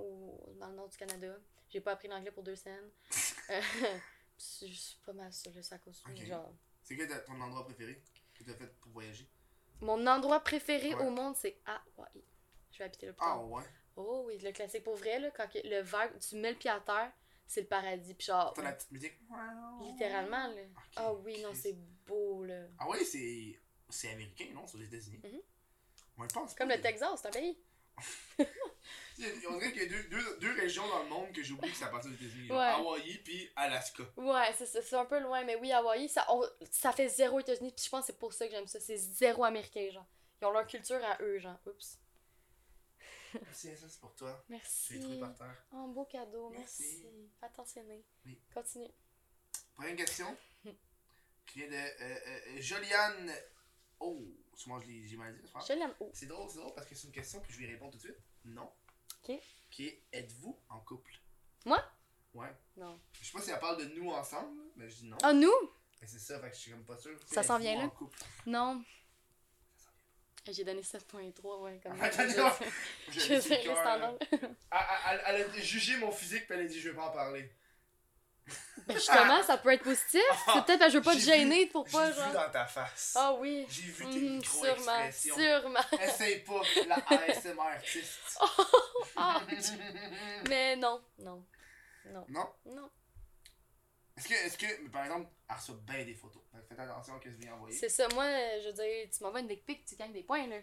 Speaker 2: au- dans le nord du Canada. J'ai pas appris l'anglais pour deux semaines. Euh, c'est juste pas mal ça, là, ça continue.
Speaker 1: Ok.
Speaker 2: Genre.
Speaker 1: C'est quoi ta- ton endroit préféré que t'as fait pour voyager?
Speaker 2: Mon endroit préféré
Speaker 1: Ouais.
Speaker 2: au monde, c'est Hawaï. Je vais habiter là plus
Speaker 1: Ah
Speaker 2: tard.
Speaker 1: ouais.
Speaker 2: Oh oui, le classique pour vrai, là, quand que- le verre, tu mets le pied à terre, c'est le paradis. Puis genre, oh.
Speaker 1: T'as la petite musique.
Speaker 2: littéralement, là.
Speaker 1: Ok,
Speaker 2: Ah oui, non,
Speaker 1: Christ.
Speaker 2: c'est beau, là.
Speaker 1: Ah ouais, c'est c'est américain, non? C'est aux États-Unis.
Speaker 2: Mhm.
Speaker 1: Moi, je pense.
Speaker 2: Comme
Speaker 1: pas
Speaker 2: le
Speaker 1: que-
Speaker 2: Texas, c'est un pays.
Speaker 1: On dirait qu'il y a deux, deux, deux régions dans le monde que j'oublie que ça passe aux États-Unis. genre
Speaker 2: Ouais.
Speaker 1: Hawaii puis Alaska.
Speaker 2: Ouais, c'est ça, c'est un peu loin, mais oui, Hawaï, ça, on- ça fait zéro États-Unis, puis je pense que c'est pour ça que j'aime ça. C'est zéro américain, genre. Ils ont leur culture à eux, genre. Oups.
Speaker 1: Tiens, ça c'est pour toi. J'ai
Speaker 2: Merci.
Speaker 1: trouvé par terre.
Speaker 2: Un beau cadeau, merci.
Speaker 1: Merci.
Speaker 2: Attentionné.
Speaker 1: Oui.
Speaker 2: Continue.
Speaker 1: Première question qui vient de euh, euh, Joliane. Oh, souvent je l'ai- j'ai mal dit, je crois.
Speaker 2: Je l'aime. Oh.
Speaker 1: C'est drôle, c'est drôle parce que c'est une question que je vais répondre tout de suite. Non.
Speaker 2: Ok.
Speaker 1: Qui est êtes-vous en couple
Speaker 2: Moi?
Speaker 1: Ouais.
Speaker 2: Non.
Speaker 1: Je sais pas si elle parle de nous ensemble, mais je dis non.
Speaker 2: Ah, nous?
Speaker 1: Mais c'est ça, fait que je suis comme pas sûr.
Speaker 2: Ça s'en vient,
Speaker 1: Êtes-vous
Speaker 2: là?
Speaker 1: en couple?
Speaker 2: Non. Eh, J'ai donné 7.3, ouais, comme
Speaker 1: Ah, Attends, je
Speaker 2: Je sais,
Speaker 1: l'ai sur le
Speaker 2: reste
Speaker 1: cœur,
Speaker 2: en
Speaker 1: là.
Speaker 2: ordre.
Speaker 1: Elle- ah, Elle elle a jugé mon physique, puis elle a dit je vais pas en parler.
Speaker 2: Ben justement, ça peut être positif. C'est peut-être parce que je veux pas te
Speaker 1: Ah, J'ai vu-
Speaker 2: gêner pour
Speaker 1: J'ai
Speaker 2: pas,
Speaker 1: vu
Speaker 2: genre.
Speaker 1: dans ta face.
Speaker 2: Ah oui.
Speaker 1: J'ai vu tes
Speaker 2: Mhm, sûrement,
Speaker 1: micro-expressions.
Speaker 2: sûrement.
Speaker 1: Essaye pas la ASMR artiste.
Speaker 2: Ah, mais non, non, non,
Speaker 1: non?
Speaker 2: non.
Speaker 1: Est-ce que, est-ce que, mais par exemple, elle reçoit bien des photos. Fait que Faites attention à ce que je viens envoyer.
Speaker 2: C'est ça, moi, euh, je veux dire, tu m'envoies une dick pic, tu gagnes des points, là.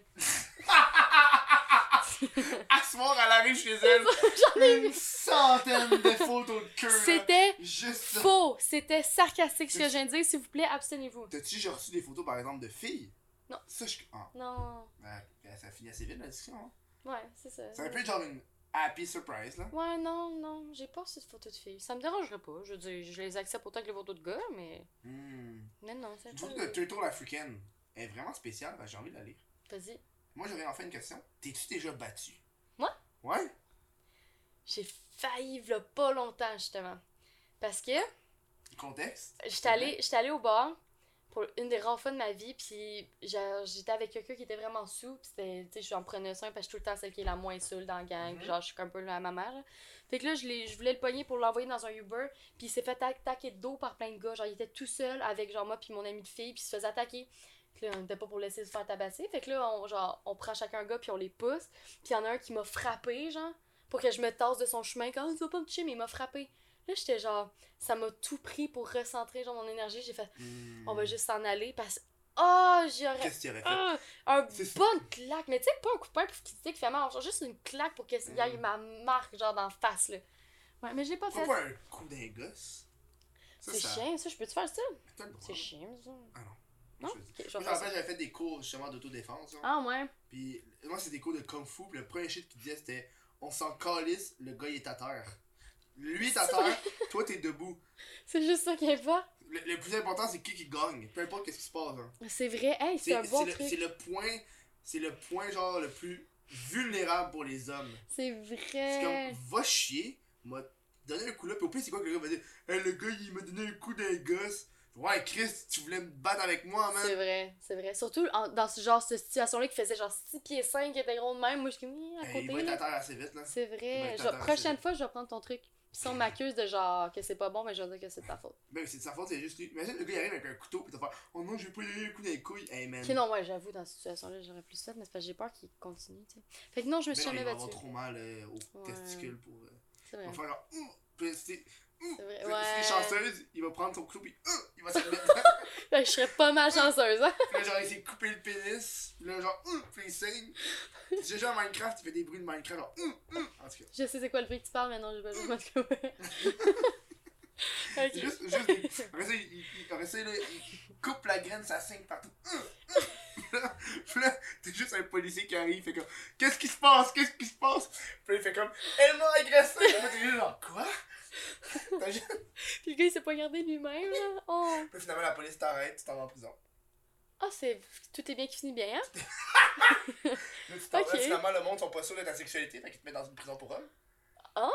Speaker 1: À ce soir, elle arrive chez elle. une centaine de photos de queue. là.
Speaker 2: C'était
Speaker 1: Juste ça.
Speaker 2: faux, c'était sarcastique ce que je viens de dire, s'il vous plaît, abstenez-vous.
Speaker 1: T'as-tu déjà reçu des photos, par exemple, de filles?
Speaker 2: Non.
Speaker 1: Ça, je... Ah,
Speaker 2: Non,
Speaker 1: ben, ben, ça finit assez vite, la discussion. hein.
Speaker 2: ouais, c'est ça.
Speaker 1: C'est un peu genre une happy surprise, là.
Speaker 2: Ouais, non, non, j'ai pas reçu de photos de filles. Ça me dérangerait pas, je veux dire, je les accepte autant que les photos de gars, mais.
Speaker 1: Hmm.
Speaker 2: Mais non, c'est
Speaker 1: Une
Speaker 2: pas.
Speaker 1: photo de Turtle africaine est vraiment spéciale, ben, j'ai envie de la lire.
Speaker 2: Vas-y.
Speaker 1: Moi, j'aurais enfin une question. T'es-tu déjà battu?
Speaker 2: Moi?
Speaker 1: Ouais?
Speaker 2: J'ai failli, v'là pas longtemps, justement. Parce que.
Speaker 1: Contexte?
Speaker 2: J'étais allée, j'étais allée au bar pour une des rares fois de ma vie, puis genre, j'étais avec quelqu'un qui était vraiment sous, puis c'était, tu sais, j'en prenais soin parce que je suis tout le temps celle qui est la moins saoule dans la gang,
Speaker 1: Mhm.
Speaker 2: puis genre, je suis comme un peu la maman, là. Fait que là, je, l'ai- je voulais le pogner pour l'envoyer dans un Uber, puis il s'est fait atta- attaquer de dos par plein de gars, genre, il était tout seul avec, genre, moi puis mon ami de fille, puis il se faisait attaquer. Fait que là, on était pas pour laisser se faire tabasser, fait que là, on, genre, on prend chacun un gars, puis on les pousse, puis il y en a un qui m'a frappé, genre, pour que je me tasse de son chemin, comme, Ah, tu vas pas me toucher, mais il m'a frappé. Là, j'étais genre ça m'a tout pris pour recentrer genre mon énergie. J'ai fait, on va juste s'en aller parce que, oh, j'aurais.
Speaker 1: Hmm. Qu'est-ce que tu aurais fait?
Speaker 2: Ah, un
Speaker 1: C'est-
Speaker 2: bonne claque, mais tu sais, pas un coup de poing pour qu'il tu sais, fait mal, genre juste une claque pour qu'il y ait
Speaker 1: Mm.
Speaker 2: ma marque, genre d'en face, là. Ouais, mais je l'ai pas fait.
Speaker 1: Pourquoi un coup d'un gosse? Ça,
Speaker 2: C'est
Speaker 1: ça-
Speaker 2: chiant, ça, je peux-tu faire ça?
Speaker 1: T'as le droit.
Speaker 2: C'est chiant, ça.
Speaker 1: Ah non.
Speaker 2: Non?
Speaker 1: Je veux dire.
Speaker 2: Ok,
Speaker 1: Moi,
Speaker 2: je vais
Speaker 1: je me
Speaker 2: faire ça.
Speaker 1: rappelle, j'avais fait des cours justement d'autodéfense. genre.
Speaker 2: Ah, ouais.
Speaker 1: Puis moi, c'était des cours de kung fu. Puis le premier shit qu'il disait, c'était on s'en calisse, le gars il est à terre. Lui il est à terre, toi t'es debout.
Speaker 2: C'est juste ça qu'il y a pas.
Speaker 1: Le, le plus important, c'est qui qui gagne. Peu importe qu'est-ce qui se passe. hein.
Speaker 2: C'est vrai, hey, c'est
Speaker 1: C'est
Speaker 2: un bon
Speaker 1: c'est le-
Speaker 2: truc.
Speaker 1: c'est le, point, c'est le point genre le plus vulnérable pour les hommes.
Speaker 2: C'est
Speaker 1: C'est
Speaker 2: vrai.
Speaker 1: comme, va chier, m'a donné un coup là, puis au pire, c'est quoi que le gars va dire Hey, le gars, il m'a donné un coup d'un gosse. Ouais, Chris, tu voulais me battre avec moi,
Speaker 2: C'est
Speaker 1: man.
Speaker 2: vrai, c'est vrai. Surtout en- dans ce genre, cette situation-là qui faisait genre 6 pieds 5, qui était gros de même. Moi, je suis comme, Hum, à
Speaker 1: Hey,
Speaker 2: côté.
Speaker 1: Ben, il va être
Speaker 2: là.
Speaker 1: à terre assez vite, là.
Speaker 2: C'est vrai.
Speaker 1: Ben,
Speaker 2: Je-
Speaker 1: t'attends, c'est
Speaker 2: prochaine
Speaker 1: vrai.
Speaker 2: fois, je vais prendre ton truc. Puis si on m'accuse de genre que c'est pas bon, mais je vais dire que c'est de ta faute.
Speaker 1: Ben, c'est de sa faute, c'est juste lui. Imagine, le gars, il arrive avec un couteau, puis t'as fait Oh non, je vais pas lui donner un coup d'un couille. Hey, man.
Speaker 2: Ok, non, ouais, j'avoue, dans cette situation-là, j'aurais plus fait, mais c'est parce que j'ai peur qu'il continue, tu sais. Fait que non, je me
Speaker 1: Ben
Speaker 2: suis
Speaker 1: non,
Speaker 2: jamais
Speaker 1: il va avoir
Speaker 2: battue.
Speaker 1: trop mal euh, aux
Speaker 2: Ouais.
Speaker 1: testicules pour. euh,
Speaker 2: C'est vrai.
Speaker 1: Il va faire genre Ouh Puis Hum! si ouh!
Speaker 2: C'est vrai,
Speaker 1: Si-
Speaker 2: ouais.
Speaker 1: Si t'es chanceuse, il va prendre son couteau, puis Ouh! il va se le mettre.
Speaker 2: Fait que Ben, je serais pas mal chanceuse, hein.
Speaker 1: Puis là, genre, il s'est coupé le pénis. Puis là, genre, Ouh! puis il saigne. Si tu joues à Minecraft, il fait des bruits de Minecraft, genre, Ouh! Ouh! En tout cas.
Speaker 2: Je sais c'est quoi le prix que tu parles, mais non, je vais pas te couper.
Speaker 1: C'est
Speaker 2: Ok.
Speaker 1: juste, juste, des- après ça, il, il- il- après ça, là, il coupe la graine, ça saigne partout. Puis là, t'es juste un policier qui arrive, fait comme, qu'est-ce qui se passe, qu'est-ce qui se passe? Puis là, il fait comme, elle m'a agressé! Puis là, t'es juste genre, quoi? T'as juste-
Speaker 2: Puis le gars, il s'est pas gardé lui-même, là. Oh.
Speaker 1: Puis finalement, la police t'arrête, tu t'en vas en prison.
Speaker 2: Ah, c'est. Tout est bien qui finit bien, hein.
Speaker 1: Là, tu t'en vas,
Speaker 2: Ok.
Speaker 1: finalement, le monde sont pas sûrs de ta sexualité, fait qu'ils te mettent dans une prison pour hommes.
Speaker 2: Ah,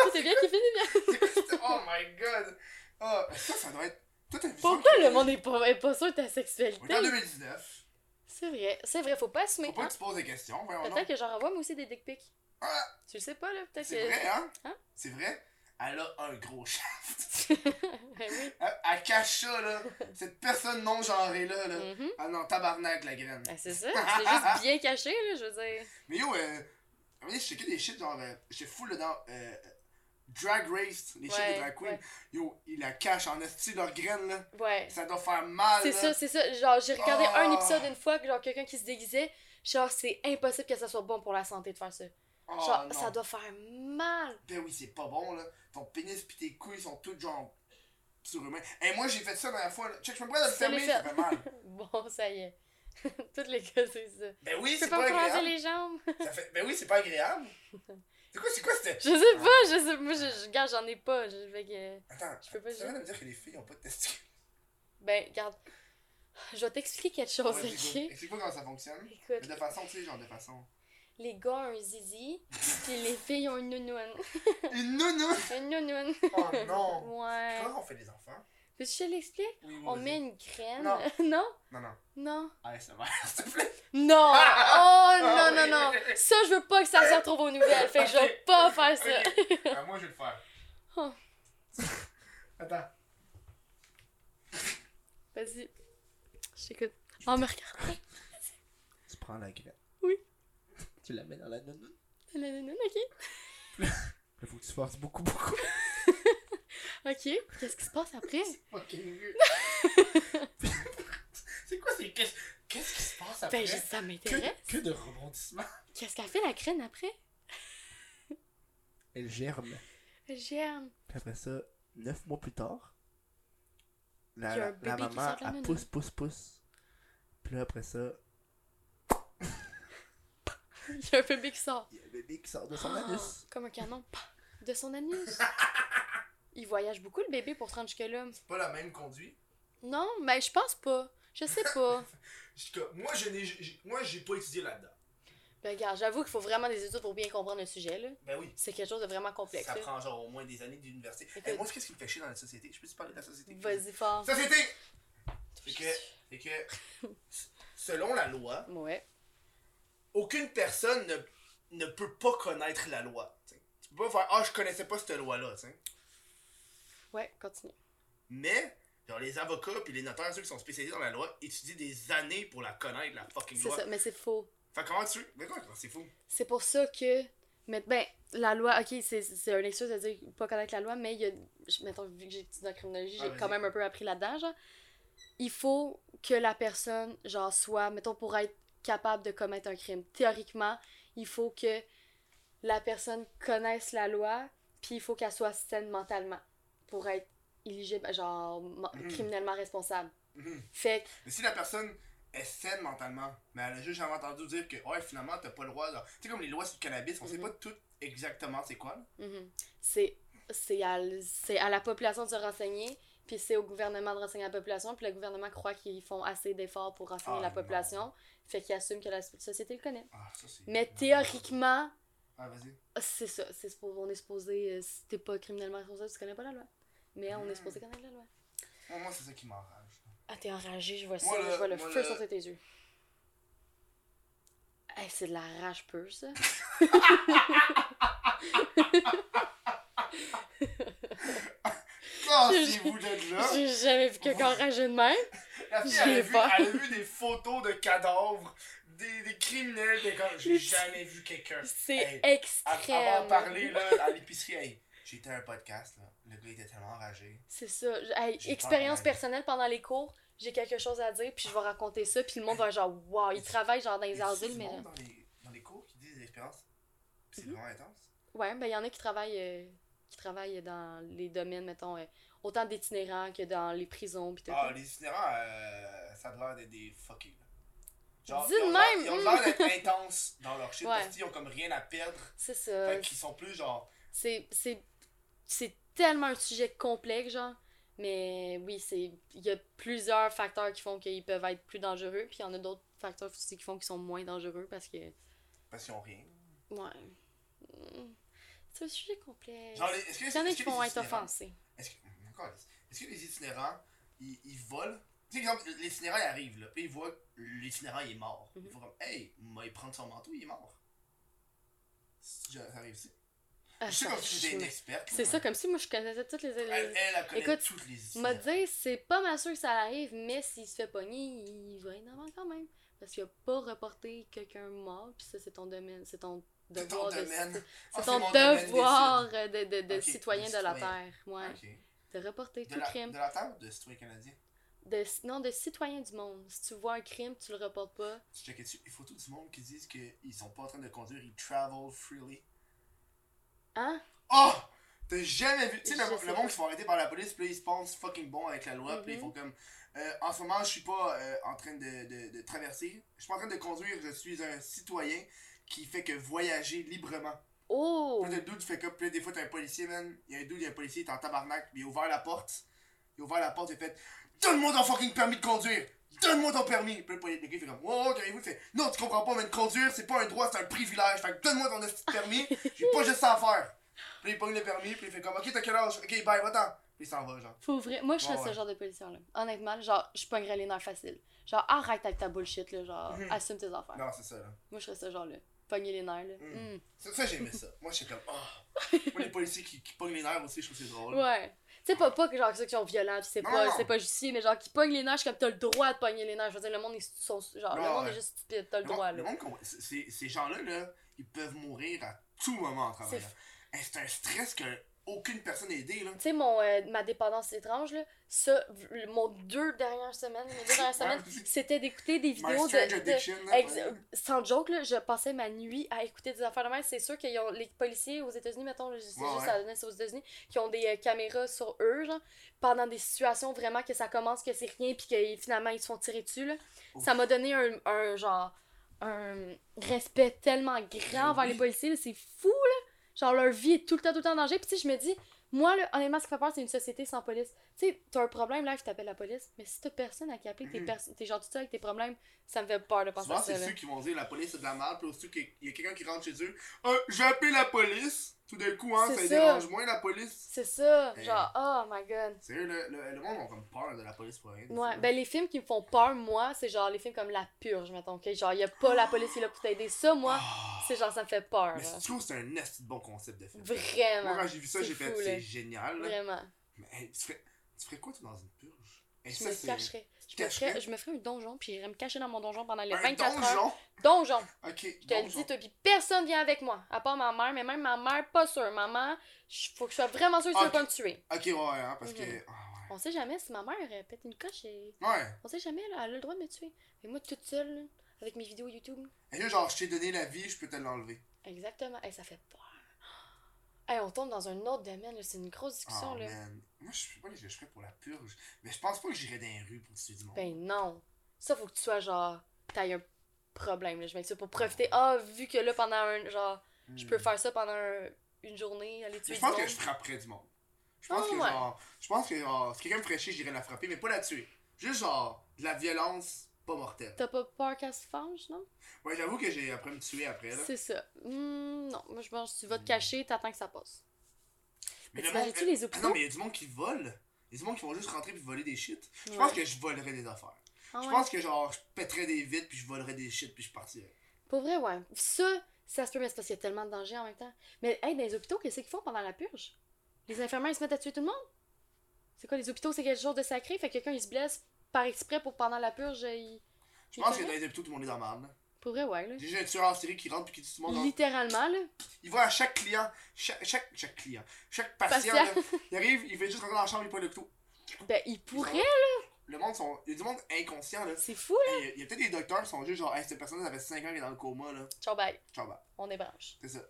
Speaker 2: Tout est bien qui finit bien.
Speaker 1: oh my god! Oh, ça, ça doit être. Toi, t'as vu ça?
Speaker 2: Pourquoi le monde est pas, est pas sûr de ta
Speaker 1: On est en
Speaker 2: sexualité?
Speaker 1: 2019.
Speaker 2: C'est vrai, c'est vrai, faut pas assumer. hein.
Speaker 1: Faut pas que tu poses des questions, voyons donc.
Speaker 2: Peut-être que j'en envoie moi aussi des dick pics.
Speaker 1: Ah!
Speaker 2: Tu le sais pas, là, peut-être
Speaker 1: C'est
Speaker 2: que.
Speaker 1: vrai, hein?
Speaker 2: Hein?
Speaker 1: C'est vrai? Elle a un gros chat.
Speaker 2: Ben oui.
Speaker 1: Elle, elle cache ça, là. Cette personne non genrée, là. là.
Speaker 2: Mhm.
Speaker 1: Ah non, tabarnak, la graine.
Speaker 2: Ben, c'est ça,
Speaker 1: Ah,
Speaker 2: c'est juste bien caché, là, je veux dire.
Speaker 1: Mais yo, euh, à un moment donné, je checkais des shit, genre, euh, j'étais full dedans. Euh, euh, Drag Race, les chiens
Speaker 2: Ouais,
Speaker 1: de drag queen,
Speaker 2: ouais.
Speaker 1: yo, ils la cachent en esti leur graine là.
Speaker 2: Ouais.
Speaker 1: Ça doit faire mal.
Speaker 2: C'est
Speaker 1: Ah, là.
Speaker 2: ça, c'est ça. Genre, j'ai regardé
Speaker 1: Ah.
Speaker 2: un épisode une fois, que, genre, quelqu'un qui se déguisait. Genre, c'est impossible que ça soit bon pour la santé de faire ça.
Speaker 1: Oh,
Speaker 2: Genre,
Speaker 1: non.
Speaker 2: ça doit faire mal.
Speaker 1: Ben oui, c'est pas bon là. Ton pénis pis tes couilles sont toutes genre surhumains. Et moi j'ai fait ça la dernière fois là. Check, je me prends de le
Speaker 2: Tu
Speaker 1: fermer,
Speaker 2: l'as
Speaker 1: ça
Speaker 2: fait.
Speaker 1: fait mal.
Speaker 2: Bon, ça y est. Toutes les cas, c'est ça.
Speaker 1: Ben oui,
Speaker 2: Je
Speaker 1: c'est
Speaker 2: peux
Speaker 1: pas,
Speaker 2: pas me croiser
Speaker 1: agréable.
Speaker 2: les jambes.
Speaker 1: Ça fait- Ben oui, c'est pas agréable. C'est quoi, c'est quoi cette.
Speaker 2: Je sais pas, je sais Moi, je, je- regarde, j'en ai pas. Je fais que.
Speaker 1: Attends,
Speaker 2: Je peux pas.
Speaker 1: tu viens
Speaker 2: je-
Speaker 1: de me dire que les filles ont pas de testicules.
Speaker 2: Ben, regarde. Je vais t'expliquer quelque chose,
Speaker 1: Ouais,
Speaker 2: ok?
Speaker 1: Explique-moi explique-moi comment ça fonctionne. Mais
Speaker 2: Écoute,
Speaker 1: de façon, tu sais, genre de façon.
Speaker 2: les gars ont un zizi, puis les filles ont une nounoune.
Speaker 1: Une nounou!
Speaker 2: Une nounoune.
Speaker 1: Oh non!
Speaker 2: Ouais.
Speaker 1: Comment on fait les enfants?
Speaker 2: Veux-tu que je te l'explique?
Speaker 1: Oui, oui,
Speaker 2: On
Speaker 1: vas-y.
Speaker 2: met une graine.
Speaker 1: Non.
Speaker 2: non?
Speaker 1: Non, non.
Speaker 2: Non.
Speaker 1: Ah, ça va, s'il te plaît.
Speaker 2: Non! Oh
Speaker 1: Ah
Speaker 2: non, non,
Speaker 1: oui.
Speaker 2: non! Ça, je veux pas que ça se retrouve aux nouvelles, fait que je vais pas faire ça.
Speaker 1: Ah, moi, je vais le faire.
Speaker 2: Oh.
Speaker 1: Attends.
Speaker 2: Vas-y, je t'écoute. Oh, me regarde.
Speaker 5: Tu prends la graine.
Speaker 2: Oui.
Speaker 5: Tu la mets dans la nounoune.
Speaker 2: La nounoune, ok?
Speaker 5: Il faut que tu forces beaucoup, beaucoup.
Speaker 2: Ok, qu'est-ce qui se passe après?
Speaker 1: Ok. c'est quoi, c'est. Qu'est-ce qu'est-ce qui se passe après?
Speaker 2: Ben, je- ça m'intéresse.
Speaker 5: Que, que de rebondissements.
Speaker 2: Qu'est-ce qu'elle fait la graine après?
Speaker 5: Elle germe.
Speaker 2: Elle germe.
Speaker 5: Puis après ça, neuf mois plus tard, la,
Speaker 2: Il y a un
Speaker 5: la- la
Speaker 2: bébé qui
Speaker 5: maman,
Speaker 2: sort de la
Speaker 5: elle
Speaker 2: nounou.
Speaker 5: pousse, pousse, pousse. Puis là, après ça,
Speaker 2: Il y a un bébé qui sort.
Speaker 5: il y a le bébé qui sort de son
Speaker 2: Oh,
Speaker 5: anus.
Speaker 2: Comme un canon. Pah! De son anus. Il voyage beaucoup le bébé pour se rendre jusque là.
Speaker 1: C'est pas la même conduite.
Speaker 2: Non, mais je pense pas. Je sais pas.
Speaker 1: Je- que- Moi, je n'ai. j'ai- Moi, j'ai pas étudié là-dedans.
Speaker 2: Ben, regarde, j'avoue qu'il faut vraiment des études pour bien comprendre le sujet, là.
Speaker 1: Ben oui.
Speaker 2: C'est quelque chose de vraiment complexe.
Speaker 1: Ça
Speaker 2: là.
Speaker 1: prend genre au moins des années d'université.
Speaker 2: Écoute.
Speaker 1: Eh, moi, qu'est-ce qui me fait chier dans la société? Je peux te parler de la société?
Speaker 2: Vas-y, fort.
Speaker 1: Société! C'est que, c'est que, s- selon la loi,
Speaker 2: Ouais.
Speaker 1: aucune personne ne, ne peut pas connaître la loi. t'sais. Tu peux pas faire Ah, je connaissais pas cette loi-là. t'sais.
Speaker 2: Ouais, continue.
Speaker 1: Mais, genre, les avocats puis les notaires, ceux qui sont spécialisés dans la loi, étudient des années pour la connaître, la fucking
Speaker 2: C'est
Speaker 1: loi.
Speaker 2: ça, mais c'est faux.
Speaker 1: Fait que comment tu. Mais quoi, comment c'est fou?
Speaker 2: C'est pour ça que. Mais ben, la loi, ok, c'est c'est une excuse de dire pas connaître la loi, mais il y a. je- Mettons, vu que j'ai étudié en criminologie,
Speaker 1: Ah,
Speaker 2: j'ai
Speaker 1: vas-y.
Speaker 2: quand même un peu appris là-dedans, genre. Il faut que la personne, genre, soit. Mettons, pour être capable de commettre un crime. Théoriquement, il faut que la personne connaisse la loi, puis il faut qu'elle soit saine mentalement pour être éligible, genre, ma-
Speaker 1: Mhm.
Speaker 2: criminellement responsable.
Speaker 1: Mhm.
Speaker 2: Fait que
Speaker 1: Mais si la personne est saine mentalement, mais elle a juste jamais entendu dire que, ouais, finalement, t'as pas le droit. genre- Tu sais, comme les lois sur le cannabis, on sait
Speaker 2: Mhm.
Speaker 1: pas tout exactement c'est quoi. là.
Speaker 2: Mhm. C'est c'est à, l- c'est à la population de se renseigner, puis c'est au gouvernement de renseigner la population, puis le gouvernement croit qu'ils font assez d'efforts pour renseigner
Speaker 1: Ah,
Speaker 2: la
Speaker 1: non.
Speaker 2: population, fait qu'ils assument que la so- société le connaît.
Speaker 1: Ah, ça, c'est.
Speaker 2: Mais théoriquement,
Speaker 1: Ah, vas-y.
Speaker 2: c'est ça. C'est suppo- on est supposé, euh, si t'es pas criminellement responsable, tu connais pas la loi. Mais on
Speaker 1: Mhm.
Speaker 2: est supposé connaître la loi.
Speaker 1: Moi, moi, c'est ça qui m'enrage.
Speaker 2: Ah, t'es enragé, je vois ça,
Speaker 1: Moi,
Speaker 2: là,
Speaker 1: là,
Speaker 2: je vois le
Speaker 1: moi,
Speaker 2: feu
Speaker 1: là-
Speaker 2: sauter tes yeux. Hey, c'est de la rage pure, ça.
Speaker 1: Sortez-vous de là!
Speaker 2: J'ai jamais vu quelqu'un enragé de même.
Speaker 1: La fille,
Speaker 2: J'ai
Speaker 1: elle a, vu,
Speaker 2: peur.
Speaker 1: elle a vu des photos de cadavres, des, des criminels, des gars. J'ai jamais vu quelqu'un.
Speaker 2: C'est
Speaker 1: Hey,
Speaker 2: extrême.
Speaker 1: Avant de parler là, à l'épicerie, hey, j'étais à un podcast, là. le gars était tellement enragé.
Speaker 2: C'est ça. Je- hey,
Speaker 1: J'ai peur hein.
Speaker 2: expérience
Speaker 1: de la vie.
Speaker 2: personnelle pendant les cours, j'ai quelque chose à dire, puis je vais raconter ça, puis le monde va genre, waouh, ils travaillent genre dans les
Speaker 1: Y a-t-il
Speaker 2: asiles,
Speaker 1: du
Speaker 2: mais.
Speaker 1: monde Dans les, dans les cours qui disent des expériences, c'est
Speaker 2: Mhm.
Speaker 1: vraiment intense.
Speaker 2: Ouais, ben il y en a qui travaillent, euh, qui travaillent dans les domaines, mettons, euh, autant d'itinérants que dans les prisons, puis tout.
Speaker 1: Ah, les itinérants, euh, ça a l'air d'être des fuckés. là.
Speaker 2: Dis
Speaker 1: ils ont l'air-
Speaker 2: de même,
Speaker 1: Ils ont
Speaker 2: hum.
Speaker 1: l'air d'être intenses dans leur shit
Speaker 2: Ouais. Euh,
Speaker 1: parce qu'ils ont comme rien à perdre.
Speaker 2: C'est ça.
Speaker 1: Fait qu'ils sont plus genre.
Speaker 2: C'est, c'est, c'est tellement un sujet complexe, genre. Mais oui, c'est il y a plusieurs facteurs qui font qu'ils peuvent être plus dangereux, puis il y en a d'autres facteurs aussi qui font qu'ils sont moins dangereux parce que.
Speaker 1: parce qu'ils ont rien.
Speaker 2: Ouais. Mm. C'est un sujet complexe.
Speaker 1: Genre, les- est-ce que
Speaker 2: Il y en a
Speaker 1: est-ce
Speaker 2: qui
Speaker 1: que les
Speaker 2: vont être
Speaker 1: itinérants-
Speaker 2: offensés.
Speaker 1: Est-ce que, encore, est-ce que les itinérants, ils, ils volent Tu sais, exemple, l'itinérant il arrive, là, puis ils voient l'itinérant il est mort.
Speaker 2: Mhm.
Speaker 1: Ils font comme, hey, m'a- il prend son manteau, il est mort. C'est- Ça arrive ici.
Speaker 2: Ah,
Speaker 1: Je sais
Speaker 2: ça
Speaker 1: comme si j'étais une
Speaker 2: chie.
Speaker 1: experte.
Speaker 2: C'est ça, comme si moi je connaissais toutes les.
Speaker 1: Elle, elle,
Speaker 2: les...
Speaker 1: elle connaît
Speaker 2: Écoute,
Speaker 1: toutes les
Speaker 2: M'a
Speaker 1: itinérants.
Speaker 2: dit, c'est pas mal sûr que ça arrive, mais s'il se fait pogner, il va être en avant quand même. Parce qu'il a pas reporté quelqu'un mort, puis ça, c'est ton domaine, c'est ton devoir
Speaker 1: ton
Speaker 2: de
Speaker 1: domaine.
Speaker 2: cité-
Speaker 1: Ah,
Speaker 2: C'est
Speaker 1: c'est mon
Speaker 2: ton
Speaker 1: domaine,
Speaker 2: devoir de, de, de
Speaker 1: Ok,
Speaker 2: citoyen
Speaker 1: de
Speaker 2: de la
Speaker 1: citoyen.
Speaker 2: Terre. Ouais.
Speaker 1: Ok.
Speaker 2: De reporter
Speaker 1: De
Speaker 2: tout
Speaker 1: la,
Speaker 2: crime.
Speaker 1: de la table ou de citoyen canadien
Speaker 2: De, non, de citoyen du monde. Si tu vois un crime, tu le reportes pas.
Speaker 1: Tu checkais dessus. Il faut tout du monde qui disent qu'ils sont pas en train de conduire, ils travel freely.
Speaker 2: Hein?
Speaker 1: Oh T'as jamais vu. Tu sais,
Speaker 2: Je
Speaker 1: le,
Speaker 2: sais
Speaker 1: le
Speaker 2: pas.
Speaker 1: monde qui se font arrêter par la police, puis là, ils se pensent fucking bon avec la loi, puis là, ils
Speaker 2: Mhm.
Speaker 1: font comme. euh, en ce moment, je suis pas euh, en train de, de- de traverser. Je suis pas en train de conduire, je suis un citoyen qui fait que voyager librement.
Speaker 2: Oh!
Speaker 1: Puis là, t'as le dude, tu fais comme. Puis là, des fois, t'as un policier, man. Il y a un dude, il y a un policier, il est en tabarnak, puis il a ouvert la porte. Il a ouvert la porte, il a fait Donne-moi ton fucking permis de conduire Donne-moi ton permis Puis là, le gars, il fait comme Wow, wow, calmez-vous. Il fait Non, tu comprends pas, mais de conduire, c'est pas un droit, c'est un privilège. Fait que donne-moi ton petit permis, j'ai pas juste ça à faire. Puis là, il pogne le permis, puis il fait comme Ok, t'as quel âge Ok, bye, va-t'en. Puis il s'en va, genre.
Speaker 2: Faut ouvrir. Moi, je serais
Speaker 1: Ouais, ouais.
Speaker 2: ce genre de policier-là. Honnêtement, genre, je pognerais les nerfs faciles. Genre, arrête avec ta bullshit, là. Genre,
Speaker 1: Mhm.
Speaker 2: assume tes affaires.
Speaker 1: Non, c'est ça, là.
Speaker 2: Moi, je serais ce genre-là. Pogner les nerfs, là.
Speaker 1: Mhm.
Speaker 2: Mm.
Speaker 1: Ça, ça, j'aimais ça. Moi, j'étais comme Oh Moi, les policiers qui, qui pognent les nerfs aussi, je trouve que c'est drôle.
Speaker 2: Hmm. Ouais. Tu sais, pas, pas que genre ceux qui sont violents, pis c'est
Speaker 1: Non,
Speaker 2: pas,
Speaker 1: non.
Speaker 2: c'est pas justifié, mais genre qui pognent les nerfs, je suis comme t'as le droit de pogner les nerfs. Je veux dire, le monde, ils sont. Genre, le
Speaker 1: Ouais,
Speaker 2: monde
Speaker 1: ouais.
Speaker 2: est juste stupide, t'as le
Speaker 1: Le
Speaker 2: droit,
Speaker 1: monde- le
Speaker 2: là.
Speaker 1: monde qu'on- c- c- ces gens-là, là, ils peuvent mourir à tout moment en travaillant. Hey, C'est un stress que aucune personne n'a aidé. Là.
Speaker 2: Tu sais, mon, euh, ma dépendance étrange, là, ça, v- mon deux dernières semaines, mes deux dernières semaines, c'était d'écouter des
Speaker 1: My
Speaker 2: vidéos
Speaker 1: strange
Speaker 2: de- de,
Speaker 1: addiction. là,
Speaker 2: Ex-
Speaker 1: ouais.
Speaker 2: sans joke, là, je passais ma nuit à écouter des affaires de même. C'est sûr que les policiers aux États-Unis, mettons, je sais
Speaker 1: Ouais,
Speaker 2: juste
Speaker 1: ouais.
Speaker 2: ça donnait ça aux États-Unis, qui ont des euh, caméras sur eux, genre, pendant des situations vraiment que ça commence, que c'est rien, puis que finalement ils se font tirer dessus. Là.
Speaker 1: Ouf.
Speaker 2: Ça m'a donné un, un genre un respect tellement grand envers
Speaker 1: Ben oui.
Speaker 2: les policiers, là, c'est fou là. Genre leur vie est tout le temps tout le temps en danger. Puis tu sais, je me dis, moi là, honnêtement, ce qui fait peur, c'est une société sans police. Tu sais, t'as un problème là, je t'appelle la police, mais si t'as personne à qui appeler, t'es
Speaker 1: Mhm.
Speaker 2: perso- t'es genre tout seul avec tes problèmes, ça me fait peur de penser
Speaker 1: Souvent,
Speaker 2: à ça.
Speaker 1: c'est
Speaker 2: là.
Speaker 1: ceux qui vont dire la police c'est de la merde, puis aussitôt qu'il y a quelqu'un qui rentre chez eux, Ah, j'ai appelé la police, tout d'un coup, hein,
Speaker 2: C'est
Speaker 1: ça,
Speaker 2: ça.
Speaker 1: les dérange moins la police.
Speaker 2: C'est ça,
Speaker 1: Eh.
Speaker 2: genre, oh my god.
Speaker 1: Sérieux, le, le, le monde a comme peur de la police pour rien. des fois,
Speaker 2: Ouais,
Speaker 1: là.
Speaker 2: ben les films qui me font peur, moi, c'est genre les films comme La Purge, mettons, ok? Genre, y a pas la police qui est là pour t'aider. Ça, moi,
Speaker 1: Ah,
Speaker 2: c'est genre, ça me fait peur.
Speaker 1: mais
Speaker 2: là.
Speaker 1: je trouve que c'est un esti de bon concept de film. Moi,
Speaker 2: Vraiment.
Speaker 1: quand j'ai vu ça,
Speaker 2: C'est
Speaker 1: j'ai fait,
Speaker 2: fou, là.
Speaker 1: c'est génial. là.
Speaker 2: Vraiment.
Speaker 1: Mais hey, tu, ferais, tu ferais quoi, toi, dans une purge Et
Speaker 2: Je me
Speaker 1: c'est
Speaker 2: cacherais. Je me,
Speaker 1: cacherais?
Speaker 2: ferais, je me ferais un donjon, puis j'irais me cacher dans mon donjon pendant les
Speaker 1: un
Speaker 2: 24 heures.
Speaker 1: donjon.
Speaker 2: Donjon!
Speaker 1: Ok,
Speaker 2: Je te le
Speaker 1: donjon.
Speaker 2: dis, toi, puis personne vient avec moi, à part ma mère, mais même ma mère, pas sûre. Maman, je- faut que je sois vraiment sûre que tu vas
Speaker 1: Ok.
Speaker 2: pas me tuer.
Speaker 1: Ok, ouais, ouais, hein, parce
Speaker 2: Mhm.
Speaker 1: que. ah,
Speaker 2: On sait jamais si ma mère elle pète une coche et.
Speaker 1: ouais. ouais.
Speaker 2: On sait jamais, là, elle a le droit de me tuer. Mais moi, toute seule, là, avec mes vidéos YouTube,
Speaker 1: Et là, genre, je t'ai donné la vie, je peux te l'enlever.
Speaker 2: Exactement. Hey, ça fait peur. Hey, on tombe dans un autre domaine, là. c'est une grosse discussion.
Speaker 1: Oh,
Speaker 2: là.
Speaker 1: man. Moi, je sais pas ce que je ferais pour la purge, mais je pense pas que j'irais dans les rues pour tuer du monde.
Speaker 2: Ben non. Ça, faut que tu sois genre. T'as un problème, là. je m'excuse. Pour profiter. Ah, vu que là, pendant un. Genre,
Speaker 1: Hmm.
Speaker 2: je peux faire ça pendant un- une journée, aller tuer
Speaker 1: Je
Speaker 2: du
Speaker 1: pense
Speaker 2: monde.
Speaker 1: que je frapperais du monde. Je pense
Speaker 2: Ah,
Speaker 1: que,
Speaker 2: ouais.
Speaker 1: genre, je pense que, genre, si quelqu'un me ferait chier, j'irais la frapper, mais pas la tuer. Juste, genre, de la violence pas mortelle.
Speaker 2: T'as pas peur qu'elle se fâche, non?
Speaker 1: Ouais, j'avoue que j'ai après me tuer après, là.
Speaker 2: C'est ça. Hmm, non, moi, je pense que tu vas
Speaker 1: Hmm.
Speaker 2: te cacher, t'attends que ça passe. Mais
Speaker 1: le
Speaker 2: t'imagines-tu
Speaker 1: monde-
Speaker 2: les
Speaker 1: Ah
Speaker 2: hôpitaux?
Speaker 1: non, mais il y a du monde qui vole. Il y a du monde qui vont juste rentrer puis voler des shit. Je pense
Speaker 2: Ouais.
Speaker 1: que je volerais des affaires.
Speaker 2: Ah
Speaker 1: Je
Speaker 2: ouais.
Speaker 1: pense que, genre, je pèterais des vitres puis je volerais des shit puis je partirais.
Speaker 2: Pour vrai, ouais. Ça, ça se peut, mais c'est parce qu'il y a tellement de dangers en même temps. Mais, hey, dans les hôpitaux, qu'est-ce qu'ils font pendant la purge? Les infirmières, ils se mettent à tuer tout le monde? C'est quoi, les hôpitaux, c'est quelque chose de sacré? Fait que quelqu'un, il se blesse par exprès pour pendant la purge, il.
Speaker 1: Je
Speaker 2: il
Speaker 1: pense
Speaker 2: fait
Speaker 1: Ah, que dans
Speaker 2: rien?
Speaker 1: les hôpitaux, tout le monde est dans la merde, là.
Speaker 2: Pour vrai, ouais, là.
Speaker 1: J'ai juste un tueur en série qui rentre puis qui tue tout le monde. genre,
Speaker 2: Littéralement, là.
Speaker 1: Il va à chaque client, chaque, chaque, chaque client, chaque patient.
Speaker 2: Patient.
Speaker 1: là, il arrive, il fait juste rentrer dans la chambre, il prend le couteau.
Speaker 2: Ben, il pourrait,
Speaker 1: Le monde, sont, il y a du monde inconscient, là.
Speaker 2: c'est fou, là.
Speaker 1: Hey, Il y a, il y a peut-être des docteurs qui sont juste genre, hey, cette personne, ça fait 5 ans qu'elle est dans le coma, là.
Speaker 2: Ciao, bye.
Speaker 1: Ciao, bye.
Speaker 2: On débranche.
Speaker 1: C'est ça.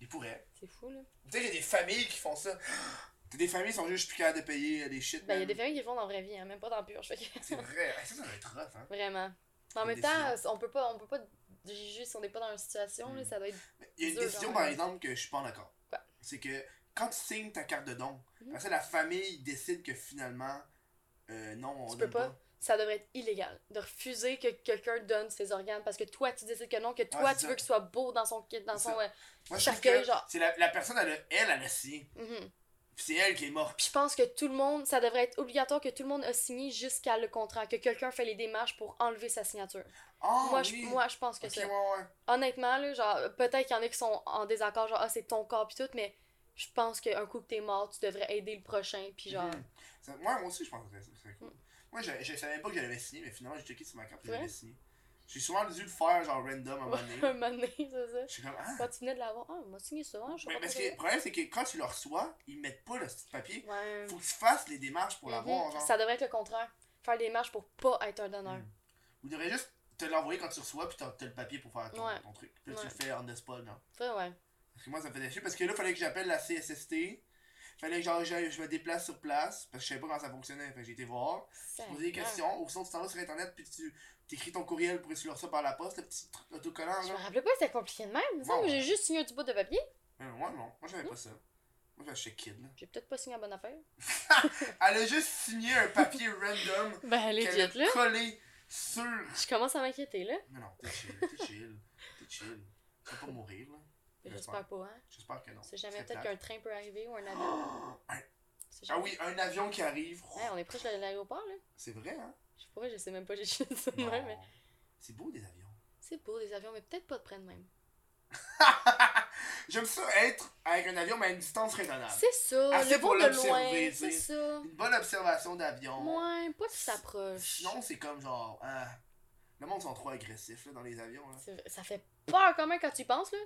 Speaker 1: Ils pourraient.
Speaker 2: C'est fou, là.
Speaker 1: Peut-être qu'il y a des familles qui font ça. T'as des familles qui sont juste plus capables de payer euh, des shit.
Speaker 2: Ben, il y a
Speaker 1: man.
Speaker 2: des familles qui le font dans la vraie vie, hein, même pas dans la purge. Fait que-
Speaker 1: C'est vrai. Hey, ça, ça va être rough, hein.
Speaker 2: Vraiment. Mais en
Speaker 1: Une
Speaker 2: même temps,
Speaker 1: décision.
Speaker 2: on peut pas, on peut pas juger si on n'est pas dans une situation, là.
Speaker 1: Hmm.
Speaker 2: Ça doit être.
Speaker 1: Mais Il y a une
Speaker 2: Dur,
Speaker 1: décision,
Speaker 2: quand
Speaker 1: par
Speaker 2: même.
Speaker 1: exemple, que je suis pas en accord.
Speaker 2: Quoi?
Speaker 1: C'est que quand tu signes ta carte de don,
Speaker 2: Mhm.
Speaker 1: après ça, la famille décide que finalement, euh, non, on
Speaker 2: Tu peux
Speaker 1: donne
Speaker 2: pas. ça devrait être illégal de refuser que quelqu'un donne ses organes parce que toi tu décides que non, que toi
Speaker 1: Ouais, c'est
Speaker 2: tu
Speaker 1: ça.
Speaker 2: veux qu'il soit beau dans son kit, dans
Speaker 1: C'est
Speaker 2: son. euh,
Speaker 1: Moi, je
Speaker 2: Parce
Speaker 1: trouve
Speaker 2: que,
Speaker 1: que
Speaker 2: genre-
Speaker 1: c'est la, la personne, elle, a- elle, elle a signé.
Speaker 2: mhm.
Speaker 1: Puis c'est elle qui est morte.
Speaker 2: Puis je pense que tout le monde, ça devrait être obligatoire que tout le monde a signé jusqu'à le contrat, que quelqu'un fait les démarches pour enlever sa signature.
Speaker 1: Ah,
Speaker 2: moi,
Speaker 1: oui.
Speaker 2: je, moi je pense que
Speaker 1: Ok,
Speaker 2: ça.
Speaker 1: ouais, ouais.
Speaker 2: Honnêtement, là, genre, peut-être qu'il y en a qui sont en désaccord, genre, ah, c'est ton corps pis tout, mais je pense qu'un coup que t'es mort, tu devrais aider le prochain pis genre.
Speaker 1: Mhm. Ça- moi, moi aussi, je pense que c'est c'est cool.
Speaker 2: Mm.
Speaker 1: Moi, je, je savais pas que j'avais signé, mais finalement, j'ai checké sur ma carte et
Speaker 2: Ouais.
Speaker 1: j'avais signé. J'ai souvent dû le faire, genre random à un moment donné.
Speaker 2: Un moment donné, c'est ça.
Speaker 1: Je suis comme, ah.
Speaker 2: Quand tu venais de l'avoir, ah, il m'a signé ça, hein, je sais
Speaker 1: Mais
Speaker 2: pas
Speaker 1: parce
Speaker 2: pourquoi.
Speaker 1: que le problème, c'est que quand tu le reçois, ils mettent pas le petit papier.
Speaker 2: Ouais.
Speaker 1: Faut que tu fasses les démarches pour l'avoir,
Speaker 2: Mhm.
Speaker 1: genre.
Speaker 2: Ça devrait être le contraire. Faire des marches pour pas être un donneur.
Speaker 1: Mm. Vous devriez juste te l'envoyer quand tu reçois, puis t'as t'as le papier pour faire ton,
Speaker 2: Ouais.
Speaker 1: ton truc. Puis là,
Speaker 2: Ouais.
Speaker 1: tu le fais on the spot, genre.
Speaker 2: Ça, ouais.
Speaker 1: Parce que moi, ça me faisait chier, parce que là, fallait que j'appelle la CSST. Fallait que genre, j'aille- je me déplace sur place, parce que je savais pas comment ça fonctionnait. Fait que j'ai été voir. Tu poses des
Speaker 2: Seigneur.
Speaker 1: questions, au son, tu t'en vas sur internet, puis tu t'écris ton courriel pour que tu le reçois par la poste, le petit truc autocollant,
Speaker 2: Je me
Speaker 1: genre.
Speaker 2: rappelais pas que c'était compliqué de même. Ça,
Speaker 1: Ouais, ouais.
Speaker 2: j'ai juste signé un petit bout de papier.
Speaker 1: Euh, moi, non. Moi, j'avais pas ça. Moi, j'avais chez Kid, là.
Speaker 2: J'ai peut-être pas signé la bonne affaire.
Speaker 1: Elle a juste signé un papier random
Speaker 2: Ben,
Speaker 1: qu'elle
Speaker 2: legit, là.
Speaker 1: a collé sur.
Speaker 2: Je commence à m'inquiéter, là.
Speaker 1: Non, non, t'es chill, t'es chill, t'es chill. Tu vas pas mourir, là.
Speaker 2: J'espère pas, hein.
Speaker 1: J'espère que non.
Speaker 2: C'est jamais
Speaker 1: C'est
Speaker 2: peut-être qu'un
Speaker 1: plate.
Speaker 2: train peut arriver ou un avion.
Speaker 1: Oh, un-
Speaker 2: C'est
Speaker 1: Ah
Speaker 2: jamais-
Speaker 1: oui, un avion qui arrive.
Speaker 2: Ouais, Eh, on est proche de l'aéroport, là.
Speaker 1: C'est vrai, hein?
Speaker 2: Je sais pas, je sais même pas, j'ai juste ça de
Speaker 1: Non.
Speaker 2: même, mais.
Speaker 1: C'est beau, des avions.
Speaker 2: C'est beau, des avions, mais peut-être pas de près de même.
Speaker 1: J'aime ça être avec un avion, mais à une distance raisonnable.
Speaker 2: C'est ça,
Speaker 1: Ah,
Speaker 2: le
Speaker 1: c'est
Speaker 2: beau
Speaker 1: pour
Speaker 2: de
Speaker 1: l'observer,
Speaker 2: loin,
Speaker 1: tu
Speaker 2: c'est
Speaker 1: sais.
Speaker 2: ça.
Speaker 1: Une bonne observation d'avion.
Speaker 2: Ouais, pas qui s'approche.
Speaker 1: Sinon, c'est comme genre. ah, le monde sont trop agressifs là, dans les avions. Là.
Speaker 2: C'est vrai, Ça fait peur quand même quand tu y penses, là.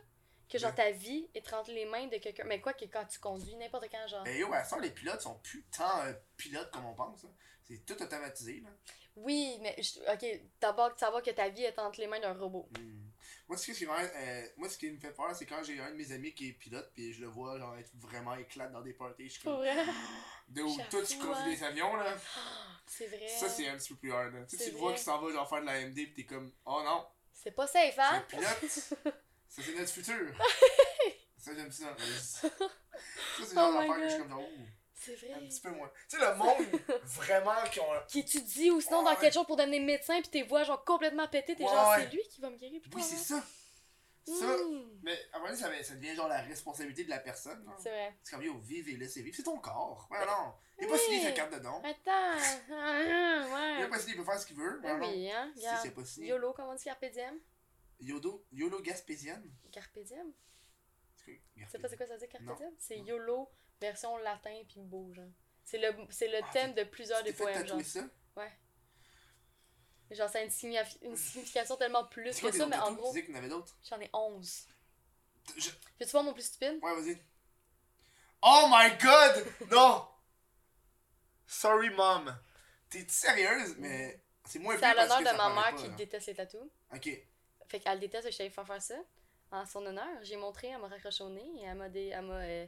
Speaker 2: Que genre
Speaker 1: Ouais.
Speaker 2: ta vie est entre les mains de quelqu'un. Mais quoi que quand tu conduis, n'importe quand, genre.
Speaker 1: Mais yo, à ça, les pilotes sont plus tant euh, pilotes comme on pense. là. C'est tout automatisé. Là.
Speaker 2: Oui, mais je- ok, d'abord de savoir que ta vie est entre les mains d'un robot.
Speaker 1: Hmm. Moi, ce qui, c'est vraiment, euh, moi, ce qui me fait peur, c'est quand j'ai un de mes amis qui est pilote, puis je le vois genre, être vraiment éclate dans des parties. Je suis
Speaker 2: Pour
Speaker 1: comme.
Speaker 2: vrai.
Speaker 1: De où
Speaker 2: J'avoue,
Speaker 1: toi, tu conduis
Speaker 2: hein.
Speaker 1: des avions, là.
Speaker 2: C'est vrai.
Speaker 1: Ça, c'est un petit peu plus hard. là. Tu sais,
Speaker 2: C'est
Speaker 1: tu le vois
Speaker 2: vrai.
Speaker 1: qui s'en va genre, faire de la MD, puis t'es comme, oh non,
Speaker 2: C'est pas safe,
Speaker 1: c'est un
Speaker 2: hein?
Speaker 1: pilote. ça, c'est notre futur. ça, j'aime ça. Ça, c'est le
Speaker 2: Oh
Speaker 1: genre
Speaker 2: my
Speaker 1: d'affaire que je suis
Speaker 2: God.
Speaker 1: comme, genre, Ouh.
Speaker 2: C'est vrai.
Speaker 1: Un petit peu moins. Tu sais, le monde, vraiment, qui ont. un-
Speaker 2: Qui étudie ou sinon dans
Speaker 1: Ouais.
Speaker 2: quelque chose pour devenir médecin, puis tes voix genre complètement pétées, t'es genre,
Speaker 1: Ouais.
Speaker 2: c'est lui qui va me guérir, hein? putain.
Speaker 1: Oui, c'est ça. Ça.
Speaker 2: Mm.
Speaker 1: Mais à mon avis, ça, va- ça devient genre la responsabilité de la personne. là.
Speaker 2: Hmm. C'est vrai.
Speaker 1: C'est comme, yo, vive et laissez vivre. C'est ton corps. Ouais, non. Il est pas signé, il se cadre dedans.
Speaker 2: Attends. ah,
Speaker 1: Il est
Speaker 2: ouais.
Speaker 1: pas signé, il peut faire ce qu'il veut. Ouais,
Speaker 2: Ben
Speaker 1: non.
Speaker 2: oui, hein,
Speaker 1: Si c'est
Speaker 2: regarde.
Speaker 1: pas signé.
Speaker 2: YOLO, comment on dit Carpe diem?
Speaker 1: Yodo, Yolo Gaspésienne.
Speaker 2: Carpe diem?
Speaker 1: C'est quoi,
Speaker 2: Tu sais pas c'est quoi ça veut dire Carpe
Speaker 1: Non.
Speaker 2: diem? C'est
Speaker 1: Non.
Speaker 2: YOLO version latin puis beau, genre. C'est le, c'est le
Speaker 1: Ah,
Speaker 2: thème de plusieurs
Speaker 1: Tu
Speaker 2: des
Speaker 1: t'es fait
Speaker 2: poèmes, genre.
Speaker 1: tatouer ça?
Speaker 2: Genre, ça a une, signifi- une signification tellement plus
Speaker 1: C'est quoi
Speaker 2: que
Speaker 1: tes
Speaker 2: ça, mais
Speaker 1: autres
Speaker 2: en
Speaker 1: tatous? Tu
Speaker 2: gros,
Speaker 1: disais qu'il y en avait d'autres?
Speaker 2: j'en ai 11.
Speaker 1: T- je-
Speaker 2: Veux-tu voir mon plus stupide?
Speaker 1: Ouais, vas-y. Oh my god! Non! Sorry, mom. T'es sérieuse? Mais c'est moins
Speaker 2: C'est à
Speaker 1: pire parce
Speaker 2: l'honneur
Speaker 1: que ça
Speaker 2: de ma
Speaker 1: paraît
Speaker 2: mère
Speaker 1: pas, hein.
Speaker 2: qui déteste les tatous.
Speaker 1: là. Ok.
Speaker 2: Fait qu'elle déteste que je t'avais faire faire ça. En son honneur, j'ai montré, elle m'a raccroché au nez et elle m'a. dé- elle m'a, euh,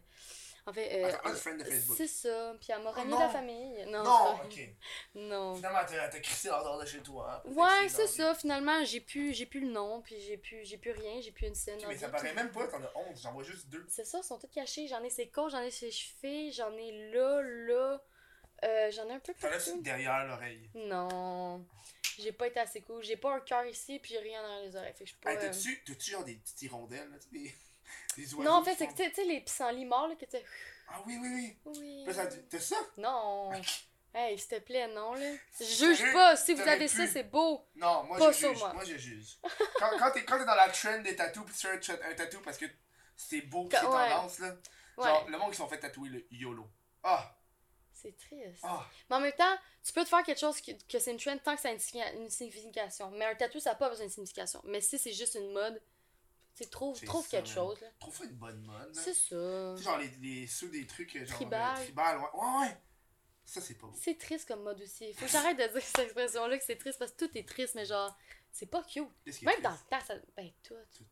Speaker 2: En fait. euh,
Speaker 1: Attends, unfriend de Facebook.
Speaker 2: c'est ça, puis elle m'a
Speaker 1: Oh
Speaker 2: renié
Speaker 1: non.
Speaker 2: la famille. Non,
Speaker 1: Non,
Speaker 2: c'est
Speaker 1: ok.
Speaker 2: pas- non.
Speaker 1: Finalement, elle t'a- elle t'a crissé en dehors de chez toi. hein, pour
Speaker 2: Ouais,
Speaker 1: t'exciter
Speaker 2: c'est
Speaker 1: dans la vie.
Speaker 2: ça, finalement, j'ai plus, j'ai plus le nom, puis j'ai plus, j'ai plus rien, j'ai plus une scène.
Speaker 1: Mais ça
Speaker 2: dans le
Speaker 1: paraît
Speaker 2: vie.
Speaker 1: même pas, t'en as 11, j'en vois juste deux.
Speaker 2: C'est ça, ils sont tous cachés. J'en ai ses côtes, j'en ai ses cheveux, j'en ai là, là. Euh, j'en ai un peu
Speaker 1: T'en as une
Speaker 2: partout.
Speaker 1: derrière l'oreille.
Speaker 2: Non. J'ai pas été assez cool. J'ai pas un cœur ici, puis j'ai rien dans les oreilles. Fait que je suis pas.
Speaker 1: Hey,
Speaker 2: euh,
Speaker 1: t'as-tu t'as-tu genre des petites hirondelles, là, tu sais, des, des oiseaux?
Speaker 2: Non, en
Speaker 1: qui
Speaker 2: fait, c'est que
Speaker 1: font-
Speaker 2: tu sais- tu sais, les pissenlits morts, là, que tu sais,
Speaker 1: Ah oui, oui, oui.
Speaker 2: Oui.
Speaker 1: Puis là, ça dit- T'as ça?
Speaker 2: Non. Hey, s'il te plaît, non, là. Je
Speaker 1: Sérieux?
Speaker 2: Juge pas. Si vous
Speaker 1: T'aurais
Speaker 2: avez ça,
Speaker 1: pu.
Speaker 2: c'est beau.
Speaker 1: Non, moi
Speaker 2: Pas
Speaker 1: je
Speaker 2: ça,
Speaker 1: juge.
Speaker 2: moi.
Speaker 1: Moi. je juge. Quand, quand t'es quand t'es dans la trend des tatous, pis tu fais un, chat- un tatou parce que c'est beau, pis c'est
Speaker 2: Ouais.
Speaker 1: tendance, là.
Speaker 2: Ouais.
Speaker 1: Genre, le monde qui sont fait tatouer le YOLO. Ah!
Speaker 2: C'est triste.
Speaker 1: Ah!
Speaker 2: Mais en même temps, tu peux te faire quelque chose que, que c'est une trend tant que ça a une, signi- une signification. Mais un tatou, ça n'a pas besoin de signification. Mais si c'est juste une mode, tu sais, trouve,
Speaker 1: C'est
Speaker 2: trouve
Speaker 1: ça,
Speaker 2: quelque
Speaker 1: man.
Speaker 2: chose, là.
Speaker 1: Trouve ça une bonne mode, là.
Speaker 2: C'est
Speaker 1: Tu
Speaker 2: ça.
Speaker 1: sais, genre, les, les, ceux des trucs, euh, genre, euh,
Speaker 2: Tribal.
Speaker 1: tribal, ouais. Ouais, ouais. Ça, c'est pas beau.
Speaker 2: C'est triste comme mode aussi. Faut que j'arrête de dire cette expression-là que c'est triste parce que tout est triste, mais genre, c'est pas cute.
Speaker 1: Qu'est-ce qui est
Speaker 2: Même dans le
Speaker 1: triste?
Speaker 2: temps, ça. Ben, tout.
Speaker 1: Tout. Ouais,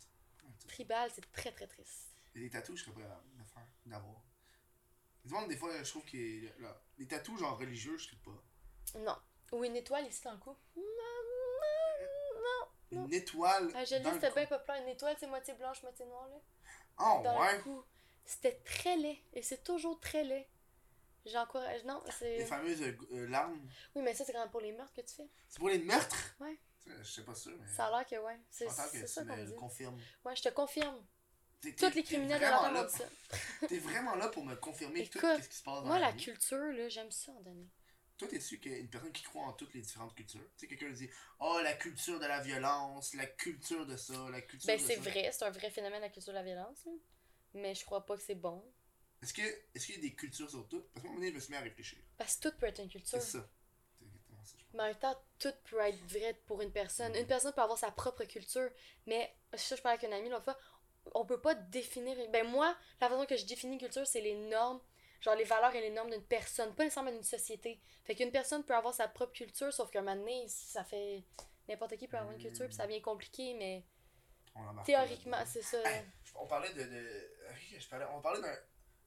Speaker 1: tout.
Speaker 2: Tribal, c'est très très triste.
Speaker 1: Il y a des tatous, je serais prêt à me faire, d'avoir. Du monde, des fois, je trouve que là, les tatous, genre religieux, je serais pas.
Speaker 2: Non. Ou une étoile ici dans le cou. Non.
Speaker 1: Une étoile.
Speaker 2: Ah, je le dis,
Speaker 1: dans le
Speaker 2: c'était
Speaker 1: cou.
Speaker 2: bien populaire. Une étoile, c'est moitié blanche, moitié noire, là.
Speaker 1: Ah,
Speaker 2: dans
Speaker 1: ouais.
Speaker 2: le cou. C'était très laid. Et c'est toujours très laid. J'encourage. Non,
Speaker 1: Les
Speaker 2: c'est.
Speaker 1: fameuses euh, euh, larmes.
Speaker 2: Oui, mais ça, c'est quand même pour les meurtres que tu fais.
Speaker 1: C'est pour les meurtres
Speaker 2: Ouais.
Speaker 1: Ça, Je sais pas sûr, mais.
Speaker 2: Ça a l'air que, ouais. C'est
Speaker 1: J'entends que
Speaker 2: c'est ça
Speaker 1: tu
Speaker 2: qu'on
Speaker 1: me le
Speaker 2: dit.
Speaker 1: confirmes.
Speaker 2: Ouais, je te confirme.
Speaker 1: T'es- t'es-
Speaker 2: Tous les
Speaker 1: t'es
Speaker 2: criminels de la
Speaker 1: vraiment
Speaker 2: terre
Speaker 1: là-
Speaker 2: ont dit ça.
Speaker 1: T'es vraiment là pour me confirmer tout
Speaker 2: Écoute,
Speaker 1: ce qui se passe dans
Speaker 2: Moi,
Speaker 1: la,
Speaker 2: la
Speaker 1: vie.
Speaker 2: culture, là, j'aime ça, en donné.
Speaker 1: Toi, t'es sûr qu'une personne qui croit en toutes les différentes cultures. Tu sais, quelqu'un dit Oh, la culture de la violence, la culture de ça, la culture
Speaker 2: Ben,
Speaker 1: de
Speaker 2: c'est
Speaker 1: ça.
Speaker 2: vrai. C'est un vrai phénomène, la culture de la violence, là. Mais je crois pas que c'est bon.
Speaker 1: Est-ce que- est-ce qu'il y a des cultures sur tout Parce que moi, à un moment donné, je me suis mis à réfléchir.
Speaker 2: Parce que tout peut être une culture.
Speaker 1: C'est ça. C'est exactement ça, je pense.
Speaker 2: Mais en même temps, tout peut être vrai pour une personne. Une personne peut avoir sa propre culture, mais ça, je parlais avec une amie l'autre fois, on peut pas définir. Ben, moi, la façon que je définis culture, c'est les normes, genre les valeurs et les normes d'une personne, pas nécessairement d'une société. Fait qu'une personne peut avoir sa propre culture, sauf qu'à un moment donné, ça fait. N'importe qui peut avoir une culture, puis ça devient compliqué, mais
Speaker 6: On embarque pas
Speaker 2: théoriquement, c'est ça.
Speaker 1: Hey, je- on parlait de. de- ok, je parlais- on parlait d'un.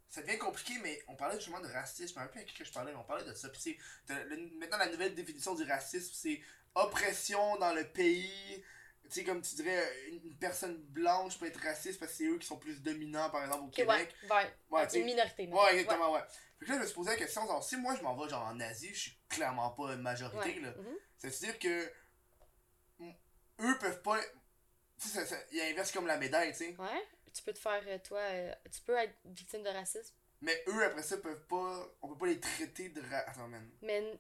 Speaker 1: Ça devient compliqué, mais on parlait justement de racisme. Je me rappelle plus à qui que je parlais, mais on parlait de ça. Puis c'est. de- le- Maintenant, la nouvelle définition du racisme, c'est oppression dans le pays. Tu sais, comme tu dirais, une une personne blanche peut être raciste parce que c'est eux qui sont plus dominants, par exemple, au
Speaker 2: Que, ouais,
Speaker 1: Québec.
Speaker 2: ouais,
Speaker 1: Ouais, tu sais.
Speaker 2: une minorité. même.
Speaker 1: Ouais, exactement, ouais. Fait que là, je me suis posé la question, genre, si moi je m'en vais genre en Asie, je suis clairement pas une
Speaker 2: Ouais.
Speaker 1: majorité, là.
Speaker 2: Mhm.
Speaker 1: C'est-à-dire que mm, eux peuvent pas. Tu sais, ça- ça- ils inversent comme la médaille, tu sais.
Speaker 2: Ouais, tu peux te faire, euh, toi, euh, tu peux être victime de racisme,
Speaker 1: Mais eux, après ça, peuvent pas. On peut pas les traiter de. Ra... Attends, man.
Speaker 2: mais n-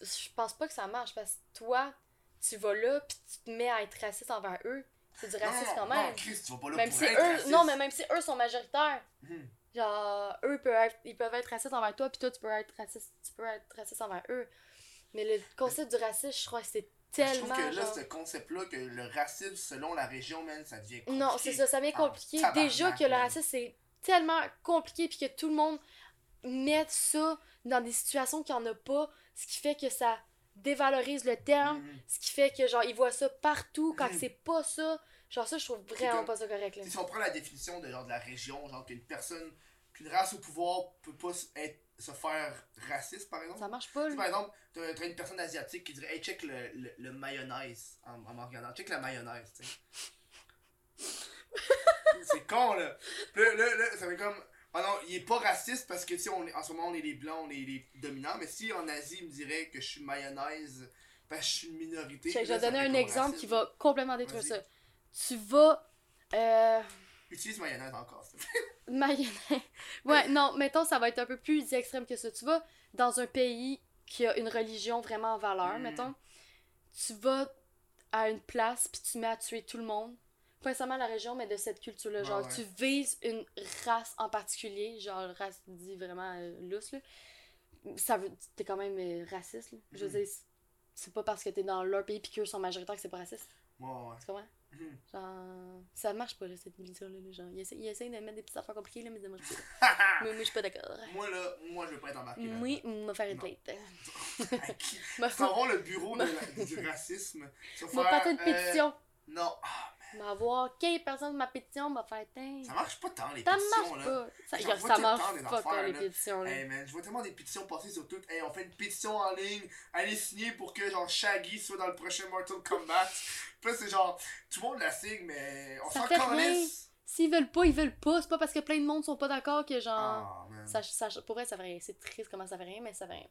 Speaker 2: je pense pas que ça marche parce que toi, tu vas là puis tu te mets à être raciste envers eux. C'est du
Speaker 1: Non, non,
Speaker 2: racisme
Speaker 1: non,
Speaker 2: quand même.
Speaker 1: Non, Chris, tu vas pas là
Speaker 2: même
Speaker 1: pour
Speaker 2: si
Speaker 1: être
Speaker 2: eux,
Speaker 1: raciste.
Speaker 2: non, mais même si eux sont majoritaires,
Speaker 1: Mhm.
Speaker 2: genre eux peuvent être, ils peuvent être racistes envers toi puis toi tu peux être raciste, tu peux être raciste envers eux. Mais le concept du racisme, je crois que c'est
Speaker 1: Je trouve
Speaker 2: tellement
Speaker 1: que là,
Speaker 2: genre-
Speaker 1: ce concept-là, que le racisme selon la région, man, ça devient compliqué.
Speaker 2: Non, c'est ça, ça devient
Speaker 1: Ah,
Speaker 2: compliqué.
Speaker 1: tabarnak,
Speaker 2: Déjà que le
Speaker 1: man.
Speaker 2: racisme, c'est tellement compliqué, puis que tout le monde met ça dans des situations qu'il n'y en a pas, ce qui fait que ça dévalorise le terme,
Speaker 1: Mhm.
Speaker 2: ce qui fait que, genre, ils voient ça partout quand
Speaker 1: Mhm.
Speaker 2: c'est pas ça. Genre, ça, je trouve
Speaker 1: comme-
Speaker 2: vraiment pas ça correct, là.
Speaker 1: Tu sais, Si on prend la définition de genre de la région, genre qu'une personne, qu'une race au pouvoir peut pas s- être, se faire raciste, par exemple.
Speaker 2: Ça marche pas,
Speaker 1: Tu sais, par
Speaker 2: là.
Speaker 1: exemple, t'as t'as une personne asiatique qui dirait Hey, check le, le, le mayonnaise en, en me regardant. Check la mayonnaise, tu sais. C'est con, là. Puis Là, là, là, ça fait comme. Ah non, il est pas raciste parce que si on est, en ce moment on est les blancs, on est les dominants, mais si en Asie il me dirait que je suis mayonnaise parce que je suis une minorité.
Speaker 2: Je je
Speaker 1: là, ça
Speaker 2: vais
Speaker 1: fait
Speaker 2: donner un
Speaker 1: comme
Speaker 2: exemple
Speaker 1: raciste.
Speaker 2: qui va complètement détruire ça.
Speaker 1: Vas-y.
Speaker 2: Tu vas. euh,
Speaker 1: Utilise mayonnaise encore, ça.
Speaker 2: Mayonnaise. Ouais, non, mettons, ça va être un peu plus extrême que ça. Tu vas dans un pays qui a une religion vraiment en valeur,
Speaker 1: Mm.
Speaker 2: mettons. Tu vas à une place, puis tu mets à tuer tout le monde. Pas seulement la région, mais de cette culture-là.
Speaker 1: Ouais,
Speaker 2: Genre,
Speaker 1: ouais.
Speaker 2: tu vises une race en particulier, genre, race dit vraiment euh, lousse, là. Ça veut... T'es quand même euh, raciste, là. Je veux
Speaker 1: Mhm.
Speaker 2: dire, c'est- c'est pas parce que t'es dans leur pays puis qu'eux sont majoritaires que c'est pas raciste.
Speaker 1: Ouais, ouais.
Speaker 2: Tu comprends?
Speaker 1: Mhm.
Speaker 2: Genre, ça marche pas, là, cette militaire-là. là, Genre, ils essayent, ils essayent de mettre des petites affaires compliquées, là, mais ça marche pas. Moi, moi, je suis pas d'accord.
Speaker 1: Moi là, moi je veux pas être embarqué là.
Speaker 2: Moi, on va faire une
Speaker 1: Non.
Speaker 2: plainte.
Speaker 1: Ils s'en
Speaker 2: On
Speaker 1: vont le bureau de la- du racisme. Ils vont
Speaker 2: va
Speaker 1: faire,
Speaker 2: faire une
Speaker 1: euh,
Speaker 2: pétition.
Speaker 1: Non, Ah,
Speaker 2: On va avoir 15 personnes de ma pétition, on va faire teint.
Speaker 1: ça marche pas tant les
Speaker 2: Ça
Speaker 1: pétitions
Speaker 2: marche
Speaker 1: là.
Speaker 2: pas. Ça,
Speaker 1: J'en
Speaker 2: genre,
Speaker 1: vois
Speaker 2: ça
Speaker 1: tout le temps
Speaker 2: marche
Speaker 1: des
Speaker 2: pas quand
Speaker 1: affaires,
Speaker 2: les
Speaker 1: là.
Speaker 2: pétitions, là.
Speaker 1: Hey man, je vois tellement des pétitions passer sur tout. Hey, on fait une pétition en ligne, allez signer pour que genre Shaggy soit dans le prochain Mortal Kombat. Puis là, c'est genre, tout le monde la signe, mais on
Speaker 2: Ça
Speaker 1: s'en
Speaker 2: fait rien.
Speaker 1: calisse.
Speaker 2: S'ils veulent pas, ils veulent pas. C'est pas parce que plein de monde sont pas d'accord que
Speaker 1: Ah,
Speaker 2: genre.
Speaker 1: man.
Speaker 2: Ça, ça, pour vrai, ça fait rien. C'est triste comment ça fait rien, mais ça fait rien.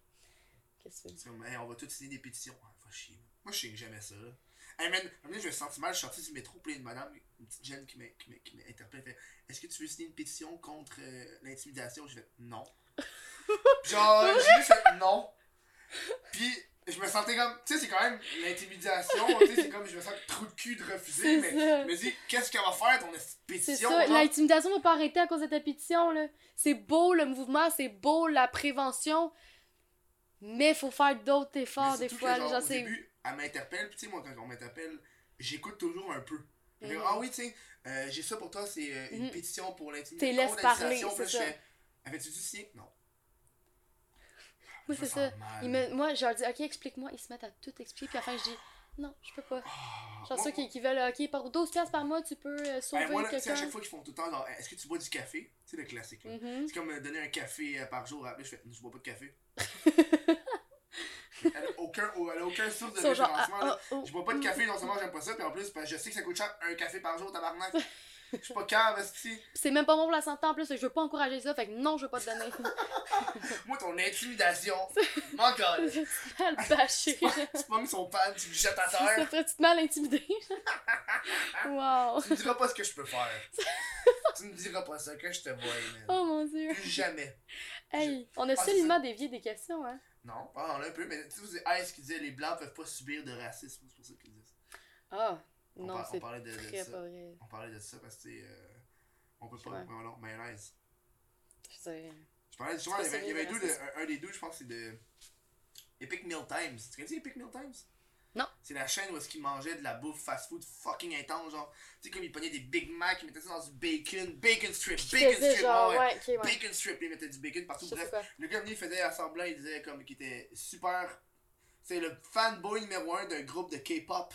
Speaker 2: Qu'est-ce que tu veux?
Speaker 1: C'est comme, hey, on va tous signer des pétitions. Ah, va chier. Moi, je signe jamais ça. Là. Hey man, un moment donné, je me sentis mal, je suis sorti du métro, plein de madame, une petite jeune qui m'a- qui m'a qui m'a interpellé. elle fait Est-ce que tu veux signer une pétition contre euh, l'intimidation Je fait Non. Genre, j'ai juste fait non. Puis, je me sentais comme, tu sais, c'est quand même l'intimidation, tu sais, c'est comme, je me sens trou de cul de refuser,
Speaker 2: C'est
Speaker 1: mais
Speaker 2: ça.
Speaker 1: je me dis, qu'est-ce qu'elle va faire ton
Speaker 2: C'est
Speaker 1: pétition
Speaker 2: ça,
Speaker 1: genre?
Speaker 2: l'intimidation va pas arrêter à cause de ta pétition, là. C'est beau le mouvement, c'est beau la prévention, mais faut faire d'autres efforts
Speaker 1: Mais
Speaker 2: des
Speaker 1: surtout
Speaker 2: fois.
Speaker 1: que,
Speaker 2: là,
Speaker 1: genre,
Speaker 2: genre,
Speaker 1: au
Speaker 2: c'est-
Speaker 1: début, elle m'interpelle, puis tu sais, moi, quand on m'interpelle, j'écoute toujours un peu. Elle fait,
Speaker 2: Mhm.
Speaker 1: Ah oui, tu sais, euh, j'ai ça pour toi, c'est euh, une
Speaker 2: Mhm.
Speaker 1: pétition pour l'intimidation.
Speaker 2: T'es laisse parler, c'est ça.
Speaker 1: Avais-tu du sien Non.
Speaker 2: Oui,
Speaker 1: Je me
Speaker 2: c'est
Speaker 1: sens
Speaker 2: ça.
Speaker 1: mal.
Speaker 2: Ils me- Moi, je leur dis, OK, explique-moi. Ils se mettent à tout expliquer. Puis à la fin, je dis, non, je peux pas.
Speaker 1: Ah,
Speaker 2: Genre
Speaker 1: moi-
Speaker 2: ceux qui, qui veulent, OK, par 12 piastres par mois, tu peux euh,
Speaker 1: Ben,
Speaker 2: sauver
Speaker 1: moi, là, tu sais, à
Speaker 2: quelqu'un.
Speaker 1: chaque fois qu'ils font tout le temps, genre, est-ce que tu bois du café Tu sais, le classique. là.
Speaker 2: Mhm.
Speaker 1: C'est comme euh, donner un café euh, par jour. Après, je fais, je bois pas de café. elle a aucun, elle a aucun source de
Speaker 2: Ils sont genre,
Speaker 1: référencement.
Speaker 2: ah,
Speaker 1: là.
Speaker 2: ah, oh,
Speaker 1: Je bois pas de
Speaker 2: mm.
Speaker 1: café, non seulement j'aime pas ça, puis en plus, parce que je sais que ça coûte cher un café par jour, tabarnak. Je suis pas cave, esti.
Speaker 2: Puis C'est même pas bon pour la santé en plus. fait que Je veux pas encourager ça. Fait que non, je veux pas te donner.
Speaker 1: Moi, ton intimidation, m'en colle.
Speaker 2: je suis mal bâché.
Speaker 1: Tu pommes son pan, tu le jettes à
Speaker 2: Ça
Speaker 1: terre,
Speaker 2: ferait tu te mal intimidé. wow.
Speaker 1: tu me diras pas ce que je peux faire. tu me diras pas ça, que je te vois, man.
Speaker 2: Oh mon dieu.
Speaker 1: Plus jamais.
Speaker 2: Hey, on a
Speaker 1: Ah, c'est
Speaker 2: solidement dévié des questions, hein.
Speaker 1: Non, ah, on l'a un peu, mais tu sais, c'est Ice qui disait les Blancs peuvent pas subir de racisme, c'est pour ça qu'ils disent.
Speaker 2: Ah,
Speaker 1: On,
Speaker 2: non,
Speaker 1: par- on
Speaker 2: c'est
Speaker 1: parlait de, de
Speaker 2: très
Speaker 1: ça.
Speaker 2: pas vrai.
Speaker 1: On parlait de ça parce que, tu sais, euh, on peut pas.
Speaker 2: Ouais.
Speaker 1: Voilà, mayonnaise.
Speaker 2: Je veux dire,
Speaker 1: Je parlais justement, il y avait, il y avait
Speaker 2: hein, C'est
Speaker 1: un,
Speaker 2: pas
Speaker 1: dude, un, un des deux, je pense, c'est de. Epic Meal Times. Tu connais Epic Meal Times?
Speaker 2: Non.
Speaker 1: C'est la chaîne où est-ce qu'ils mangeaient de la bouffe fast-food fucking intense, genre. Tu sais, comme ils prenaient des Big Mac, ils mettaient ça dans du bacon, bacon strip,
Speaker 2: Qui
Speaker 1: bacon
Speaker 2: faisait
Speaker 1: strip,
Speaker 2: genre,
Speaker 1: ouais.
Speaker 2: ouais, ok, ouais.
Speaker 1: Bacon strip, ils mettaient du bacon
Speaker 2: Je
Speaker 1: partout.
Speaker 2: sais
Speaker 1: Bref,
Speaker 2: quoi.
Speaker 1: le dernier faisait à semblant, il disait comme qu'il était super. C'est le fanboy numéro un d'un groupe de K-pop.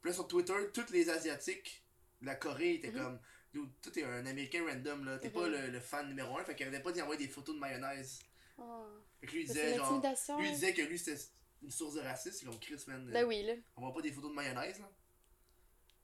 Speaker 1: Puis là sur Twitter, tous les Asiatiques de la Corée étaient
Speaker 2: Mhm.
Speaker 1: comme. Dude, toi t'es un Américain random là, t'es
Speaker 2: Mhm.
Speaker 1: pas le, le fan numéro un, fait qu'il arrêtait pas d'y envoyer des photos de mayonnaise.
Speaker 2: Oh.
Speaker 1: Fait que lui il
Speaker 2: Ça, C'est
Speaker 1: disait genre.
Speaker 2: l'intimidation.
Speaker 1: Lui il disait que lui c'était une source de racisme, comme Chris man.
Speaker 2: Ben oui, là.
Speaker 1: On voit pas des photos de mayonnaise là.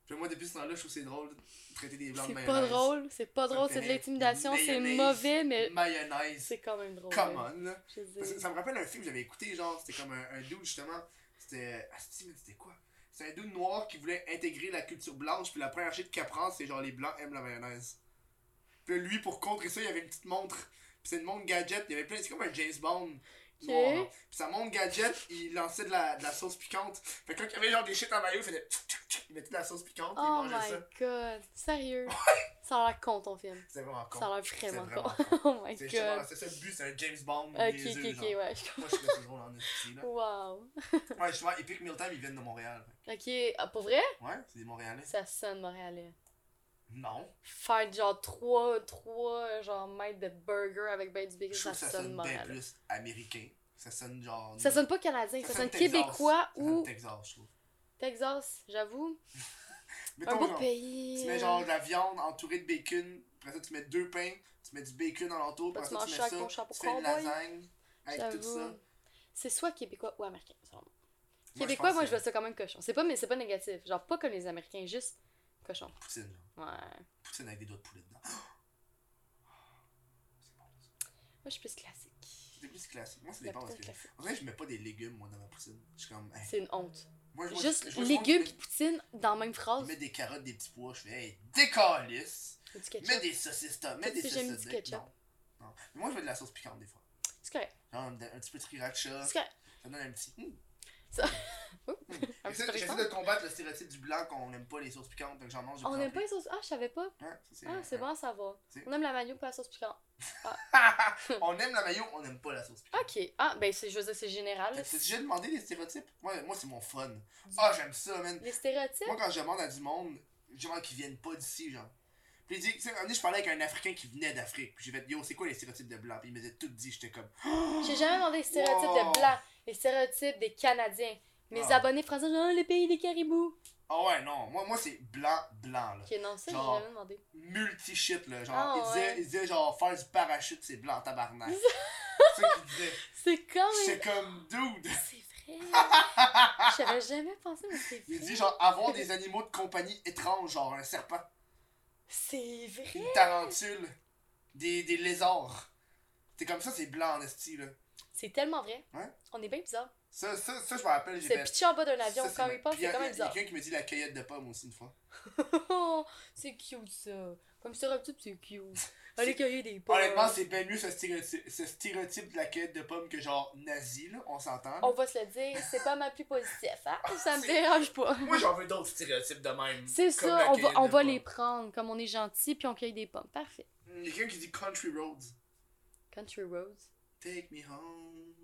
Speaker 1: Puis moi depuis ce temps-là, je trouve que c'est drôle de traiter des blancs de
Speaker 2: C'est
Speaker 1: mayonnaise.
Speaker 2: pas drôle, c'est pas
Speaker 1: Ça
Speaker 2: drôle,
Speaker 1: me
Speaker 2: c'est de
Speaker 1: fait
Speaker 2: l'intimidation, c'est
Speaker 1: mayonnaise,
Speaker 2: mauvais, mais
Speaker 1: Mayonnaise.
Speaker 2: c'est quand même drôle.
Speaker 1: Come
Speaker 2: là.
Speaker 1: on là.
Speaker 2: Je veux
Speaker 1: Parce que
Speaker 2: dire.
Speaker 1: ça me rappelle un film que j'avais écouté, genre, c'était comme un, un dude justement. C'était. Ah, c'est- mais c'était quoi C'était un dude noir qui voulait intégrer la culture blanche, puis la première chose qu'il apprend, c'est genre les blancs aiment la mayonnaise. Puis lui, pour contrer ça, il avait une petite montre. Puis c'est une montre gadget, il y avait plein. C'est comme un James Bond.
Speaker 2: Ok.
Speaker 1: noir, genre. Puis sa montre gadget, il lançait de la, de la sauce piquante. Fait que quand il y avait genre des shit en maillot, il faisait. tchou, tchou, tchou, Il mettait de la sauce piquante, puis
Speaker 2: Oh
Speaker 1: il mangeait
Speaker 2: my
Speaker 1: ça.
Speaker 2: god, sérieux. Ça a l'air con ton film.
Speaker 1: C'était vraiment con.
Speaker 2: Ça a l'air
Speaker 1: C'était
Speaker 2: vraiment
Speaker 1: vraiment
Speaker 2: con.
Speaker 1: con.
Speaker 2: Oh my
Speaker 1: C'est justement-
Speaker 2: god.
Speaker 1: c'est ça le but, c'est un James Bond.
Speaker 2: Ok,
Speaker 1: niaiseux,
Speaker 2: ok, ok,
Speaker 1: genre.
Speaker 2: ouais. je-
Speaker 1: Moi, je trouve que c'est drôle en esti, là.
Speaker 2: Wow.
Speaker 1: Ouais, justement, Epic Mealtime, ils viennent de Montréal.
Speaker 2: Ok, ah, pour vrai,
Speaker 1: Ouais, c'est des Montréalais.
Speaker 2: ça sonne montréalais.
Speaker 1: Non.
Speaker 2: Faire genre 3, 3 genre mètres de burger avec ben du bacon,
Speaker 1: Je trouve
Speaker 2: ça,
Speaker 1: que ça
Speaker 2: sonne
Speaker 1: sonne bien
Speaker 2: montréalais.
Speaker 1: plus américain. Ça sonne genre.
Speaker 2: Ça sonne pas canadien, ça, sonne québécois
Speaker 1: ça
Speaker 2: ou
Speaker 1: sonne Texas, je trouve.
Speaker 2: Texas, j'avoue.
Speaker 1: Mettons,
Speaker 2: Un beau
Speaker 1: genre,
Speaker 2: pays.
Speaker 1: tu mets genre de la viande entourée de bacon. Après ça, tu mets deux pains. Tu mets du bacon alentour.
Speaker 2: Bah,
Speaker 1: Après
Speaker 2: tu
Speaker 1: ça, tu mets
Speaker 2: manges ça
Speaker 1: ça.
Speaker 2: avec ton chapeau
Speaker 1: Tu fais une
Speaker 2: cowboy.
Speaker 1: lasagne avec tout
Speaker 2: J'avoue.
Speaker 1: ça. Moi,
Speaker 2: C'est soit québécois ou américain. selon moi.
Speaker 1: je
Speaker 2: québécois,
Speaker 1: pense
Speaker 2: moi,
Speaker 1: que
Speaker 2: je vois ça quand même cochon. C'est pas, mais c'est pas négatif. Genre, pas comme les américains, juste cochon.
Speaker 1: c'est Poutine, genre.
Speaker 2: Ouais. Moi,
Speaker 1: Poutine avec des doigts de poulet dedans. C'est bon, ça.
Speaker 2: je suis plus classique.
Speaker 1: C'est plus classique. Moi, ça
Speaker 2: La
Speaker 1: dépend parce
Speaker 2: poutine
Speaker 1: que.
Speaker 2: classique.
Speaker 1: En vrai, je mets pas des légumes, moi, dans ma poutine. Je suis comme. hey,
Speaker 2: C'est une honte.
Speaker 1: Moi, je vois-
Speaker 2: Juste
Speaker 1: je vois du monde qui
Speaker 2: légumes
Speaker 1: met-
Speaker 2: pis poutine dans la même phrase.
Speaker 1: Il met des carottes, des petits pois, je fais hey, décalisse!
Speaker 2: Ou du ketchup.
Speaker 1: Mets des saucisses, Tom, mets
Speaker 2: Toi, tu
Speaker 1: des
Speaker 2: sais,
Speaker 1: saucisses.
Speaker 2: j'aime du
Speaker 1: de-
Speaker 2: ketchup.
Speaker 1: Non. non. Mais moi, je mets de la sauce piquante des fois.
Speaker 2: C'est correct.
Speaker 1: Genre, un, un petit peu de sriracha,
Speaker 2: C'est correct.
Speaker 1: ça donne un petit. hmm.
Speaker 2: Un petit
Speaker 1: J'essaie
Speaker 2: peu
Speaker 1: j'essaie
Speaker 2: récent.
Speaker 1: de combattre le stéréotype du blanc qu'on n'aime pas les sauces piquantes, donc j'en mange. de
Speaker 2: On
Speaker 1: plus en
Speaker 2: aime pas
Speaker 1: plus.
Speaker 2: les sauces. Ah, je savais pas.
Speaker 1: Ouais, ça, c'est-
Speaker 2: Ah, c'est bon à savoir.
Speaker 1: C'est-
Speaker 2: On aime la mayo pas la sauce piquante.
Speaker 1: on aime la mayo, on n'aime pas la sauce piquante.
Speaker 2: Ok. Ah, ben, c'est, je veux dire, c'est général.
Speaker 1: Fait
Speaker 2: là.
Speaker 1: que C'est déjà demandé les stéréotypes. Moi, moi c'est mon fun. Ah, j'aime ça, man.
Speaker 2: Les stéréotypes.
Speaker 1: Moi, quand je demande à du monde, je demande qu'ils viennent pas d'ici, genre. Puis il dit, tu sais, un moment donné, je parlais avec un Africain qui venait d'Afrique. Puis j'ai fait, yo, c'est quoi les stéréotypes de blanc? Puis il me disait tout dit, j'étais comme.
Speaker 2: J'ai jamais demandé les stéréotypes
Speaker 1: Wow.
Speaker 2: de blanc, les stéréotypes des Canadiens. Mes
Speaker 1: Wow.
Speaker 2: abonnés français, genre, Ah, le pays des caribous.
Speaker 1: Ah ouais, non, moi, moi c'est blanc, blanc, là.
Speaker 2: Ok, non, ça,
Speaker 1: Genre.
Speaker 2: j'ai jamais demandé.
Speaker 1: Multi-shit, là. Genre,
Speaker 2: Ah
Speaker 1: il, disait,
Speaker 2: ouais.
Speaker 1: il disait, genre, faire du parachute, c'est blanc, tabarnak. c'est ça qu'il disait.
Speaker 2: C'est quand même.
Speaker 1: J'étais comme, dude.
Speaker 2: C'est vrai. J'avais jamais pensé, mais c'est
Speaker 1: Il dit,
Speaker 2: vrai.
Speaker 1: genre, avoir des animaux de compagnie étranges, genre un serpent,
Speaker 2: C'est vrai.
Speaker 1: une tarentule, des, des lézards. C'est comme ça, c'est blanc, en esti, là.
Speaker 2: C'est tellement vrai.
Speaker 1: Ouais.
Speaker 2: On est bien bizarre.
Speaker 1: Ça, ça, ça je me rappelle, j'ai
Speaker 2: C'est pitché en bas d'un avion,
Speaker 1: ça, c'est
Speaker 2: quand
Speaker 1: ma-
Speaker 2: il passe,
Speaker 1: Puis y
Speaker 2: c'est
Speaker 1: a-
Speaker 2: quand même
Speaker 1: y a
Speaker 2: bizarre.
Speaker 1: quelqu'un qui me dit la cueillette de pommes aussi, une fois.
Speaker 2: Oh, c'est cute ça. Comme stéréotype, c'est cute. Allez cueillir des pommes.
Speaker 1: Honnêtement, c'est bien mieux ce stéréotype, ce stéréotype de la cueillette de pommes que, genre, nazi, là, on s'entend.
Speaker 2: On va se le dire, c'est pas ma plus positif, hein? Ça me
Speaker 1: C'est-
Speaker 2: dérange pas.
Speaker 1: Moi, j'en veux d'autres stéréotypes de même.
Speaker 2: C'est
Speaker 1: comme
Speaker 2: ça,
Speaker 1: la
Speaker 2: on va,
Speaker 1: cueillette
Speaker 2: on
Speaker 1: de
Speaker 2: va
Speaker 1: pommes.
Speaker 2: les prendre, comme on est gentil, puis on cueille des pommes. Parfait.
Speaker 1: Il y a quelqu'un qui dit Country Roads.
Speaker 2: Country roads.
Speaker 1: Take me home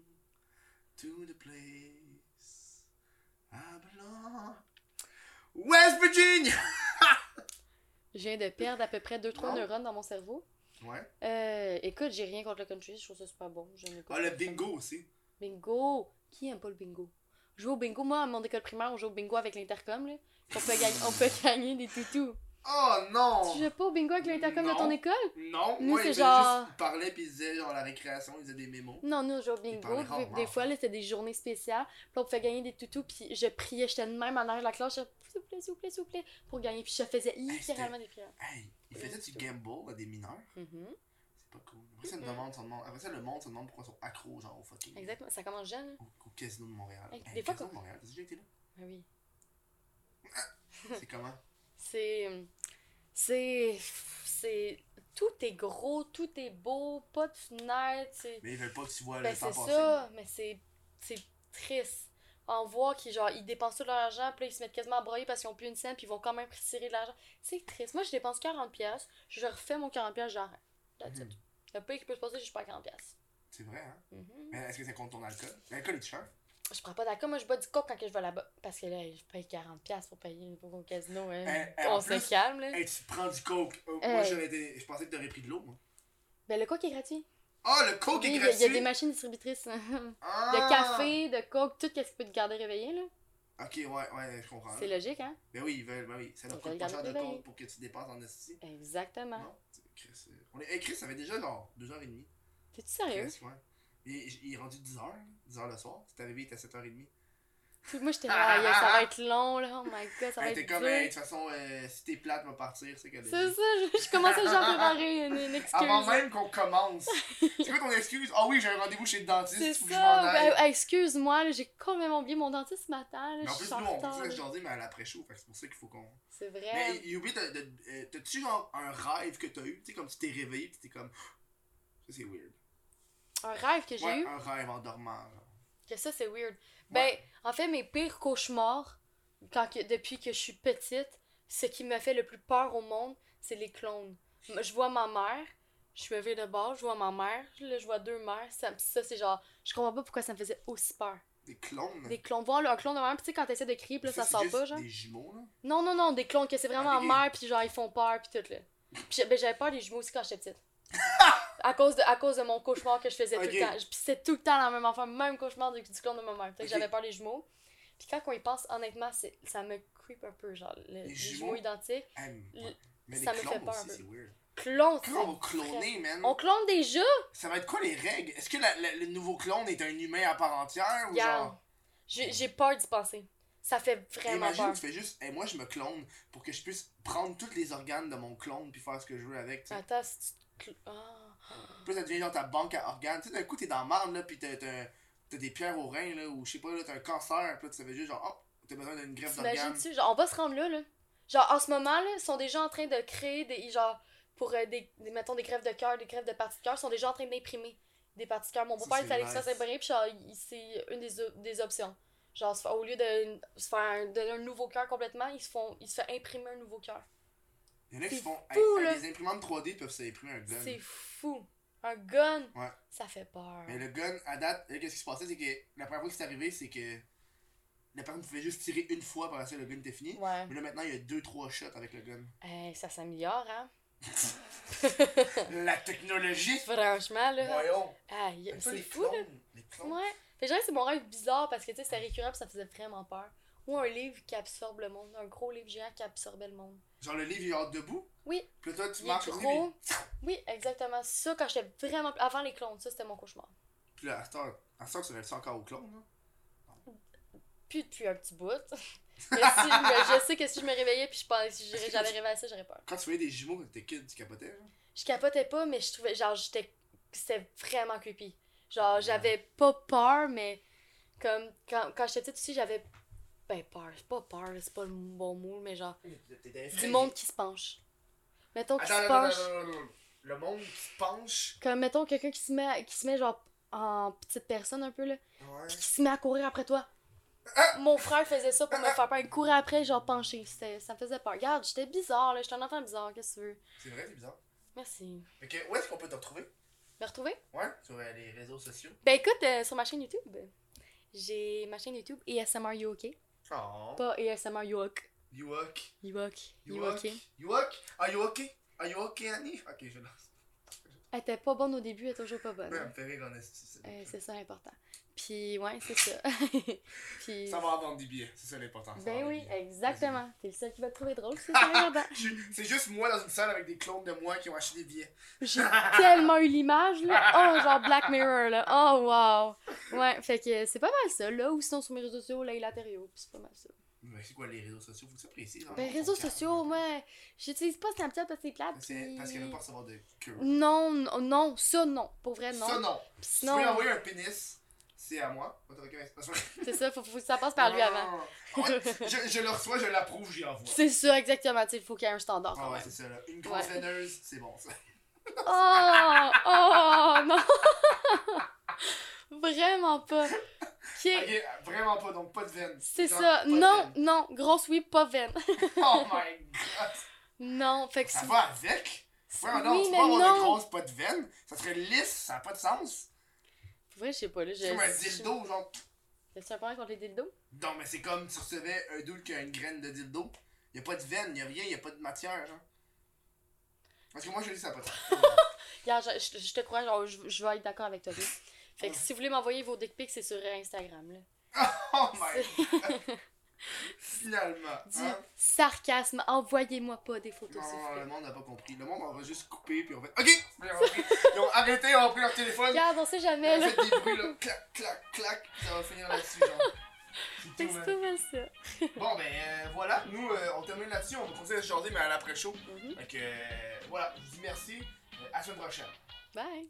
Speaker 1: to the place I belong. West Virginia!
Speaker 2: Je viens de perdre à peu près 2-3
Speaker 1: Non.
Speaker 2: neurones dans mon cerveau.
Speaker 1: Ouais.
Speaker 2: Euh, écoute, j'ai rien contre le country, je trouve ça super bon. J'aime
Speaker 1: Ah, le bingo aussi.
Speaker 2: Bingo! Qui aime pas le bingo? Jouer au bingo, moi, à mon école primaire, on joue au bingo avec l'intercom, là. On peut, gagner, on peut gagner des toutous.
Speaker 1: Oh
Speaker 2: Tu
Speaker 1: non!
Speaker 2: joues pas au bingo avec l'intercom de
Speaker 1: Non.
Speaker 2: ton école?
Speaker 1: Non,
Speaker 2: Nous,
Speaker 1: moi,
Speaker 2: c'est
Speaker 1: il
Speaker 2: genre-
Speaker 1: genre... juste parler puis il disait genre la récréation, il disait des mémos.
Speaker 2: Non, nous, on joue au bingo.
Speaker 1: parlait
Speaker 2: Des,
Speaker 1: rarement.
Speaker 2: des fois, là, c'était des journées spéciales. Puis là, on pouvait gagner des toutous. Puis je priais, j'étais de même en arrière de la classe. Je disais, s'il vous plaît, s'il vous plaît, s'il vous plaît, pour gagner. Puis je faisais littéralement des prières.
Speaker 1: Hey, il faisait du gamble à des mineurs.
Speaker 2: Mhm.
Speaker 1: C'est pas cool. Après ça, le monde se demande, après ça, le monde se demande pourquoi ils sont accros genre au fucking.
Speaker 2: Exactement. Ça commence jeune. hein?
Speaker 1: Au, au casino de Montréal.
Speaker 2: Hey,
Speaker 1: Hey,
Speaker 2: des
Speaker 1: le
Speaker 2: fois,
Speaker 1: casino
Speaker 2: quand-
Speaker 1: de Montréal, t'as déjà été là?
Speaker 2: Ah oui.
Speaker 1: C'est comment?
Speaker 2: C'est. C'est. C'est. Tout est gros, tout est beau, pas de fenêtre. c'est-
Speaker 1: Mais ils veulent pas que tu vois
Speaker 2: Ben,
Speaker 1: le temps
Speaker 2: c'est
Speaker 1: passer.
Speaker 2: ça, mais c'est c'est triste. On voit qu'ils genre ils dépensent tout leur argent, puis là, ils se mettent quasiment à broyer parce qu'ils ont plus une scène, puis ils vont quand même retirer de l'argent. C'est triste. Moi, je dépense 40 pièces, je refais mon 40 pièces, j'arrête. That's it.
Speaker 1: Mhm.
Speaker 2: Le pire qui peut se passer, je suis pas à 40 pièces.
Speaker 1: C'est vrai, hein?
Speaker 2: Mhm.
Speaker 1: Mais est-ce que ça compte ton alcool? L'alcool est cher.
Speaker 2: Je prends pas d'accord, moi je bois du coke quand que je vais là-bas. Parce que là, je paye 40$ pour payer pour au casino. hein.
Speaker 1: Eh, eh, en
Speaker 2: On se
Speaker 1: plus-
Speaker 2: calme là.
Speaker 1: Hey, tu prends du coke. Euh, Moi,
Speaker 2: Hey.
Speaker 1: j'aurais été... je pensais que t'aurais pris de l'eau, moi.
Speaker 2: Mais Ben, le coke est gratuit.
Speaker 1: Ah, le coke
Speaker 2: Oui,
Speaker 1: est
Speaker 2: il y a-
Speaker 1: gratuit!
Speaker 2: il y, a des machines distributrices. hein.
Speaker 1: Ah!
Speaker 2: de café, de coke, tout ce qui peut te garder réveillé là.
Speaker 1: Ok, ouais, ouais, je comprends.
Speaker 2: C'est logique, hein?
Speaker 1: Ben oui, ils veulent, ben oui. Ça leur
Speaker 2: Ils
Speaker 1: coûte
Speaker 2: veulent
Speaker 1: pas
Speaker 2: garder
Speaker 1: cher de
Speaker 2: le
Speaker 1: coke
Speaker 2: veille.
Speaker 1: pour que tu dépasses en esti.
Speaker 2: Exactement.
Speaker 1: Non? C'est- Chris, euh, on est... hey, Chris, ça fait déjà genre 2h30.
Speaker 2: T'es-tu sérieux?
Speaker 1: Chris, ouais. Il, il est rendu 10h, 10h le soir. Si t'es arrivé, il était à 7h30.
Speaker 2: Puis moi
Speaker 1: Ah,
Speaker 2: j'étais là, aïe, ça va être long là, oh my god, ça va
Speaker 1: Hey, t'es
Speaker 2: être
Speaker 1: comme,
Speaker 2: dur.
Speaker 1: hey, de toute façon, euh, si t'es plate, va partir, c'est que
Speaker 2: C'est ça, je, je commençais déjà à préparer une, une excuse.
Speaker 1: Avant même qu'on commence. c'est quoi ton excuse? Ah oui, j'ai un rendez-vous chez le dentiste,
Speaker 2: C'est
Speaker 1: faut que je m'en
Speaker 2: ça,
Speaker 1: aille.
Speaker 2: ben, excuse-moi, là, j'ai complètement oublié mon dentiste ce matin, là,
Speaker 1: mais en
Speaker 2: je
Speaker 1: plus,
Speaker 2: suis
Speaker 1: nous,
Speaker 2: en
Speaker 1: on
Speaker 2: retard.
Speaker 1: peut
Speaker 2: là.
Speaker 1: se jaser, mais à l'après-show, fait que c'est pour ça qu'il faut qu'on.
Speaker 2: C'est
Speaker 1: Mais
Speaker 2: vrai.
Speaker 1: il il oublie, de- de- euh, t'as-tu genre un rêve que t'as eu? Tu sais, comme tu t'es réveillé, pis t'es comme. Ça, c'est weird.
Speaker 2: Un rêve que j'ai
Speaker 1: Ouais,
Speaker 2: eu,
Speaker 1: un rêve en dormant. genre.
Speaker 2: que ça c'est weird. Ben, en fait, mes pires cauchemars, quand que- depuis que je suis petite, ce qui me fait le plus peur au monde, c'est les clones. M- Je vois ma mère, je suis levée de bord, je vois ma mère, là, je vois deux mères, ça, pis ça c'est genre, je comprends pas pourquoi ça me faisait aussi peur.
Speaker 1: Des clones.
Speaker 2: Des clones, voir là, un clone de mère, pis tu sais, quand t'essaies de crier, pis là, ça,
Speaker 1: c'est
Speaker 2: sort
Speaker 1: juste
Speaker 2: pas, genre.
Speaker 1: Des jumeaux, là.
Speaker 2: Non, non, non, des clones, que c'est vraiment
Speaker 1: Ah,
Speaker 2: en
Speaker 1: des-
Speaker 2: mère, puis genre, ils font peur, puis tout, là. Puis j'ai- ben, j'avais peur des jumeaux aussi quand j'étais petite. à, cause de, à cause de mon cauchemar que je faisais tout
Speaker 1: Ok.
Speaker 2: le temps. Puis c'était tout le temps la même enfant, même cauchemar du, du clone de ma mère. Fait
Speaker 1: Ok.
Speaker 2: que j'avais peur des jumeaux. Puis quand on y pense, honnêtement, c'est- ça me creep un peu, genre, le- les,
Speaker 1: jumeaux.
Speaker 2: jumeaux, identiques.
Speaker 1: Ah, mais-
Speaker 2: Le-
Speaker 1: ouais. Mais
Speaker 2: ça
Speaker 1: les
Speaker 2: me
Speaker 1: clones
Speaker 2: fait peur
Speaker 1: aussi,
Speaker 2: un peu.
Speaker 1: c'est weird.
Speaker 2: Clone, c'est
Speaker 1: Comment on va
Speaker 2: vrai.
Speaker 1: cloner, man?
Speaker 2: On clone déjà?
Speaker 1: Ça va être quoi les règles? Est-ce que la- la- le nouveau clone est un humain à part entière ou
Speaker 2: Regarde.
Speaker 1: genre.
Speaker 2: J'ai j'ai peur d'y penser. Ça fait vraiment
Speaker 1: Imagine,
Speaker 2: peur.
Speaker 1: tu fais juste, et moi je me clone pour que je puisse prendre tous les organes de mon clone puis faire ce que je veux avec. tu sais.
Speaker 2: Attends, si tu... te cl- Ah.
Speaker 1: Puis là, ça devient genre ta banque à organes. Tu sais, d'un coup, t'es dans la marne, là, puis t'as, t'as- t'as des pierres au rein, là, ou je sais pas, là, t'as un cancer, puis là, tu savais juste, genre, oh, t'as besoin d'une greffe d'organes.
Speaker 2: T'imagines-tu? Genre, on va se rendre là, là. Genre, en ce moment, là, ils sont déjà en train de créer des. Genre, pour euh, des, des- Mettons des grèves de cœur, des grèves de parties de cœur, ils sont déjà en train d'imprimer des parties de cœur. Mon
Speaker 1: Ça,
Speaker 2: beau-père,
Speaker 1: c'est
Speaker 2: il est allé se faire
Speaker 1: nice.
Speaker 2: imprimer, puis genre, il- c'est une des, op- des options. Genre, se faire- au lieu de se faire un, donner un nouveau cœur complètement, ils se font. Ils se fait imprimer un nouveau cœur.
Speaker 1: Il y en a qui
Speaker 2: C'est
Speaker 1: font.
Speaker 2: fou,
Speaker 1: hey,
Speaker 2: là.
Speaker 1: hey, les imprimantes 3D peuvent s'imprimer un gun.
Speaker 2: C'est fou! Un gun!
Speaker 1: Ouais.
Speaker 2: Ça fait peur.
Speaker 1: Mais le gun, à date, là, qu'est-ce qui se passait, c'est que la première fois que c'est arrivé, c'est que la personne pouvait juste tirer une fois par ça, le gun était fini.
Speaker 2: Ouais.
Speaker 1: Mais là, maintenant, il y a 2-3 shots avec le gun.
Speaker 2: Hey, ça s'améliore, hein?
Speaker 1: la technologie!
Speaker 2: Franchement, là.
Speaker 1: Voyons!
Speaker 2: Aïe,
Speaker 1: Même pas
Speaker 2: c'est
Speaker 1: les
Speaker 2: fou, là.
Speaker 1: clones, les clones.
Speaker 2: Ouais. Fait que je dirais que c'est mon rêve bizarre parce que tu sais, c'était récurrent pis ça faisait vraiment peur. Ou un livre qui absorbe le monde, un gros livre géant qui absorbait le monde.
Speaker 1: Genre, le livre, il est genre debout.
Speaker 2: Oui.
Speaker 1: Puis là, toi, tu
Speaker 2: Il
Speaker 1: marches
Speaker 2: est
Speaker 1: au livre.
Speaker 2: gros. Oui, exactement. Ça, quand j'étais vraiment. Avant les clones, ça, c'était mon cauchemar.
Speaker 1: Puis là, à cette heure, à cette heure, tu rêves ça encore au clone, là?
Speaker 2: Puis depuis un petit bout. mais si, mais je sais que si je me réveillais puis je pensais si j'irais- j'allais rêver à ça, j'aurais peur.
Speaker 1: Quand tu voyais des jumeaux quand t'étais kid, tu capotais, genre?
Speaker 2: Je capotais pas, mais je trouvais. Genre, j'étais. C'était vraiment creepy. Genre, j'avais pas peur, mais. Comme quand, quand j'étais petite aussi, j'avais. Ben, peur. C'est pas peur, c'est pas le bon mot, mais genre. Du monde qui se penche. Mettons qui
Speaker 1: Attends,
Speaker 2: se
Speaker 1: attends,
Speaker 2: penche.
Speaker 1: attends, attends, attends. Le monde qui se penche.
Speaker 2: Comme mettons quelqu'un qui se met qui se met genre en petite personne un peu là,
Speaker 1: Ouais.
Speaker 2: puis qui se met à courir après toi. Mon frère faisait ça pour me faire peur, il courait après genre penché, C'était- ça me faisait peur. Regarde, j'étais bizarre là, j'étais un enfant bizarre, qu'est-ce que tu veux
Speaker 1: C'est vrai, c'est bizarre.
Speaker 2: Merci.
Speaker 1: Fait que, où est-ce qu'on peut te retrouver?
Speaker 2: Me retrouver
Speaker 1: Ouais, sur euh, les réseaux sociaux.
Speaker 2: Ben écoute euh, sur ma chaîne YouTube, j'ai ma chaîne YouTube ASMR You OK.
Speaker 1: Oh.
Speaker 2: Pas ASMR You OK.
Speaker 1: You walk.
Speaker 2: You OK.
Speaker 1: You
Speaker 2: You
Speaker 1: walk.
Speaker 2: OK.
Speaker 1: You walk. Are you okay? Are you okay, Annie? Ok, je lance.
Speaker 2: Elle était pas bonne au début, elle est toujours pas bonne.
Speaker 1: Ouais, elle me fait rire en esti, ça.
Speaker 2: Euh, c'est ça l'important. Puis ouais, c'est ça. Puis
Speaker 1: Ça va vendre des billets, c'est ça l'important. Ah, ça va
Speaker 2: Euh, Ben
Speaker 1: vendre
Speaker 2: oui,
Speaker 1: des billets.
Speaker 2: exactement. T'es le seul qui va te trouver drôle, c'est ça, là-dedans.
Speaker 1: Je suis- C'est juste moi dans une salle avec des clones de moi qui ont acheté des billets.
Speaker 2: J'ai tellement eu l'image, là. Oh, genre Black Mirror, là. Oh, wow. Ouais, fait que c'est pas mal ça, là. Ou sinon, sur mes réseaux sociaux, là, il a Thériault, pis c'est pas mal ça.
Speaker 1: Mais c'est quoi les réseaux sociaux? Faut que ça précise. hein,
Speaker 2: Ben,
Speaker 1: on
Speaker 2: réseaux
Speaker 1: calme.
Speaker 2: sociaux, moi, j'utilise pas Snapchat parce que c'est plate.
Speaker 1: Parce que- Parce qu'elle veut
Speaker 2: pis-
Speaker 1: pas recevoir de queue.
Speaker 2: Non, non, non, ça, non. Pour vrai, non.
Speaker 1: Ça, non.
Speaker 2: Pis
Speaker 1: Si tu veux
Speaker 2: sinon,
Speaker 1: envoyer un pénis, c'est à moi. Pas toi, Kevin, c'est pas ça.
Speaker 2: c'est ça, faut, faut que ça passe par lui
Speaker 1: Non,
Speaker 2: avant.
Speaker 1: non, non. Ah ouais, je, je le reçois, je l'approuve, j'y envoie.
Speaker 2: C'est ça, exactement. Tu sais, il faut qu'il y ait un standard.
Speaker 1: Ah
Speaker 2: quand
Speaker 1: ouais,
Speaker 2: même.
Speaker 1: c'est ça là. Une grosse
Speaker 2: Ouais.
Speaker 1: veineuse, c'est bon ça.
Speaker 2: Oh, oh, non. Vraiment pas. Ok.
Speaker 1: Ok, vraiment pas, donc pas de veine.
Speaker 2: C'est
Speaker 1: Genre,
Speaker 2: ça.
Speaker 1: pas de
Speaker 2: Non,
Speaker 1: veine.
Speaker 2: non, grosse oui, pas veine.
Speaker 1: Oh my god.
Speaker 2: Non, fait que
Speaker 1: Ça
Speaker 2: c'est-
Speaker 1: va avec?
Speaker 2: c'est-
Speaker 1: Ah, Ouais, non,
Speaker 2: oui,
Speaker 1: tu peux
Speaker 2: mais
Speaker 1: avoir
Speaker 2: non.
Speaker 1: une grosse pas de veine. Ça serait lisse, ça n'a pas de sens.
Speaker 2: Pour vrai, je sais pas, là. Je...
Speaker 1: C'est comme un
Speaker 2: je-
Speaker 1: dildo, genre.
Speaker 2: Y'a-tu un problème contre les dildos?
Speaker 1: Non, mais c'est comme tu recevais un doule qui a une graine de dildo. Y a pas de veine, y a rien, y a pas de matière, genre. Parce que moi, je dis ça pas. de sens.
Speaker 2: Regarde, je, je- je te crois, genre, je, je vais être d'accord avec toi. là. Fait que si vous voulez m'envoyer vos dick pics, c'est sur Instagram, là.
Speaker 1: oh my god! Finalement!
Speaker 2: Du
Speaker 1: hein?
Speaker 2: Ah. sarcasme, envoyez-moi pas des photos, s'il vous
Speaker 1: Non, le
Speaker 2: plaît.
Speaker 1: monde n'a pas compris. Le monde aura juste coupé, puis on fait OK! Ils ont repris- Ils ont arrêté, ils ont pris leur téléphone,
Speaker 2: Regarde, on sait
Speaker 1: ils
Speaker 2: jamais,
Speaker 1: ont
Speaker 2: là.
Speaker 1: fait des bruits, là, clac, clac, clac, ça va finir là-dessus, genre.
Speaker 2: Fait
Speaker 1: C'est tout,
Speaker 2: que C'est
Speaker 1: hein.
Speaker 2: pas mal ça.
Speaker 1: Bon, ben euh, voilà, nous, euh, on termine là-dessus, on va continuer à se jaser, mais à l'après-show.
Speaker 2: Mhm.
Speaker 1: Fait que, euh, voilà, je vous dis merci, euh, à la semaine prochaine.
Speaker 2: Bye.